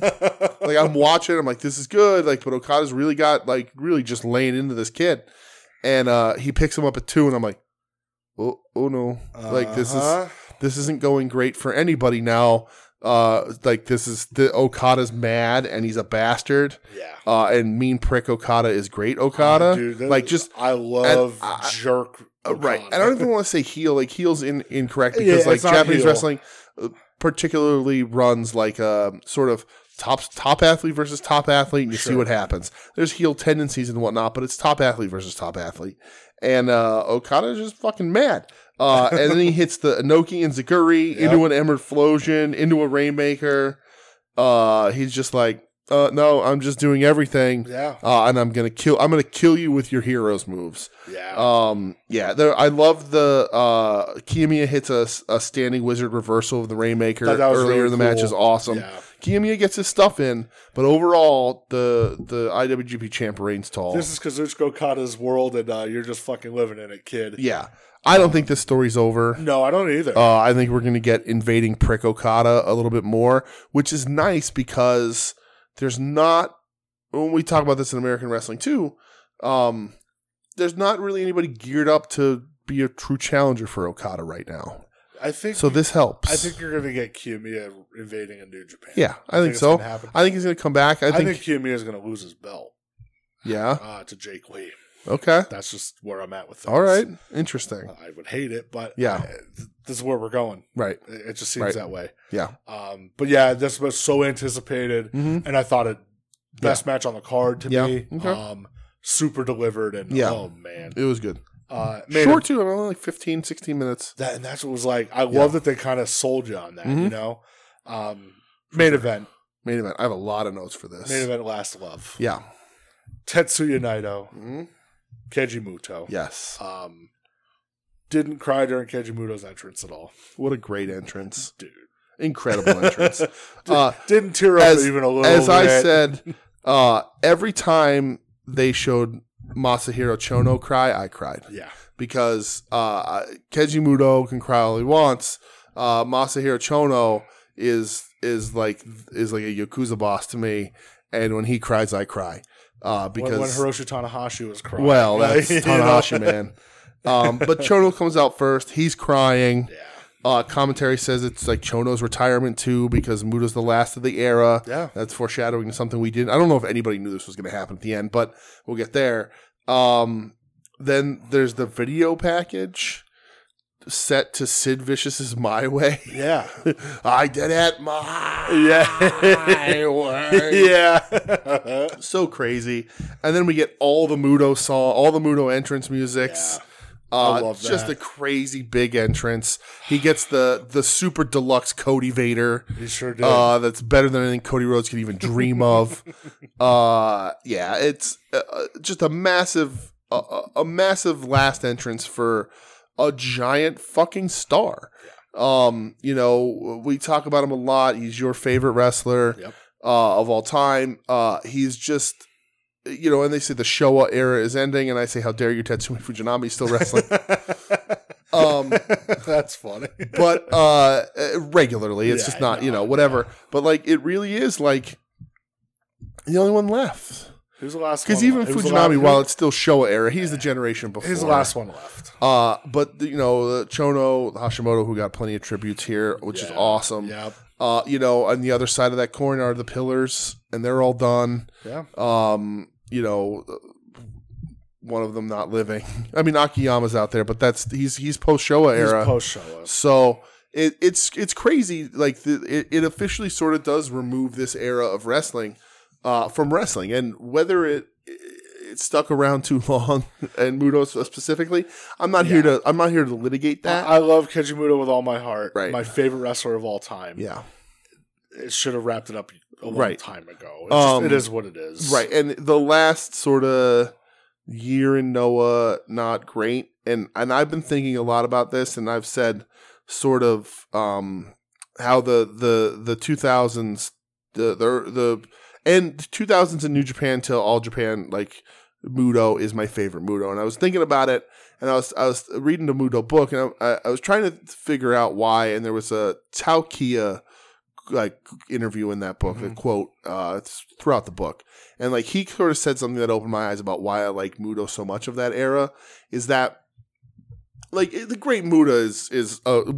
[SPEAKER 2] like I'm watching, I'm like, this is good. Like, but Okada's really got like really just laying into this kid, and uh he picks him up at two, and I'm like, oh oh no, like this is
[SPEAKER 1] Uh-huh.
[SPEAKER 2] this isn't going great for anybody now. Uh, like this is the Okada's mad and he's a bastard.
[SPEAKER 1] yeah.
[SPEAKER 2] Uh, and mean prick Okada is great Okada.
[SPEAKER 1] Oh, Dude, that-
[SPEAKER 2] like just
[SPEAKER 1] I love
[SPEAKER 2] and I-
[SPEAKER 1] jerk.
[SPEAKER 2] uh, right.
[SPEAKER 1] Okada.
[SPEAKER 2] I don't even want to say heel. Like heels in incorrect
[SPEAKER 1] Yeah, it's
[SPEAKER 2] because like
[SPEAKER 1] not
[SPEAKER 2] Japanese
[SPEAKER 1] heel.
[SPEAKER 2] wrestling wrestling uh, particularly runs like a sort of top top athlete versus top athlete, and you see
[SPEAKER 1] Sure.
[SPEAKER 2] what happens. There's heel tendencies and whatnot, but it's top athlete versus top athlete, and uh, Okada's just fucking mad. Uh, and then he hits the Inoki and Zaguri
[SPEAKER 1] Yep.
[SPEAKER 2] into an Emerflosion, into a Rainmaker. Uh, he's just like, uh, no, I'm just doing everything,
[SPEAKER 1] Yeah.
[SPEAKER 2] uh, and I'm gonna kill. I'm gonna kill you with your heroes moves.
[SPEAKER 1] Yeah.
[SPEAKER 2] Um, yeah, there, I love the uh, Kiyomiya hits a, a standing wizard reversal of the Rainmaker
[SPEAKER 1] Thought that was
[SPEAKER 2] earlier
[SPEAKER 1] really
[SPEAKER 2] in the match
[SPEAKER 1] cool.
[SPEAKER 2] is awesome.
[SPEAKER 1] yeah.
[SPEAKER 2] Kiyomiya gets his stuff in, but overall, the the IWGP champ reigns tall.
[SPEAKER 1] This is Kazuchika Okada's world, and uh, you're just fucking living in it, kid.
[SPEAKER 2] yeah, I don't think this story's over.
[SPEAKER 1] No, I don't either.
[SPEAKER 2] Uh, I think we're going to get invading Prick Okada a little bit more, which is nice because there's not. When we talk about this in American wrestling too, um, there's not really anybody geared up to be a true challenger for Okada right now.
[SPEAKER 1] I think.
[SPEAKER 2] So this helps.
[SPEAKER 1] I think you're gonna get Kiyomiya invading a New Japan.
[SPEAKER 2] Yeah, I, think,
[SPEAKER 1] it's
[SPEAKER 2] so.
[SPEAKER 1] gonna happen.
[SPEAKER 2] I think he's going to come back. I
[SPEAKER 1] I
[SPEAKER 2] think.
[SPEAKER 1] think Kiyomiya is gonna lose his belt
[SPEAKER 2] yeah.
[SPEAKER 1] uh, to Jake Lee.
[SPEAKER 2] Okay.
[SPEAKER 1] That's just where I'm at with things.
[SPEAKER 2] All right. Interesting.
[SPEAKER 1] I would hate it, but
[SPEAKER 2] Yeah.
[SPEAKER 1] I- th- this is where we're going.
[SPEAKER 2] Right.
[SPEAKER 1] It it just seems
[SPEAKER 2] Right.
[SPEAKER 1] that way.
[SPEAKER 2] Yeah.
[SPEAKER 1] Um, but yeah, this was so anticipated,
[SPEAKER 2] hmm
[SPEAKER 1] and I thought it best match on the card to
[SPEAKER 2] Yeah.
[SPEAKER 1] me.
[SPEAKER 2] Okay.
[SPEAKER 1] Um, super delivered, and
[SPEAKER 2] Yeah.
[SPEAKER 1] oh man,
[SPEAKER 2] It was good.
[SPEAKER 1] uh, man,
[SPEAKER 2] Short too. I'm only like 15, 16 minutes.
[SPEAKER 1] that and that's what was like. I
[SPEAKER 2] Yeah.
[SPEAKER 1] love that they kind of sold you on that. You
[SPEAKER 2] Mhm.
[SPEAKER 1] know, um, main event,
[SPEAKER 2] Main event. I have a lot of notes for this.
[SPEAKER 1] main event, last love,
[SPEAKER 2] Yeah.
[SPEAKER 1] Tetsuya Naito,
[SPEAKER 2] hmm
[SPEAKER 1] Keiji Muto.
[SPEAKER 2] Yes.
[SPEAKER 1] Um, didn't cry during Keiji Muto's entrance at all,
[SPEAKER 2] What a great entrance.
[SPEAKER 1] dude.
[SPEAKER 2] Incredible entrance. uh,
[SPEAKER 1] Didn't tear up
[SPEAKER 2] As-
[SPEAKER 1] even a little.
[SPEAKER 2] as I
[SPEAKER 1] bit.
[SPEAKER 2] said, uh, every time they showed Masahiro Chono cry, I cried.
[SPEAKER 1] yeah.
[SPEAKER 2] because uh, Keiji Muto can cry all he wants. Uh, Masahiro Chono is is like is like a yakuza boss to me, and when he cries, I cry uh,
[SPEAKER 1] When- when,
[SPEAKER 2] because
[SPEAKER 1] Hiroshi Tanahashi was crying.
[SPEAKER 2] well, that's
[SPEAKER 1] You know?
[SPEAKER 2] Tanahashi man. Um, but Chono comes out first. He's crying.
[SPEAKER 1] Yeah,
[SPEAKER 2] Uh, commentary says it's like Chono's retirement too because Muto's the last of the era.
[SPEAKER 1] yeah.
[SPEAKER 2] That's foreshadowing to something we didn't. I don't know if anybody knew this was going to happen at the end, but we'll get there. Um, then there's the video package set to Sid Vicious's "My Way."
[SPEAKER 1] Yeah.
[SPEAKER 2] I did it my
[SPEAKER 1] Yeah.
[SPEAKER 2] way.
[SPEAKER 1] yeah.
[SPEAKER 2] So crazy, and then we get all the Muto song, all the Muto entrance musics.
[SPEAKER 1] Yeah.
[SPEAKER 2] Uh,
[SPEAKER 1] I love
[SPEAKER 2] Just
[SPEAKER 1] that.
[SPEAKER 2] a crazy big entrance. He gets the the super deluxe Cody Vader.
[SPEAKER 1] He sure did.
[SPEAKER 2] Uh, that's better than anything Cody Rhodes could even dream of. uh, yeah, it's uh, uh, just a massive, a- a, a massive last entrance for a giant fucking star. Um, you know, we talk about him a lot. He's your favorite wrestler
[SPEAKER 1] Yep.
[SPEAKER 2] uh, of all time. Uh, he's just, you know, and they say the Showa era is ending, and I say, how dare you, Tatsumi Fujinami, is still wrestling. um,
[SPEAKER 1] that's funny.
[SPEAKER 2] but uh uh, regularly it's
[SPEAKER 1] Yeah,
[SPEAKER 2] just not
[SPEAKER 1] no,
[SPEAKER 2] you know whatever but like it really is like the only one left
[SPEAKER 1] Who's the last?
[SPEAKER 2] Because
[SPEAKER 1] one
[SPEAKER 2] even
[SPEAKER 1] left? Who's the
[SPEAKER 2] Fujinami,
[SPEAKER 1] last-
[SPEAKER 2] while it's still Showa era, he's the generation before.
[SPEAKER 1] He's the last one left.
[SPEAKER 2] Uh, but the- you know, the Chono Hashimoto, who got plenty of tributes here, which is
[SPEAKER 1] Yeah.
[SPEAKER 2] awesome.
[SPEAKER 1] Yep.
[SPEAKER 2] Uh, you know, on the other side of that coin are the pillars, and they're all done.
[SPEAKER 1] Yeah.
[SPEAKER 2] Um, you know, one of them not living. I mean, Akiyama's out there, but that's he's he's post Showa era.
[SPEAKER 1] He's post Showa.
[SPEAKER 2] So it, it's it's crazy. Like the, it, it officially sort of does remove this era of wrestling uh, from wrestling, and whether it it stuck around too long and Muto specifically, I'm not here to I'm not here to litigate that.
[SPEAKER 1] Uh, I love Kejimudo with all my heart.
[SPEAKER 2] Right.
[SPEAKER 1] My favorite wrestler of all time.
[SPEAKER 2] yeah,
[SPEAKER 1] It should have wrapped it up a long
[SPEAKER 2] Right.
[SPEAKER 1] time ago. It's just-
[SPEAKER 2] Um,
[SPEAKER 1] it is what it is.
[SPEAKER 2] right. And the last sort of year in Noah, not great. And and I've been thinking a lot about this, and I've said sort of um, how the the the 2000s the the the and 2000s in New Japan till All Japan like Mudo is my favorite Mudo, and I was thinking about it, and I was I was reading the Mudo book, and I, I, I was trying to figure out why, and there was a Taukia like interview in that book, a
[SPEAKER 1] Mhm.
[SPEAKER 2] quote uh, it's throughout the book, and like he sort of said something that opened my eyes about why I like Mudo so much of that era, is that like the great Muda is is uh, uh,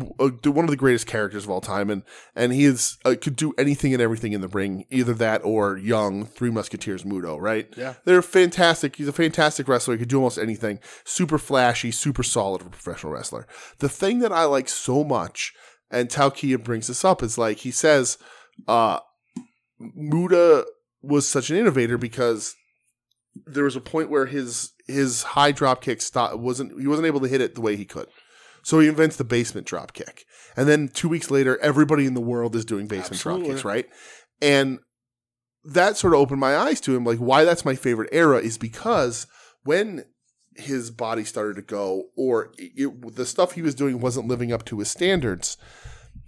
[SPEAKER 2] one of the greatest characters of all time, and and he is uh, could do anything and everything in the ring, either that or young Three Musketeers Mudo, right?
[SPEAKER 1] Yeah.
[SPEAKER 2] they're fantastic. He's a fantastic wrestler. He could do almost anything. Super flashy, super solid for a professional wrestler. The thing that I like so much, and Taukia brings this up, is like he says, uh, Muda was such an innovator because there was a point where his his high drop kick stop wasn't he wasn't able to hit it the way he could. So he invents the basement drop kick. And then two weeks later, everybody in the world is doing basement
[SPEAKER 1] Absolutely.
[SPEAKER 2] drop kicks, right? And that sort of opened my eyes to him. Like why that's my favorite era is because when his body started to go, or it, the stuff he was doing wasn't living up to his standards,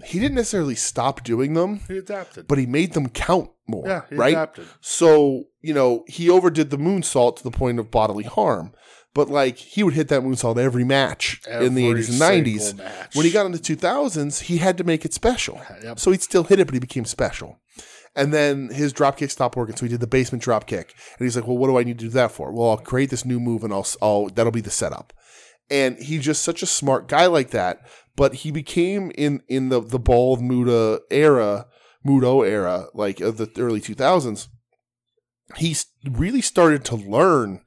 [SPEAKER 2] he didn't necessarily stop doing them
[SPEAKER 1] He adapted.
[SPEAKER 2] but he made them count more,
[SPEAKER 1] yeah. He
[SPEAKER 2] right?
[SPEAKER 1] adapted.
[SPEAKER 2] So, you know, he overdid the moonsault to the point of bodily harm. But like he would hit that moonsault every match in the
[SPEAKER 1] Every
[SPEAKER 2] 80s and 90s.
[SPEAKER 1] single match.
[SPEAKER 2] When he got into 2000s, he had to make it special.
[SPEAKER 1] Yep.
[SPEAKER 2] So he'd still hit it, but he became special. And then his dropkick stopped working, so he did the basement dropkick. And he's like, "Well, what do I need to do that for? Well, I'll create this new move, and I'll, I'll that'll be the setup." And he's just such a smart guy like that. But he became in in the the bald Muda era, Mudo era, like of the early two thousands. He s- really started to learn,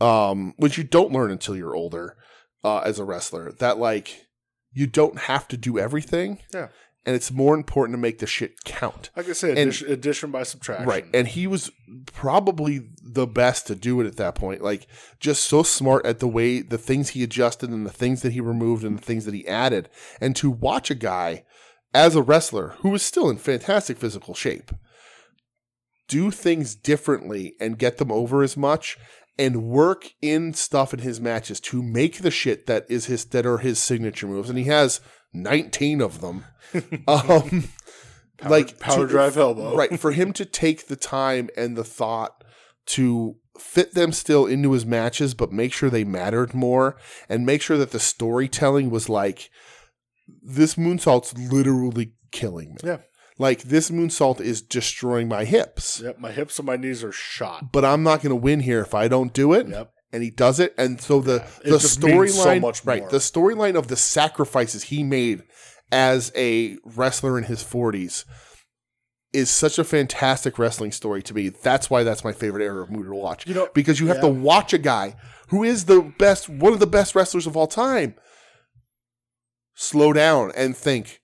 [SPEAKER 2] um, which you don't learn until you're older, uh, as a wrestler. That like you don't have to do everything
[SPEAKER 1] Yeah.
[SPEAKER 2] and it's more important to make the shit count.
[SPEAKER 1] Like I said,
[SPEAKER 2] and-
[SPEAKER 1] addition, addition by subtraction.
[SPEAKER 2] Right. And he was probably the best to do it at that point. Like, just so smart at the way the things he adjusted and the things that he removed and the things that he added. And to watch a guy as a wrestler who was still in fantastic physical shape do things differently and get them over as much and work in stuff in his matches to make the shit that is his that are his signature moves and he has 19 of them um
[SPEAKER 1] Power-
[SPEAKER 2] like
[SPEAKER 1] power
[SPEAKER 2] to-
[SPEAKER 1] drive elbow.
[SPEAKER 2] right for him to take the time and the thought to fit them still into his matches but make sure they mattered more and make sure that the storytelling was like this moonsault's literally killing me
[SPEAKER 1] Yeah.
[SPEAKER 2] like this moonsault is destroying my hips
[SPEAKER 1] Yep. My hips and my knees are shot.
[SPEAKER 2] but i'm not going to win here if i don't do it
[SPEAKER 1] Yep.
[SPEAKER 2] and he does it and so the
[SPEAKER 1] Yeah,
[SPEAKER 2] the
[SPEAKER 1] it just means so
[SPEAKER 2] storyline
[SPEAKER 1] much
[SPEAKER 2] right
[SPEAKER 1] more.
[SPEAKER 2] the storyline of the sacrifices he made as a wrestler in his 40s is such a fantastic wrestling story to me that's why that's my favorite era of Muda to watch
[SPEAKER 1] You know-
[SPEAKER 2] because you have
[SPEAKER 1] yeah.
[SPEAKER 2] to watch a guy who is the best one of the best wrestlers of all time slow down and think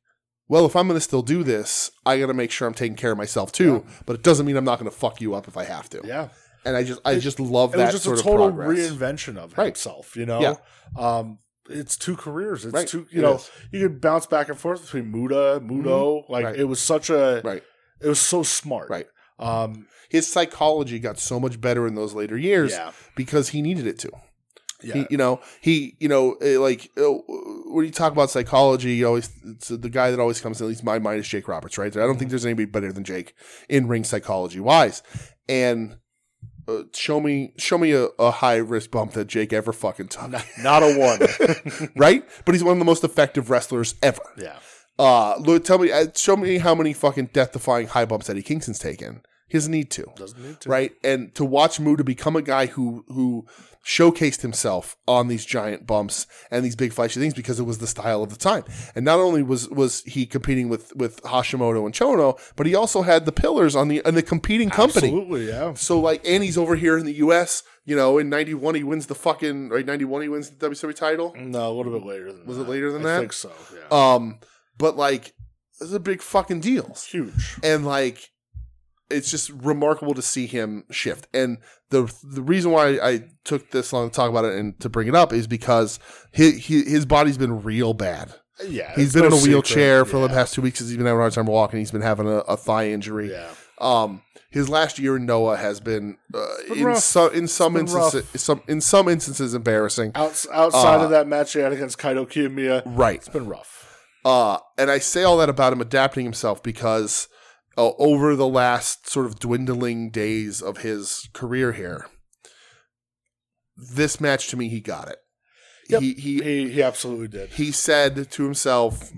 [SPEAKER 2] well, if I'm going to still do this, I got to make sure I'm taking care of myself too. But it doesn't mean I'm not going to fuck you up if I have to.
[SPEAKER 1] Yeah.
[SPEAKER 2] And I just, I just love
[SPEAKER 1] It
[SPEAKER 2] that
[SPEAKER 1] was just
[SPEAKER 2] sort
[SPEAKER 1] a total
[SPEAKER 2] of progress.
[SPEAKER 1] reinvention of
[SPEAKER 2] Right.
[SPEAKER 1] himself, you know?
[SPEAKER 2] Yeah.
[SPEAKER 1] Um, it's two careers. It's
[SPEAKER 2] Right.
[SPEAKER 1] two, you
[SPEAKER 2] It
[SPEAKER 1] know,
[SPEAKER 2] is. Mm-hmm.
[SPEAKER 1] you could bounce back and forth between Muda, Mudo. Like,
[SPEAKER 2] Right.
[SPEAKER 1] it was such a,
[SPEAKER 2] Right.
[SPEAKER 1] it was so smart.
[SPEAKER 2] Right.
[SPEAKER 1] Um,
[SPEAKER 2] His psychology got so much better in those later years
[SPEAKER 1] yeah.
[SPEAKER 2] because he needed it to.
[SPEAKER 1] Yeah.
[SPEAKER 2] He, you know, he, you know, eh, like eh, when you talk about psychology, you always it's the guy that always comes. At least my mind is Jake Roberts, right? I don't
[SPEAKER 1] Mm-hmm.
[SPEAKER 2] think there's anybody better than Jake in ring psychology wise. And uh, show me, show me a, a high risk bump that Jake ever fucking took,
[SPEAKER 1] Not a one.
[SPEAKER 2] right? But he's one of the most effective wrestlers ever.
[SPEAKER 1] yeah.
[SPEAKER 2] Uh, look, tell me, uh, show me how many fucking death defying high bumps Eddie Kingston's taken, He doesn't need to.
[SPEAKER 1] Doesn't need to.
[SPEAKER 2] Right? And to watch Muda become a guy who who showcased himself on these giant bumps and these big flashy things because it was the style of the time. And not only was was he competing with with Hashimoto and Chono, but he also had the pillars on the on the competing company.
[SPEAKER 1] Absolutely, yeah.
[SPEAKER 2] So like, and he's over here in the U.S. You know, in '91 he wins the fucking right. '91 he wins the WWE title.
[SPEAKER 1] No, a little bit later than
[SPEAKER 2] Was
[SPEAKER 1] that.
[SPEAKER 2] it later than
[SPEAKER 1] I
[SPEAKER 2] that?
[SPEAKER 1] think so, yeah.
[SPEAKER 2] Um, but like, this is a big fucking deal,
[SPEAKER 1] it's huge.
[SPEAKER 2] and like, it's just remarkable to see him shift. And the the reason why I took this long to talk about it and to bring it up is because his his body's been real bad.
[SPEAKER 1] Yeah.
[SPEAKER 2] He's
[SPEAKER 1] it's
[SPEAKER 2] been
[SPEAKER 1] no
[SPEAKER 2] in a
[SPEAKER 1] secret.
[SPEAKER 2] wheelchair for the
[SPEAKER 1] Yeah.
[SPEAKER 2] past two weeks because he's been having a hard time walking. He's been having a, a thigh injury.
[SPEAKER 1] Yeah.
[SPEAKER 2] Um, his last year in Noah has been, uh,
[SPEAKER 1] been
[SPEAKER 2] in
[SPEAKER 1] rough.
[SPEAKER 2] some in some
[SPEAKER 1] It's been rough.
[SPEAKER 2] instances some in some instances embarrassing.
[SPEAKER 1] Outs- outside
[SPEAKER 2] Uh,
[SPEAKER 1] of that match he had against Kaido Kiyomiya,
[SPEAKER 2] Right.
[SPEAKER 1] it's been rough.
[SPEAKER 2] Uh, and I say all that about him adapting himself because uh, over the last sort of dwindling days of his career here, this match to me he got it.
[SPEAKER 1] Yep.
[SPEAKER 2] He he
[SPEAKER 1] He he absolutely did.
[SPEAKER 2] he said to himself,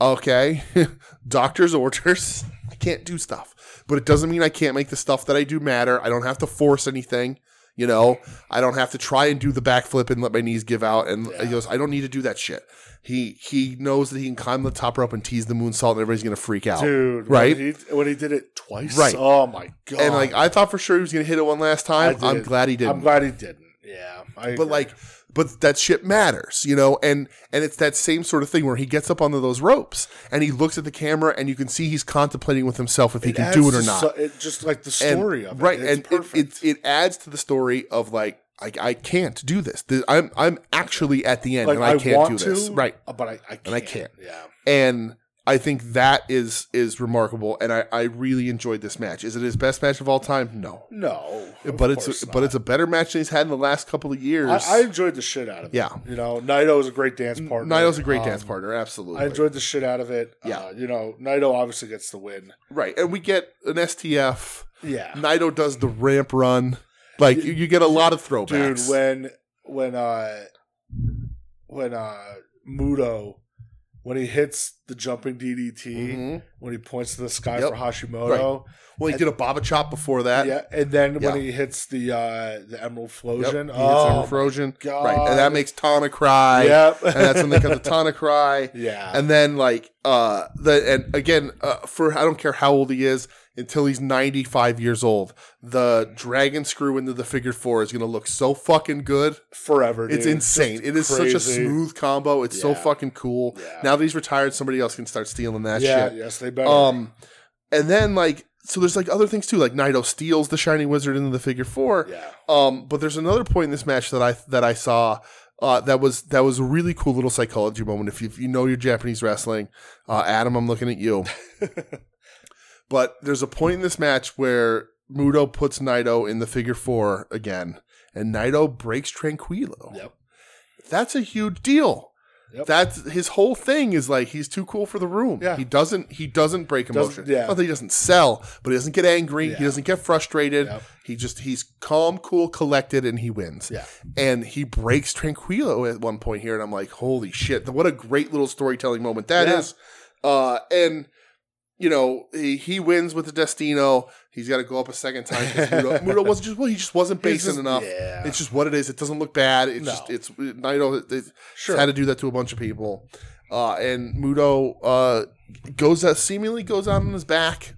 [SPEAKER 2] okay, doctor's orders. I can't do stuff, but it doesn't mean I can't make the stuff that I do matter. I don't have to force anything. You know, I don't have to try and do the backflip and let my knees give out. And
[SPEAKER 1] Yeah.
[SPEAKER 2] he goes, I don't need to do that shit. He he knows that he can climb the top rope and tease the moonsault, and everybody's gonna freak out.
[SPEAKER 1] Dude,
[SPEAKER 2] right?
[SPEAKER 1] When he, when he did it twice.
[SPEAKER 2] Right.
[SPEAKER 1] Oh my god.
[SPEAKER 2] and like I thought for sure he was gonna hit it one last time.
[SPEAKER 1] I
[SPEAKER 2] I'm
[SPEAKER 1] did.
[SPEAKER 2] glad he didn't.
[SPEAKER 1] I'm glad he didn't. Yeah. I
[SPEAKER 2] but
[SPEAKER 1] agree.
[SPEAKER 2] like but that shit matters you know and and it's that same sort of thing where he gets up onto those ropes and he looks at the camera and you can see he's contemplating with himself if he can do it
[SPEAKER 1] adds
[SPEAKER 2] or
[SPEAKER 1] to
[SPEAKER 2] not
[SPEAKER 1] so- it just like the
[SPEAKER 2] and,
[SPEAKER 1] story of it.
[SPEAKER 2] right
[SPEAKER 1] It's
[SPEAKER 2] and
[SPEAKER 1] perfect.
[SPEAKER 2] It, it it adds to the story of like I, I can't do this. Th- I'm I'm actually at the end
[SPEAKER 1] like
[SPEAKER 2] and I, can't
[SPEAKER 1] want
[SPEAKER 2] do this.
[SPEAKER 1] to, uh,
[SPEAKER 2] Right.
[SPEAKER 1] But I, I can't.
[SPEAKER 2] And I can't.
[SPEAKER 1] Yeah.
[SPEAKER 2] And I think that is is remarkable and I, I really enjoyed this match. Is it his best match of all time? No.
[SPEAKER 1] No. of
[SPEAKER 2] But it's
[SPEAKER 1] course
[SPEAKER 2] a,
[SPEAKER 1] not.
[SPEAKER 2] but it's a better match than he's had in the last couple of years.
[SPEAKER 1] I, I enjoyed the shit out of it.
[SPEAKER 2] Yeah.
[SPEAKER 1] You know, Naito is a great dance partner.
[SPEAKER 2] Naito's a great
[SPEAKER 1] Um,
[SPEAKER 2] dance partner, absolutely.
[SPEAKER 1] I enjoyed the shit out of it.
[SPEAKER 2] Yeah.
[SPEAKER 1] Uh, you know, Naito obviously gets the win.
[SPEAKER 2] Right, and we get an STF.
[SPEAKER 1] Yeah.
[SPEAKER 2] Naito does the ramp run. Like you, you get a lot of
[SPEAKER 1] Dude,
[SPEAKER 2] throwbacks.
[SPEAKER 1] when when uh when uh Muto when he hits the jumping DDT,
[SPEAKER 2] Mhm.
[SPEAKER 1] when he points to the sky
[SPEAKER 2] Yep.
[SPEAKER 1] for Hashimoto,
[SPEAKER 2] Well, he did a baba chop before that.
[SPEAKER 1] yeah, and then
[SPEAKER 2] Yeah.
[SPEAKER 1] when he hits the uh the Emerald
[SPEAKER 2] Yep.
[SPEAKER 1] Flosion,
[SPEAKER 2] He hits
[SPEAKER 1] oh,
[SPEAKER 2] Emperor Frozen.
[SPEAKER 1] God.
[SPEAKER 2] Right, and that makes Tana cry.
[SPEAKER 1] yep,
[SPEAKER 2] and that's when they got the Tana cry.
[SPEAKER 1] yeah,
[SPEAKER 2] And then like uh the and again uh, for I don't care how old he is until he's 95 years old the dragon screw into the figure 4 is going to look so fucking good
[SPEAKER 1] forever.
[SPEAKER 2] It's
[SPEAKER 1] dude.
[SPEAKER 2] insane.
[SPEAKER 1] Just
[SPEAKER 2] It is such a
[SPEAKER 1] crazy.
[SPEAKER 2] smooth combo. It's so
[SPEAKER 1] Yeah.
[SPEAKER 2] fucking cool.
[SPEAKER 1] Yeah.
[SPEAKER 2] Now that he's retired, somebody else can start stealing that
[SPEAKER 1] yeah,
[SPEAKER 2] shit.
[SPEAKER 1] yes, they better.
[SPEAKER 2] Um, and then like so, there's like other things too. Like Naito steals the Shining Wizard into the figure four.
[SPEAKER 1] yeah,
[SPEAKER 2] Um, but there's another point in this match that I that I saw. Uh, that was that was a really cool little psychology moment. If you, if you know your Japanese wrestling, uh, Adam, I'm looking at you. but there's a point in this match where Muto puts Naito in the figure four again, and Naito breaks Tranquilo
[SPEAKER 1] yep,
[SPEAKER 2] that's a huge deal.
[SPEAKER 1] Yep.
[SPEAKER 2] That's his whole thing is like he's too cool for the room.
[SPEAKER 1] Yeah.
[SPEAKER 2] He doesn't he doesn't break
[SPEAKER 1] Doesn't-
[SPEAKER 2] emotion.
[SPEAKER 1] yeah.
[SPEAKER 2] Not that he doesn't sell, but he doesn't get angry.
[SPEAKER 1] Yeah.
[SPEAKER 2] He doesn't get frustrated.
[SPEAKER 1] Yep.
[SPEAKER 2] He just he's calm, cool, collected, and he wins.
[SPEAKER 1] Yeah.
[SPEAKER 2] And he breaks Tranquilo at one point here, and I'm like, holy shit, what a great little storytelling moment that is.
[SPEAKER 1] Yeah.
[SPEAKER 2] Uh and you know, he, he wins with the Destino. He's got to go up a second time because Muto, Muto wasn't just well, he just wasn't
[SPEAKER 1] He's
[SPEAKER 2] basing
[SPEAKER 1] just-
[SPEAKER 2] enough.
[SPEAKER 1] yeah.
[SPEAKER 2] It's just what it is. It doesn't look bad. It's
[SPEAKER 1] No.
[SPEAKER 2] just it's Naito it's
[SPEAKER 1] Sure.
[SPEAKER 2] had to do that to a bunch of people. Uh, and Muto uh, goes out, seemingly goes out on his back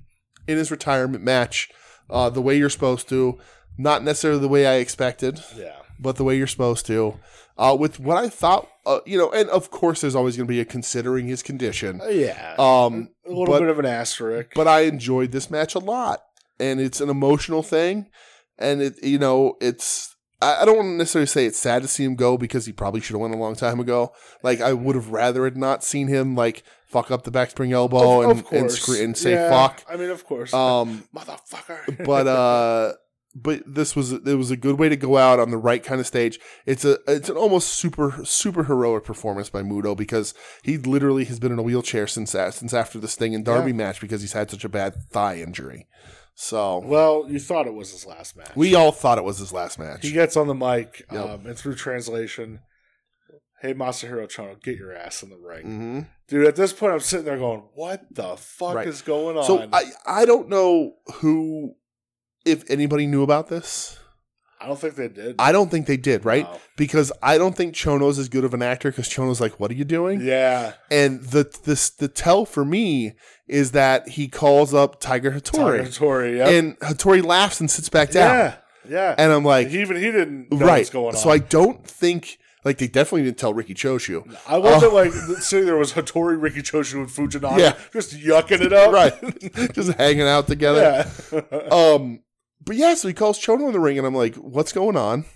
[SPEAKER 2] in his retirement match, uh, the way you're supposed to, not necessarily the way I expected,
[SPEAKER 1] yeah,
[SPEAKER 2] but the way you're supposed to, uh, with what I thought, uh, you know. And of course, there's always going to be a considering his condition.
[SPEAKER 1] yeah.
[SPEAKER 2] Um,
[SPEAKER 1] a little
[SPEAKER 2] but-
[SPEAKER 1] bit of an asterisk.
[SPEAKER 2] but I enjoyed this match a lot, and it's an emotional thing, and it you know it's I, I don't necessarily say it's sad to see him go because he probably should have went a long time ago. Like I would have rather had not seen him like fuck up the back spring elbow
[SPEAKER 1] Of-
[SPEAKER 2] and
[SPEAKER 1] of
[SPEAKER 2] and,
[SPEAKER 1] course.
[SPEAKER 2] scre- and say
[SPEAKER 1] Yeah,
[SPEAKER 2] fuck.
[SPEAKER 1] I mean, of course,
[SPEAKER 2] Um,
[SPEAKER 1] motherfucker.
[SPEAKER 2] but uh. But this was it was a good way to go out on the right kind of stage. It's a it's an almost super super heroic performance by Muto because he literally has been in a wheelchair since that since after this thing and Derby match because he's had such a bad thigh injury. So
[SPEAKER 1] well, you thought it was his last match.
[SPEAKER 2] we all thought it was his last match.
[SPEAKER 1] he gets on the mic
[SPEAKER 2] Yep.
[SPEAKER 1] um, and through translation. hey Masahiro Chono, get your ass in the ring,
[SPEAKER 2] Mm-hmm.
[SPEAKER 1] dude. At this point, I'm sitting there going, what the fuck
[SPEAKER 2] Right.
[SPEAKER 1] is going on?
[SPEAKER 2] So I I don't know who, if anybody knew about this.
[SPEAKER 1] I don't think they did. Oh.
[SPEAKER 2] I don't think they did, right?
[SPEAKER 1] No.
[SPEAKER 2] Because I don't think Chono's as good of an actor because Chono's like, "What are you doing?"
[SPEAKER 1] Yeah,
[SPEAKER 2] And the this the tell for me is that he calls up Tiger Hattori,
[SPEAKER 1] Tiger Tori. Yep.
[SPEAKER 2] and Hattori laughs and sits back down,
[SPEAKER 1] yeah, yeah.
[SPEAKER 2] and I'm like,
[SPEAKER 1] he, even he didn't know
[SPEAKER 2] "Right."
[SPEAKER 1] what's going on.
[SPEAKER 2] So I don't think like they definitely didn't tell Ricky Choshu,
[SPEAKER 1] I wasn't like sitting there was Hattori, Ricky Choshu, and Fujinami
[SPEAKER 2] Oh. Yeah.
[SPEAKER 1] just yucking it up.
[SPEAKER 2] right? Just hanging out together.
[SPEAKER 1] Yeah.
[SPEAKER 2] Um, but yeah, so he calls Chono in the ring, and I'm like, "What's going on?"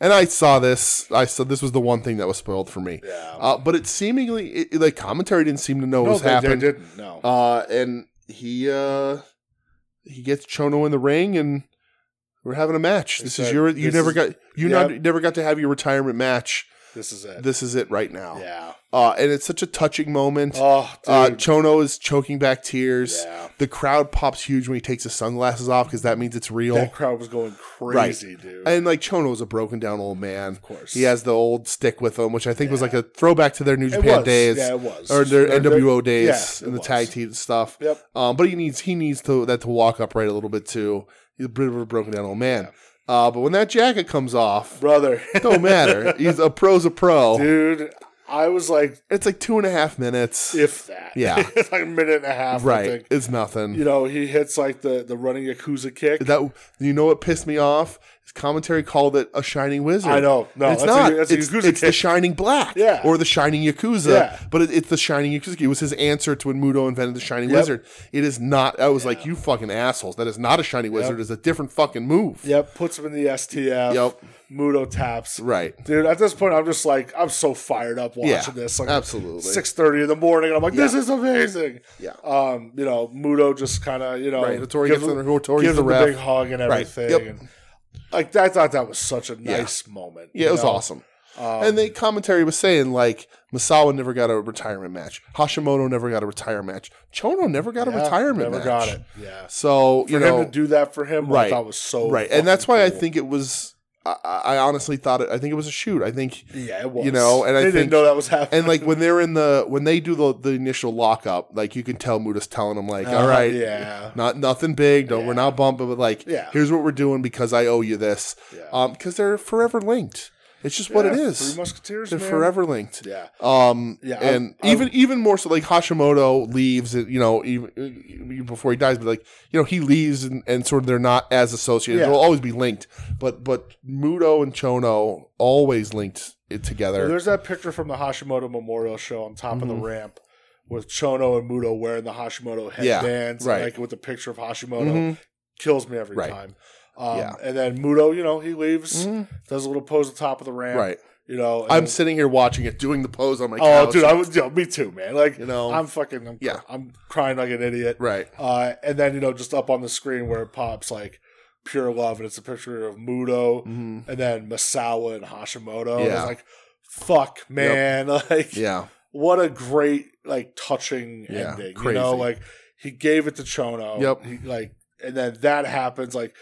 [SPEAKER 2] And I saw this. I saw this was the one thing that was spoiled for me.
[SPEAKER 1] yeah.
[SPEAKER 2] Uh, but it seemingly, it, it, like commentary didn't seem to know what
[SPEAKER 1] no,
[SPEAKER 2] was
[SPEAKER 1] they, they
[SPEAKER 2] happening.
[SPEAKER 1] didn't. No.
[SPEAKER 2] Uh, and he uh, he gets Chono in the ring, and we're having a match.
[SPEAKER 1] They
[SPEAKER 2] This is
[SPEAKER 1] said,
[SPEAKER 2] your. You
[SPEAKER 1] "This
[SPEAKER 2] never
[SPEAKER 1] is-
[SPEAKER 2] got. You
[SPEAKER 1] yep.
[SPEAKER 2] not, never got to have your retirement match.
[SPEAKER 1] this is it.
[SPEAKER 2] This is it right now.
[SPEAKER 1] yeah.
[SPEAKER 2] Uh, and it's such a touching moment.
[SPEAKER 1] Oh, dude.
[SPEAKER 2] uh, Chono is choking back tears.
[SPEAKER 1] yeah.
[SPEAKER 2] The crowd pops huge when he takes his sunglasses off because that means it's real.
[SPEAKER 1] That crowd was going crazy, dude.
[SPEAKER 2] and like Chono's a broken down old man.
[SPEAKER 1] of course.
[SPEAKER 2] He has the old stick with him, which I think was
[SPEAKER 1] Yeah.
[SPEAKER 2] like a throwback to their New
[SPEAKER 1] It
[SPEAKER 2] Japan
[SPEAKER 1] was.
[SPEAKER 2] days
[SPEAKER 1] Yeah, it was.
[SPEAKER 2] or their
[SPEAKER 1] They're- they're-
[SPEAKER 2] NWO days
[SPEAKER 1] yeah, it
[SPEAKER 2] and the
[SPEAKER 1] was.
[SPEAKER 2] tag team stuff.
[SPEAKER 1] Yep.
[SPEAKER 2] Um, but he needs he needs to that to walk upright a little bit too. He's a bit of a broken down old man. Uh, but when that jacket comes off,
[SPEAKER 1] Brother.
[SPEAKER 2] it don't matter. He's a pro's a pro.
[SPEAKER 1] dude, I was like,
[SPEAKER 2] It's like two and a half minutes.
[SPEAKER 1] if that.
[SPEAKER 2] Yeah.
[SPEAKER 1] it's like a minute and a half. I
[SPEAKER 2] right,
[SPEAKER 1] think.
[SPEAKER 2] it's nothing.
[SPEAKER 1] You know, he hits like the, the running Yakuza kick.
[SPEAKER 2] That you know what pissed me off? His commentary called it a shining wizard.
[SPEAKER 1] I know. No, that's
[SPEAKER 2] it's
[SPEAKER 1] a-
[SPEAKER 2] not.
[SPEAKER 1] that's a
[SPEAKER 2] it's
[SPEAKER 1] Yakuza
[SPEAKER 2] it's the
[SPEAKER 1] kick.
[SPEAKER 2] shining black.
[SPEAKER 1] Yeah.
[SPEAKER 2] Or the shining yakuza.
[SPEAKER 1] Yeah.
[SPEAKER 2] But it, it's the shining yakuza. It was his answer to when Muto invented the shining
[SPEAKER 1] Yep.
[SPEAKER 2] wizard. It is not. I was like, you fucking assholes. That is not a shining wizard. It's a different fucking move.
[SPEAKER 1] Yep, puts him in the STF.
[SPEAKER 2] Yep.
[SPEAKER 1] Mudo taps.
[SPEAKER 2] Right.
[SPEAKER 1] Dude, at this point, I'm just like, I'm so fired up watching
[SPEAKER 2] Yeah,
[SPEAKER 1] this. Like,
[SPEAKER 2] absolutely.
[SPEAKER 1] Six thirty in the morning, and I'm like, this is amazing.
[SPEAKER 2] Yeah.
[SPEAKER 1] Um, you know, Mudo just kind of, you know,
[SPEAKER 2] Right, Hattori
[SPEAKER 1] gives
[SPEAKER 2] gets in
[SPEAKER 1] him-
[SPEAKER 2] there, Hattori's
[SPEAKER 1] gives
[SPEAKER 2] the
[SPEAKER 1] him
[SPEAKER 2] ref.
[SPEAKER 1] a big hug and everything.
[SPEAKER 2] yep.
[SPEAKER 1] And, like, I thought that was such a nice moment.
[SPEAKER 2] Yeah,
[SPEAKER 1] you
[SPEAKER 2] it was
[SPEAKER 1] know? Um,
[SPEAKER 2] awesome. and the commentary was saying like Masawa never got a retirement match. Hashimoto never got a retirement match. Chono never got a
[SPEAKER 1] Yeah,
[SPEAKER 2] retirement
[SPEAKER 1] never
[SPEAKER 2] match.
[SPEAKER 1] got it. Yeah.
[SPEAKER 2] So you
[SPEAKER 1] For
[SPEAKER 2] know
[SPEAKER 1] him to do that for him,
[SPEAKER 2] Right.
[SPEAKER 1] I thought was so
[SPEAKER 2] right and that's why
[SPEAKER 1] fucking
[SPEAKER 2] i
[SPEAKER 1] cool.
[SPEAKER 2] think it was I, I I honestly thought it i think it was a shoot i think
[SPEAKER 1] yeah, it was.
[SPEAKER 2] you know, and I
[SPEAKER 1] they
[SPEAKER 2] think-
[SPEAKER 1] didn't know that was happening.
[SPEAKER 2] and like when they're in the when they do the the initial lockup like you can tell muda's telling them like all
[SPEAKER 1] Uh,
[SPEAKER 2] right
[SPEAKER 1] yeah,
[SPEAKER 2] not nothing big don't we're
[SPEAKER 1] Yeah.
[SPEAKER 2] not bumping but like
[SPEAKER 1] Yeah.
[SPEAKER 2] here's what we're doing because i owe you this
[SPEAKER 1] Yeah.
[SPEAKER 2] um because they're forever linked it's just what it
[SPEAKER 1] Yeah,
[SPEAKER 2] is
[SPEAKER 1] Three Musketeers,
[SPEAKER 2] they're
[SPEAKER 1] man.
[SPEAKER 2] forever linked
[SPEAKER 1] Yeah,
[SPEAKER 2] um
[SPEAKER 1] Yeah, I-
[SPEAKER 2] and
[SPEAKER 1] I-
[SPEAKER 2] even even more so like Hashimoto leaves you know even, even before he dies but like you know he leaves and, and sort of they're not as associated
[SPEAKER 1] Yeah.
[SPEAKER 2] they'll always be linked but but Muto and Chono always linked it
[SPEAKER 1] Well,
[SPEAKER 2] together
[SPEAKER 1] There's that picture from the Hashimoto Memorial Show on top of
[SPEAKER 2] Mm-hmm.
[SPEAKER 1] the ramp with Chono and Muto wearing the Hashimoto
[SPEAKER 2] Yeah,
[SPEAKER 1] headbands,
[SPEAKER 2] right.
[SPEAKER 1] like with the picture of Hashimoto.
[SPEAKER 2] Mhm.
[SPEAKER 1] Kills me every
[SPEAKER 2] Right.
[SPEAKER 1] time. Um,
[SPEAKER 2] Yeah. Mm-hmm.
[SPEAKER 1] And then Muto, you know, he leaves, does a little pose at the top of the ramp.
[SPEAKER 2] right
[SPEAKER 1] You know, and
[SPEAKER 2] I'm
[SPEAKER 1] then-
[SPEAKER 2] sitting here watching it doing the pose on my couch
[SPEAKER 1] oh, dude, I was, yo, me too, man. Like,
[SPEAKER 2] You know?
[SPEAKER 1] I'm fucking, I'm,
[SPEAKER 2] Yeah.
[SPEAKER 1] I'm crying like an idiot.
[SPEAKER 2] right
[SPEAKER 1] Uh, and then you know, just up on the screen where it pops like pure love, and it's a picture of Muto
[SPEAKER 2] Mhm.
[SPEAKER 1] and then Masawa and Hashimoto. And I
[SPEAKER 2] Yeah.
[SPEAKER 1] was like, fuck, man, like,
[SPEAKER 2] yeah
[SPEAKER 1] what a great like touching
[SPEAKER 2] Yeah,
[SPEAKER 1] ending.
[SPEAKER 2] crazy.
[SPEAKER 1] You know, like he gave it to Chono.
[SPEAKER 2] Yep.
[SPEAKER 1] He, like, and then that happens. Like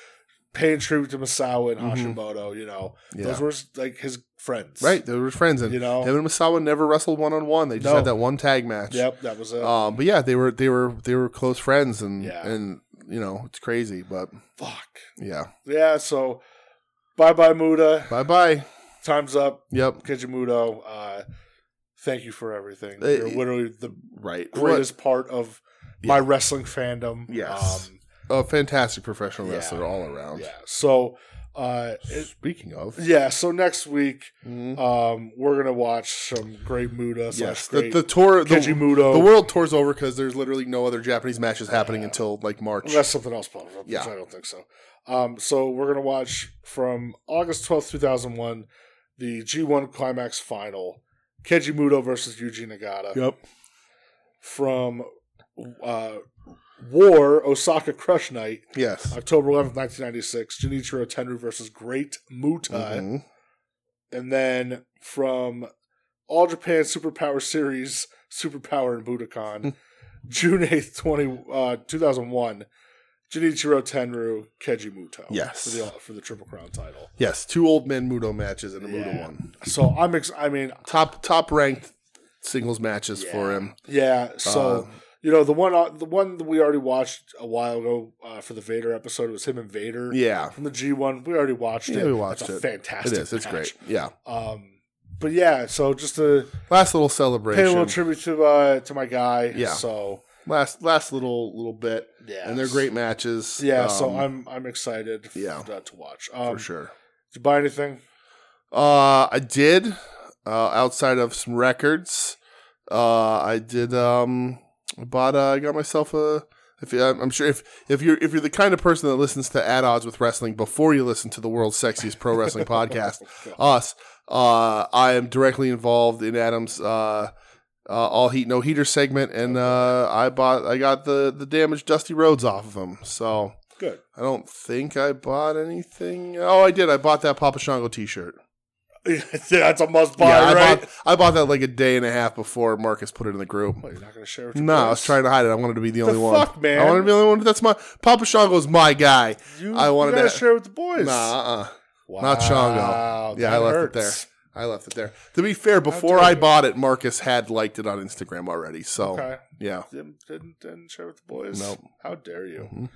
[SPEAKER 1] paying tribute to Masawa and
[SPEAKER 2] Mhm.
[SPEAKER 1] Hashimoto. You know,
[SPEAKER 2] yeah
[SPEAKER 1] those were like his friends.
[SPEAKER 2] right they were friends and
[SPEAKER 1] You know.
[SPEAKER 2] him and Masawa never wrestled one on one they just
[SPEAKER 1] No.
[SPEAKER 2] had that one tag match
[SPEAKER 1] Yep. That was it.
[SPEAKER 2] um but yeah they were they were they were close friends and
[SPEAKER 1] Yeah.
[SPEAKER 2] and you know it's crazy but
[SPEAKER 1] Fuck.
[SPEAKER 2] yeah
[SPEAKER 1] Yeah. So, bye bye Muda.
[SPEAKER 2] Bye bye.
[SPEAKER 1] Time's up.
[SPEAKER 2] Yep.
[SPEAKER 1] Kijimudo, uh, thank you for everything.
[SPEAKER 2] Uh,
[SPEAKER 1] You're literally the
[SPEAKER 2] Right.
[SPEAKER 1] greatest part of my
[SPEAKER 2] Yeah.
[SPEAKER 1] wrestling fandom.
[SPEAKER 2] Yes.
[SPEAKER 1] Um,
[SPEAKER 2] What a fantastic professional
[SPEAKER 1] Yeah.
[SPEAKER 2] wrestler all around.
[SPEAKER 1] yeah. So, uh, it-
[SPEAKER 2] Speaking of,
[SPEAKER 1] yeah. So next week,
[SPEAKER 2] Mhm.
[SPEAKER 1] um, we're gonna watch some great Muda slash
[SPEAKER 2] yes, the,
[SPEAKER 1] great
[SPEAKER 2] the tour, the,
[SPEAKER 1] Kijimudo.
[SPEAKER 2] the world tour's over because there's literally no other Japanese matches happening until like March.
[SPEAKER 1] Unless something else pops up,
[SPEAKER 2] Yeah.
[SPEAKER 1] which I don't think so. Um, so we're gonna watch from August twelfth, two thousand one, the G one Climax Final, Kijimudo versus Yuji Nagata.
[SPEAKER 2] Yep.
[SPEAKER 1] from uh, War Osaka Crush Night,
[SPEAKER 2] Yes.
[SPEAKER 1] October 11th, 1996, Junichiro Tenru versus Great Mutai.
[SPEAKER 2] Mhm.
[SPEAKER 1] And then from All Japan Superpower Series,
[SPEAKER 2] Hmm.
[SPEAKER 1] Superpower and Budokan, June 8th, 20, uh, 2001, Junichiro Tenru, Keiji Muto.
[SPEAKER 2] Yes.
[SPEAKER 1] For the, uh, for the Triple Crown title.
[SPEAKER 2] Yes, two old men Muto matches and a Muto
[SPEAKER 1] Yeah.
[SPEAKER 2] one.
[SPEAKER 1] So I'm, ex- I mean,
[SPEAKER 2] Top top ranked singles matches for him.
[SPEAKER 1] yeah. So,
[SPEAKER 2] Um,
[SPEAKER 1] you know, the one, uh, the one that we already watched a while ago uh, for the Vader episode was him and Vader.
[SPEAKER 2] Uh, Yeah,
[SPEAKER 1] From the G1, we already watched
[SPEAKER 2] Yeah,
[SPEAKER 1] it.
[SPEAKER 2] we watched
[SPEAKER 1] It's a
[SPEAKER 2] it.
[SPEAKER 1] fantastic.
[SPEAKER 2] it is. It's
[SPEAKER 1] match.
[SPEAKER 2] great. Yeah.
[SPEAKER 1] Um, but yeah, so just to
[SPEAKER 2] Last little
[SPEAKER 1] pay a little
[SPEAKER 2] celebration.
[SPEAKER 1] tribute to uh, to my guy.
[SPEAKER 2] Yeah.
[SPEAKER 1] So
[SPEAKER 2] last last little little bit.
[SPEAKER 1] yeah,
[SPEAKER 2] And they're great matches.
[SPEAKER 1] Yeah, so
[SPEAKER 2] um,
[SPEAKER 1] I'm I'm excited. f-
[SPEAKER 2] yeah.
[SPEAKER 1] to, to watch. Um,
[SPEAKER 2] for sure.
[SPEAKER 1] Did you buy anything?
[SPEAKER 2] Uh, I did. Uh, outside of some records, uh, I did. Um, I bought. Uh, I got myself a. If you, I'm I'm sure if if you're if you're the kind of person that listens to At Odds with Wrestling before you listen to the world's sexiest pro wrestling podcast, us, uh, I am directly involved in Adam's uh, uh, all heat no heater segment, and uh, I bought I got the the damaged Dusty Roads off of him, so.
[SPEAKER 1] Good.
[SPEAKER 2] I don't think I bought anything. Oh, I did. I bought that Papa Shango T-shirt.
[SPEAKER 1] yeah, that's a must buy,
[SPEAKER 2] yeah, I
[SPEAKER 1] right?
[SPEAKER 2] bought I bought that like a day and a half before Marcus put it in the group.
[SPEAKER 1] What, you're not gonna share? With your
[SPEAKER 2] No, I was
[SPEAKER 1] boys?
[SPEAKER 2] trying to hide it. I wanted to be the,
[SPEAKER 1] The
[SPEAKER 2] only one.
[SPEAKER 1] fuck, man.
[SPEAKER 2] I wanted to be the only one. That's my Papa Shango's my guy.
[SPEAKER 1] You,
[SPEAKER 2] I wanted
[SPEAKER 1] you gotta
[SPEAKER 2] to-
[SPEAKER 1] share with the boys.
[SPEAKER 2] Nah, uh-uh.
[SPEAKER 1] wow,
[SPEAKER 2] not Shango. Yeah,
[SPEAKER 1] that
[SPEAKER 2] I left it
[SPEAKER 1] hurts.
[SPEAKER 2] I left it there. To be fair, before
[SPEAKER 1] dare
[SPEAKER 2] I
[SPEAKER 1] you.
[SPEAKER 2] bought it, Marcus had liked it on Instagram already. So
[SPEAKER 1] Okay,
[SPEAKER 2] yeah,
[SPEAKER 1] didn't, didn't didn't share with the boys.
[SPEAKER 2] Oh. Nope.
[SPEAKER 1] How dare you?
[SPEAKER 2] Mhm.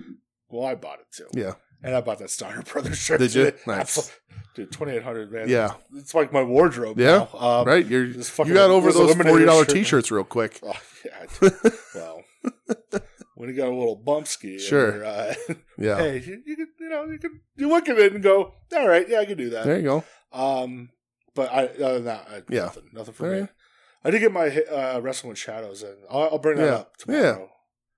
[SPEAKER 1] Well, I bought it too.
[SPEAKER 2] yeah,
[SPEAKER 1] and I bought that Steiner Brothers shirt.
[SPEAKER 2] Did you?
[SPEAKER 1] today.
[SPEAKER 2] Nice.
[SPEAKER 1] Absol- dude, twenty eight hundred man.
[SPEAKER 2] yeah.
[SPEAKER 1] it's like my wardrobe.
[SPEAKER 2] Yeah,
[SPEAKER 1] now. Um,
[SPEAKER 2] Right, you're you
[SPEAKER 1] this fucking-
[SPEAKER 2] got over
[SPEAKER 1] this
[SPEAKER 2] those
[SPEAKER 1] Eliminator
[SPEAKER 2] forty dollar
[SPEAKER 1] shirt.
[SPEAKER 2] T-shirts real quick.
[SPEAKER 1] Oh, yeah. I did. well, when you got a little bump ski,
[SPEAKER 2] Sure.
[SPEAKER 1] and you're, uh,
[SPEAKER 2] Yeah,
[SPEAKER 1] hey, you, you could, you know, you could, you look at it and go, all right, yeah, I can do that.
[SPEAKER 2] there you go.
[SPEAKER 1] Um, but I, other than that, I,
[SPEAKER 2] Yeah.
[SPEAKER 1] nothing, nothing for
[SPEAKER 2] All
[SPEAKER 1] me.
[SPEAKER 2] right.
[SPEAKER 1] I did get my uh, wrestling with shadows in. I'll, I'll bring that
[SPEAKER 2] Yeah.
[SPEAKER 1] up tomorrow.
[SPEAKER 2] Yeah.
[SPEAKER 1] Or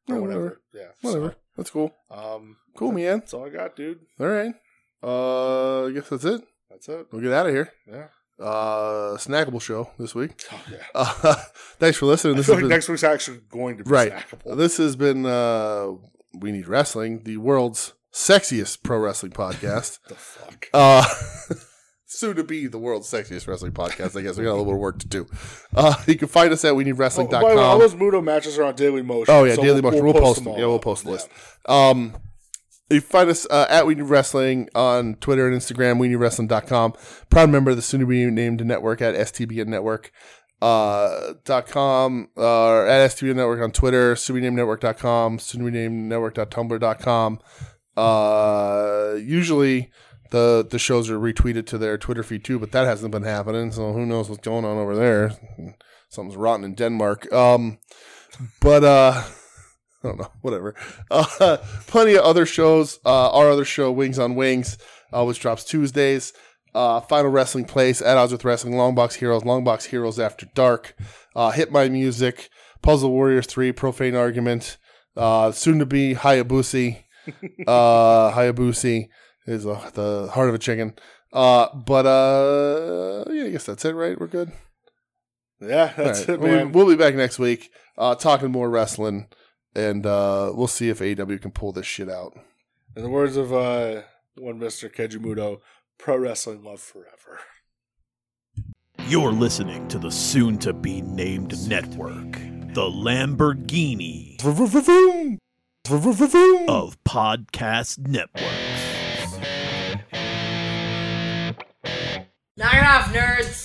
[SPEAKER 2] Yeah,
[SPEAKER 1] whatever.
[SPEAKER 2] whatever.
[SPEAKER 1] Yeah.
[SPEAKER 2] Whatever. That's cool.
[SPEAKER 1] So, um,
[SPEAKER 2] Cool, man.
[SPEAKER 1] that's all I got, dude.
[SPEAKER 2] All right. Uh, I guess that's it.
[SPEAKER 1] That's it.
[SPEAKER 2] We'll get out of here.
[SPEAKER 1] Yeah.
[SPEAKER 2] Uh, snackable show this week.
[SPEAKER 1] Oh, yeah.
[SPEAKER 2] Uh, thanks for listening.
[SPEAKER 1] I
[SPEAKER 2] This
[SPEAKER 1] feel
[SPEAKER 2] has
[SPEAKER 1] like
[SPEAKER 2] been,
[SPEAKER 1] next week's actually going to be
[SPEAKER 2] Right.
[SPEAKER 1] snackable.
[SPEAKER 2] this has been uh, we need wrestling, the world's sexiest pro wrestling podcast.
[SPEAKER 1] the fuck?
[SPEAKER 2] uh, soon to be the world's sexiest wrestling podcast. I guess we got a little bit of work to do. Uh, you can find us at we need
[SPEAKER 1] Oh, by the way, all those Mudo matches are on Daily Motion.
[SPEAKER 2] Oh yeah,
[SPEAKER 1] so
[SPEAKER 2] Daily Motion. We'll, post them.
[SPEAKER 1] all
[SPEAKER 2] Yeah, we'll
[SPEAKER 1] up.
[SPEAKER 2] post the
[SPEAKER 1] Yeah.
[SPEAKER 2] list. Um, you find us uh, at We New Wrestling on Twitter and Instagram, we WeNewWrestling.com. Proud member of the soon to be named network at STBN Network uh, dot com uh, or at STBN Network on Twitter, soon to be named network.com, soon to be named network.tumblr.com. Uh, usually the the shows are retweeted to their Twitter feed too, but that hasn't been happening. So who knows what's going on over there? Something's rotten in Denmark. Um, but uh, I don't know, whatever. Uh, plenty of other shows. Uh, our other show, Wings on Wings, uh, which drops Tuesdays. Uh, Final Wrestling Place, At Odds with Wrestling, Longbox Heroes, Longbox Heroes After Dark, uh, Hit My Music, Puzzle Warriors 3, Profane Argument, uh, soon to be Hayabusa. uh, Hayabusa is uh, the heart of a chicken. Uh, but uh, yeah, I guess that's it, right? We're good.
[SPEAKER 1] Yeah, that's
[SPEAKER 2] All right.
[SPEAKER 1] it, man.
[SPEAKER 2] We'll, we'll be back next week uh, talking more wrestling, and uh, we'll see if AEW can pull this shit out.
[SPEAKER 1] In the words of uh, one Mr. Keiji Muto, pro wrestling love forever.
[SPEAKER 3] You're listening to the soon to be named network, the Lamborghini of Podcast Networks.
[SPEAKER 4] Knock it off, nerds!